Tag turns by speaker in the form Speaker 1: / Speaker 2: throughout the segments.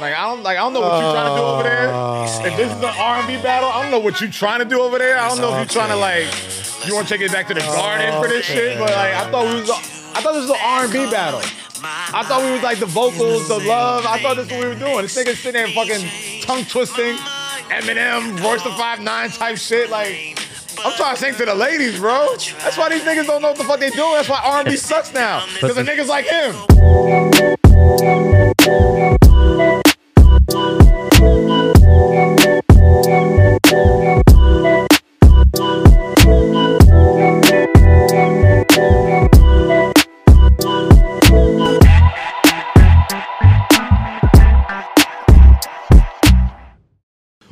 Speaker 1: Like I don't like I don't know what you're trying to do over there. If this is an R&B battle, I don't know what you're trying to do over there. I don't know if you're trying to like you want to take it back to the garden for this shit. But like I thought we was I thought this was an R&B battle. I thought we was like the vocals, the love. I thought that's what we were doing. This nigga sitting there fucking tongue twisting, Eminem, Royce the Five Nine type shit. Like I'm trying to sing to the ladies, bro. That's why these niggas don't know what the fuck they doing. That's why R&B sucks now. Cause the niggas like him.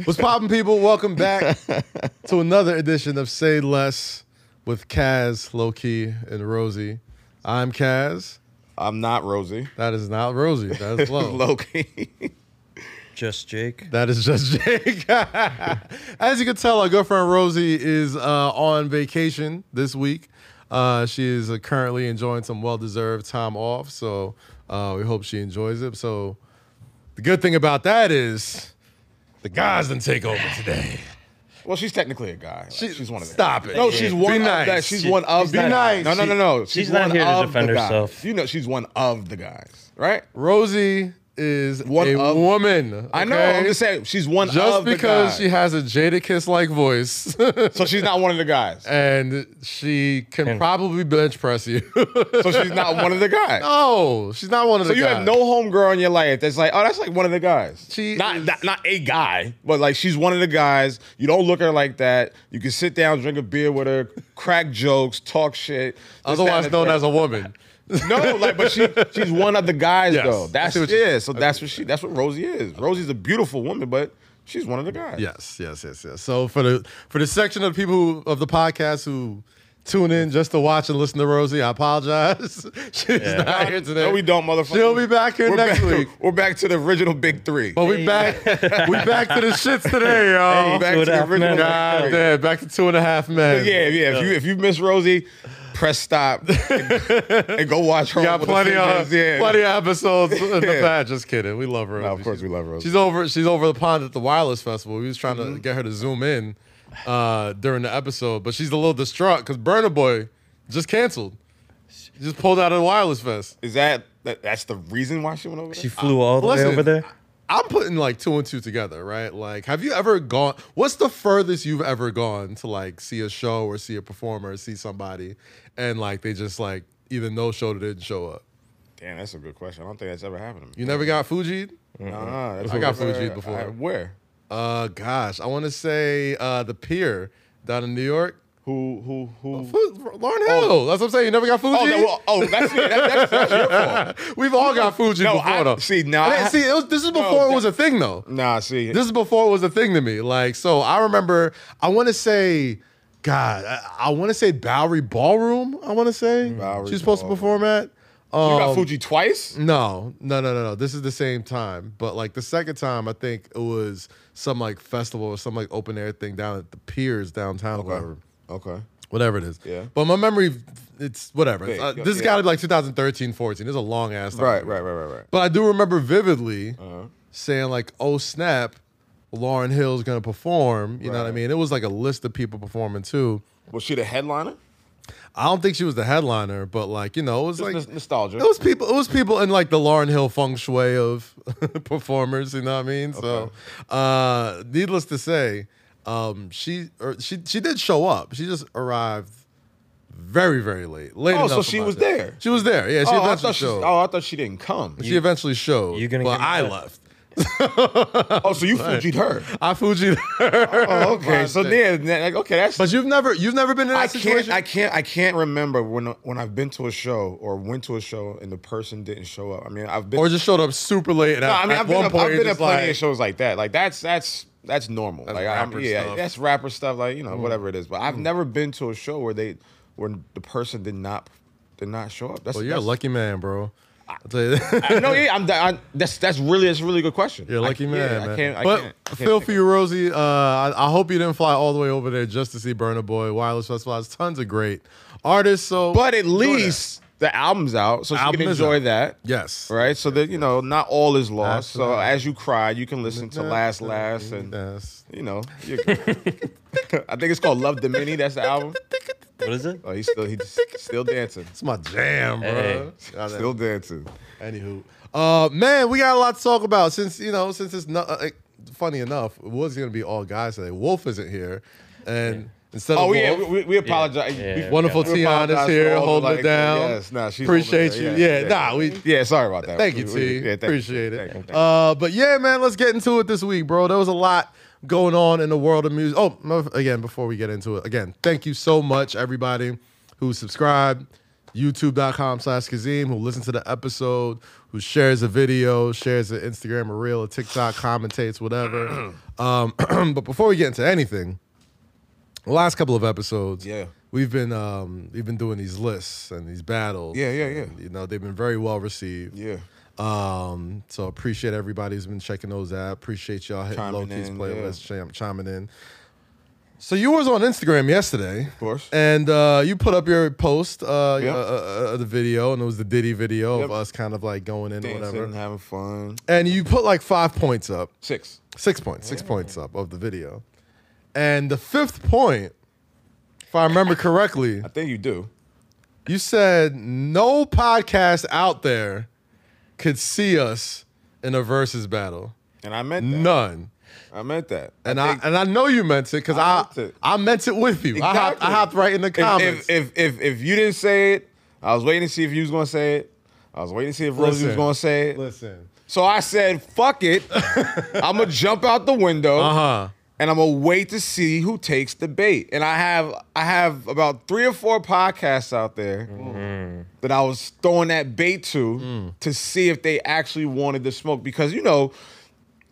Speaker 2: What's poppin', people? Welcome back to another edition of Say Less with Kaz, Low Key, and Rosie. I'm Kaz.
Speaker 1: I'm not Rosie.
Speaker 2: That is not Rosie. That is Low.
Speaker 1: Loki.
Speaker 3: Just Jake.
Speaker 2: That is just Jake. As you can tell, our girlfriend Rosie is uh, on vacation this week. Uh, she is uh, currently enjoying some well deserved time off. So uh, we hope she enjoys it. So the good thing about that is the guys didn't take over today.
Speaker 1: Well, she's technically a guy. Like,
Speaker 2: She-
Speaker 1: she's one of them.
Speaker 2: stop it.
Speaker 1: No, she's
Speaker 2: Be
Speaker 1: one
Speaker 2: nice.
Speaker 1: of that. She's
Speaker 2: She-
Speaker 1: one of
Speaker 2: be
Speaker 1: that.
Speaker 2: nice.
Speaker 1: No, no, no, no. She's,
Speaker 3: not
Speaker 1: one
Speaker 3: here to
Speaker 1: of
Speaker 3: defend
Speaker 1: the guys.
Speaker 3: herself.
Speaker 1: You know, she's one of the guys, right?
Speaker 2: Rosie is
Speaker 1: One
Speaker 2: a
Speaker 1: of-
Speaker 2: woman.
Speaker 1: I know.
Speaker 2: okay?
Speaker 1: I'm just saying, she's one
Speaker 2: Just
Speaker 1: of the
Speaker 2: because
Speaker 1: guys.
Speaker 2: she has a Jada Kiss like voice
Speaker 1: so she's not one of the guys.
Speaker 2: and she can probably bench press you.
Speaker 1: So she's not one of the guys.
Speaker 2: no, she's not one of
Speaker 1: so
Speaker 2: the
Speaker 1: you have
Speaker 2: guys.
Speaker 1: no homegirl in your life that's like, oh, that's like one of the guys.
Speaker 2: She
Speaker 1: not,
Speaker 2: is-
Speaker 1: not not a guy, but like she's one of the guys. You don't look at her like that. You can sit down, drink a beer with her, crack jokes, talk shit. this, that,
Speaker 2: otherwise
Speaker 1: and
Speaker 2: known
Speaker 1: the-
Speaker 2: as a woman.
Speaker 1: No, like, but she she's one of the guys
Speaker 2: Yes.
Speaker 1: though.
Speaker 2: I
Speaker 1: That's
Speaker 2: see what you-
Speaker 1: yeah. So that's what she. That's what Rosie is. Rosie's a beautiful woman, but she's one of the guys.
Speaker 2: Yes, yes, yes, yes. So for the for the section of people who, of the podcast who tune in just to watch and listen to Rosie, I apologize. She's not here today.
Speaker 1: No, we don't, motherfucker.
Speaker 2: She'll be back here
Speaker 1: We're
Speaker 2: next
Speaker 1: back-
Speaker 2: week.
Speaker 1: We're back to the original big three.
Speaker 2: But we back we back to the shits today, y'all.
Speaker 1: back
Speaker 3: Hey, two
Speaker 1: to
Speaker 3: and a
Speaker 1: the
Speaker 3: half
Speaker 1: original
Speaker 3: men.
Speaker 1: guy.
Speaker 2: God damn, back to two and a half men.
Speaker 1: yeah, yeah. If you if you miss Rosie, press stop and, and go watch her.
Speaker 2: We got plenty of
Speaker 1: yeah.
Speaker 2: plenty of episodes in the
Speaker 1: Yeah.
Speaker 2: past. Just kidding. We love her.
Speaker 1: No, of course we love Rosie.
Speaker 2: She's over. She's over the pond at the Wireless Festival. We was trying
Speaker 1: Mm-hmm.
Speaker 2: to get her to zoom in uh, during the episode, but she's a little distraught because Burner Boy just canceled. She just pulled out of the Wireless Fest.
Speaker 1: Is that, that that's the reason why she went over?
Speaker 3: She
Speaker 1: There?
Speaker 3: flew all the
Speaker 2: Uh, Listen,
Speaker 3: way over there.
Speaker 2: I'm putting like two and two together, right? Like, have you ever gone? What's the furthest you've ever gone to like see a show or see a performer or see somebody, and like they just like either no showed or didn't show up?
Speaker 1: Damn, that's a good question. I don't think that's ever happened to me.
Speaker 2: You never got Fuji?
Speaker 1: Nah, that's
Speaker 2: I got
Speaker 1: what-
Speaker 2: Fuji'd before.
Speaker 1: I- where?
Speaker 2: Uh, gosh, I want to say uh, the pier down in New York.
Speaker 1: Who? Who? Who?
Speaker 2: Fu- Lauren Hill. That's what I'm saying. You never got Fuji.
Speaker 1: Oh, no, well, oh, that's, yeah, that, that's, that's your fault.
Speaker 2: We've all got Fuji
Speaker 1: No,
Speaker 2: before
Speaker 1: I-
Speaker 2: though.
Speaker 1: see, nah,
Speaker 2: And then-
Speaker 1: I-
Speaker 2: see, it was, this is before
Speaker 1: that-
Speaker 2: it was a thing though.
Speaker 1: Nah, see,
Speaker 2: This is before it was a thing to me. Like, so I remember. I want to say, God, I, I want to say Bowery Ballroom. I want to say
Speaker 1: Mm-hmm. Bowery
Speaker 2: she's supposed to
Speaker 1: Ballroom.
Speaker 2: perform at.
Speaker 1: you
Speaker 2: Um,
Speaker 1: got Fuji twice.
Speaker 2: No, no, no, no, no. This is the same time, but like the second time, I think it was some like festival or some like open air thing down at the piers downtown, or whatever,
Speaker 1: Okay.
Speaker 2: whatever it is.
Speaker 1: Yeah.
Speaker 2: But my memory, it's whatever. It's, uh,
Speaker 1: Big,
Speaker 2: this has
Speaker 1: yeah.
Speaker 2: got to be like 2013, 14. There's a long ass time.
Speaker 1: Right, right, right, right, right.
Speaker 2: But I do remember vividly
Speaker 1: Uh-huh.
Speaker 2: saying like, "Oh snap, Lauren Hill's gonna perform." You know what I
Speaker 1: Right.
Speaker 2: mean? It was like a list of people performing too.
Speaker 1: Was she the headliner?
Speaker 2: I don't think she was the headliner, but like you know, it was
Speaker 1: Just
Speaker 2: like
Speaker 1: nos- nostalgia.
Speaker 2: it was people. It was people in like the Lauren Hill feng shui of performers. You know what I mean? So, uh, needless to say, um, she or she she did show up. She just arrived very very late. Late.
Speaker 1: Oh,
Speaker 2: enough
Speaker 1: so
Speaker 2: for
Speaker 1: she
Speaker 2: my
Speaker 1: was
Speaker 2: taste.
Speaker 1: there.
Speaker 2: She was there. Yeah, she
Speaker 1: oh, I
Speaker 2: eventually
Speaker 1: thought she,
Speaker 2: showed.
Speaker 1: oh, I thought she didn't come.
Speaker 2: she eventually showed.
Speaker 3: You gonna
Speaker 2: But
Speaker 3: give me
Speaker 2: I
Speaker 3: that?
Speaker 2: left.
Speaker 1: Oh, so you Fuji'd her.
Speaker 2: I Fuji'd her.
Speaker 1: Oh, okay.
Speaker 2: Right
Speaker 1: So
Speaker 2: there.
Speaker 1: then, then, like, okay, that's.
Speaker 2: But you've never you've never been in that
Speaker 1: I can't,
Speaker 2: situation.
Speaker 1: I can't, I can't remember when when I've been to a show or went to a show and the person didn't show up. I mean, I've been.
Speaker 2: or just showed up super late. And
Speaker 1: No,
Speaker 2: at,
Speaker 1: I mean,
Speaker 2: at
Speaker 1: I've
Speaker 2: one
Speaker 1: been, to-
Speaker 2: point,
Speaker 1: I've
Speaker 2: you're
Speaker 1: been to
Speaker 2: just
Speaker 1: plenty
Speaker 2: like,
Speaker 1: of shows like that. Like that's that's that's normal. like I'm,
Speaker 2: rapper
Speaker 1: yeah,
Speaker 2: stuff. Mm-hmm.
Speaker 1: that's rapper stuff. Like you know, whatever it is. But I've never been to a show where they where the person did not did not show up. That's
Speaker 2: Well, you're a
Speaker 1: that's-
Speaker 2: lucky man, bro. I'll tell you that.
Speaker 1: no, yeah, I'm, I, that's that's really that's a really good question.
Speaker 2: You're a lucky
Speaker 1: I, yeah,
Speaker 2: man,
Speaker 1: I
Speaker 2: man.
Speaker 1: can't- I
Speaker 2: but
Speaker 1: can't- I can't
Speaker 2: feel
Speaker 1: think
Speaker 2: for
Speaker 1: of-
Speaker 2: you, Rosie. Uh, I, I hope you didn't fly all the way over there just to see Burner Boy. Wireless Festival has tons of great artists. So,
Speaker 1: But at
Speaker 2: enjoy that.
Speaker 1: least the album's out, so she
Speaker 2: Album
Speaker 1: can
Speaker 2: is
Speaker 1: enjoy
Speaker 2: out.
Speaker 1: that.
Speaker 2: Yes.
Speaker 1: Right. So that you know, not all is lost. So
Speaker 2: Absolutely.
Speaker 1: as you cry, you can listen to Last Last and
Speaker 2: Yes.
Speaker 1: you know, you're I think it's called Love Domini. That's the album.
Speaker 3: What is it?
Speaker 1: Oh, he's still he's still dancing,
Speaker 2: It's my jam, bro.
Speaker 3: Hey.
Speaker 1: still dancing.
Speaker 3: Oh,
Speaker 2: Anywho, uh, man, we got a lot to talk about since you know since it's not uh, like, funny enough it was gonna be all guys today. Wolf isn't here, and instead
Speaker 1: Oh
Speaker 2: of
Speaker 1: yeah, we,
Speaker 2: Wolf,
Speaker 1: we, we apologize.
Speaker 3: Yeah.
Speaker 1: We-
Speaker 2: wonderful
Speaker 1: we
Speaker 2: Tion is
Speaker 1: apologize for
Speaker 2: here
Speaker 1: all the,
Speaker 2: holding
Speaker 1: like,
Speaker 2: it down.
Speaker 1: Yes, nah, she's
Speaker 2: appreciate
Speaker 1: holding
Speaker 2: you.
Speaker 1: it,
Speaker 2: Yeah, nah, we
Speaker 1: Yeah, sorry about that.
Speaker 2: thank you,
Speaker 1: We-
Speaker 2: T.
Speaker 1: we- yeah, thank you.
Speaker 2: appreciate it.
Speaker 1: Thank you, thank you.
Speaker 2: Uh, but yeah, man, let's get into it this week, bro. There was a lot going on in the world of music. Oh, no, again, before we get into it, again, thank you so much, everybody who subscribed. YouTube.com slash Kazim, who listens to the episode, who shares a video, shares an Instagram, a reel, a TikTok, commentates, whatever. um, but before we get into anything, the last couple of episodes,
Speaker 1: Yeah.
Speaker 2: we've been um, we've been doing these lists and these battles.
Speaker 1: Yeah, yeah, yeah.
Speaker 2: And, you know, they've been very well received.
Speaker 1: Yeah.
Speaker 2: Um, so appreciate everybody who's been checking those out. Appreciate y'all hitting
Speaker 1: Chiming
Speaker 2: low keys
Speaker 1: in,
Speaker 2: playlist, chim- chiming in. So you was on Instagram yesterday, of
Speaker 1: course.
Speaker 2: and uh, you put up your post, uh,
Speaker 1: Yep.
Speaker 2: uh, uh, uh, the video, and it was the Diddy video
Speaker 1: Yep.
Speaker 2: of us kind of like going in or
Speaker 1: Dancing,
Speaker 2: whatever.
Speaker 1: having fun.
Speaker 2: And you put like five points up,
Speaker 1: Six.
Speaker 2: six points, six points up of the video, and the fifth point, if I remember correctly,
Speaker 1: I think you do.
Speaker 2: you said no podcast out there could see us in a versus battle.
Speaker 1: And I meant that.
Speaker 2: None.
Speaker 1: I meant that.
Speaker 2: And
Speaker 1: think-
Speaker 2: I, and I know you meant it because
Speaker 1: I
Speaker 2: I
Speaker 1: meant it.
Speaker 2: I meant it with you. I, hopped, I
Speaker 1: Exactly.
Speaker 2: hopped right in the
Speaker 1: If-
Speaker 2: comments.
Speaker 1: If, if, if, if you didn't say it, I was waiting to see if you was gonna say it. I was waiting to see if Rosie was
Speaker 2: Listen.
Speaker 1: gonna say it.
Speaker 2: Listen.
Speaker 1: So I said, "Fuck it, I'm gonna jump out the window
Speaker 2: Uh huh.
Speaker 1: and I'm gonna wait to see who takes the bait." And I have I have about three or four podcasts out there
Speaker 2: Mm-hmm.
Speaker 1: that I was throwing that bait to
Speaker 2: Mm.
Speaker 1: to see if they actually wanted the smoke because you know.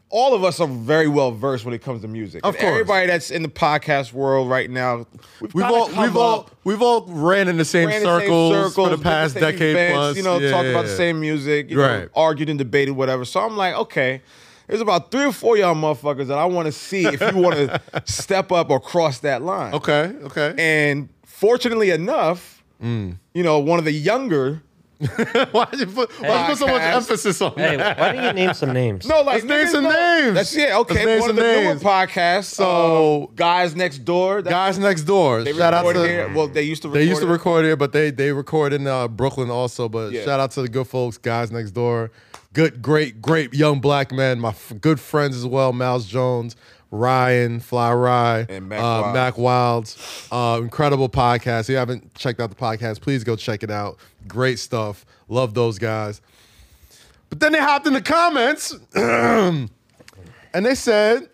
Speaker 1: All of us are very well versed when it comes to music.
Speaker 2: Of
Speaker 1: And
Speaker 2: course.
Speaker 1: Everybody that's in the podcast world right now, we've,
Speaker 2: We've
Speaker 1: kinda
Speaker 2: all
Speaker 1: come
Speaker 2: we've all
Speaker 1: up
Speaker 2: we've all ran in the same,
Speaker 1: ran in the same
Speaker 2: circles, for
Speaker 1: circles,
Speaker 2: the past
Speaker 1: did the same
Speaker 2: decade
Speaker 1: events,
Speaker 2: plus.
Speaker 1: You know,
Speaker 2: Yeah,
Speaker 1: talked
Speaker 2: yeah,
Speaker 1: about
Speaker 2: yeah.
Speaker 1: the same music, you
Speaker 2: Right.
Speaker 1: know, argued and debated, whatever. So I'm like, okay, there's about three or four of y'all motherfuckers that I want to see if you want to step up or cross that line.
Speaker 2: Okay. Okay.
Speaker 1: And fortunately enough,
Speaker 2: Mm.
Speaker 1: you know, one of the younger.
Speaker 2: why did you put why you put so much
Speaker 1: Podcast.
Speaker 2: emphasis on
Speaker 3: Hey,
Speaker 2: that?
Speaker 3: why do you name some names?
Speaker 1: No, like
Speaker 2: Let's name
Speaker 1: niggas,
Speaker 2: some
Speaker 1: no.
Speaker 2: names.
Speaker 1: That's yeah, okay.
Speaker 2: Let's name
Speaker 1: one
Speaker 2: some
Speaker 1: of the
Speaker 2: names.
Speaker 1: newer podcasts.
Speaker 2: So-
Speaker 1: So guys next door. that-
Speaker 2: Guys next door.
Speaker 1: they
Speaker 2: Shout out
Speaker 1: record
Speaker 2: to
Speaker 1: here. Well, they used to. Record
Speaker 2: They used to
Speaker 1: it.
Speaker 2: record here, but they they record in uh, Brooklyn also. But
Speaker 1: Yeah.
Speaker 2: shout out to the good folks, guys next door. Good, great, great young black men. My f- good friends as well, Miles Jones, Ryan, Fly Rye,
Speaker 1: And Mac
Speaker 2: uh,
Speaker 1: Wilds.
Speaker 2: Mac Wilds. Uh, incredible podcast. If you haven't checked out the podcast, please go check it out. Great stuff. Love those guys. But then they hopped in the comments and they said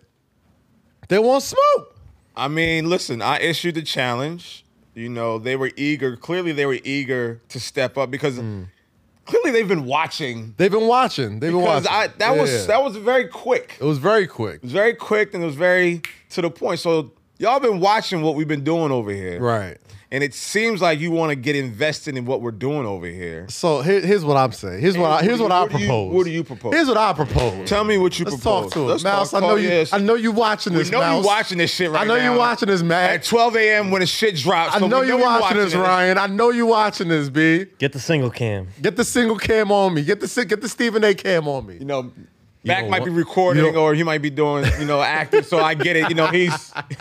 Speaker 2: they want smoke.
Speaker 1: I mean, listen, I issued the challenge. You know, they were eager. Clearly, they were eager to step up because
Speaker 2: Hmm.
Speaker 1: clearly they've been watching.
Speaker 2: They've been watching. They've been
Speaker 1: Because
Speaker 2: watching.
Speaker 1: I, that was that was very quick. It
Speaker 2: it was very quick.
Speaker 1: was very quick and it was very to the point. So y'all been watching what we've been doing over here,
Speaker 2: Right.
Speaker 1: And it seems like you want to get invested in what we're doing over here.
Speaker 2: So here, here's what I'm saying. Here's what I,
Speaker 1: Hey,
Speaker 2: here's what,
Speaker 1: what do you- what do
Speaker 2: I
Speaker 1: you-
Speaker 2: propose.
Speaker 1: what do you propose?
Speaker 2: Here's what I propose.
Speaker 1: Tell me what you
Speaker 2: Let's
Speaker 1: propose.
Speaker 2: talk to
Speaker 1: Let's
Speaker 2: it, Mouse.
Speaker 1: talk-
Speaker 2: I know
Speaker 1: oh,
Speaker 2: you.
Speaker 1: yes.
Speaker 2: I know you watching
Speaker 1: We
Speaker 2: this.
Speaker 1: know
Speaker 2: Mouse.
Speaker 1: you watching this shit right
Speaker 2: I know
Speaker 1: now.
Speaker 2: you watching this, man.
Speaker 1: At 12 a.m. when the shit drops.
Speaker 2: I
Speaker 1: so we
Speaker 2: know you watching, this, Ryan. I know you watching this, B.
Speaker 3: Get the single cam.
Speaker 2: Get the single cam on me. Get the si- get the Stephen A. cam on
Speaker 1: you
Speaker 2: me.
Speaker 1: know, Mac
Speaker 3: don't
Speaker 1: might
Speaker 3: want-
Speaker 1: be
Speaker 2: you
Speaker 1: recording
Speaker 2: don't-
Speaker 1: or he might be doing, you know, acting. So I get it. You know, he's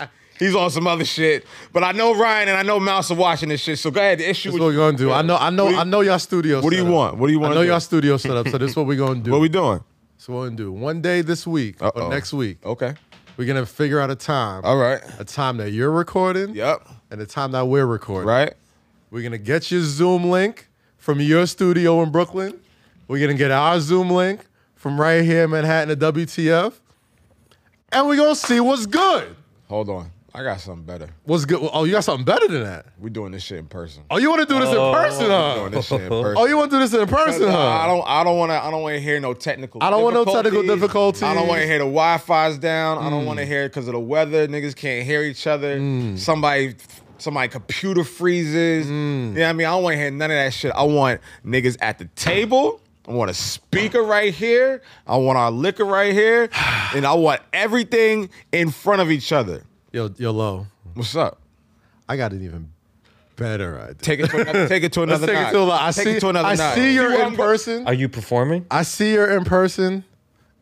Speaker 1: he's on some other shit. But I know Ryan and I know Mouse are watching this shit. So go ahead, the issue.
Speaker 2: This is what we're gonna do. I know. I know.
Speaker 1: What do you-
Speaker 2: I know y'all studio.
Speaker 1: What do you
Speaker 2: setup.
Speaker 1: want? What do you
Speaker 2: I
Speaker 1: want?
Speaker 2: know
Speaker 1: do?
Speaker 2: y'all studio set up. So this is what we're gonna do.
Speaker 1: What we doing?
Speaker 2: so what we're gonna do. One day this week
Speaker 1: Uh-oh.
Speaker 2: or next week,
Speaker 1: Okay.
Speaker 2: we're gonna figure out a time.
Speaker 1: All right.
Speaker 2: A time that you're recording.
Speaker 1: Yep.
Speaker 2: And a time that we're recording.
Speaker 1: Right.
Speaker 2: We're gonna get your Zoom link from your studio in Brooklyn. We're gonna get our Zoom link from right here in Manhattan at WTF, and we're gonna see what's good.
Speaker 1: Hold on. I got something better.
Speaker 2: What's good? Oh, you got something better than that.
Speaker 1: We're doing this shit in person.
Speaker 2: Oh, you want to do this in person,
Speaker 1: We're doing
Speaker 2: huh?
Speaker 1: this shit in person.
Speaker 2: Oh, you want to do this in person,
Speaker 1: I
Speaker 2: huh?
Speaker 1: don't. I don't want to. I don't want to hear no technical.
Speaker 2: I don't want no technical difficulties. Mm.
Speaker 1: I don't want to hear the Wi-Fi's down. I don't want to hear because of the weather. Niggas can't hear each other. Somebody, somebody computer
Speaker 2: Mm.
Speaker 1: freezes. You know what I mean? I don't want to hear none of that shit. I want niggas at the table. I want a speaker right here. I want our liquor right here, and I want everything in front of each other.
Speaker 2: Yo, yo, low.
Speaker 1: What's up?
Speaker 2: I got an even better idea.
Speaker 4: Take it to another. Take it to
Speaker 2: Let's
Speaker 4: another.
Speaker 2: take
Speaker 4: notch.
Speaker 2: it to a lot. I
Speaker 4: Take
Speaker 2: see,
Speaker 4: it to another.
Speaker 2: I
Speaker 4: notch.
Speaker 2: see you're in
Speaker 1: I'm go-
Speaker 2: person.
Speaker 3: Are you performing?
Speaker 2: I see you're in person,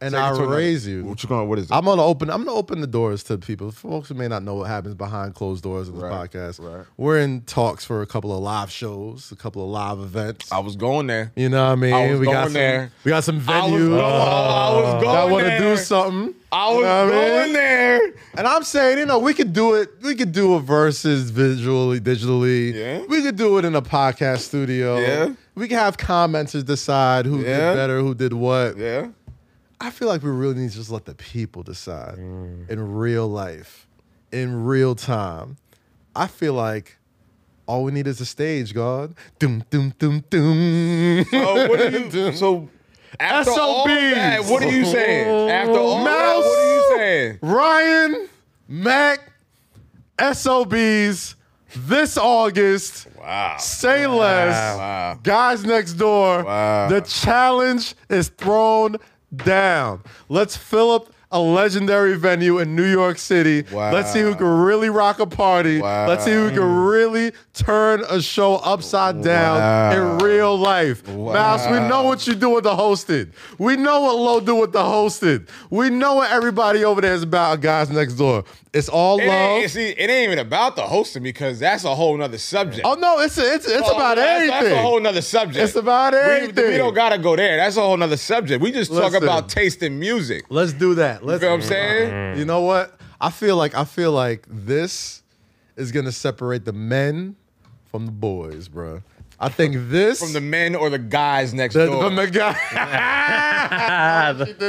Speaker 2: and
Speaker 4: Take it
Speaker 2: I
Speaker 4: to another-
Speaker 2: raise you.
Speaker 4: What you going? What is it?
Speaker 2: I'm gonna open. I'm gonna open the doors to people. Folks who may not know what happens behind closed doors in the
Speaker 4: Right,
Speaker 2: podcast.
Speaker 4: right.
Speaker 2: We're in talks for a couple of live shows, a couple of live events.
Speaker 4: I was going there.
Speaker 2: you know what I mean?
Speaker 4: I was
Speaker 2: we got
Speaker 4: going
Speaker 2: some,
Speaker 4: there.
Speaker 2: We got some
Speaker 1: I was,
Speaker 2: venues
Speaker 1: going, I was going
Speaker 2: Uh, that want to
Speaker 1: there.
Speaker 2: do something.
Speaker 1: I
Speaker 2: You
Speaker 1: was
Speaker 2: know what I mean?
Speaker 1: going there.
Speaker 2: And I'm saying, you know, we could do it. We could do a versus visually, digitally.
Speaker 4: Yeah.
Speaker 2: We could do it in a podcast studio.
Speaker 4: Yeah.
Speaker 2: We could have commenters decide who
Speaker 4: Yeah.
Speaker 2: did better, who did what.
Speaker 4: Yeah.
Speaker 2: I feel like we really need to just let the people decide
Speaker 4: Mm.
Speaker 2: in real life, in real time. I feel like all we need is a stage, God. Doom, doom, doom, doom.
Speaker 1: Oh, what do you? So after all
Speaker 2: SOBs.
Speaker 1: that, what are you saying? After all that, what are you saying?
Speaker 2: Ryan, Mac, SOBs, this August.
Speaker 1: Wow.
Speaker 2: Say less.
Speaker 4: Wow.
Speaker 2: Guys next door.
Speaker 4: Wow.
Speaker 2: The challenge is thrown down. Let's fill up a legendary venue in New York City.
Speaker 4: Wow.
Speaker 2: Let's see who can really rock a party.
Speaker 4: Wow.
Speaker 2: Let's see who can really turn a show upside down
Speaker 4: Wow.
Speaker 2: in real life. Mouse, we know what you do with the hosted. We know what Low do with the hosted. We know what everybody over there is about. Guys next door. It's all
Speaker 1: It
Speaker 2: love.
Speaker 1: ain't, see, it ain't even about the hosting because that's a whole nother subject.
Speaker 2: oh no, it's it's it's
Speaker 1: Oh,
Speaker 2: about
Speaker 1: that's,
Speaker 2: everything.
Speaker 1: That's a whole nother subject.
Speaker 2: It's about
Speaker 1: We-
Speaker 2: everything.
Speaker 1: We, don't gotta go there. That's a whole nother subject. We just talk
Speaker 2: Listen.
Speaker 1: about taste in music. You
Speaker 2: Let's do that. Let's.
Speaker 1: feel what I'm saying?
Speaker 2: You know what? I feel like I feel like this is gonna separate the men from the boys, bro. I think this
Speaker 1: From the men or the guys next
Speaker 2: the,
Speaker 1: door.
Speaker 2: from the guy.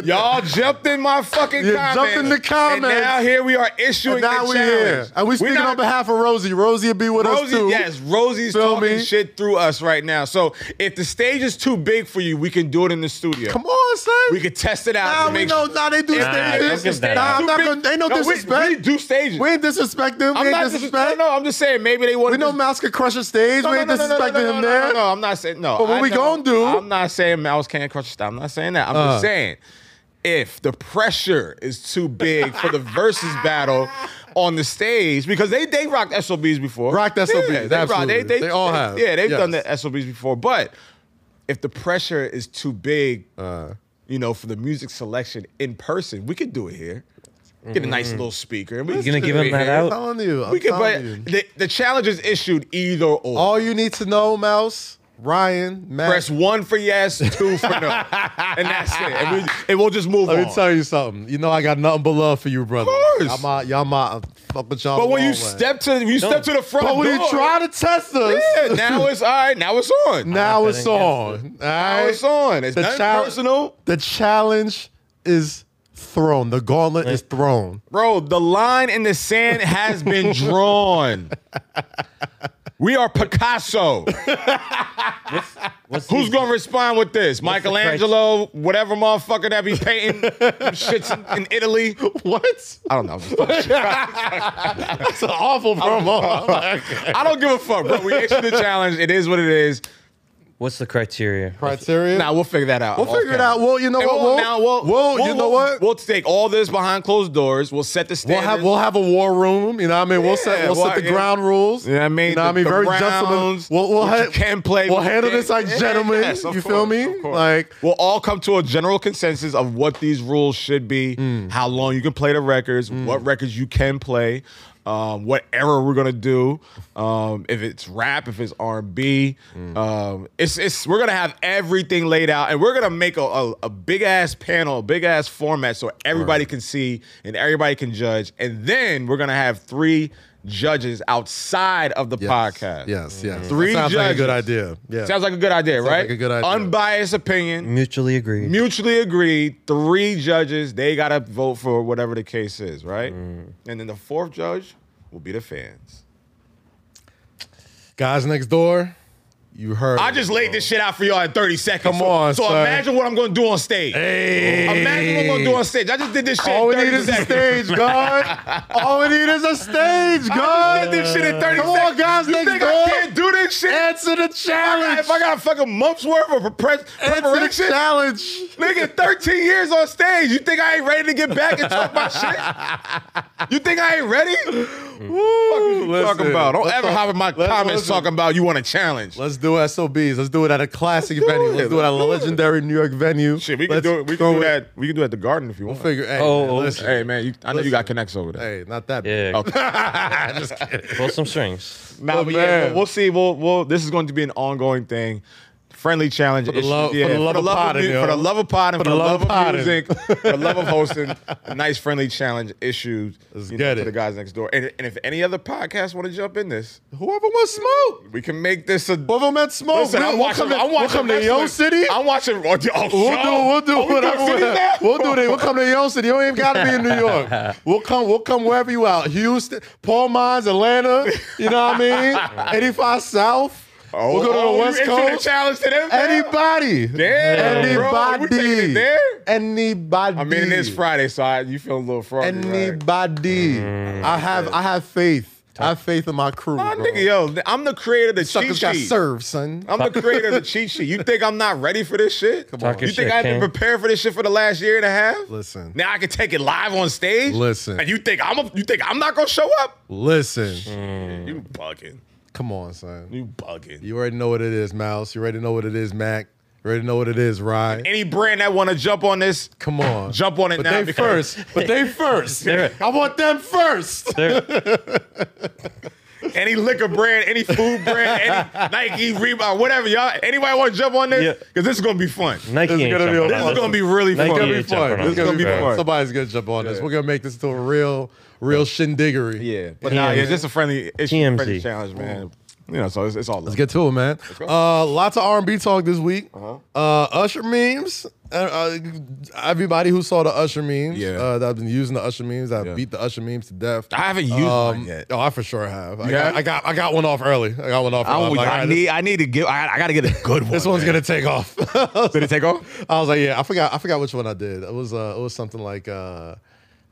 Speaker 1: Y'all jumped in my fucking
Speaker 2: You
Speaker 1: comments.
Speaker 2: jumped in the comments.
Speaker 1: And now here we are issuing
Speaker 2: and now
Speaker 1: the
Speaker 2: we
Speaker 1: challenge.
Speaker 2: here, and we speaking
Speaker 1: not-
Speaker 2: on behalf of Rosie. Rosie will be with us
Speaker 1: Rosie,
Speaker 2: too.
Speaker 1: yes, Rosie's
Speaker 2: Feel
Speaker 1: talking
Speaker 2: me?
Speaker 1: shit through us right now. So if the stage is too big for you, we can do it in the studio.
Speaker 2: Come on, son.
Speaker 1: We can test it out.
Speaker 2: Nah,
Speaker 1: and
Speaker 2: we
Speaker 1: make-
Speaker 2: know. Nah, they do
Speaker 3: Nah, don't give
Speaker 2: stages.
Speaker 3: that
Speaker 2: Nah,
Speaker 3: out.
Speaker 2: I'm not gonna. Ain't no,
Speaker 1: No, we-
Speaker 2: disrespect.
Speaker 1: We, do stages.
Speaker 2: We ain't disrespect them.
Speaker 1: I'm
Speaker 2: we
Speaker 1: not
Speaker 2: ain't
Speaker 1: disrespecting.
Speaker 2: disrespect.
Speaker 1: No, no, I'm just saying maybe they want.
Speaker 2: we know Mouse could crush a stage. we ain't disrespecting him
Speaker 1: no,
Speaker 2: there.
Speaker 1: No, no, no, I'm not saying no.
Speaker 2: But what
Speaker 1: I
Speaker 2: we
Speaker 1: know-
Speaker 2: gonna do- Uh.
Speaker 1: I'm not saying Mouse can't crush style. I'm not saying that. I'm just saying if the pressure is too big for the versus battle on the stage because they they rocked SOBs before.
Speaker 2: Rocked SOBs,
Speaker 1: they, rocked-
Speaker 2: absolutely. They all have.
Speaker 1: Yeah, they've
Speaker 2: Yes.
Speaker 1: done the SOBs before, but if the pressure is too big,
Speaker 2: Uh.
Speaker 1: you know, for the music selection in person, we could do it here. Get a nice
Speaker 2: Mm-hmm.
Speaker 1: little speaker. And we
Speaker 3: You gonna
Speaker 1: could
Speaker 3: give
Speaker 1: do it
Speaker 3: him that
Speaker 1: here.
Speaker 2: I'm
Speaker 3: out?
Speaker 2: telling you. I'm
Speaker 1: We could, but
Speaker 2: telling you.
Speaker 1: the, the challenge is issued either or.
Speaker 2: All you need to know, Mouse, Ryan, Matt.
Speaker 1: Press one for yes, two for no, and that's it. And, we, and we'll just move
Speaker 2: Let
Speaker 1: on.
Speaker 2: me tell you something. You know I got nothing but love for you, brother.
Speaker 1: course.
Speaker 2: Y'all my, y'all my fuck with y'all.
Speaker 1: but when
Speaker 2: long
Speaker 1: you
Speaker 2: way.
Speaker 1: step to you step to the front
Speaker 2: but when
Speaker 1: door,
Speaker 2: you try to test us,
Speaker 1: yeah, now it's all right. Now it's on. Now,
Speaker 2: now
Speaker 3: I
Speaker 2: it's
Speaker 3: didn't
Speaker 2: on.
Speaker 3: guess
Speaker 2: All right?
Speaker 1: it's on. It's
Speaker 2: The
Speaker 1: nothing
Speaker 2: challenge-
Speaker 1: personal,
Speaker 2: The challenge is thrown. The gauntlet is thrown.
Speaker 1: bro. The line in the sand has been drawn. We are Picasso.
Speaker 3: What's
Speaker 1: Who's
Speaker 3: the-
Speaker 1: gonna respond with this?
Speaker 3: What's the
Speaker 1: Michelangelo, whatever motherfucker that be painting shits in, in Italy.
Speaker 2: What?
Speaker 1: I don't know.
Speaker 2: That's an awful promo.
Speaker 1: I don't give a fuck, bro. We issued the challenge. It is what it is.
Speaker 3: What's the criteria?
Speaker 2: Criteria.
Speaker 1: Nah, we'll figure that out.
Speaker 2: We'll figure it out. Well, you know
Speaker 1: And
Speaker 2: what?
Speaker 1: we'll,
Speaker 2: We'll,
Speaker 1: now we'll,
Speaker 2: we'll-
Speaker 1: we'll-
Speaker 2: you know
Speaker 1: we'll-
Speaker 2: what?
Speaker 1: We'll take all this behind closed doors. We'll set the
Speaker 2: We'll
Speaker 1: standards.
Speaker 2: have we'll have a war room. You know what I mean? We'll set
Speaker 1: Yeah,
Speaker 2: we'll
Speaker 1: well,
Speaker 2: set the
Speaker 1: yeah.
Speaker 2: ground rules.
Speaker 1: You know what I mean?
Speaker 2: You know what I
Speaker 1: The-
Speaker 2: mean?
Speaker 1: the
Speaker 2: Very
Speaker 1: rounds,
Speaker 2: gentlemen. We'll we'll
Speaker 1: what you
Speaker 2: ha-
Speaker 1: can play,
Speaker 2: We'll
Speaker 1: what you
Speaker 2: handle
Speaker 1: can't.
Speaker 2: this like
Speaker 1: Yeah,
Speaker 2: gentlemen.
Speaker 1: yes, of
Speaker 2: you feel
Speaker 1: course,
Speaker 2: me?
Speaker 1: of course.
Speaker 2: Like
Speaker 1: we'll all come to a general consensus of what these rules should be,
Speaker 2: Mm.
Speaker 1: how long you can play the records, what records you can play, um, what era we're gonna do, um, if it's rap, if it's R and B.
Speaker 2: Mm.
Speaker 1: Um, it's it's we're gonna have everything laid out, and we're gonna make a, a, a big ass panel, a big ass format, so everybody can see and everybody can judge, and then we're gonna have three judges outside of the
Speaker 2: Yes,
Speaker 1: podcast.
Speaker 2: Yes, yes.
Speaker 1: Three
Speaker 2: that sounds like a good
Speaker 1: judges.
Speaker 2: idea. Yeah.
Speaker 1: Sounds like a good idea, right?
Speaker 2: like a good idea.
Speaker 1: Unbiased opinion
Speaker 3: Mutually agreed.
Speaker 1: mutually agreed. Three judges, they gotta vote for whatever the case is, right?
Speaker 2: Mm.
Speaker 1: And then the fourth judge will be the fans.
Speaker 2: guys next door. You heard.
Speaker 1: I
Speaker 2: it.
Speaker 1: just laid this shit out for y'all in 30 seconds.
Speaker 2: Come
Speaker 1: so,
Speaker 2: on,
Speaker 1: So
Speaker 2: son.
Speaker 1: imagine what I'm gonna do on stage.
Speaker 2: Hey.
Speaker 1: Imagine what I'm gonna do on stage. I just did this shit
Speaker 2: All we
Speaker 1: in 30
Speaker 2: need is a
Speaker 1: seconds.
Speaker 2: stage, God. All we need is a stage,
Speaker 1: I just did
Speaker 2: God.
Speaker 1: this shit in 30
Speaker 2: Come on,
Speaker 1: seconds.
Speaker 2: guys,
Speaker 1: you
Speaker 2: next
Speaker 1: think
Speaker 2: door.
Speaker 1: I can't do this shit?
Speaker 2: Answer the challenge.
Speaker 1: If I got a fucking month's worth of prepar-
Speaker 2: Answer the
Speaker 1: preparation,
Speaker 2: challenge.
Speaker 1: Nigga, 13 years on stage. You think I ain't ready to get back and talk my shit? You think I ain't ready?
Speaker 2: Woo,
Speaker 1: talking about. Don't ever hop in my comments
Speaker 2: listen.
Speaker 1: talking about you want a challenge.
Speaker 2: Let's do it SOBs. Let's do it at a classic
Speaker 1: Let's do
Speaker 2: venue.
Speaker 1: it.
Speaker 2: Let's do it at a
Speaker 1: Let's do it.
Speaker 2: legendary New York venue.
Speaker 1: Shit, we can
Speaker 2: Let's
Speaker 1: do it. We
Speaker 2: throw
Speaker 1: can do that. We can do it at the garden if you want.
Speaker 2: Figure. Hey,
Speaker 3: Oh,
Speaker 2: man,
Speaker 3: oh.
Speaker 2: listen.
Speaker 1: Hey man, you, I know you got connects over there.
Speaker 2: Hey, not that. bad.
Speaker 3: Yeah. Pull some strings.
Speaker 1: Nah,
Speaker 2: Oh,
Speaker 1: but yeah,
Speaker 2: man.
Speaker 1: we'll- we'll see. We'll, we'll, this is going to be an ongoing thing. Friendly challenge. For
Speaker 2: the love- for the love of potting,
Speaker 1: mu-
Speaker 2: yo.
Speaker 1: for the love of pot and for the love of
Speaker 2: potting.
Speaker 1: music, for the love of hosting. Nice friendly challenge issues.
Speaker 2: Let's
Speaker 1: you
Speaker 2: get
Speaker 1: for
Speaker 2: it.
Speaker 1: the guys next door. And, and if any other podcasts want to jump in this,
Speaker 2: Whoever wants smoke.
Speaker 1: we can make this a.
Speaker 2: Whoever met smoke.
Speaker 1: Listen,
Speaker 2: we-
Speaker 1: I'm
Speaker 2: Oh, we'll
Speaker 1: watching.
Speaker 2: come to-
Speaker 1: I'm
Speaker 2: we'll
Speaker 1: watching
Speaker 2: come to
Speaker 1: next
Speaker 2: your
Speaker 1: week.
Speaker 2: city.
Speaker 1: I'm watching. Oh, oh,
Speaker 2: We'll do, we'll do
Speaker 1: oh, we doing
Speaker 2: whatever.
Speaker 1: cities
Speaker 2: We'll,
Speaker 1: now?
Speaker 2: we'll do that. We'll come to your own city. You don't even gotta be in New York. We'll come. We'll come wherever you out. Houston, Paul Mines, Atlanta. You know what I mean? 85 South.
Speaker 1: Oh,
Speaker 2: we'll go to the
Speaker 1: oh, you
Speaker 2: West
Speaker 1: issued a
Speaker 2: Coast.
Speaker 1: challenge to them. fam?
Speaker 2: Anybody.
Speaker 1: Damn, bro. Are we taking it
Speaker 2: Anybody.
Speaker 1: there?
Speaker 2: Anybody.
Speaker 1: I mean, it is Friday, so I, you feel a little froggy. right? Mm.
Speaker 2: Anybody. I have. I have faith. I have faith in my crew.
Speaker 1: My
Speaker 2: bro.
Speaker 1: nigga, yo, I'm the creator of the cheat
Speaker 2: Suckers got
Speaker 1: sheet.
Speaker 2: served, son.
Speaker 1: I'm the creator of the cheat sheet. You think I'm not ready for this shit? Come
Speaker 3: Talk
Speaker 1: You
Speaker 3: your
Speaker 1: think
Speaker 3: shit,
Speaker 1: I've been
Speaker 3: King.
Speaker 1: prepared for this shit for the last year and a half?
Speaker 2: Listen.
Speaker 1: Now I can take it live on stage.
Speaker 2: Listen.
Speaker 1: And you think I'm a, you think I'm not gonna show up?
Speaker 2: Listen.
Speaker 1: Mm. You bugging.
Speaker 2: Come on, son.
Speaker 1: You bugging.
Speaker 2: You already know what it is, Mouse. You already know what it is, Mac. You already know what it is, Ryan.
Speaker 1: Any brand that wanna jump on this,
Speaker 2: Come on.
Speaker 1: jump on it
Speaker 2: But
Speaker 1: now.
Speaker 2: they
Speaker 1: because-
Speaker 2: first. But they first.
Speaker 3: They're-
Speaker 2: I want them first.
Speaker 3: They're,
Speaker 1: Any liquor brand, any food brand, any Nike, Reebok, whatever, y'all. Anybody wanna jump on this?
Speaker 3: Yeah.
Speaker 1: Because this is gonna be fun.
Speaker 3: Nike
Speaker 2: This is
Speaker 3: ain't
Speaker 2: gonna be
Speaker 3: jumping
Speaker 2: a-
Speaker 3: on
Speaker 1: This is
Speaker 3: it.
Speaker 1: gonna be really
Speaker 3: Nike
Speaker 1: fun.
Speaker 3: ain't
Speaker 2: It's gonna be
Speaker 3: jumping
Speaker 2: fun.
Speaker 3: on
Speaker 2: It's
Speaker 3: it.
Speaker 2: gonna be
Speaker 1: It's gonna be
Speaker 2: fun.
Speaker 1: fun.
Speaker 2: Somebody's gonna jump on this. We're gonna make this to a real, real shindiggery.
Speaker 1: Yeah, but nah,
Speaker 3: TMZ.
Speaker 1: yeah, just a friendly, it's a
Speaker 3: TMZ.
Speaker 1: friendly challenge, man. You know, so it's, it's all.
Speaker 2: Let's get to it, man. Uh, lots of R&B talk this week.
Speaker 1: Uh-huh.
Speaker 2: uh Usher memes. Uh, uh, everybody who saw the Usher memes,
Speaker 1: Yeah.
Speaker 2: uh, that I've been using the Usher memes, I
Speaker 1: Yeah.
Speaker 2: beat the Usher memes to death.
Speaker 1: I haven't used
Speaker 2: Um,
Speaker 1: mine yet.
Speaker 2: Oh, I for sure have. I,
Speaker 1: Yeah?
Speaker 2: got, I got I got one off early. I got one off.
Speaker 1: I,
Speaker 2: early. I'm
Speaker 1: would-
Speaker 2: like,
Speaker 1: I
Speaker 2: all right,
Speaker 1: need. I need to get. I, I got to get a good one.
Speaker 2: this one's
Speaker 1: man.
Speaker 2: gonna take off.
Speaker 1: Did it take off?
Speaker 2: I was like, yeah, I forgot. I forgot which one I did. It was uh, it was something like uh,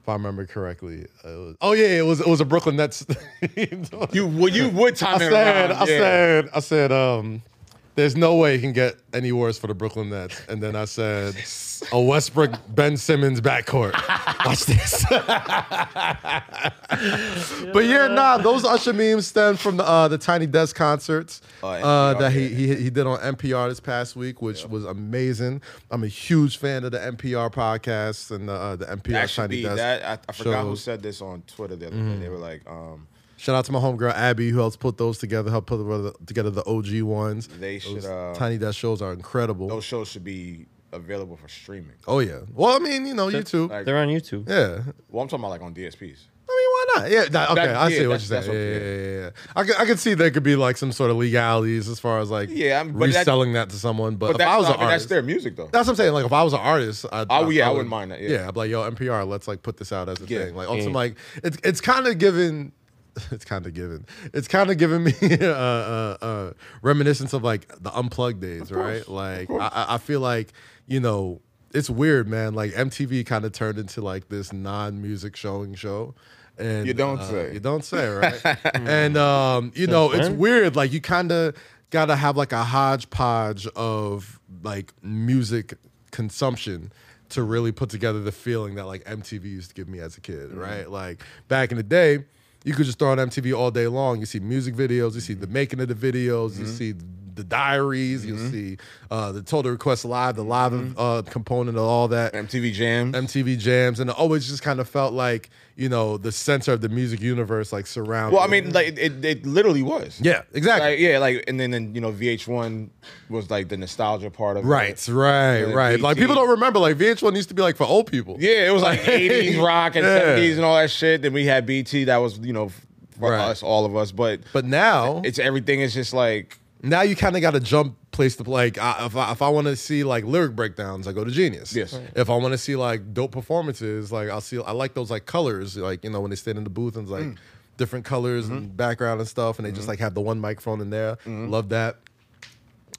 Speaker 2: if I remember correctly. It was, oh yeah, it was it was a Brooklyn Nets.
Speaker 1: You well, you would time
Speaker 2: I
Speaker 1: it
Speaker 2: said,
Speaker 1: around.
Speaker 2: I
Speaker 1: yeah.
Speaker 2: said, I said, um, there's no way it can get any worse for the Brooklyn Nets. And then I said, a Westbrook Ben Simmons backcourt. Watch this. But yeah, nah, those Usher memes stem from the uh, the Tiny Desk concerts
Speaker 1: Oh,
Speaker 2: uh,
Speaker 1: NPR,
Speaker 2: that
Speaker 1: yeah.
Speaker 2: he, he he did on NPR this past week, which was amazing. I'm a huge fan of the NPR podcast and the uh, the NPR
Speaker 1: That should
Speaker 2: Tiny
Speaker 1: be
Speaker 2: Desk.
Speaker 1: that. I, I forgot who
Speaker 2: shows. Mm-hmm.
Speaker 1: said this on Twitter the other day. They were like, um,
Speaker 2: Shout out to my homegirl Abby, who helps put those together, helped put the- together the OG ones.
Speaker 1: They should,
Speaker 2: Those
Speaker 1: uh,
Speaker 2: Tiny Desk shows are incredible.
Speaker 1: those shows should be available for streaming.
Speaker 2: oh yeah. Well, I mean, you know, YouTube.
Speaker 1: Like,
Speaker 3: They're on YouTube.
Speaker 2: yeah.
Speaker 1: well, I'm talking about like on DSPs.
Speaker 2: I mean, why not? Yeah. that- okay,
Speaker 1: That-
Speaker 2: I
Speaker 1: yeah,
Speaker 2: see what
Speaker 1: that's-
Speaker 2: you're
Speaker 1: that's what-
Speaker 2: saying. Yeah, yeah, yeah, yeah. I could, I could see there could be like some sort of legalities as far as like
Speaker 1: Yeah, I'm- but that-
Speaker 2: reselling that, to someone. But,
Speaker 1: But
Speaker 2: if
Speaker 1: that's,
Speaker 2: I was
Speaker 1: not-
Speaker 2: an
Speaker 1: I mean, that's
Speaker 2: artist,
Speaker 1: their music though.
Speaker 2: that's what I'm saying. Like if I was an artist, I'd,
Speaker 1: I would- Oh, yeah, I wouldn't mind that, yeah.
Speaker 2: I'd be like, yo, NPR, let's like put this out as a
Speaker 1: Yeah.
Speaker 2: thing. Like, also,
Speaker 3: Yeah.
Speaker 2: like it's it's kind of given. It's kind of given. It's kind of giving me uh, uh, uh, reminiscence of like the unplugged days, right? Like I, I- I feel like you know it's weird, man. Like MTV kind of turned into like this non-music showing show, and
Speaker 1: You don't
Speaker 2: uh,
Speaker 1: say.
Speaker 2: you don't say, right? and um, you know it's
Speaker 3: when?
Speaker 2: weird. Like you kind of gotta have like a hodgepodge of like music consumption to really put together the feeling that like MTV used to give me as a kid, right? Like back in the day, you could just throw on MTV all day long. You see music videos, you see the making of the videos, you see the diaries, you see uh, the Total Request Live, the live uh, component of all that.
Speaker 1: MTV Jam.
Speaker 2: MTV jams, and it always just kind of felt like you know the center of the music universe, like surrounded.
Speaker 1: well, I mean, like it, it literally was.
Speaker 2: yeah, exactly.
Speaker 1: Like, yeah, like and then, then you know VH1 was like the nostalgia part of
Speaker 2: Right,
Speaker 1: it.
Speaker 2: right,
Speaker 1: Yeah,
Speaker 2: right. Like
Speaker 1: BT.
Speaker 2: people don't remember. Like VH1 used to be like for old people.
Speaker 1: Yeah, it was like eighties rock and
Speaker 2: Yeah.
Speaker 1: seventies and all that shit. Then we had BT that was, you know, for
Speaker 2: Right.
Speaker 1: us, all of us. But
Speaker 2: But now,
Speaker 1: it's everything is just like
Speaker 2: now you kind of got to jump place to like. I, if I, if I want to see like lyric breakdowns, I go to Genius.
Speaker 1: Yes. Right.
Speaker 2: If I want to see like dope performances, like I'll see. I like those like colors, like you know when they stand in the booth and it's like different colors and background and stuff, and they just like have the one microphone in there. Love that.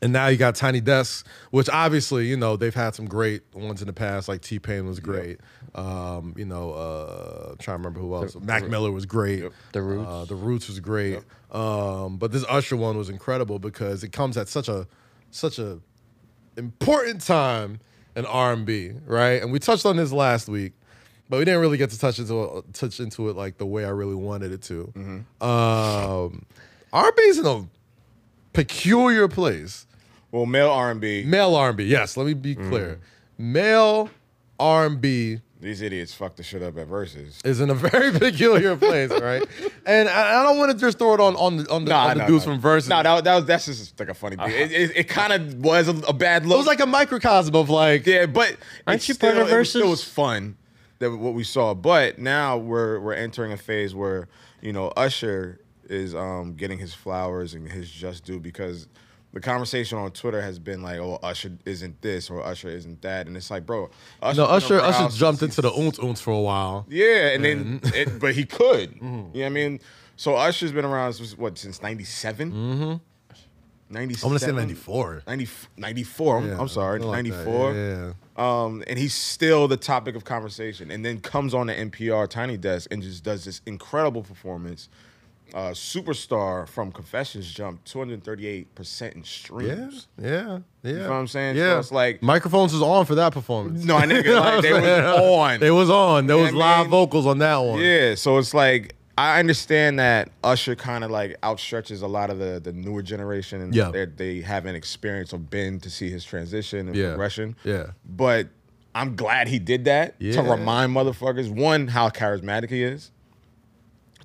Speaker 2: And now you got Tiny Desks, which obviously, you know, they've had some great ones in the past. Like T Pain was great. Um, you know, uh, trying to remember who else. Mac Miller was great.
Speaker 3: The Roots.
Speaker 2: Uh, the Roots was great. Um, but this Usher one was incredible because it comes at such a such a important time and R&B, right? And we touched on this last week, but we didn't really get to touch into touch into it like the way I really wanted it to. Um, R&B is in a peculiar place.
Speaker 1: Well, male R&B,
Speaker 2: Male R&B, yes. Let me be clear. Male R&B
Speaker 1: these idiots fuck the shit up at verses.
Speaker 2: is in a very peculiar place, right? And I, I don't want to just throw it on on the on the, on the dudes from Versus.
Speaker 1: No, that, that was that's just like a funny. Thing. It, it, it kind of was a, a bad look.
Speaker 2: it was like a microcosm of like
Speaker 1: Yeah, but
Speaker 3: Aren't
Speaker 1: it's
Speaker 3: you part of
Speaker 1: still- it was-
Speaker 3: Versus?
Speaker 1: It was fun that what we saw, but now we're we're entering a phase where you know Usher is um, getting his flowers and his just due because the conversation on Twitter has been like, "Oh, Usher isn't this or Usher isn't that," and it's like, bro, Usher
Speaker 2: no Usher.
Speaker 1: around
Speaker 2: Usher
Speaker 1: since
Speaker 2: jumped Mm-hmm.
Speaker 1: he-
Speaker 2: into the oomph oomps for a while.
Speaker 1: yeah, and then it, but he could,
Speaker 2: Mm-hmm.
Speaker 1: you know what I mean? So Usher's been around since what since '97. Mm-hmm.
Speaker 2: I want to Mm-hmm. say ninety four.
Speaker 1: 94. I'm, I'm sorry, 94
Speaker 2: yeah, yeah.
Speaker 1: um, and he's still the topic of conversation. And then comes on the NPR Tiny Desk and just does this incredible performance. Uh, superstar from Confessions jumped 238% in
Speaker 2: Yeah,
Speaker 1: streams.
Speaker 2: yeah, yeah. You
Speaker 1: know what I'm saying? So
Speaker 2: Yeah,
Speaker 1: it's like-
Speaker 2: microphones was on for that performance.
Speaker 1: No, I nigga,
Speaker 2: You know
Speaker 1: like,
Speaker 2: what
Speaker 1: they
Speaker 2: I'm saying?
Speaker 1: was on.
Speaker 2: They was on. There
Speaker 1: Yeah,
Speaker 2: was
Speaker 1: I
Speaker 2: live
Speaker 1: mean-
Speaker 2: vocals on that one.
Speaker 1: Yeah, so it's like I understand that Usher kind of like outstretches a lot of the the newer generation and
Speaker 2: Yeah.
Speaker 1: they're- they haven't experienced or been to see his transition and
Speaker 2: Yeah.
Speaker 1: progression.
Speaker 2: Yeah.
Speaker 1: But I'm glad he did that
Speaker 2: Yeah.
Speaker 1: to remind motherfuckers one how charismatic he is.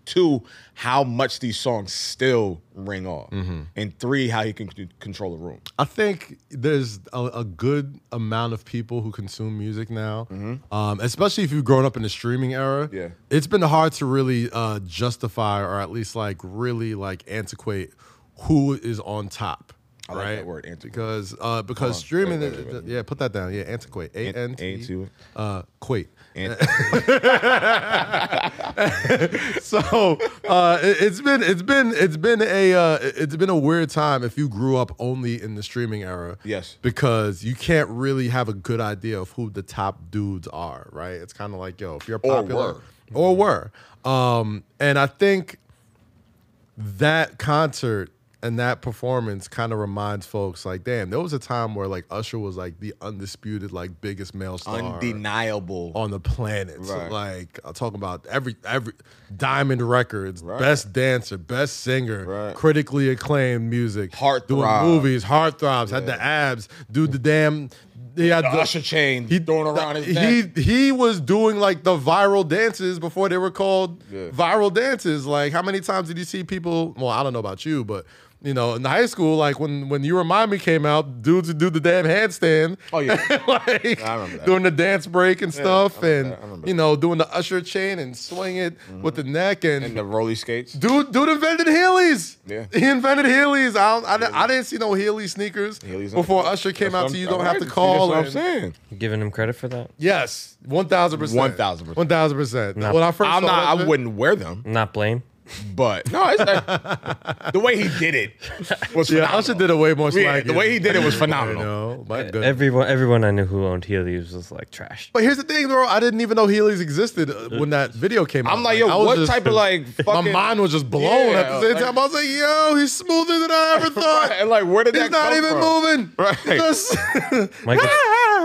Speaker 1: Two, how much these songs still ring off,
Speaker 2: Mm-hmm.
Speaker 1: and three, how he can c- control the room.
Speaker 2: I think there's a, a good amount of people who consume music now, um, especially if you've grown up in the streaming era.
Speaker 1: Mm-hmm. Yeah.
Speaker 2: it's been hard to really uh, justify or at least like really like antiquate who is on top.
Speaker 1: I like
Speaker 2: right?
Speaker 1: that word, antiquate.
Speaker 2: Because uh,
Speaker 1: on,
Speaker 2: because streaming,
Speaker 1: wait, wait, wait, wait.
Speaker 2: yeah, put that down. Yeah, antiquate. A N T.
Speaker 1: antiquate.
Speaker 2: Uh, quate.
Speaker 1: And
Speaker 2: so uh, it, it's been it's been it's been a uh, it's been a weird time if you grew up only in the streaming era.
Speaker 1: Yes.
Speaker 2: because you can't really have a good idea of who the top dudes are. Right? It's kind of like yo, if you're
Speaker 1: Or
Speaker 2: popular
Speaker 1: were.
Speaker 2: or were. Um, and I think that concert and that performance kind of reminds folks like, damn, there was a time where like Usher was like the undisputed like biggest male star
Speaker 1: undeniable.
Speaker 2: on the planet. So,
Speaker 1: Right.
Speaker 2: like I'm talking about every every Diamond Records,
Speaker 1: Right.
Speaker 2: best dancer, best singer,
Speaker 1: Right.
Speaker 2: critically acclaimed music, doing
Speaker 1: Heartthrob.
Speaker 2: movies, heartthrobs, had the abs, dude, the damn. He had
Speaker 1: The Usher chain thrown around his neck.
Speaker 2: He he was doing like the viral dances before they were called
Speaker 1: Yeah.
Speaker 2: viral dances. Like how many times did you see people? Well, I don't know about you, but you know, in high school, like when when you remind me came out, dudes would do the damn handstand
Speaker 1: Oh yeah,
Speaker 2: like
Speaker 1: I remember that.
Speaker 2: doing the dance break and stuff,
Speaker 1: I remember that. I
Speaker 2: and
Speaker 1: remember
Speaker 2: you know doing the usher chain and swing it with the neck and.
Speaker 1: and the roly skates.
Speaker 2: Dude, dude invented Heelys.
Speaker 1: Yeah.
Speaker 2: He invented Heelys. I, don't, I, didn't- I didn't see no Heely sneakers
Speaker 1: Heelys are-
Speaker 2: before Usher came
Speaker 1: That's
Speaker 2: out.
Speaker 1: what
Speaker 2: So you
Speaker 1: I'm-
Speaker 2: don't have
Speaker 1: right,
Speaker 2: to
Speaker 1: see,
Speaker 2: call.
Speaker 1: That's what I'm
Speaker 2: and-
Speaker 1: saying.
Speaker 3: You giving him credit for that?
Speaker 2: Yes, one thousand percent.
Speaker 1: 1000%.
Speaker 2: One thousand percent. When I first,
Speaker 1: I'm
Speaker 2: saw
Speaker 1: not.
Speaker 2: that
Speaker 1: I
Speaker 2: shit-
Speaker 1: wouldn't wear them,
Speaker 3: Not blame.
Speaker 1: but no, it's not, the way he did it was
Speaker 2: Yeah,
Speaker 1: phenomenal.
Speaker 2: Usher did it way more.
Speaker 1: Yeah,
Speaker 2: swaggy.
Speaker 1: the way he did it was
Speaker 2: You
Speaker 1: phenomenal.
Speaker 2: know, my goodness.
Speaker 3: Everyone, everyone I knew who owned Heelys was like trash.
Speaker 2: But here's the thing, bro. I didn't even know Heelys existed uh, when that video came out.
Speaker 1: I'm like, yo,
Speaker 2: Oh, I was
Speaker 1: what
Speaker 2: just-
Speaker 1: type of like fucking
Speaker 2: my mind was just blown
Speaker 1: Yeah,
Speaker 2: at the same
Speaker 1: like-
Speaker 2: time. I was like, yo, he's smoother than I ever thought.
Speaker 1: Right, and like where did
Speaker 2: he's
Speaker 1: that
Speaker 2: not
Speaker 1: come
Speaker 2: even
Speaker 1: from?
Speaker 2: moving.
Speaker 1: Right.
Speaker 2: Just-
Speaker 3: Michael,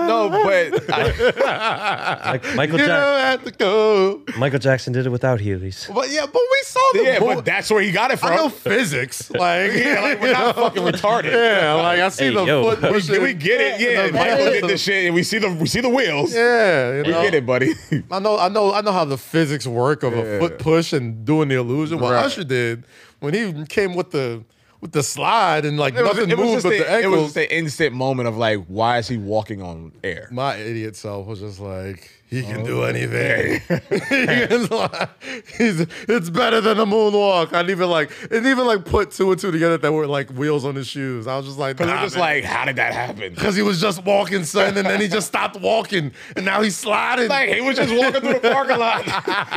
Speaker 1: No, but I,
Speaker 3: Mi- Michael,
Speaker 2: you
Speaker 3: Jack-
Speaker 2: know, at the go.
Speaker 3: Michael Jackson did it without Heelys.
Speaker 2: But yeah, but we saw the
Speaker 1: yeah,
Speaker 2: mo-
Speaker 1: but that's where he got it
Speaker 2: I know
Speaker 1: from.
Speaker 2: physics. Like,
Speaker 1: Yeah, like we're not fucking retarded.
Speaker 2: yeah, like I see
Speaker 3: Hey,
Speaker 2: the
Speaker 3: yo.
Speaker 2: foot.
Speaker 3: We-
Speaker 2: pushing.
Speaker 1: We get it, yeah.
Speaker 2: Yeah,
Speaker 1: Michael
Speaker 2: yeah.
Speaker 1: did this shit, and we see the we see the wheels.
Speaker 2: Yeah, you
Speaker 1: we
Speaker 2: know?
Speaker 1: get it, buddy.
Speaker 2: I know, I know, I know how the physics work of a
Speaker 1: Yeah.
Speaker 2: foot push and doing the illusion. What
Speaker 1: Right.
Speaker 2: Usher did when he came with the with the slide and like
Speaker 1: It was,
Speaker 2: nothing
Speaker 1: it, was
Speaker 2: moved
Speaker 1: just
Speaker 2: but
Speaker 1: the,
Speaker 2: the,
Speaker 1: it was
Speaker 2: ankles.
Speaker 1: just an instant moment of like, why is he walking on air?
Speaker 2: my idiot self was just like, he can
Speaker 1: Oh.
Speaker 2: do anything. He was like, He's, it's better than a moonwalk. I'd even like, and even like put two and two together that were like wheels on his shoes. I was just like,
Speaker 1: Because we're just like, how did that happen?
Speaker 2: because he was just walking, son, and then he just stopped walking, and now he's sliding.
Speaker 1: Like he was just walking through the parking lot,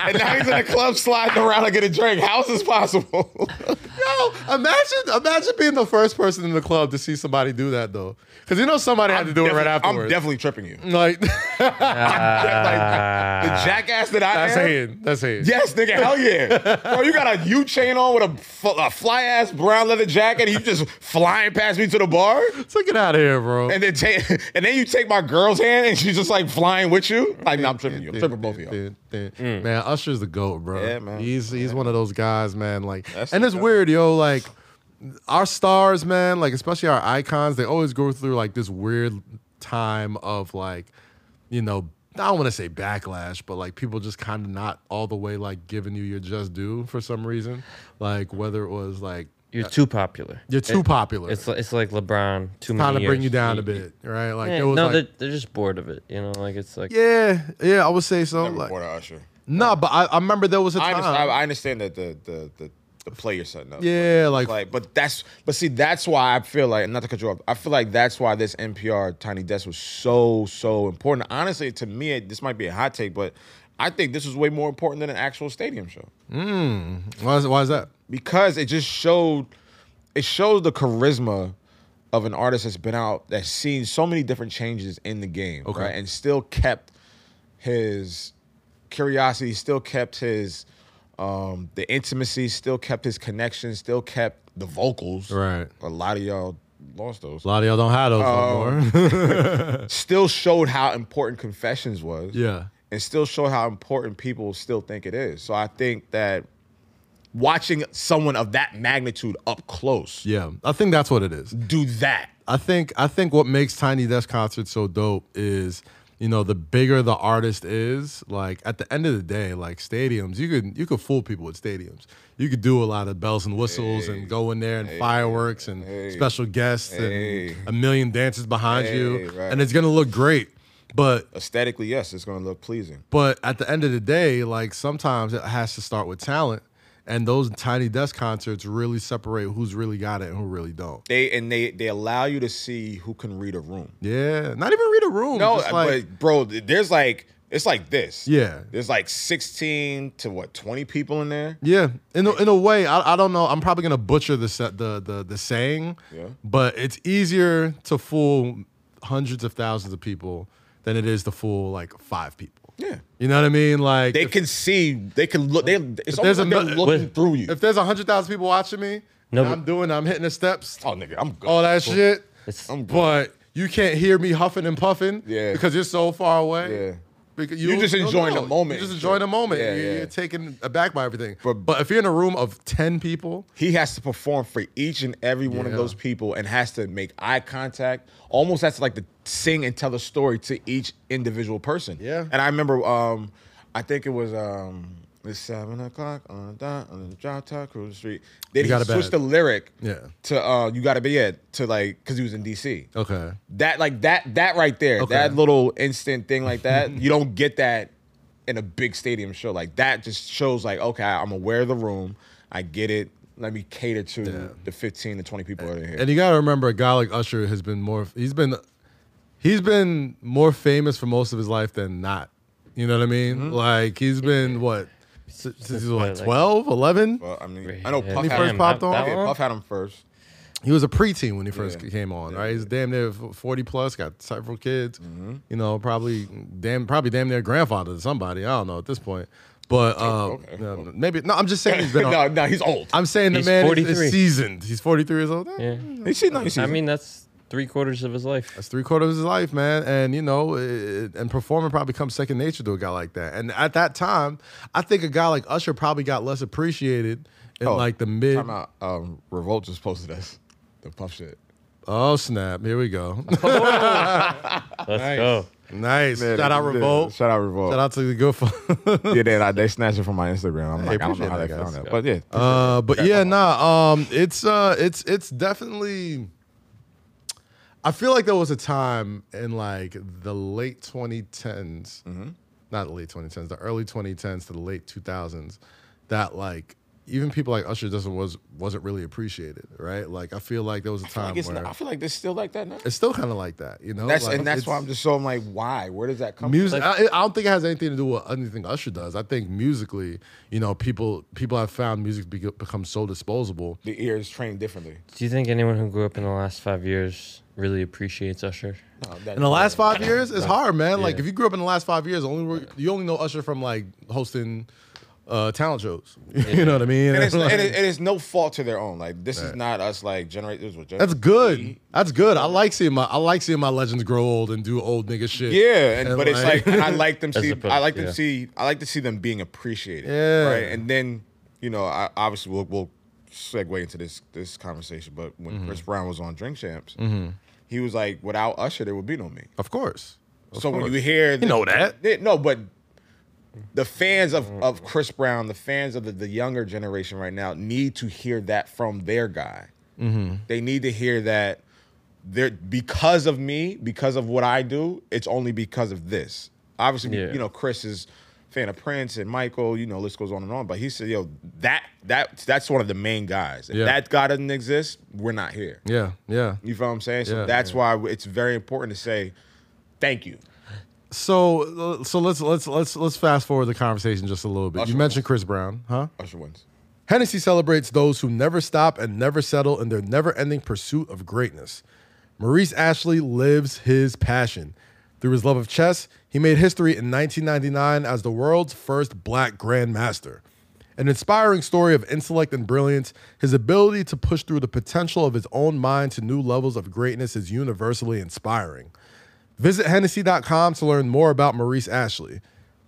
Speaker 1: and now he's in a club sliding around to get a drink. How is this possible?
Speaker 2: Yo, imagine, imagine being the first person in the club to see somebody do that though, because you know somebody had to do it right
Speaker 1: Definitely-
Speaker 2: afterwards.
Speaker 1: I'm definitely tripping you.
Speaker 2: like
Speaker 1: Like, the jackass that I
Speaker 2: that's
Speaker 1: am.
Speaker 2: hating. That's hating.
Speaker 1: Yes, nigga, hell yeah, bro! You got a U chain on with a, f- a fly ass brown leather jacket. And you just flying past me to the bar,
Speaker 2: So get out of here, bro.
Speaker 1: and then take, and then you take my girl's hand, and she's just like flying with you. Like, no, I'm tripping you. I'm tripping both of y'all. Mm.
Speaker 2: Dude, dude. Man, Usher's the goat, bro.
Speaker 1: Yeah, man.
Speaker 2: He's he's one of those guys, man. Like,
Speaker 1: That's
Speaker 2: and
Speaker 1: the
Speaker 2: it's
Speaker 1: goat.
Speaker 2: weird, yo. Like, our stars, man. Like, especially our icons, they always go through like this weird time of like, you know, I don't want to say backlash, but like people just kind of not all the way like giving you your just due for some reason. Like, whether it was like
Speaker 3: You're too popular.
Speaker 2: you're too
Speaker 3: It-
Speaker 2: popular,
Speaker 3: It's li- it's like LeBron. Too
Speaker 2: kind
Speaker 3: many
Speaker 2: of bring
Speaker 3: years.
Speaker 2: you down a bit, right? Like,
Speaker 3: Yeah,
Speaker 2: it was
Speaker 3: no,
Speaker 2: like,
Speaker 3: they're, they're just bored of it. You know, like it's like
Speaker 2: yeah, yeah, I would say so.
Speaker 1: Never
Speaker 2: Like,
Speaker 1: bought a Usher.
Speaker 2: no, but I, I remember there was a
Speaker 1: I
Speaker 2: time.
Speaker 1: understand, I understand that the the the, the play you're setting up.
Speaker 2: Yeah, like,
Speaker 1: Like, but that's but see, that's why I feel like not to cut you off. I feel like that's why this NPR Tiny Desk was so so important. Honestly, to me, it, this might be a hot take, but I think this was way more important than an actual stadium show
Speaker 2: why is, why is that?
Speaker 1: because it just showed it shows the charisma of an artist that's been out that's seen so many different changes in the game,
Speaker 2: Okay.
Speaker 1: right? And still kept his curiosity, still kept his um the intimacy, still kept his connection, still kept the vocals.
Speaker 2: Right.
Speaker 1: A lot of y'all lost those.
Speaker 2: A lot of y'all don't have those anymore.
Speaker 1: Still showed how important Confessions was
Speaker 2: yeah.
Speaker 1: and still show how important people still think it is. So I think that watching someone of that magnitude up close
Speaker 2: Yeah. I think that's what it is.
Speaker 1: do that.
Speaker 2: I think I think what makes Tiny Desk concerts so dope is you know the bigger the artist is like at the end of the day like stadiums you could you could fool people with stadiums you could do a lot of bells and whistles and go in there and fireworks and special guests
Speaker 1: Hey.
Speaker 2: and a million dances behind you
Speaker 1: Hey, right.
Speaker 2: and it's gonna look great but
Speaker 1: Aesthetically, yes, it's gonna look pleasing.
Speaker 2: But at the end of the day, like sometimes it has to start with talent. And those tiny desk concerts really separate who's really got it and who really don't.
Speaker 1: They and they they allow you to see who can read a room.
Speaker 2: Yeah. Not even read a room.
Speaker 1: No, uh,
Speaker 2: just like,
Speaker 1: but bro, there's like it's like this.
Speaker 2: Yeah.
Speaker 1: There's like 16 to what 20 people in there.
Speaker 2: yeah. In a, in a way, I, I don't know. I'm probably gonna butcher the set the the the saying.
Speaker 1: Yeah.
Speaker 2: But it's easier to fool hundreds of thousands of people than it is to fool like five people.
Speaker 1: Yeah.
Speaker 2: You know what I mean? Like
Speaker 1: They
Speaker 2: if,
Speaker 1: can see, they can look, they it's almost
Speaker 2: there's
Speaker 1: like
Speaker 2: a-
Speaker 1: they're looking
Speaker 3: with-
Speaker 1: through you.
Speaker 2: if there's hundred thousand people watching me,
Speaker 3: No,
Speaker 2: and
Speaker 3: but-
Speaker 2: I'm doing I'm hitting the steps,
Speaker 1: oh nigga, I'm good.
Speaker 2: all that shit. um,
Speaker 3: It's-
Speaker 2: but you can't hear me huffing and puffing
Speaker 1: Yeah.
Speaker 2: because you're so far away.
Speaker 1: Yeah.
Speaker 2: Because
Speaker 1: You're just
Speaker 2: you'll
Speaker 1: enjoying
Speaker 2: know.
Speaker 1: the moment
Speaker 2: You're just
Speaker 1: and
Speaker 2: enjoying
Speaker 1: shit.
Speaker 2: the moment.
Speaker 1: Yeah,
Speaker 2: you're,
Speaker 1: yeah.
Speaker 2: you're taken aback by everything. But,
Speaker 1: But-
Speaker 2: if you're in a room of 10 people,
Speaker 1: He has to perform for each and every one of
Speaker 2: Yeah.
Speaker 1: those people and has to make eye contact. Almost has to like to sing and tell the story to each individual person.
Speaker 2: Yeah.
Speaker 1: And I remember um I think it was um it's seven o'clock on the dot on the drop top cruise street. Then
Speaker 2: You
Speaker 1: he
Speaker 2: Got It
Speaker 1: switched
Speaker 2: Bad.
Speaker 1: the lyric
Speaker 2: Yeah.
Speaker 1: to uh you gotta be it to like because he was in DC.
Speaker 2: okay.
Speaker 1: That like that that right there,
Speaker 2: Okay.
Speaker 1: that little instant thing like that, you don't get that in a big stadium show. Like that just shows like, okay, I'm aware of the room. I get it. Let me cater to the 15 to 20 people that are here.
Speaker 2: Uh, And you got to remember a guy like Usher has been more, he's been, he's been more famous for most of his life than not. You know what I mean?
Speaker 1: Mm-hmm.
Speaker 2: Like he's been what? Since since he was like
Speaker 3: Like-
Speaker 2: 12, 11?
Speaker 1: Well, Uh, I mean, I know
Speaker 3: Yeah.
Speaker 1: Puff
Speaker 2: he
Speaker 1: had,
Speaker 2: first
Speaker 1: him.
Speaker 2: popped
Speaker 3: that-
Speaker 2: on? uh,
Speaker 3: that
Speaker 1: yeah,
Speaker 3: one?
Speaker 1: Puff had him first.
Speaker 2: He was a preteen when he first
Speaker 1: Yeah. Mm-hmm.
Speaker 2: came on, right? He's damn near forty plus, got several kids. You know, probably damn, probably damn near grandfather to somebody. I don't know at this point, but uh,
Speaker 1: Oh, okay.
Speaker 2: no, no, maybe no. I'm just saying he's been.
Speaker 1: no,
Speaker 2: on,
Speaker 1: no, he's old.
Speaker 2: I'm saying the
Speaker 3: He's
Speaker 2: man is, is
Speaker 3: 43.
Speaker 2: seasoned. He's forty three years old.
Speaker 3: yeah.
Speaker 1: He's seen, no, he's
Speaker 3: I
Speaker 1: seen-
Speaker 3: mean, that's three quarters of his life.
Speaker 2: That's three quarters of his life, man. And you know, it, and performing probably comes second nature to a guy like that. And at that time, I think a guy like Usher probably got less appreciated in
Speaker 1: Oh,
Speaker 2: like the mid.
Speaker 1: time out. Um, Revolt just posted us the Puff shit.
Speaker 2: Oh snap! Here we go.
Speaker 3: Let's go.
Speaker 2: nice. Shout out
Speaker 1: Yeah,
Speaker 2: Revolt.
Speaker 1: Shout out Revolt.
Speaker 2: Shout out to the good fun.
Speaker 1: Yeah, they, they snatched it from my Instagram. I'm like, I don't know
Speaker 2: appreciate
Speaker 1: how
Speaker 2: that,
Speaker 1: they
Speaker 2: guys.
Speaker 1: found it, but yeah.
Speaker 2: Uh, but yeah, nah. Um, it's uh, it's it's definitely. I feel like there was a time in like the late
Speaker 1: Mm-hmm.
Speaker 2: 2010s, not the late 2010s, the early 2010s to the late 2000s, that like even people like Usher doesn't was wasn't really appreciated, right? Like I feel like there was a
Speaker 1: I feel
Speaker 2: time
Speaker 1: like it's
Speaker 2: where
Speaker 1: not, I feel like it's still like that now.
Speaker 2: it's still kind of like that, you know.
Speaker 1: That's
Speaker 2: Like,
Speaker 1: and that's why
Speaker 2: it's-
Speaker 1: I'm just so I'm like, why? Where does that come
Speaker 2: music. I, I don't think it has anything to do with anything Usher does. I think musically, you know, people people have found music be- become so disposable.
Speaker 1: from? The ear is trained differently.
Speaker 3: Do you think anyone who grew up in the last five years really appreciates Usher?
Speaker 1: No, that-
Speaker 2: In the last five years, it's hard, man. Like
Speaker 3: Yeah.
Speaker 2: if you grew up in the last five years, only were- you only know Usher from like hosting uh, talent shows. you know what I mean?
Speaker 1: and it's,
Speaker 2: Like,
Speaker 1: and it, and it's no fault to their own. Like this is not us. Like generate this was
Speaker 2: that's good. That's good. I like seeing my I like seeing my legends grow old and do old nigga shit.
Speaker 1: Yeah, and,
Speaker 2: And
Speaker 1: but it's
Speaker 2: like-
Speaker 1: like I like them
Speaker 3: As
Speaker 1: see.
Speaker 3: opposed-
Speaker 1: I like them
Speaker 3: yeah.
Speaker 1: see. I like to see them being appreciated.
Speaker 2: Yeah.
Speaker 1: Right, and then you know, I, obviously we'll we'll segue into this this conversation. But when
Speaker 2: Mm-hmm.
Speaker 1: Chris Brown was on Drink Champs, he was like, "Without Usher, there would be no me."
Speaker 2: Of course. Of
Speaker 1: so when
Speaker 2: course.
Speaker 1: you hear, the-
Speaker 2: know that.
Speaker 1: Yeah, no, but the fans of, of Chris Brown, the fans of the, the younger generation right now, need to hear that from their guy.
Speaker 2: Mm-hmm.
Speaker 1: They need to hear that they're because of me, because of what I do. It's only because of this. Obviously,
Speaker 3: Yeah.
Speaker 1: you know, Chris is a fan of Prince and Michael. You know, list goes on and on. But he said, "Yo, that that that's one of the main guys. If
Speaker 2: Yeah.
Speaker 1: that guy doesn't exist, we're not here."
Speaker 2: yeah, yeah.
Speaker 1: You feel what I'm saying? So
Speaker 2: Yeah.
Speaker 1: that's why it's very important to say thank you.
Speaker 2: So uh, so let's let's let's let's fast forward the conversation just a little bit.
Speaker 1: Usher.
Speaker 2: You mentioned Chris Brown, huh?
Speaker 1: Usher wins.
Speaker 2: Hennessy celebrates those who never stop and never settle in their never ending pursuit of greatness. Maurice Ashley lives his passion. Through his love of chess, he made history in 1999 as the world's first black grandmaster. An inspiring story of intellect and brilliance, his ability to push through the potential of his own mind to new levels of greatness is universally inspiring. Visit Hennessy.com to learn more about Maurice Ashley.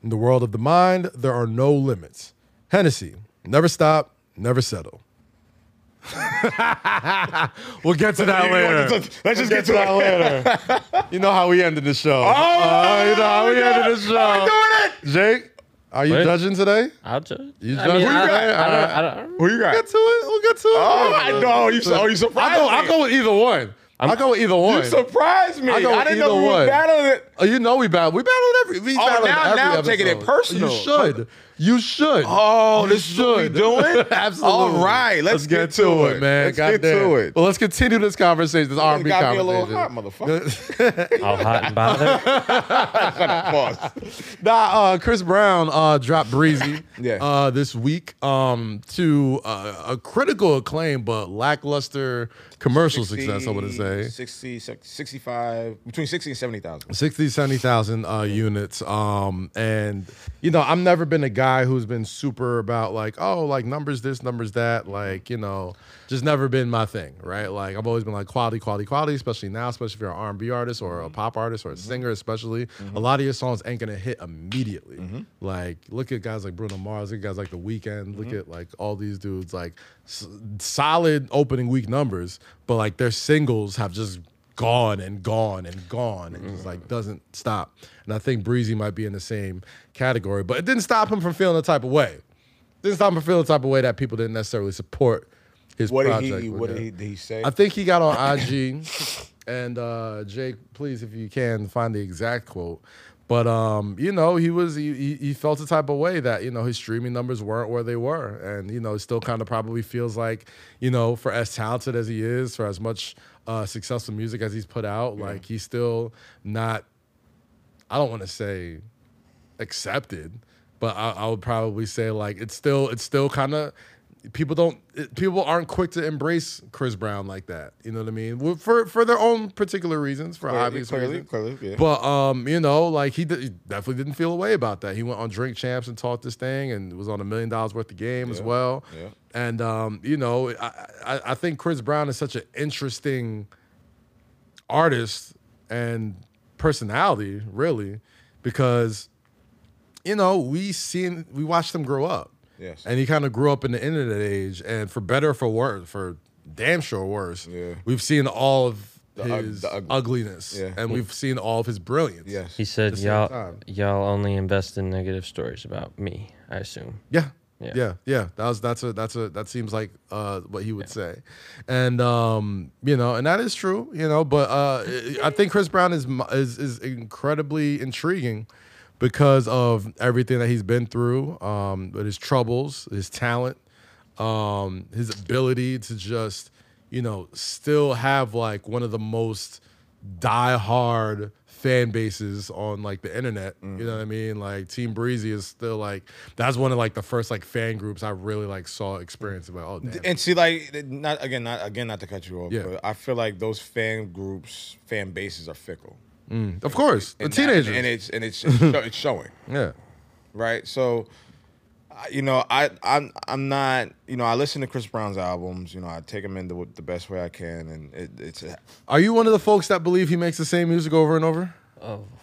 Speaker 2: In the world of the mind, there are no limits. Hennessy, never stop, never settle. we'll get to that later.
Speaker 1: Let's just get to that later.
Speaker 2: You know how we ended the show. Oh, you know how we ended the show. Jake, are you
Speaker 3: What?
Speaker 2: judging today?
Speaker 3: I'll ju-
Speaker 2: You
Speaker 3: I mean,
Speaker 2: judging
Speaker 3: I, I,
Speaker 2: today?
Speaker 3: I don't,
Speaker 2: Alright.
Speaker 3: I don't, I don't
Speaker 1: Who you
Speaker 2: We'll
Speaker 1: got?
Speaker 2: get to it. We'll get to it.
Speaker 1: Oh, I know. You, so, you surprised
Speaker 2: I'll go,
Speaker 1: me.
Speaker 2: I'll go with either one. i will go with either one.
Speaker 1: You surprised me.
Speaker 2: I'll
Speaker 1: I,
Speaker 2: go with
Speaker 1: didn't know
Speaker 2: either
Speaker 1: we
Speaker 2: one.
Speaker 1: were battling it.
Speaker 2: Oh, you know we battled. We battled every. We
Speaker 1: Oh,
Speaker 2: battled
Speaker 1: now-
Speaker 2: every
Speaker 1: now I'm
Speaker 2: episode. Oh,
Speaker 1: taking it personal.
Speaker 2: You should. You should.
Speaker 1: Oh,
Speaker 2: You
Speaker 1: this is what we doing?
Speaker 2: Absolutely.
Speaker 1: All right, let's get to it.
Speaker 2: man.
Speaker 1: Let's
Speaker 2: God
Speaker 1: get
Speaker 2: damn.
Speaker 1: to it.
Speaker 2: Well, let's continue this conversation. This R&B
Speaker 1: got me a little
Speaker 2: conversation.
Speaker 1: hot, motherfucker.
Speaker 3: I'll hot and bother.
Speaker 1: Pause.
Speaker 2: nah, uh, Chris Brown uh, dropped Breezy
Speaker 1: Yeah.
Speaker 2: uh, this week um, to uh, a critical acclaim but lackluster commercial success, I would say.
Speaker 1: 60, 65, between 60 and 70,000.
Speaker 2: 60 70,000 uh, units um and you know I've never been a guy who's been super about like oh like numbers this numbers that like you know just never been my thing right like I've always been like quality quality quality especially now especially if you're an R&B artist or a pop artist or a singer especially a lot of your songs ain't gonna hit immediately like look at guys like Bruno Mars look at guys like The Weeknd look at like all these dudes like s- solid opening week numbers but like their singles have just gone and gone and gone and just like doesn't stop. And I think Breezy might be in the same category, but it didn't stop him from feeling the type of way. Didn't stop him from feeling the type of way that people didn't necessarily support his
Speaker 1: What did
Speaker 2: project.
Speaker 1: he,
Speaker 2: with
Speaker 1: what
Speaker 2: it.
Speaker 1: did he, did he say?
Speaker 2: I think he got on IG, and uh, Jake, please, if you can, find the exact quote. But um, you know, he was he, he he felt the type of way that you know his streaming numbers weren't where they were, and you know, it still kind of probably feels like you know, for as talented as he is, for as much uh, successful music as he's put out, like he's still not. I don't want to say accepted, but I, I would probably say like it's still it's still kind of people don't it, people aren't quick to embrace Chris Brown like that. You know what I mean? Well, For for their own particular reasons, for
Speaker 1: Clearly,
Speaker 2: obvious
Speaker 1: clearly,
Speaker 2: reasons.
Speaker 1: clearly, yeah.
Speaker 2: But um, you know, like he, did, he definitely didn't feel a way about that. He went on Drink Champs and taught this thing, and was on a million dollars worth of game as well.
Speaker 1: yeah.
Speaker 2: And um, you know, I, I I think Chris Brown is such an interesting artist and personality, really, because you know we seen we watched him grow up.
Speaker 1: Yes.
Speaker 2: And he kind of grew up in the internet age, and for better or for worse, for damn sure worse,
Speaker 1: Yeah.
Speaker 2: we've seen all of
Speaker 1: ug-
Speaker 2: his
Speaker 1: the ugly.
Speaker 2: ugliness,
Speaker 1: Yeah.
Speaker 2: and we've seen all of his brilliance.
Speaker 1: yes.
Speaker 3: He said,
Speaker 2: same
Speaker 3: "Y'all,
Speaker 2: time.
Speaker 3: y'all only invest in negative stories about me." I assume.
Speaker 2: Yeah. Yeah.
Speaker 3: Yeah.
Speaker 2: yeah, That was that's a that's a that seems like uh, what he would say, and um, you know, and that is true, you know. But uh, I think Chris Brown is m- is is incredibly intriguing because of everything that he's been through, um, with his troubles, his talent, um, his ability to just, you know, still have like one of the most diehard fan bases on like the internet. You know what I mean? Like Team Breezy is still like that's one of like the first like fan groups I really like saw experience about. Oh damn.
Speaker 1: And see, like, not again, not again, not to cut you off,
Speaker 2: Yeah.
Speaker 1: but I feel like those fan groups, fan bases are fickle.
Speaker 2: of course, the
Speaker 1: And that-
Speaker 2: teenagers.
Speaker 1: and it's and it's it's, show- it's showing,
Speaker 2: yeah.
Speaker 1: right? So, I- you know, I I'm I'm not, you know, I listen to Chris Brown's albums. You know, I take them in the, the best way I can, and it, it's a
Speaker 2: Are you one of the folks that believe he makes the same music over and over?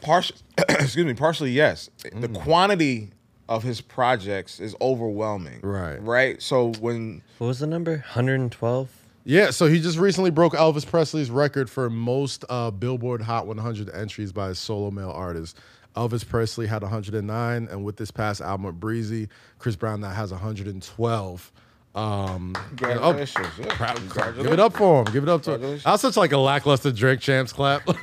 Speaker 1: partial. excuse me, partially yes. The
Speaker 2: Mm.
Speaker 1: quantity of his projects is overwhelming,
Speaker 2: Right.
Speaker 1: Right. So when
Speaker 3: What was the number? 112?
Speaker 2: Yeah, so he just recently broke Elvis Presley's record for most uh, Billboard Hot 100 entries by a solo male artist. Elvis Presley had 109, and with this past album of Breezy, Chris Brown now has 112. Um, give it up-
Speaker 1: Congratulations. Yeah, congratulations.
Speaker 2: give it up for him. Give it up to him. That's such like a lackluster Drake champs clap.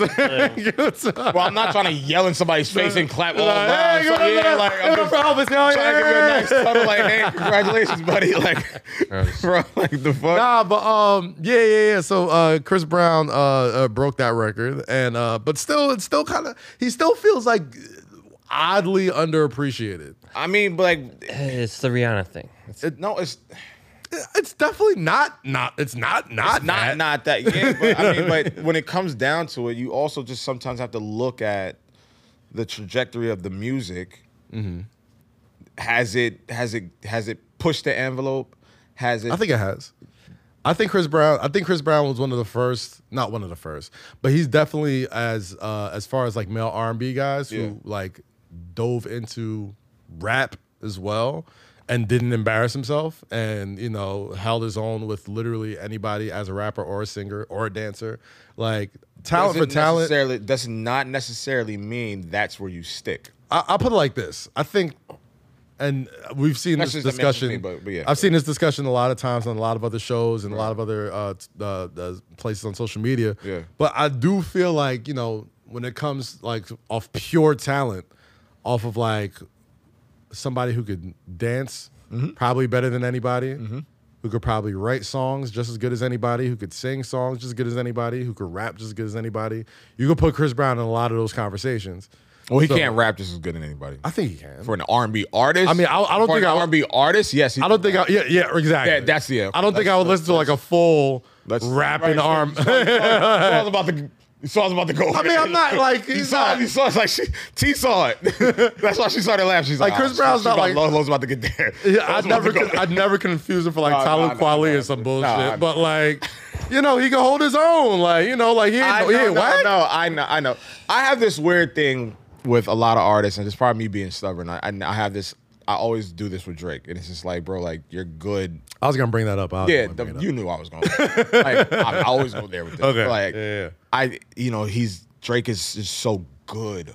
Speaker 2: It's like-
Speaker 1: Well, I'm not trying to yell in somebody's face and clap all
Speaker 2: Like,
Speaker 1: around.
Speaker 2: hey,
Speaker 1: so,
Speaker 2: give it up,
Speaker 1: yeah, like,
Speaker 2: give
Speaker 1: I'm
Speaker 2: it up
Speaker 1: just
Speaker 2: for Elvis, yo,
Speaker 1: trying to give you a
Speaker 2: yeah.
Speaker 1: nice subtle, like, hey, congratulations, buddy. Like, bro, like the fuck.
Speaker 2: Nah, but um, yeah, yeah, yeah. So uh, Chris Brown uh, uh broke that record, and uh, but still, it's still kind of he still feels like oddly underappreciated.
Speaker 1: I mean, but like,
Speaker 3: Hey, Eh, It's the Rihanna thing. It's
Speaker 1: it, no, it's
Speaker 2: It's definitely not not. It's not not
Speaker 1: not
Speaker 2: that.
Speaker 1: not that. Yeah, but I mean, but when it comes down to it, you also just sometimes have to look at the trajectory of the music.
Speaker 2: Mm-hmm.
Speaker 1: Has it has it has it pushed the envelope? Has it?
Speaker 2: I think it has. I think Chris Brown. I think Chris Brown was one of the first, not one of the first, but he's definitely as uh, as far as like male R and B guys who
Speaker 1: Yeah.
Speaker 2: like dove into rap as well and didn't embarrass himself and you know held his own with literally anybody as a rapper or a singer or a dancer. Like talent for
Speaker 1: doesn't
Speaker 2: talent,
Speaker 1: necessarily- does not necessarily mean that's where you stick.
Speaker 2: I, I'll put it like this. I think, and we've seen
Speaker 1: That's
Speaker 2: this
Speaker 1: just a mention
Speaker 2: discussion.
Speaker 1: to me, but- but yeah.
Speaker 2: I've seen this discussion a lot of times on a lot of other shows and a lot of other uh, t- uh, uh, places on social media.
Speaker 1: Yeah.
Speaker 2: But I do feel like you know when it comes like off pure talent, off of like somebody who could dance
Speaker 1: Mm-hmm.
Speaker 2: probably better than anybody, who could probably write songs just as good as anybody, who could sing songs just as good as anybody, who could rap just as good as anybody. You could put Chris Brown in a lot of those conversations.
Speaker 1: Well, he
Speaker 2: So-
Speaker 1: can't rap just as good as anybody.
Speaker 2: I think he can.
Speaker 1: for an R&B artist,
Speaker 2: I mean, I- I don't
Speaker 1: for
Speaker 2: think
Speaker 1: an
Speaker 2: I would-
Speaker 1: R&B artist. Yes, he
Speaker 2: I don't
Speaker 1: can
Speaker 2: think I, yeah, yeah, exactly.
Speaker 1: Yeah, that's- yeah.
Speaker 2: I don't think I would listen to like a full
Speaker 1: Let's-
Speaker 2: rap
Speaker 1: Right,
Speaker 2: and
Speaker 1: so-
Speaker 2: arm.
Speaker 1: so- so- so I was about to. So I was about to go.
Speaker 2: I mean, I'm not like
Speaker 1: He
Speaker 2: he's
Speaker 1: saw
Speaker 2: not.
Speaker 1: it. He saw it. It's like she, T saw it. That's why she started laughing. She's like,
Speaker 2: Like, Chris Brown's
Speaker 1: she's
Speaker 2: not
Speaker 1: about,
Speaker 2: like-
Speaker 1: Lo- Lo's about to get there.
Speaker 2: Yeah,
Speaker 1: Lo's
Speaker 2: I
Speaker 1: about to
Speaker 2: never,
Speaker 1: go
Speaker 2: con- I never confuse him for like
Speaker 1: No,
Speaker 2: Tyler
Speaker 1: no, no,
Speaker 2: Quali
Speaker 1: no.
Speaker 2: or some
Speaker 1: No,
Speaker 2: bullshit.
Speaker 1: I know.
Speaker 2: but like, you know, he can hold his own. Like, you know, like he, ain't,
Speaker 1: I
Speaker 2: no- he
Speaker 1: know,
Speaker 2: ain't
Speaker 1: no,
Speaker 2: whack.
Speaker 1: no, I know, I know. I have this weird thing with a lot of artists, and it's probably me being stubborn. I, I, I have this. I always do this with Drake, and it's just like, bro, like you're good.
Speaker 2: I was gonna bring that up. I was
Speaker 1: Yeah,
Speaker 2: gonna
Speaker 1: the-
Speaker 2: bring it up.
Speaker 1: you knew I was going. like, I, I always go there with this.
Speaker 2: Okay.
Speaker 1: Like,
Speaker 2: Yeah, yeah, yeah.
Speaker 1: I, you know, he's Drake is, is so good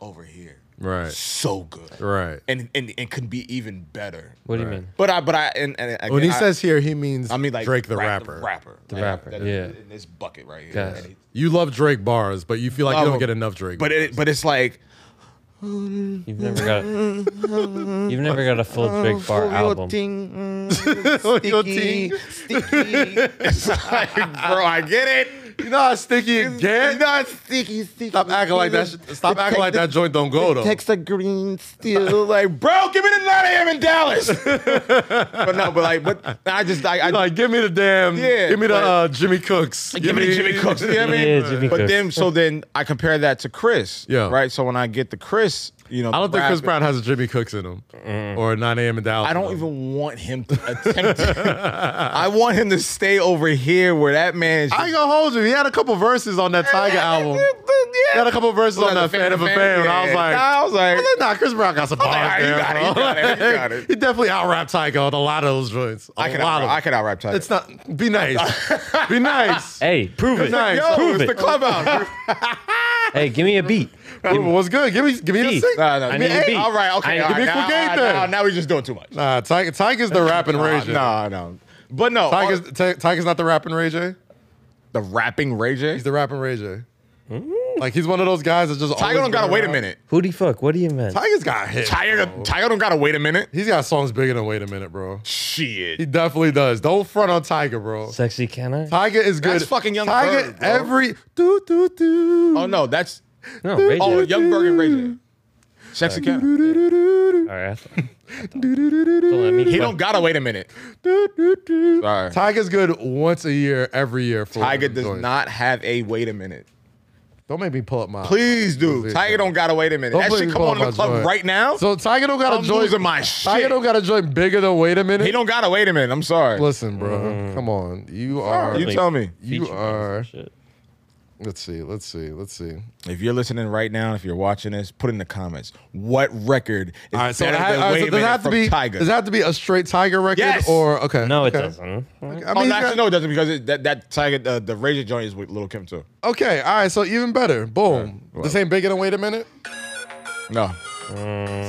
Speaker 1: over here,
Speaker 2: right,
Speaker 1: so good,
Speaker 2: right.
Speaker 1: and and and could be even better.
Speaker 3: what do you mean?
Speaker 1: But I, but I, and, and again,
Speaker 2: when he
Speaker 1: I,
Speaker 2: says here, he means
Speaker 1: I mean, like
Speaker 2: Drake the
Speaker 1: rap-
Speaker 2: rapper.
Speaker 1: rapper, the
Speaker 3: rapper, yeah.
Speaker 1: in this bucket right here.
Speaker 3: Yes.
Speaker 1: And he-
Speaker 2: You love Drake bars, but you feel like you
Speaker 1: Love
Speaker 2: don't
Speaker 1: him.
Speaker 2: get enough Drake.
Speaker 1: but it, but it's like
Speaker 3: You've never got You've never got a full Drake Bar album.
Speaker 2: sticky.
Speaker 1: It's like, bro, I get it.
Speaker 2: you know how sticky it
Speaker 1: It's
Speaker 2: gets.
Speaker 1: not sticky, sticky.
Speaker 2: Stop acting like that. sh- Stop acting like that joint don't go though.
Speaker 1: Text a green steel, like, bro, give me the 9 a.m. in Dallas. but no, but like, but I just, I, I
Speaker 2: like, give me the damn,
Speaker 1: Yeah,
Speaker 2: give me the
Speaker 1: but-
Speaker 2: uh, Jimmy Cooks.
Speaker 1: give me the Jimmy Cooks. You know what I mean?
Speaker 3: Yeah, Jimmy
Speaker 1: but
Speaker 3: Cooks.
Speaker 1: then, so then I compare that to Chris.
Speaker 2: Yeah.
Speaker 1: Right. So when I get the Chris, you know,
Speaker 2: I don't think Chris
Speaker 1: rap-
Speaker 2: Brown has a Jimmy Cooks in him or a 9 a.m. in Dallas.
Speaker 1: I don't even want him to attempt. it. I want him to stay over here where that man is.
Speaker 2: I ain't gonna hold you. He had a couple verses on that Tiger album. He
Speaker 1: Yeah.
Speaker 2: had a couple verses on that
Speaker 1: Like the
Speaker 2: Fan of a Fan, and I was
Speaker 1: yeah.
Speaker 2: like,
Speaker 1: Nah, I was like,
Speaker 2: Nah, Chris Brown got some bars
Speaker 1: like,
Speaker 2: there,
Speaker 1: "Alright, you got it, you
Speaker 2: bro."
Speaker 1: got it, you got it.
Speaker 2: he definitely out-rapped Tiger on a lot of those joints. A
Speaker 1: I can,
Speaker 2: lot
Speaker 1: out,
Speaker 2: of
Speaker 1: I can out rap Tiger.
Speaker 2: It's not. Be nice. be nice.
Speaker 3: Hey, prove it.
Speaker 2: nice.
Speaker 1: Yo,
Speaker 3: prove
Speaker 1: it's
Speaker 3: it.
Speaker 1: the clubhouse.
Speaker 3: Hey, give me a beat.
Speaker 2: Bro, What's good? Give me, give me the
Speaker 3: Beat.
Speaker 2: sing.
Speaker 1: no, no.
Speaker 3: I need a beat.
Speaker 1: All right, okay.
Speaker 3: I need
Speaker 1: all
Speaker 3: a
Speaker 1: right,
Speaker 2: beat for
Speaker 1: now,
Speaker 2: game
Speaker 1: now,
Speaker 2: day.
Speaker 1: now, now we're just doing too much.
Speaker 2: Nah, Tiger, Uh, Tiger's the rapping Ray J.
Speaker 1: No, no. But no,
Speaker 2: Tiger's,
Speaker 1: all-
Speaker 2: Ti- Tiger's not the rapping Ray J.
Speaker 1: the rapping Ray J.
Speaker 2: He's the rapping Ray J. Like he's one of those guys that just
Speaker 1: Mm-hmm. Tiger
Speaker 2: always
Speaker 1: don't gotta
Speaker 2: been
Speaker 1: wait a
Speaker 2: around.
Speaker 1: minute.
Speaker 3: Who do you fuck? What do you mean?
Speaker 2: Tiger's got hit.
Speaker 1: Tiger, Tiger don't gotta wait a minute.
Speaker 2: He's got songs bigger than Wait a Minute, bro. He
Speaker 1: Shit.
Speaker 2: definitely does. Don't front on Tiger, bro.
Speaker 3: Sexy can I?
Speaker 2: Tiger is good.
Speaker 1: That's fucking Young
Speaker 2: Tiger
Speaker 1: Thug, bro.
Speaker 2: every do do do.
Speaker 1: Oh no, that's
Speaker 3: No, Ray
Speaker 1: oh
Speaker 3: J.
Speaker 1: Young Berg and Ray J. Sexy Cat.
Speaker 2: Do, do, do,
Speaker 3: All right.
Speaker 2: do, do, do, do,
Speaker 3: So
Speaker 2: do,
Speaker 3: let me
Speaker 1: He don't gotta wait a minute.
Speaker 2: do, do, do.
Speaker 1: Sorry.
Speaker 2: Tiger's good once a year, every year. For
Speaker 1: Tiger
Speaker 2: his
Speaker 1: does
Speaker 2: joints.
Speaker 1: not have a wait a minute.
Speaker 2: Don't make me pull up my.
Speaker 1: Please, dude.
Speaker 2: Please,
Speaker 1: Tiger
Speaker 2: bro.
Speaker 1: don't gotta wait a minute.
Speaker 2: Don't
Speaker 1: That
Speaker 2: make
Speaker 1: shit
Speaker 2: me
Speaker 1: come
Speaker 2: pull
Speaker 1: on
Speaker 2: up
Speaker 1: in
Speaker 2: my
Speaker 1: the club
Speaker 2: joint.
Speaker 1: right now.
Speaker 2: So Tiger don't got
Speaker 1: I'm
Speaker 2: a joint.
Speaker 1: losing my
Speaker 2: Tiger
Speaker 1: shit.
Speaker 2: don't got a joint bigger than Wait a Minute.
Speaker 1: he don't gotta wait a minute. I'm sorry.
Speaker 2: Listen, bro. Come on. You are.
Speaker 1: Mm-hmm. You tell me.
Speaker 2: you
Speaker 3: Feature on
Speaker 2: are-
Speaker 3: some Shit.
Speaker 2: Let's see. Let's see. Let's see.
Speaker 1: If you're listening right now, if you're watching this, put in the comments what record is
Speaker 2: All right. So,
Speaker 1: better
Speaker 2: it ha-
Speaker 1: than
Speaker 2: all right,
Speaker 1: Wait
Speaker 2: so
Speaker 1: a
Speaker 2: does it
Speaker 1: Minute
Speaker 2: have to
Speaker 1: from
Speaker 2: be?
Speaker 1: Tiger.
Speaker 2: Does it have to be a straight Tiger record?
Speaker 1: Yes.
Speaker 2: Or okay.
Speaker 3: No, it
Speaker 2: okay.
Speaker 3: doesn't.
Speaker 2: I mean,
Speaker 1: Oh,
Speaker 2: he's
Speaker 1: no, actually,
Speaker 2: got-
Speaker 1: no, it doesn't because it, that that Tiger uh, the Razor joint is with Little Kim too.
Speaker 2: Okay. All right. So even better. Boom.
Speaker 1: well.
Speaker 2: this ain't bigger than Wait a Minute.
Speaker 1: No,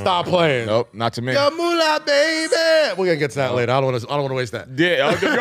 Speaker 2: Stop playing.
Speaker 1: Mm. nope, not to me.
Speaker 2: Yo, moolah, baby. We're gonna get to that later. I don't want to. I don't want to waste that.
Speaker 1: Yeah, oh, you already- you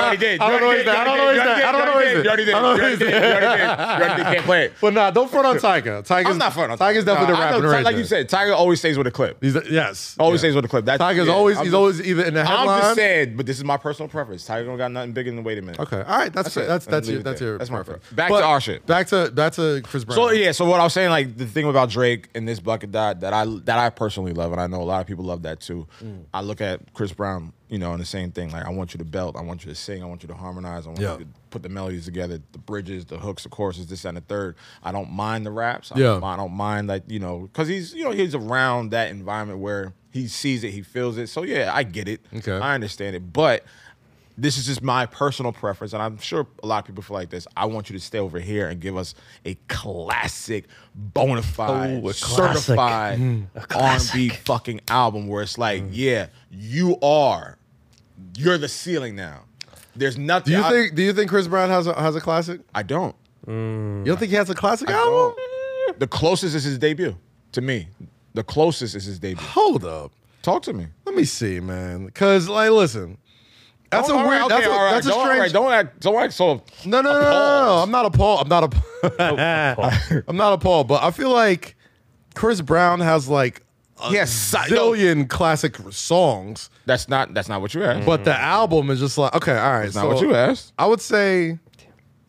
Speaker 1: already did. You
Speaker 2: I don't
Speaker 1: already did.
Speaker 2: know what he's
Speaker 1: You
Speaker 2: done. I don't know what
Speaker 1: already
Speaker 2: he's
Speaker 1: did. You already did. You
Speaker 2: done.
Speaker 1: already did. You already did. You already did. You already did. Can't play it.
Speaker 2: But nah, don't front on Tiger. Tiger's
Speaker 1: I'm not front on
Speaker 2: Tiger's definitely
Speaker 1: No,
Speaker 2: the
Speaker 1: I know
Speaker 2: rapping
Speaker 1: Ti-
Speaker 2: right
Speaker 1: Like you
Speaker 2: there.
Speaker 1: said, Tiger always stays with a clip.
Speaker 2: He's yes.
Speaker 1: Always
Speaker 2: yeah.
Speaker 1: stays with a clip. That's,
Speaker 2: Tiger's
Speaker 1: yeah,
Speaker 2: always
Speaker 1: I'm
Speaker 2: he's
Speaker 1: just-
Speaker 2: always either in the headline.
Speaker 1: I'm just saying, but this is my personal preference. Tiger don't got nothing bigger than wait a minute.
Speaker 2: Okay, all right, that's
Speaker 1: That's it.
Speaker 2: fair. that's
Speaker 1: I'm
Speaker 2: that's
Speaker 1: leaving
Speaker 2: your
Speaker 1: it
Speaker 2: that's
Speaker 1: there.
Speaker 2: your
Speaker 1: That's my
Speaker 2: preference.
Speaker 1: preference. Back to our shit.
Speaker 2: Back to back to Chris Brown.
Speaker 1: So yeah, so what I was saying, like the thing about Drake and this bucket that that I that I personally love, and I know a lot of people love that too.
Speaker 2: Mm.
Speaker 1: I look at Chris Brown, you know, and the same thing. Like I want you to belt, I want you to sing, I want you to harmonize, I want
Speaker 2: Yeah.
Speaker 1: you to put the melodies together, the bridges, the hooks, the choruses, this and the third. I don't mind the raps. I
Speaker 2: Yeah.
Speaker 1: don't mind, I don't mind like you know, because he's you know he's around that environment where he sees it, he feels it. So yeah, I get it.
Speaker 2: Okay.
Speaker 1: I understand it, but. This is just my personal preference, and I'm sure a lot of people feel like this. I want you to stay over here and give us a classic, bona fide,
Speaker 3: Ooh, a classic.
Speaker 1: certified
Speaker 2: Mm,
Speaker 1: R&B
Speaker 3: classic.
Speaker 1: fucking album where it's like, yeah, you are, you're the ceiling now. There's nothing.
Speaker 2: do you
Speaker 1: I,
Speaker 2: think do you think Chris Brown has a has a classic?
Speaker 1: I don't?
Speaker 2: You don't think he has a classic
Speaker 1: Mm. I
Speaker 2: album?
Speaker 1: don't. The closest is his debut to me. The closest is his debut.
Speaker 2: Hold up.
Speaker 1: Talk to me.
Speaker 2: Let me see, man. Cause like listen. That's
Speaker 1: Don't-
Speaker 2: a
Speaker 1: Oh, all
Speaker 2: weird
Speaker 1: right,
Speaker 2: that's a,
Speaker 1: all right,
Speaker 2: that's a
Speaker 1: don't, all
Speaker 2: strange
Speaker 1: right, don't act. Don't act so.
Speaker 2: No, no, no, no, no, no. I'm not appalled. I'm not
Speaker 3: Oh,
Speaker 2: appalled. I'm not appalled, but I feel like Chris Brown has like a
Speaker 1: Yes, si- no.
Speaker 2: zillion classic songs,
Speaker 1: That's not. That's not what you asked.
Speaker 2: but the album is just like okay, all right.
Speaker 1: Mm. that's not
Speaker 2: Mm. so
Speaker 1: what you asked.
Speaker 2: I would say,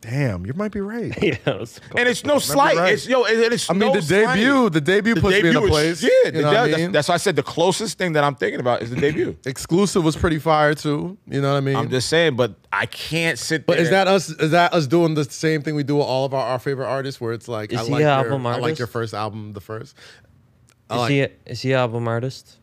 Speaker 2: damn, you might be right.
Speaker 3: yeah, it was cool.
Speaker 1: And it's no slight.
Speaker 2: right.
Speaker 1: It's yo. It, it's
Speaker 2: I mean,
Speaker 1: no
Speaker 2: the
Speaker 1: slight.
Speaker 2: debut, the debut puts me in a
Speaker 1: is-
Speaker 2: place.
Speaker 1: Yeah,
Speaker 2: you
Speaker 1: the-
Speaker 2: know what I
Speaker 1: that's,
Speaker 2: mean?
Speaker 1: that's why I said the closest thing that I'm thinking about is the debut.
Speaker 2: exclusive was pretty fire too. You know what I mean?
Speaker 1: I'm just saying, but I can't sit.
Speaker 2: but
Speaker 1: there.
Speaker 2: is that us? Is that us doing the same thing we do with all of our, our favorite artists, where it's like,
Speaker 3: Is
Speaker 2: I
Speaker 3: he
Speaker 2: like,
Speaker 3: a
Speaker 2: your,
Speaker 3: album
Speaker 2: I like
Speaker 3: artist?
Speaker 2: your first album, the first. I
Speaker 3: Is
Speaker 2: like-
Speaker 3: he a, is he an album artist?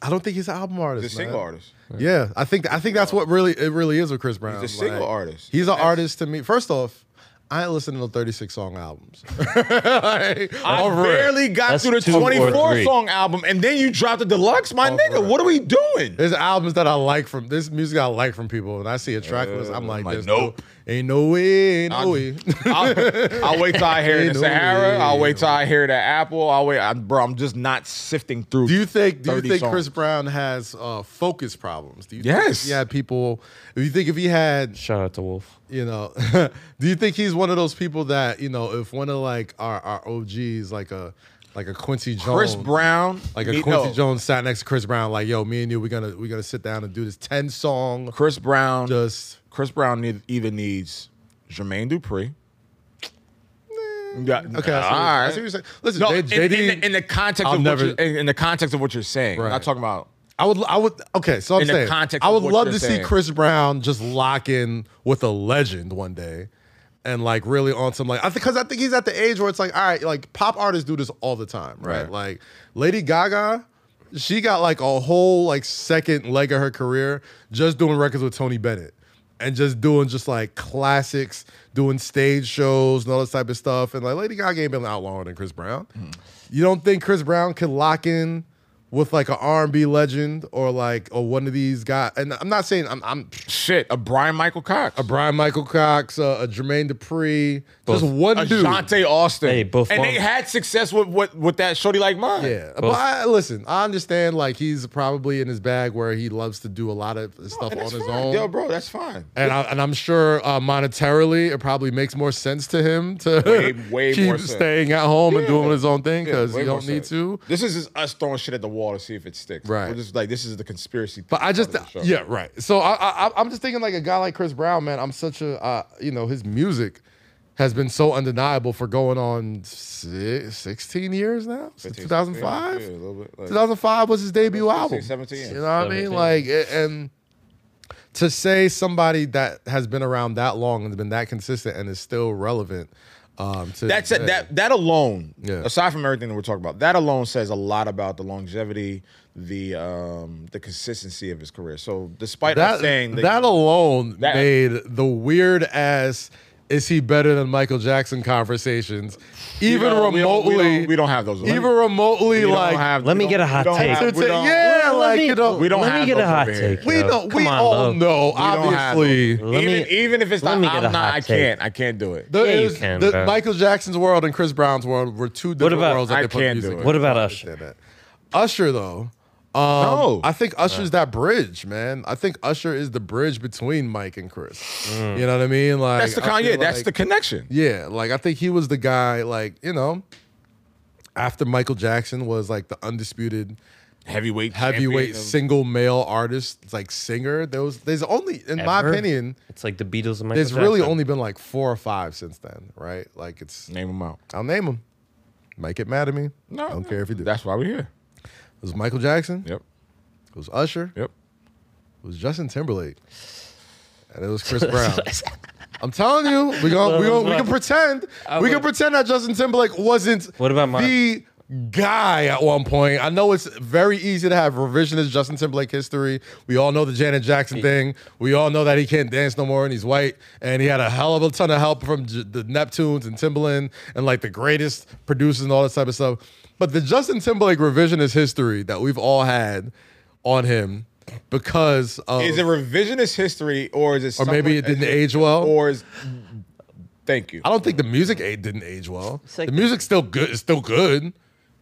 Speaker 2: I don't think he's an album artist.
Speaker 1: the single
Speaker 2: man.
Speaker 1: artist?
Speaker 2: Yeah, I think I think that's what really it really is with Chris Brown.
Speaker 1: He's a single artist.
Speaker 2: He's an
Speaker 1: That's-
Speaker 2: artist to me. First off, I ain't listening to 36 song albums.
Speaker 1: I barely got
Speaker 3: That's
Speaker 1: through the
Speaker 3: two or
Speaker 1: 24
Speaker 3: three.
Speaker 1: song album, and then you dropped the deluxe, my nigga. What are we doing?
Speaker 2: There's albums that I like from this music I like from people, and I see a track list. I'm like,
Speaker 1: I'm Uh, like,
Speaker 2: there's
Speaker 1: nope.
Speaker 2: no- ain't no way, no
Speaker 1: I'll,
Speaker 2: way.
Speaker 1: I'll- I'll wait till I hear
Speaker 2: Ain't
Speaker 1: the
Speaker 2: no
Speaker 1: Sahara.
Speaker 2: way.
Speaker 1: I'll wait till I hear the Apple. I'll wait, I, bro. I'm just not sifting through.
Speaker 2: Do you think do you
Speaker 1: 30
Speaker 2: think
Speaker 1: songs.
Speaker 2: Chris Brown has uh, focus problems? Do you think
Speaker 1: Yes.
Speaker 2: if he had people if you think if he had,
Speaker 3: Shout out to Wolf.
Speaker 2: you know, do you think he's one of those people that, you know, if one of like our, our OGs like a like a Quincy Jones
Speaker 1: Chris Brown,
Speaker 2: like a
Speaker 1: need-
Speaker 2: Quincy
Speaker 1: no.
Speaker 2: Jones sat next to Chris Brown, like, yo, me and you, we're gonna we're gonna sit down and do this 10 song
Speaker 1: Chris Brown,
Speaker 2: just
Speaker 1: Chris Brown need, either needs Jermaine Dupri. Yeah.
Speaker 2: Okay, I see, what- I see what you're saying. Listen,
Speaker 1: No,
Speaker 2: J-
Speaker 1: in,
Speaker 2: JD,
Speaker 1: in the, in the context
Speaker 2: I'll
Speaker 1: of
Speaker 2: never-
Speaker 1: what you're, in, in the context of what you're saying. I'm
Speaker 2: Right.
Speaker 1: not talking about
Speaker 2: I would, I would, okay. So I'm
Speaker 1: In the
Speaker 2: saying,
Speaker 1: context
Speaker 2: I
Speaker 1: of what
Speaker 2: would love
Speaker 1: you're
Speaker 2: to
Speaker 1: saying.
Speaker 2: see Chris Brown just lock in with a legend one day, and like really on some like, I think because I think he's at the age where it's like, all right, like pop artists do this all the time, right?
Speaker 1: Right.
Speaker 2: Like Lady Gaga, she got like a whole like second leg of her career just doing records with Tony Bennett. And just doing just like classics, doing stage shows and all this type of
Speaker 1: Mm.
Speaker 2: stuff. And like Lady Gaga ain't been out longer than Chris Brown. You don't think Chris Brown could lock in with like an R&B legend or like or one of these guys. And I'm not saying I'm, I'm
Speaker 1: Shit, a Brian Michael Cox, a,
Speaker 2: Brian Michael Cox, uh, a Jermaine Dupri, just one dude.
Speaker 1: Shante Austin.
Speaker 3: Hey, both
Speaker 1: and
Speaker 3: one-
Speaker 1: they had success with with, with that shorty like mine.
Speaker 2: Yeah, but I, listen, I understand. Like he's probably in his bag where he loves to do a lot of stuff
Speaker 1: And
Speaker 2: on
Speaker 1: that's
Speaker 2: his
Speaker 1: fine.
Speaker 2: own.
Speaker 1: Yo, bro, that's fine.
Speaker 2: and I, and I'm sure uh, monetarily it probably makes more sense to him to
Speaker 1: Way- way
Speaker 2: keep
Speaker 1: more sense.
Speaker 2: staying at home and
Speaker 1: Yeah.
Speaker 2: doing his own thing
Speaker 1: Yeah,
Speaker 2: because
Speaker 1: way
Speaker 2: you
Speaker 1: more
Speaker 2: don't need
Speaker 1: so.
Speaker 2: to.
Speaker 1: This is just us throwing shit at the wall to see if it sticks.
Speaker 2: Right.
Speaker 1: We're just like this is the conspiracy.
Speaker 2: But I just
Speaker 1: part of the show.
Speaker 2: yeah right. So I, I I'm just thinking like a guy like Chris Brown, man. I'm such a uh, you know his music has been so undeniable for going on si 16 years now. Since
Speaker 1: 15,
Speaker 2: 2005.
Speaker 1: yeah, a little bit, like-
Speaker 2: 2005 was his debut
Speaker 1: 16,
Speaker 2: album.
Speaker 1: 17, yeah.
Speaker 2: You know what I mean?
Speaker 3: 17.
Speaker 2: Like, a- and to say somebody that has been around that long and has been that consistent and is still relevant. Um, to
Speaker 1: That's
Speaker 2: today.
Speaker 1: that that alone.
Speaker 2: Yeah.
Speaker 1: Aside from everything that we're talking about, that alone says a lot about the longevity, the um, the consistency of his career. So despite us
Speaker 2: that
Speaker 1: saying
Speaker 2: that, alone
Speaker 1: That-
Speaker 2: made the weird ass. Is he better than Michael Jackson? Conversations, even
Speaker 1: don't- we don't- we
Speaker 2: remotely.
Speaker 1: don't- we don't have those.
Speaker 2: Even remotely,
Speaker 1: we don't
Speaker 2: like
Speaker 1: have-
Speaker 3: Let
Speaker 1: we
Speaker 3: me
Speaker 1: don't-
Speaker 3: get a
Speaker 1: we
Speaker 3: hot
Speaker 1: don't
Speaker 3: take.
Speaker 1: have-
Speaker 2: It's
Speaker 1: we
Speaker 2: a-
Speaker 1: don't-
Speaker 2: yeah,
Speaker 3: Let
Speaker 2: like
Speaker 3: me-
Speaker 2: you know,
Speaker 1: we don't
Speaker 3: Let me
Speaker 1: have
Speaker 3: get
Speaker 1: those
Speaker 3: a hot
Speaker 1: over here.
Speaker 3: take.
Speaker 2: we
Speaker 3: yo.
Speaker 2: don't.
Speaker 3: Come
Speaker 2: We
Speaker 3: on,
Speaker 2: all
Speaker 3: love.
Speaker 2: know,
Speaker 1: We don't have
Speaker 2: obviously.
Speaker 3: Let
Speaker 1: even,
Speaker 3: me-
Speaker 1: even if it's
Speaker 3: let
Speaker 1: not,
Speaker 3: me get
Speaker 1: I'm
Speaker 3: a hot
Speaker 1: not. I
Speaker 3: take. um,
Speaker 1: can't. I can't do it.
Speaker 2: There
Speaker 3: Yeah, you
Speaker 2: is-
Speaker 3: can,
Speaker 2: the-
Speaker 3: bro.
Speaker 2: Michael Jackson's world and Chris Brown's world were two different
Speaker 3: about-
Speaker 2: worlds that
Speaker 1: I
Speaker 2: they put
Speaker 1: can't
Speaker 2: music.
Speaker 1: do it.
Speaker 2: in.
Speaker 3: What about Usher?
Speaker 2: Damn it. Usher though. Um,
Speaker 1: No.
Speaker 2: I
Speaker 3: Uh.
Speaker 2: think Usher's that bridge, man. I think Usher is the bridge between Mike and Chris.
Speaker 3: Mm.
Speaker 2: You know what I mean? Like
Speaker 1: That's the
Speaker 2: I
Speaker 1: con-
Speaker 2: feel
Speaker 1: yeah. That's
Speaker 2: like-
Speaker 1: the connection.
Speaker 2: Yeah, like I think he was the guy, like, you know, after Michael Jackson was like the undisputed
Speaker 1: Heavyweight.
Speaker 2: heavyweight
Speaker 1: champion of-
Speaker 2: single male artist, like singer. There was there's only in my
Speaker 3: Ever?
Speaker 2: opinion,
Speaker 3: It's like the Beatles and Michael
Speaker 2: there's really
Speaker 3: Jackson.
Speaker 2: only been like four or five since then, right? Like it's
Speaker 1: Name him out.
Speaker 2: I'll name them. Might get mad at me.
Speaker 1: No,
Speaker 2: I don't care if you do. It
Speaker 1: That's why we're here.
Speaker 2: was Michael Jackson.
Speaker 1: Yep.
Speaker 2: It was Usher.
Speaker 1: Yep.
Speaker 2: It was Justin Timberlake. And it was Chris Brown. I'm telling you, we gon' we gon' we can pretend we can
Speaker 3: would-
Speaker 2: pretend that Justin Timberlake wasn't
Speaker 3: What about Mar-
Speaker 2: the guy at one point. I know it's very easy to have revisionist Justin Timberlake history. We all know the Janet Jackson thing. We all know that he can't dance no more and he's white and he had a hell of a ton of help from J- the Neptunes and Timbaland and like the greatest producers and all that type of stuff. But the Justin Timberlake revisionist history that we've all had on him because of
Speaker 1: Is it revisionist history or is it?
Speaker 2: Uh, or maybe
Speaker 1: someone-
Speaker 2: it didn't age well.
Speaker 1: Or is? Thank you.
Speaker 2: Oh. I don't think the music a- didn't age well.
Speaker 3: like-
Speaker 2: the music's still good. It's still good.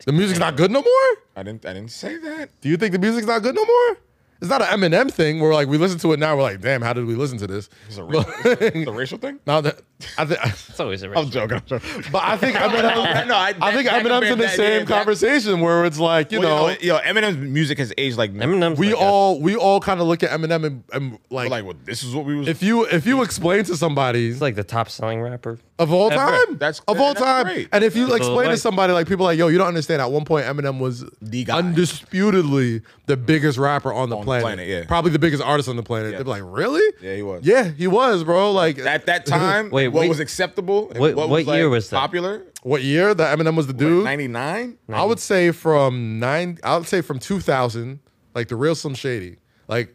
Speaker 2: The music's not good no more.
Speaker 1: I didn't. I didn't say that.
Speaker 2: Do you think the music's not good no more? It's not an Eminem thing where like we listen to it now. We're like, damn, how did we listen to this?
Speaker 1: It's a racial, it's a racial thing.
Speaker 2: Now that I think,
Speaker 3: It's always a
Speaker 1: I'm joking. I'm joking.
Speaker 2: but I think Eminem.
Speaker 1: No, I-
Speaker 2: I,
Speaker 1: that-
Speaker 2: think
Speaker 1: that
Speaker 2: Eminem's in the
Speaker 1: compared- that-
Speaker 2: same
Speaker 1: yeah, that-
Speaker 2: conversation where it's like you
Speaker 1: Well,
Speaker 2: know.
Speaker 1: you know, yo, Eminem's music has aged like
Speaker 3: Eminem's
Speaker 2: we
Speaker 3: like a-
Speaker 2: all we all kind of look at Eminem and, and like,
Speaker 1: Like, well, this is what we was.
Speaker 2: if you if you explain to somebody
Speaker 3: He's like the top selling rapper.
Speaker 2: Of all
Speaker 1: Ever.
Speaker 2: time,
Speaker 1: That's-
Speaker 2: of all
Speaker 1: that's
Speaker 2: time.
Speaker 1: great.
Speaker 2: And if you
Speaker 3: That's all
Speaker 2: explain to
Speaker 3: right.
Speaker 2: somebody like people like yo, you don't understand. At one point, Eminem was
Speaker 1: The guy.
Speaker 2: undisputedly the biggest rapper on the
Speaker 1: On the
Speaker 2: planet.
Speaker 1: planet, yeah.
Speaker 2: probably the biggest artist on the planet.
Speaker 1: Yeah.
Speaker 2: They'd be like, really?
Speaker 1: Yeah, he was.
Speaker 2: Yeah, he was, bro. Like
Speaker 1: at that time,
Speaker 3: Wait,
Speaker 1: what
Speaker 3: wait.
Speaker 1: was acceptable? and
Speaker 3: What- what year was that?
Speaker 1: popular?
Speaker 2: what year that Eminem was the dude?
Speaker 1: Ninety nine.
Speaker 2: I would say from nine. I would say from two thousand, like the real Slim Shady, like.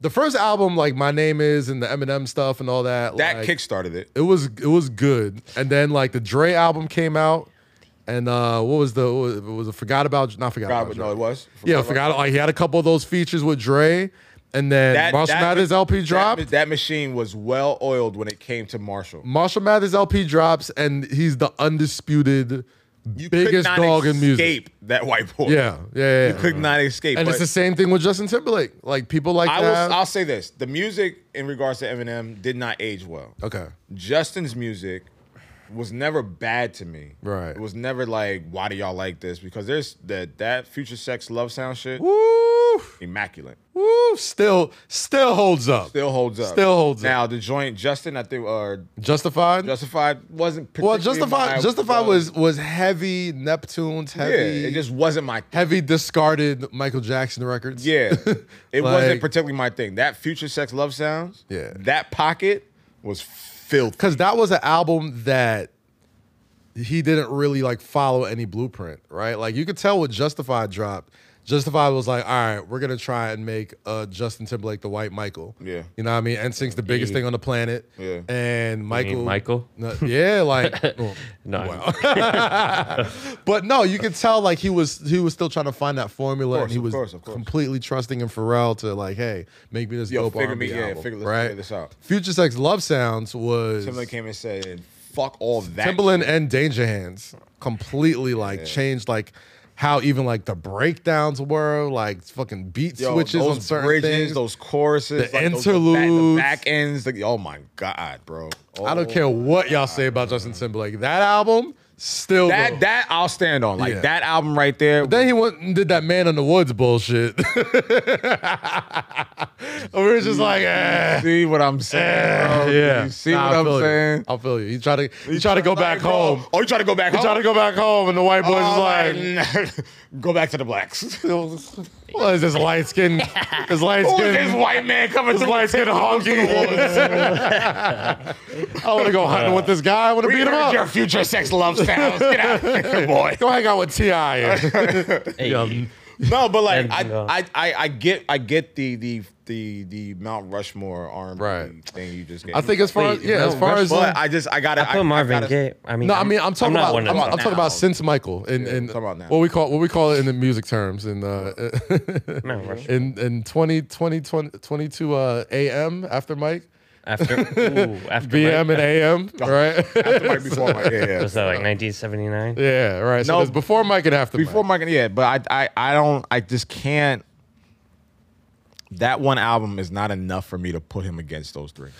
Speaker 2: The first album, like My Name Is and the Eminem stuff and all that,
Speaker 1: That
Speaker 2: like,
Speaker 1: kickstarted it.
Speaker 2: it was it was good. And then like the Dre album came out, and uh what was the what was, it was it forgot about not forgot,
Speaker 1: God,
Speaker 2: about
Speaker 1: would-
Speaker 2: Dre.
Speaker 1: no, it was.
Speaker 2: yeah forgot like he had a couple of those features with Dre, and then Marshall Mathers LP
Speaker 1: that-
Speaker 2: dropped.
Speaker 1: That, machine was well oiled when it came to Marshall.
Speaker 2: Marshall Mathers LP drops, and he's the undisputed
Speaker 1: You
Speaker 2: biggest dog in music.
Speaker 1: Escape that white boy.
Speaker 2: Yeah, yeah, yeah.
Speaker 1: you could not escape.
Speaker 2: and
Speaker 1: but
Speaker 2: it's the same thing with Justin Timberlake. Like people like
Speaker 1: I will.
Speaker 2: that.
Speaker 1: I'll say this: the music in regards to Eminem did not age well.
Speaker 2: okay,
Speaker 1: Justin's music was never bad to me.
Speaker 2: Right.
Speaker 1: It was never like, why do y'all like this? Because there's that that future sex love sound shit,
Speaker 2: woo,
Speaker 1: immaculate.
Speaker 2: woo, still still holds up.
Speaker 1: Still holds up.
Speaker 2: Still holds up.
Speaker 1: Now the joint Justin, I think, or
Speaker 2: Justified.
Speaker 1: Justified wasn't.
Speaker 2: Well,
Speaker 1: particularly
Speaker 2: Justify
Speaker 1: my-
Speaker 2: Justify was was heavy Neptunes,
Speaker 1: yeah.
Speaker 2: heavy
Speaker 1: It just wasn't my
Speaker 2: heavy discarded Michael Jackson records.
Speaker 1: yeah. It wasn't
Speaker 2: Like-
Speaker 1: particularly my thing. That future sex love sounds.
Speaker 2: Yeah.
Speaker 1: That pocket was filthy.
Speaker 2: Cuz that was an album that he didn't really like follow any blueprint, right? Like you could tell with Justified dropped, Justified was like, all right, we're gonna try and make uh, Justin Timberlake the white Michael.
Speaker 1: Yeah.
Speaker 2: you know what I mean. NSYNC's the biggest
Speaker 3: Yeah.
Speaker 2: thing on the planet.
Speaker 1: Yeah.
Speaker 2: and Michael.
Speaker 3: Michael?
Speaker 2: No, yeah, like.
Speaker 3: No,
Speaker 2: But no, you could tell like he was he was still trying to find that formula,
Speaker 1: course,
Speaker 2: and he
Speaker 1: of
Speaker 2: was
Speaker 1: course, of course.
Speaker 2: completely trusting in Pharrell to like, hey, make me this
Speaker 1: Yo,
Speaker 2: dope
Speaker 1: figure
Speaker 2: R&B
Speaker 1: me- yeah,
Speaker 2: album,
Speaker 1: figure- let's
Speaker 2: right?
Speaker 1: figure this out.
Speaker 2: Future Sex Love Sounds was
Speaker 1: Timberlake came and said, "Fuck all that."
Speaker 2: Timbaland and Danger Hands completely like changed like how even like the breakdowns were, like fucking beat
Speaker 1: Yo,
Speaker 2: switches
Speaker 1: those
Speaker 2: on certain
Speaker 1: bridges,
Speaker 2: things.
Speaker 1: those choruses,
Speaker 2: the
Speaker 1: those- the back- the
Speaker 2: interludes.
Speaker 1: back, ends. Like, oh my god, bro!
Speaker 2: I don't
Speaker 1: Oh.
Speaker 2: care what y'all say about Justin Timberlake. That album still
Speaker 1: That
Speaker 2: goes.
Speaker 1: that I'll stand on. Like
Speaker 2: Yeah.
Speaker 1: that album right there.
Speaker 2: Then he went and did that Man in the Woods bullshit. and we were just like, eh.
Speaker 1: see what I'm saying? bro?
Speaker 2: yeah.
Speaker 1: You see
Speaker 2: Nah,
Speaker 1: what
Speaker 2: I
Speaker 1: I'm
Speaker 2: feel you.
Speaker 1: saying?
Speaker 2: I feel you. He tried to he tried to go back home.
Speaker 1: Oh, you try to go back
Speaker 2: He
Speaker 1: home?
Speaker 2: tried to go back home, and the white boys was
Speaker 1: Oh,
Speaker 2: like,
Speaker 1: man. go back to the blacks. Who
Speaker 2: "What is this light skin? This light
Speaker 1: is this
Speaker 2: skin?
Speaker 1: white man coming
Speaker 2: This
Speaker 1: to my
Speaker 2: light skin honky? I want to go hunting with this guy. I want to
Speaker 1: We
Speaker 2: beat him
Speaker 1: heard your
Speaker 2: up.
Speaker 1: future sex love styles. Get out of here, boy.
Speaker 2: Go hang out with Ti. and-
Speaker 3: Hey,
Speaker 1: No, but like
Speaker 3: And,
Speaker 1: I,
Speaker 3: uh,
Speaker 1: I, I, I get, I get the the the the Mount Rushmore arm
Speaker 2: Right.
Speaker 1: thing you just gave.
Speaker 2: I think as far
Speaker 3: Wait,
Speaker 2: as yeah, as
Speaker 3: no,
Speaker 2: far as
Speaker 1: but
Speaker 2: like,
Speaker 1: I just I got
Speaker 3: I
Speaker 1: to
Speaker 3: put Marvin
Speaker 1: I
Speaker 3: Gaye. I mean,
Speaker 2: No, I mean I'm talking
Speaker 3: not
Speaker 2: about
Speaker 3: one
Speaker 2: I'm,
Speaker 3: of
Speaker 2: I'm
Speaker 3: them.
Speaker 2: talking
Speaker 1: now.
Speaker 2: about since Michael in in
Speaker 1: talking about now.
Speaker 2: what we call what we call it in the music terms in uh
Speaker 3: Mount Rushmore.
Speaker 2: in in 20 20 20 22 uh a.m. after Mike
Speaker 3: After, ooh, after
Speaker 2: b.m. and a.m. right
Speaker 1: might be before Mike. Yeah, yeah.
Speaker 3: was that like 1979?
Speaker 2: yeah right so
Speaker 1: No,
Speaker 2: it's before Mike and after
Speaker 1: Before
Speaker 2: Mike.
Speaker 1: Mike, yeah, but I, I, I don't, I just can't. That one album is not enough for me to put him against those three.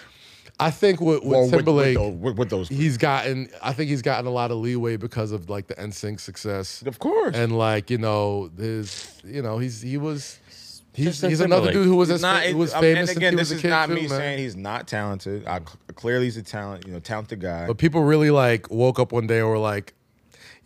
Speaker 2: I think with,
Speaker 1: Or
Speaker 2: with Timberlake
Speaker 1: with, with, those, with those
Speaker 2: he's gotten I think he's gotten a lot of leeway because of like the NSYNC success
Speaker 1: of course.
Speaker 2: and like you know his you know he's he was he's
Speaker 3: Justin
Speaker 2: he's another
Speaker 3: Timberlake.
Speaker 2: dude who was
Speaker 1: It's
Speaker 2: as fa- who was
Speaker 1: I mean,
Speaker 2: famous
Speaker 1: and
Speaker 2: since
Speaker 1: again,
Speaker 2: he
Speaker 1: this
Speaker 2: was a
Speaker 1: is
Speaker 2: kid
Speaker 1: not
Speaker 2: too,
Speaker 1: me
Speaker 2: man.
Speaker 1: saying he's not talented. I, clearly, he's a talent, you know, talented guy.
Speaker 2: But people really like woke up one day and were like,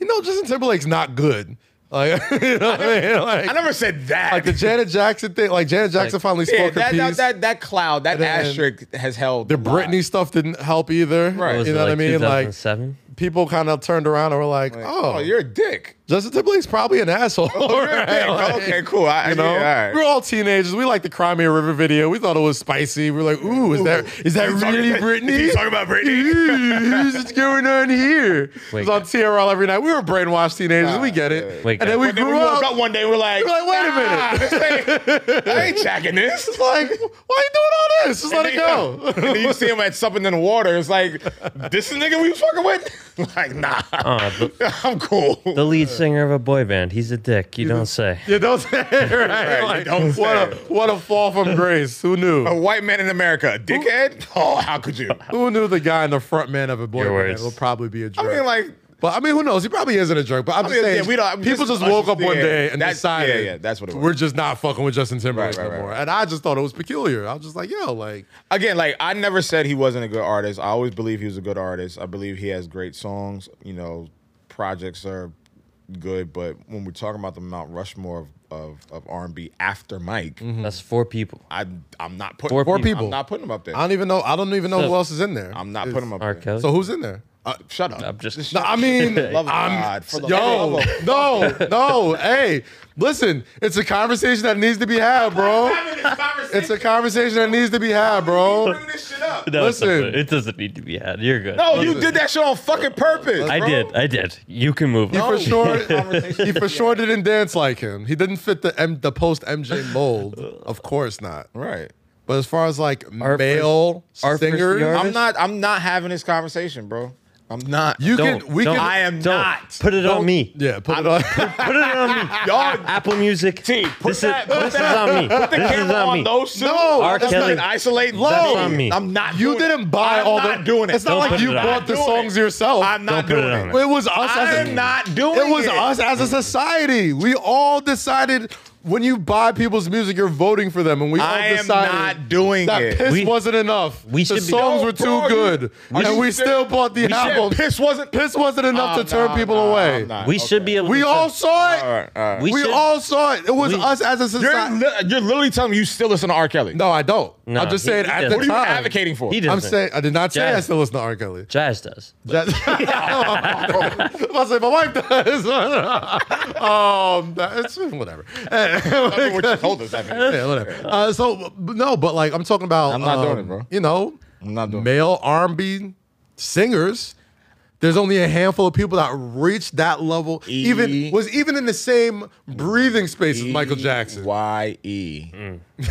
Speaker 2: you know, Justin Timberlake's not good. Like, you know what I mean? Like,
Speaker 1: I never said that.
Speaker 2: like the Janet Jackson thing. Like Janet Jackson finally spoke
Speaker 1: yeah,
Speaker 2: her
Speaker 1: that, that,
Speaker 2: piece.
Speaker 1: that that cloud, that
Speaker 2: And then-
Speaker 1: asterisk has held.
Speaker 2: the
Speaker 1: a lot.
Speaker 2: Britney stuff didn't help either.
Speaker 1: Right.
Speaker 3: Was
Speaker 2: You
Speaker 3: it,
Speaker 2: know what I mean?
Speaker 3: like,
Speaker 2: Like
Speaker 3: 2007?
Speaker 2: people kind of turned around and were like,
Speaker 1: Oh,
Speaker 2: oh,
Speaker 1: you're a dick.
Speaker 2: Justin Timberlake's probably an asshole.
Speaker 1: You're a dick.
Speaker 2: right? Like,
Speaker 1: okay, cool. I,
Speaker 2: You know,
Speaker 1: yeah, all
Speaker 2: we
Speaker 1: right.
Speaker 2: were all teenagers. We liked the Crimea River video. We thought it was spicy. We were like, "Ooh, is that is that
Speaker 1: You talking
Speaker 2: really
Speaker 1: about-
Speaker 2: Britney?
Speaker 1: you talking about Britney?
Speaker 2: Ooh, what's going on here?"
Speaker 3: Wait.
Speaker 2: it was on TRL every night. We were brainwashed teenagers. we get it.
Speaker 3: Wait,
Speaker 2: and then we
Speaker 1: And then we
Speaker 2: grew
Speaker 1: woke
Speaker 2: up.
Speaker 1: up one day, we're like,
Speaker 2: We're like, "Wait a minute."
Speaker 1: "Nah, this ain't- I ain't jacking this.
Speaker 2: it's like, why you doing all this? Just let it
Speaker 1: And
Speaker 2: go.
Speaker 1: then- and then you see him at something in the water. It's like, this the nigga we was fucking with? Like, nah,
Speaker 3: Uh, the,
Speaker 1: I'm cool.
Speaker 3: the lead singer of a boy band. He's a dick. You don't say.
Speaker 2: You don't say it, right?
Speaker 1: you
Speaker 2: Like,
Speaker 1: don't say
Speaker 2: what, a,
Speaker 1: it.
Speaker 2: what a fall from grace. Who
Speaker 1: a
Speaker 2: knew?
Speaker 1: white man in America, a dickhead? Oh, how could you?
Speaker 2: Who knew the guy in the front man of a boy
Speaker 3: Your
Speaker 2: band
Speaker 3: words.
Speaker 2: will probably be a
Speaker 1: I
Speaker 2: jerk?
Speaker 1: mean, like,
Speaker 2: But I mean, who knows? He probably isn't a jerk. But I'm
Speaker 1: I
Speaker 2: just
Speaker 1: mean,
Speaker 2: saying,
Speaker 1: yeah, we don't- I'm
Speaker 2: people
Speaker 1: just-
Speaker 2: just,
Speaker 1: I'm
Speaker 2: woke
Speaker 1: just-
Speaker 2: up one
Speaker 1: yeah,
Speaker 2: day and
Speaker 1: that's-
Speaker 2: decided,
Speaker 1: yeah, yeah, that's what it was.
Speaker 2: We're just not fucking with Justin Timberlake
Speaker 1: Right, right, right,
Speaker 2: no more.
Speaker 1: right.
Speaker 2: And I just thought it was peculiar. I was just like, yo, like,
Speaker 1: again, like, I never said he wasn't a good artist. I always believe he was a good artist. I believe he has great songs. You know, projects are good. But when we're talking about the Mount Rushmore of, of, of R&B after Mike,
Speaker 3: That's four people.
Speaker 1: I, I'm not putting
Speaker 3: Four
Speaker 2: four
Speaker 3: people.
Speaker 2: people.
Speaker 1: I'm not putting him up there.
Speaker 2: I don't even know. I don't even know
Speaker 3: So-
Speaker 2: who else is in there.
Speaker 1: I'm not
Speaker 2: It's-
Speaker 1: putting him up
Speaker 3: R.
Speaker 1: there.
Speaker 3: Kelly.
Speaker 2: So who's in there?
Speaker 1: Uh, shut up.
Speaker 3: I'm just.
Speaker 2: No, I mean,
Speaker 1: Love of
Speaker 2: I'm-
Speaker 1: God, for the
Speaker 2: yo,
Speaker 1: love of-
Speaker 2: no, no. Hey, listen, it's a conversation that needs to be had, bro. It's a conversation that needs to be had, bro.
Speaker 3: No, it's
Speaker 2: Listen.
Speaker 3: not- it doesn't need to be had. You're good.
Speaker 1: No, you did that shit on fucking purpose.
Speaker 3: I
Speaker 1: bro.
Speaker 3: did. I did. You can move
Speaker 2: He
Speaker 3: on.
Speaker 2: for sure,
Speaker 1: Conversation.
Speaker 2: he for sure didn't dance like him. He didn't fit the M, the post MJ mold. Of course not.
Speaker 1: Right.
Speaker 2: But as far as like
Speaker 3: Our
Speaker 2: male
Speaker 3: first- our first
Speaker 2: singers,
Speaker 3: yard-
Speaker 1: I'm not. I'm not having this conversation, bro. I'm not.
Speaker 2: you
Speaker 3: Don't.
Speaker 2: can we
Speaker 3: don't,
Speaker 2: can
Speaker 1: I am
Speaker 3: don't.
Speaker 1: not.
Speaker 3: Put it on me.
Speaker 2: yeah put it on.
Speaker 3: Put it on me.
Speaker 1: Y'all
Speaker 3: Apple Music.
Speaker 1: T, put
Speaker 3: this
Speaker 1: that-
Speaker 3: is,
Speaker 1: put
Speaker 3: this
Speaker 1: that-
Speaker 3: is on me.
Speaker 1: put the
Speaker 3: this is
Speaker 1: camera
Speaker 3: on
Speaker 1: on
Speaker 3: me.
Speaker 1: those two.
Speaker 2: No,
Speaker 1: I'm
Speaker 2: R.
Speaker 1: not
Speaker 3: Kelly.
Speaker 1: gonna isolate.
Speaker 2: That's
Speaker 1: low.
Speaker 3: on me.
Speaker 1: I'm not.
Speaker 2: you
Speaker 1: doing it.
Speaker 2: didn't buy
Speaker 1: I'm
Speaker 2: all
Speaker 1: not
Speaker 2: the
Speaker 1: doing it.
Speaker 2: It's not
Speaker 3: Don't
Speaker 2: like
Speaker 3: put
Speaker 2: you
Speaker 3: it on.
Speaker 2: bought the
Speaker 1: Doing
Speaker 2: songs
Speaker 1: it.
Speaker 2: yourself.
Speaker 1: I'm not
Speaker 3: Don't put it
Speaker 1: doing
Speaker 3: on
Speaker 1: it.
Speaker 3: me.
Speaker 2: It was us.
Speaker 1: I
Speaker 2: as a-
Speaker 1: am not doing
Speaker 2: It was
Speaker 1: it.
Speaker 2: us as a society. We all decided when you buy people's music, you're voting for them, and we all
Speaker 5: I am
Speaker 2: decided
Speaker 5: not doing
Speaker 2: that
Speaker 5: it.
Speaker 2: piss
Speaker 3: We-
Speaker 2: wasn't enough.
Speaker 3: we
Speaker 2: the
Speaker 3: should be-
Speaker 2: songs
Speaker 5: No,
Speaker 2: were too
Speaker 5: bro, you-
Speaker 2: good,
Speaker 5: we
Speaker 2: and
Speaker 5: should-
Speaker 2: we still bought the album.
Speaker 5: Shit, piss wasn't.
Speaker 2: Piss wasn't enough
Speaker 5: Oh,
Speaker 2: to turn
Speaker 5: nah,
Speaker 2: people
Speaker 5: nah,
Speaker 2: away.
Speaker 5: I'm not.
Speaker 3: We should be able.
Speaker 2: We
Speaker 3: to
Speaker 2: all saw it.
Speaker 1: All right, all right.
Speaker 3: We,
Speaker 2: We,
Speaker 3: should,
Speaker 2: all saw it. It was
Speaker 3: we-
Speaker 2: us as a
Speaker 1: You're,
Speaker 2: society.
Speaker 1: li- you're literally telling me you still listen to R. Kelly.
Speaker 2: No, I don't.
Speaker 3: No,
Speaker 2: I'm just
Speaker 3: he-
Speaker 2: saying
Speaker 3: he
Speaker 2: at the
Speaker 3: doesn't.
Speaker 1: What are you
Speaker 2: time.
Speaker 1: advocating for?
Speaker 3: He doesn't.
Speaker 2: I'm saying I did not say I
Speaker 3: Jazz.
Speaker 2: still listen to R. Kelly.
Speaker 3: Jazz does.
Speaker 2: That, I was like, my wife does. um, that, it's whatever.
Speaker 1: I don't know what you told us. I mean.
Speaker 2: Yeah, whatever. Uh, so b- no, but like I'm talking about.
Speaker 1: I'm not
Speaker 2: um,
Speaker 1: doing it, bro.
Speaker 2: You know,
Speaker 1: I'm not doing it.
Speaker 2: male R&B singers. There's only a handful of people that reach that level.
Speaker 1: E-
Speaker 2: Even was even in the same breathing space as
Speaker 1: E.
Speaker 2: Michael Jackson. Mm.
Speaker 1: Y E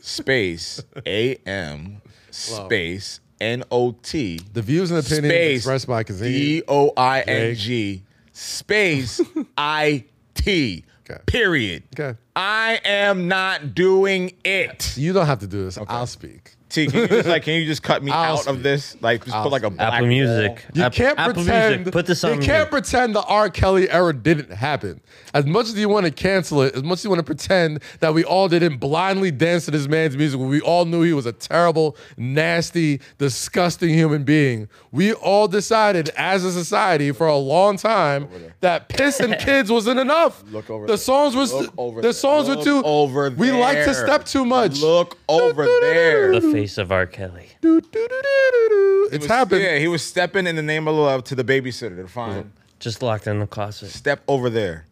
Speaker 1: space A M space N O T
Speaker 2: The views and opinions
Speaker 1: space E.
Speaker 2: expressed by Kazee.
Speaker 1: D O I N G space I T
Speaker 2: Okay.
Speaker 1: period.
Speaker 2: Okay.
Speaker 1: I am not doing it.
Speaker 2: You don't have to do this. I'll speak.
Speaker 1: T, can you just like can you just cut me
Speaker 2: I'll
Speaker 1: out
Speaker 2: speak.
Speaker 1: of this? Like just
Speaker 2: I'll
Speaker 1: put like a black
Speaker 3: Apple
Speaker 1: wall.
Speaker 3: Music.
Speaker 2: You
Speaker 3: App-
Speaker 2: can't
Speaker 3: Apple
Speaker 2: pretend.
Speaker 3: Music. Put this on.
Speaker 2: You
Speaker 3: mute.
Speaker 2: can't pretend the R. Kelly era didn't happen. As much as you want to cancel it, as much as you want to pretend that we all didn't blindly dance to this man's music when we all knew he was a terrible, nasty, disgusting human being, we all decided as a society for a long time that piss and kids wasn't enough.
Speaker 1: Look over
Speaker 2: the
Speaker 1: there.
Speaker 2: songs was
Speaker 1: Look over
Speaker 2: the
Speaker 1: there.
Speaker 2: songs were
Speaker 1: Look
Speaker 2: too
Speaker 1: over
Speaker 2: We like to
Speaker 1: there.
Speaker 2: step too much.
Speaker 1: Look over there.
Speaker 3: The face of R. Kelly.
Speaker 2: Do, do, do, do, do, do. It's happened.
Speaker 1: Yeah, he was stepping in the name of love to the babysitter. They're fine.
Speaker 3: Just locked in the closet.
Speaker 1: step over there.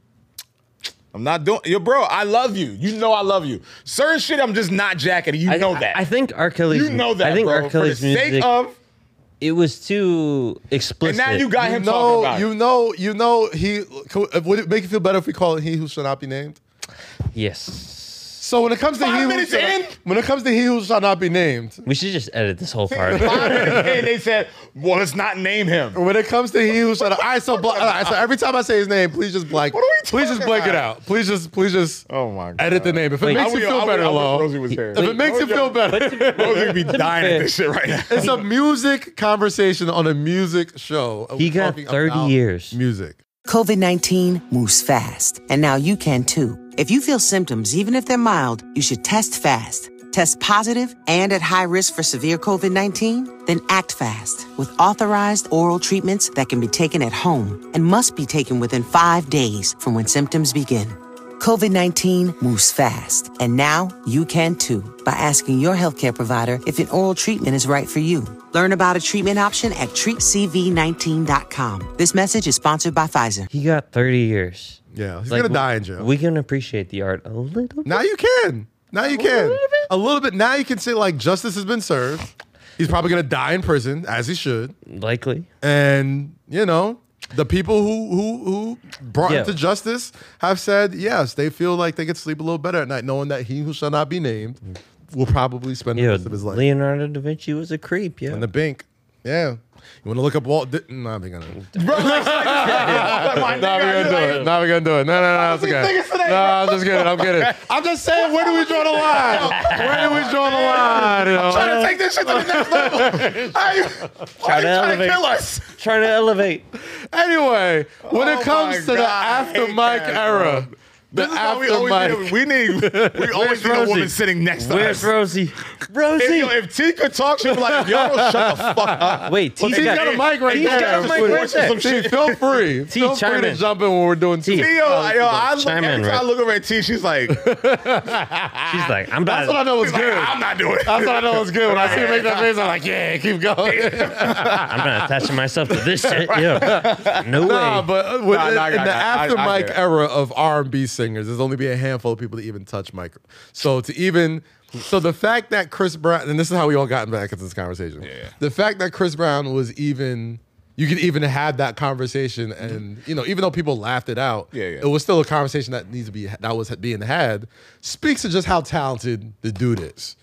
Speaker 1: I'm not doing yo, bro. I love you. You know I love you. Certain shit, I'm just not jacking. You
Speaker 3: I
Speaker 1: know that.
Speaker 3: I, I think R. Kelly's.
Speaker 1: you know that.
Speaker 3: I think
Speaker 1: bro.
Speaker 3: R. Kelly's
Speaker 1: For the
Speaker 3: music.
Speaker 1: sake of,
Speaker 3: it was too
Speaker 1: and
Speaker 3: explicit.
Speaker 1: now you got
Speaker 2: you
Speaker 1: him
Speaker 2: know,
Speaker 1: talking about
Speaker 2: you
Speaker 1: it.
Speaker 2: know, you know. He could- would it make you feel better if we call it "He Who Shall Not Be Named"?
Speaker 3: Yes.
Speaker 2: So when it comes to
Speaker 1: Five
Speaker 2: he who
Speaker 1: minutes
Speaker 2: shall,
Speaker 1: in?
Speaker 2: when it comes to "He Who Shall Not Be Named,"
Speaker 3: We should just edit this whole part.
Speaker 1: and they said, "Well, let's not name him."
Speaker 2: when it comes to "He Who Shall," not, all right. So, bla- all right, so every time I say his name, please just blank.
Speaker 1: What are we
Speaker 2: please just
Speaker 1: talking
Speaker 2: blank it
Speaker 1: about?
Speaker 2: out. Please just, please just.
Speaker 1: Oh my God.
Speaker 2: Edit the name if it
Speaker 3: Wait.
Speaker 2: makes
Speaker 3: I
Speaker 2: you feel better,
Speaker 1: Rosie
Speaker 2: alone.
Speaker 1: was there.
Speaker 2: If it makes you feel better,
Speaker 1: Rosie would be dying
Speaker 3: fair-
Speaker 1: at this shit right now.
Speaker 2: it's a music conversation on a music show.
Speaker 3: He
Speaker 2: We're
Speaker 3: got
Speaker 2: talking
Speaker 3: 30
Speaker 2: about
Speaker 3: years.
Speaker 2: Music.
Speaker 6: COVID 19 moves fast, and now you can too. If you feel symptoms, even if they're mild, you should test fast. Test positive and at high risk for severe COVID 19? Then act fast with authorized oral treatments that can be taken at home and must be taken within five days from when symptoms begin. COVID 19 moves fast, and now you can too by asking your healthcare provider if an oral treatment is right for you. Learn about a treatment option at treatcv19.com. This message is sponsored by Pfizer.
Speaker 3: He got 30 years.
Speaker 2: Yeah, he's
Speaker 3: Like,
Speaker 2: gonna die in jail.
Speaker 3: We can appreciate the art a little bit.
Speaker 2: Now you can. Now you can. A little bit. Now you can say like justice has been served. He's probably gonna die in prison as he should.
Speaker 3: Likely.
Speaker 2: And you know, the people who who who brought
Speaker 3: Yeah.
Speaker 2: him to justice have said yes, they feel like they could sleep a little better at night, knowing that he who shall not be named will probably spend the
Speaker 3: Yo,
Speaker 2: rest of his life
Speaker 3: Leonardo da Vinci was a creep. Yeah.
Speaker 2: in the bank. Yeah. You want to look up Walt? Di- nah, I'm gonna.
Speaker 1: Bro, like, like, my nigga,
Speaker 2: Nah, we're gonna do it. Nah, we're gonna do it. No, no, no, it's
Speaker 1: was he
Speaker 2: okay.
Speaker 1: thinking today,
Speaker 2: No, I'm just kidding. I'm kidding. I'm just saying, where do we draw the line? Where do we draw the line? You know?
Speaker 1: Trying to take this shit to the next level. How you, why
Speaker 3: to
Speaker 1: you trying to
Speaker 3: elevate.
Speaker 1: kill us?
Speaker 3: Trying to elevate.
Speaker 2: Anyway, when
Speaker 1: Oh
Speaker 2: it comes
Speaker 1: my
Speaker 2: to the
Speaker 1: God, I
Speaker 2: after
Speaker 1: hate
Speaker 2: Mike
Speaker 1: that,
Speaker 2: era, the
Speaker 1: This is how we
Speaker 2: after
Speaker 1: always
Speaker 2: Mike.
Speaker 1: need. We need. We always need a
Speaker 3: Rosie?
Speaker 1: woman sitting next to
Speaker 3: Where's
Speaker 1: us.
Speaker 3: Rosie?
Speaker 1: If,
Speaker 3: Rosie.
Speaker 1: yo, if T could talk, she'd be like, "Yo, shut the fuck up."
Speaker 3: Wait, T's
Speaker 2: She's
Speaker 3: got,
Speaker 2: got a mic right
Speaker 3: He's
Speaker 2: there.
Speaker 3: got a mic right
Speaker 2: Please,
Speaker 3: there.
Speaker 2: T, feel free. Feel free
Speaker 3: chime
Speaker 2: to
Speaker 3: in.
Speaker 2: jump in when we're doing
Speaker 3: T.
Speaker 2: T.
Speaker 1: Yo, yo, I look,
Speaker 3: Chime
Speaker 1: every
Speaker 3: in,
Speaker 1: time I
Speaker 3: right?
Speaker 1: look over at T, she's like, she's
Speaker 3: She's like, I'm
Speaker 2: That's what I
Speaker 3: about.
Speaker 2: know was
Speaker 1: like,
Speaker 2: good. Uh,
Speaker 1: I'm not doing it.
Speaker 2: That's what I know was good. When I see you make that face, I'm like, yeah, keep going.
Speaker 3: I'm not attaching myself to this shit. Yeah. No
Speaker 2: Nah,
Speaker 3: way.
Speaker 2: but when,
Speaker 1: Nah, nah,
Speaker 2: in
Speaker 1: nah,
Speaker 2: the
Speaker 1: nah, I-
Speaker 2: after
Speaker 1: I
Speaker 2: Mike
Speaker 1: get it.
Speaker 2: era of R and B singers, there's only been a handful of people that even touch Mike. So to even so the fact that Chris Brown and this is how we all got back into this conversation. The fact that Chris Brown was even you could even have that conversation and you know even though people laughed it out
Speaker 1: Yeah, yeah.
Speaker 2: it was still a conversation that needs to be that was being had speaks to just how talented the dude is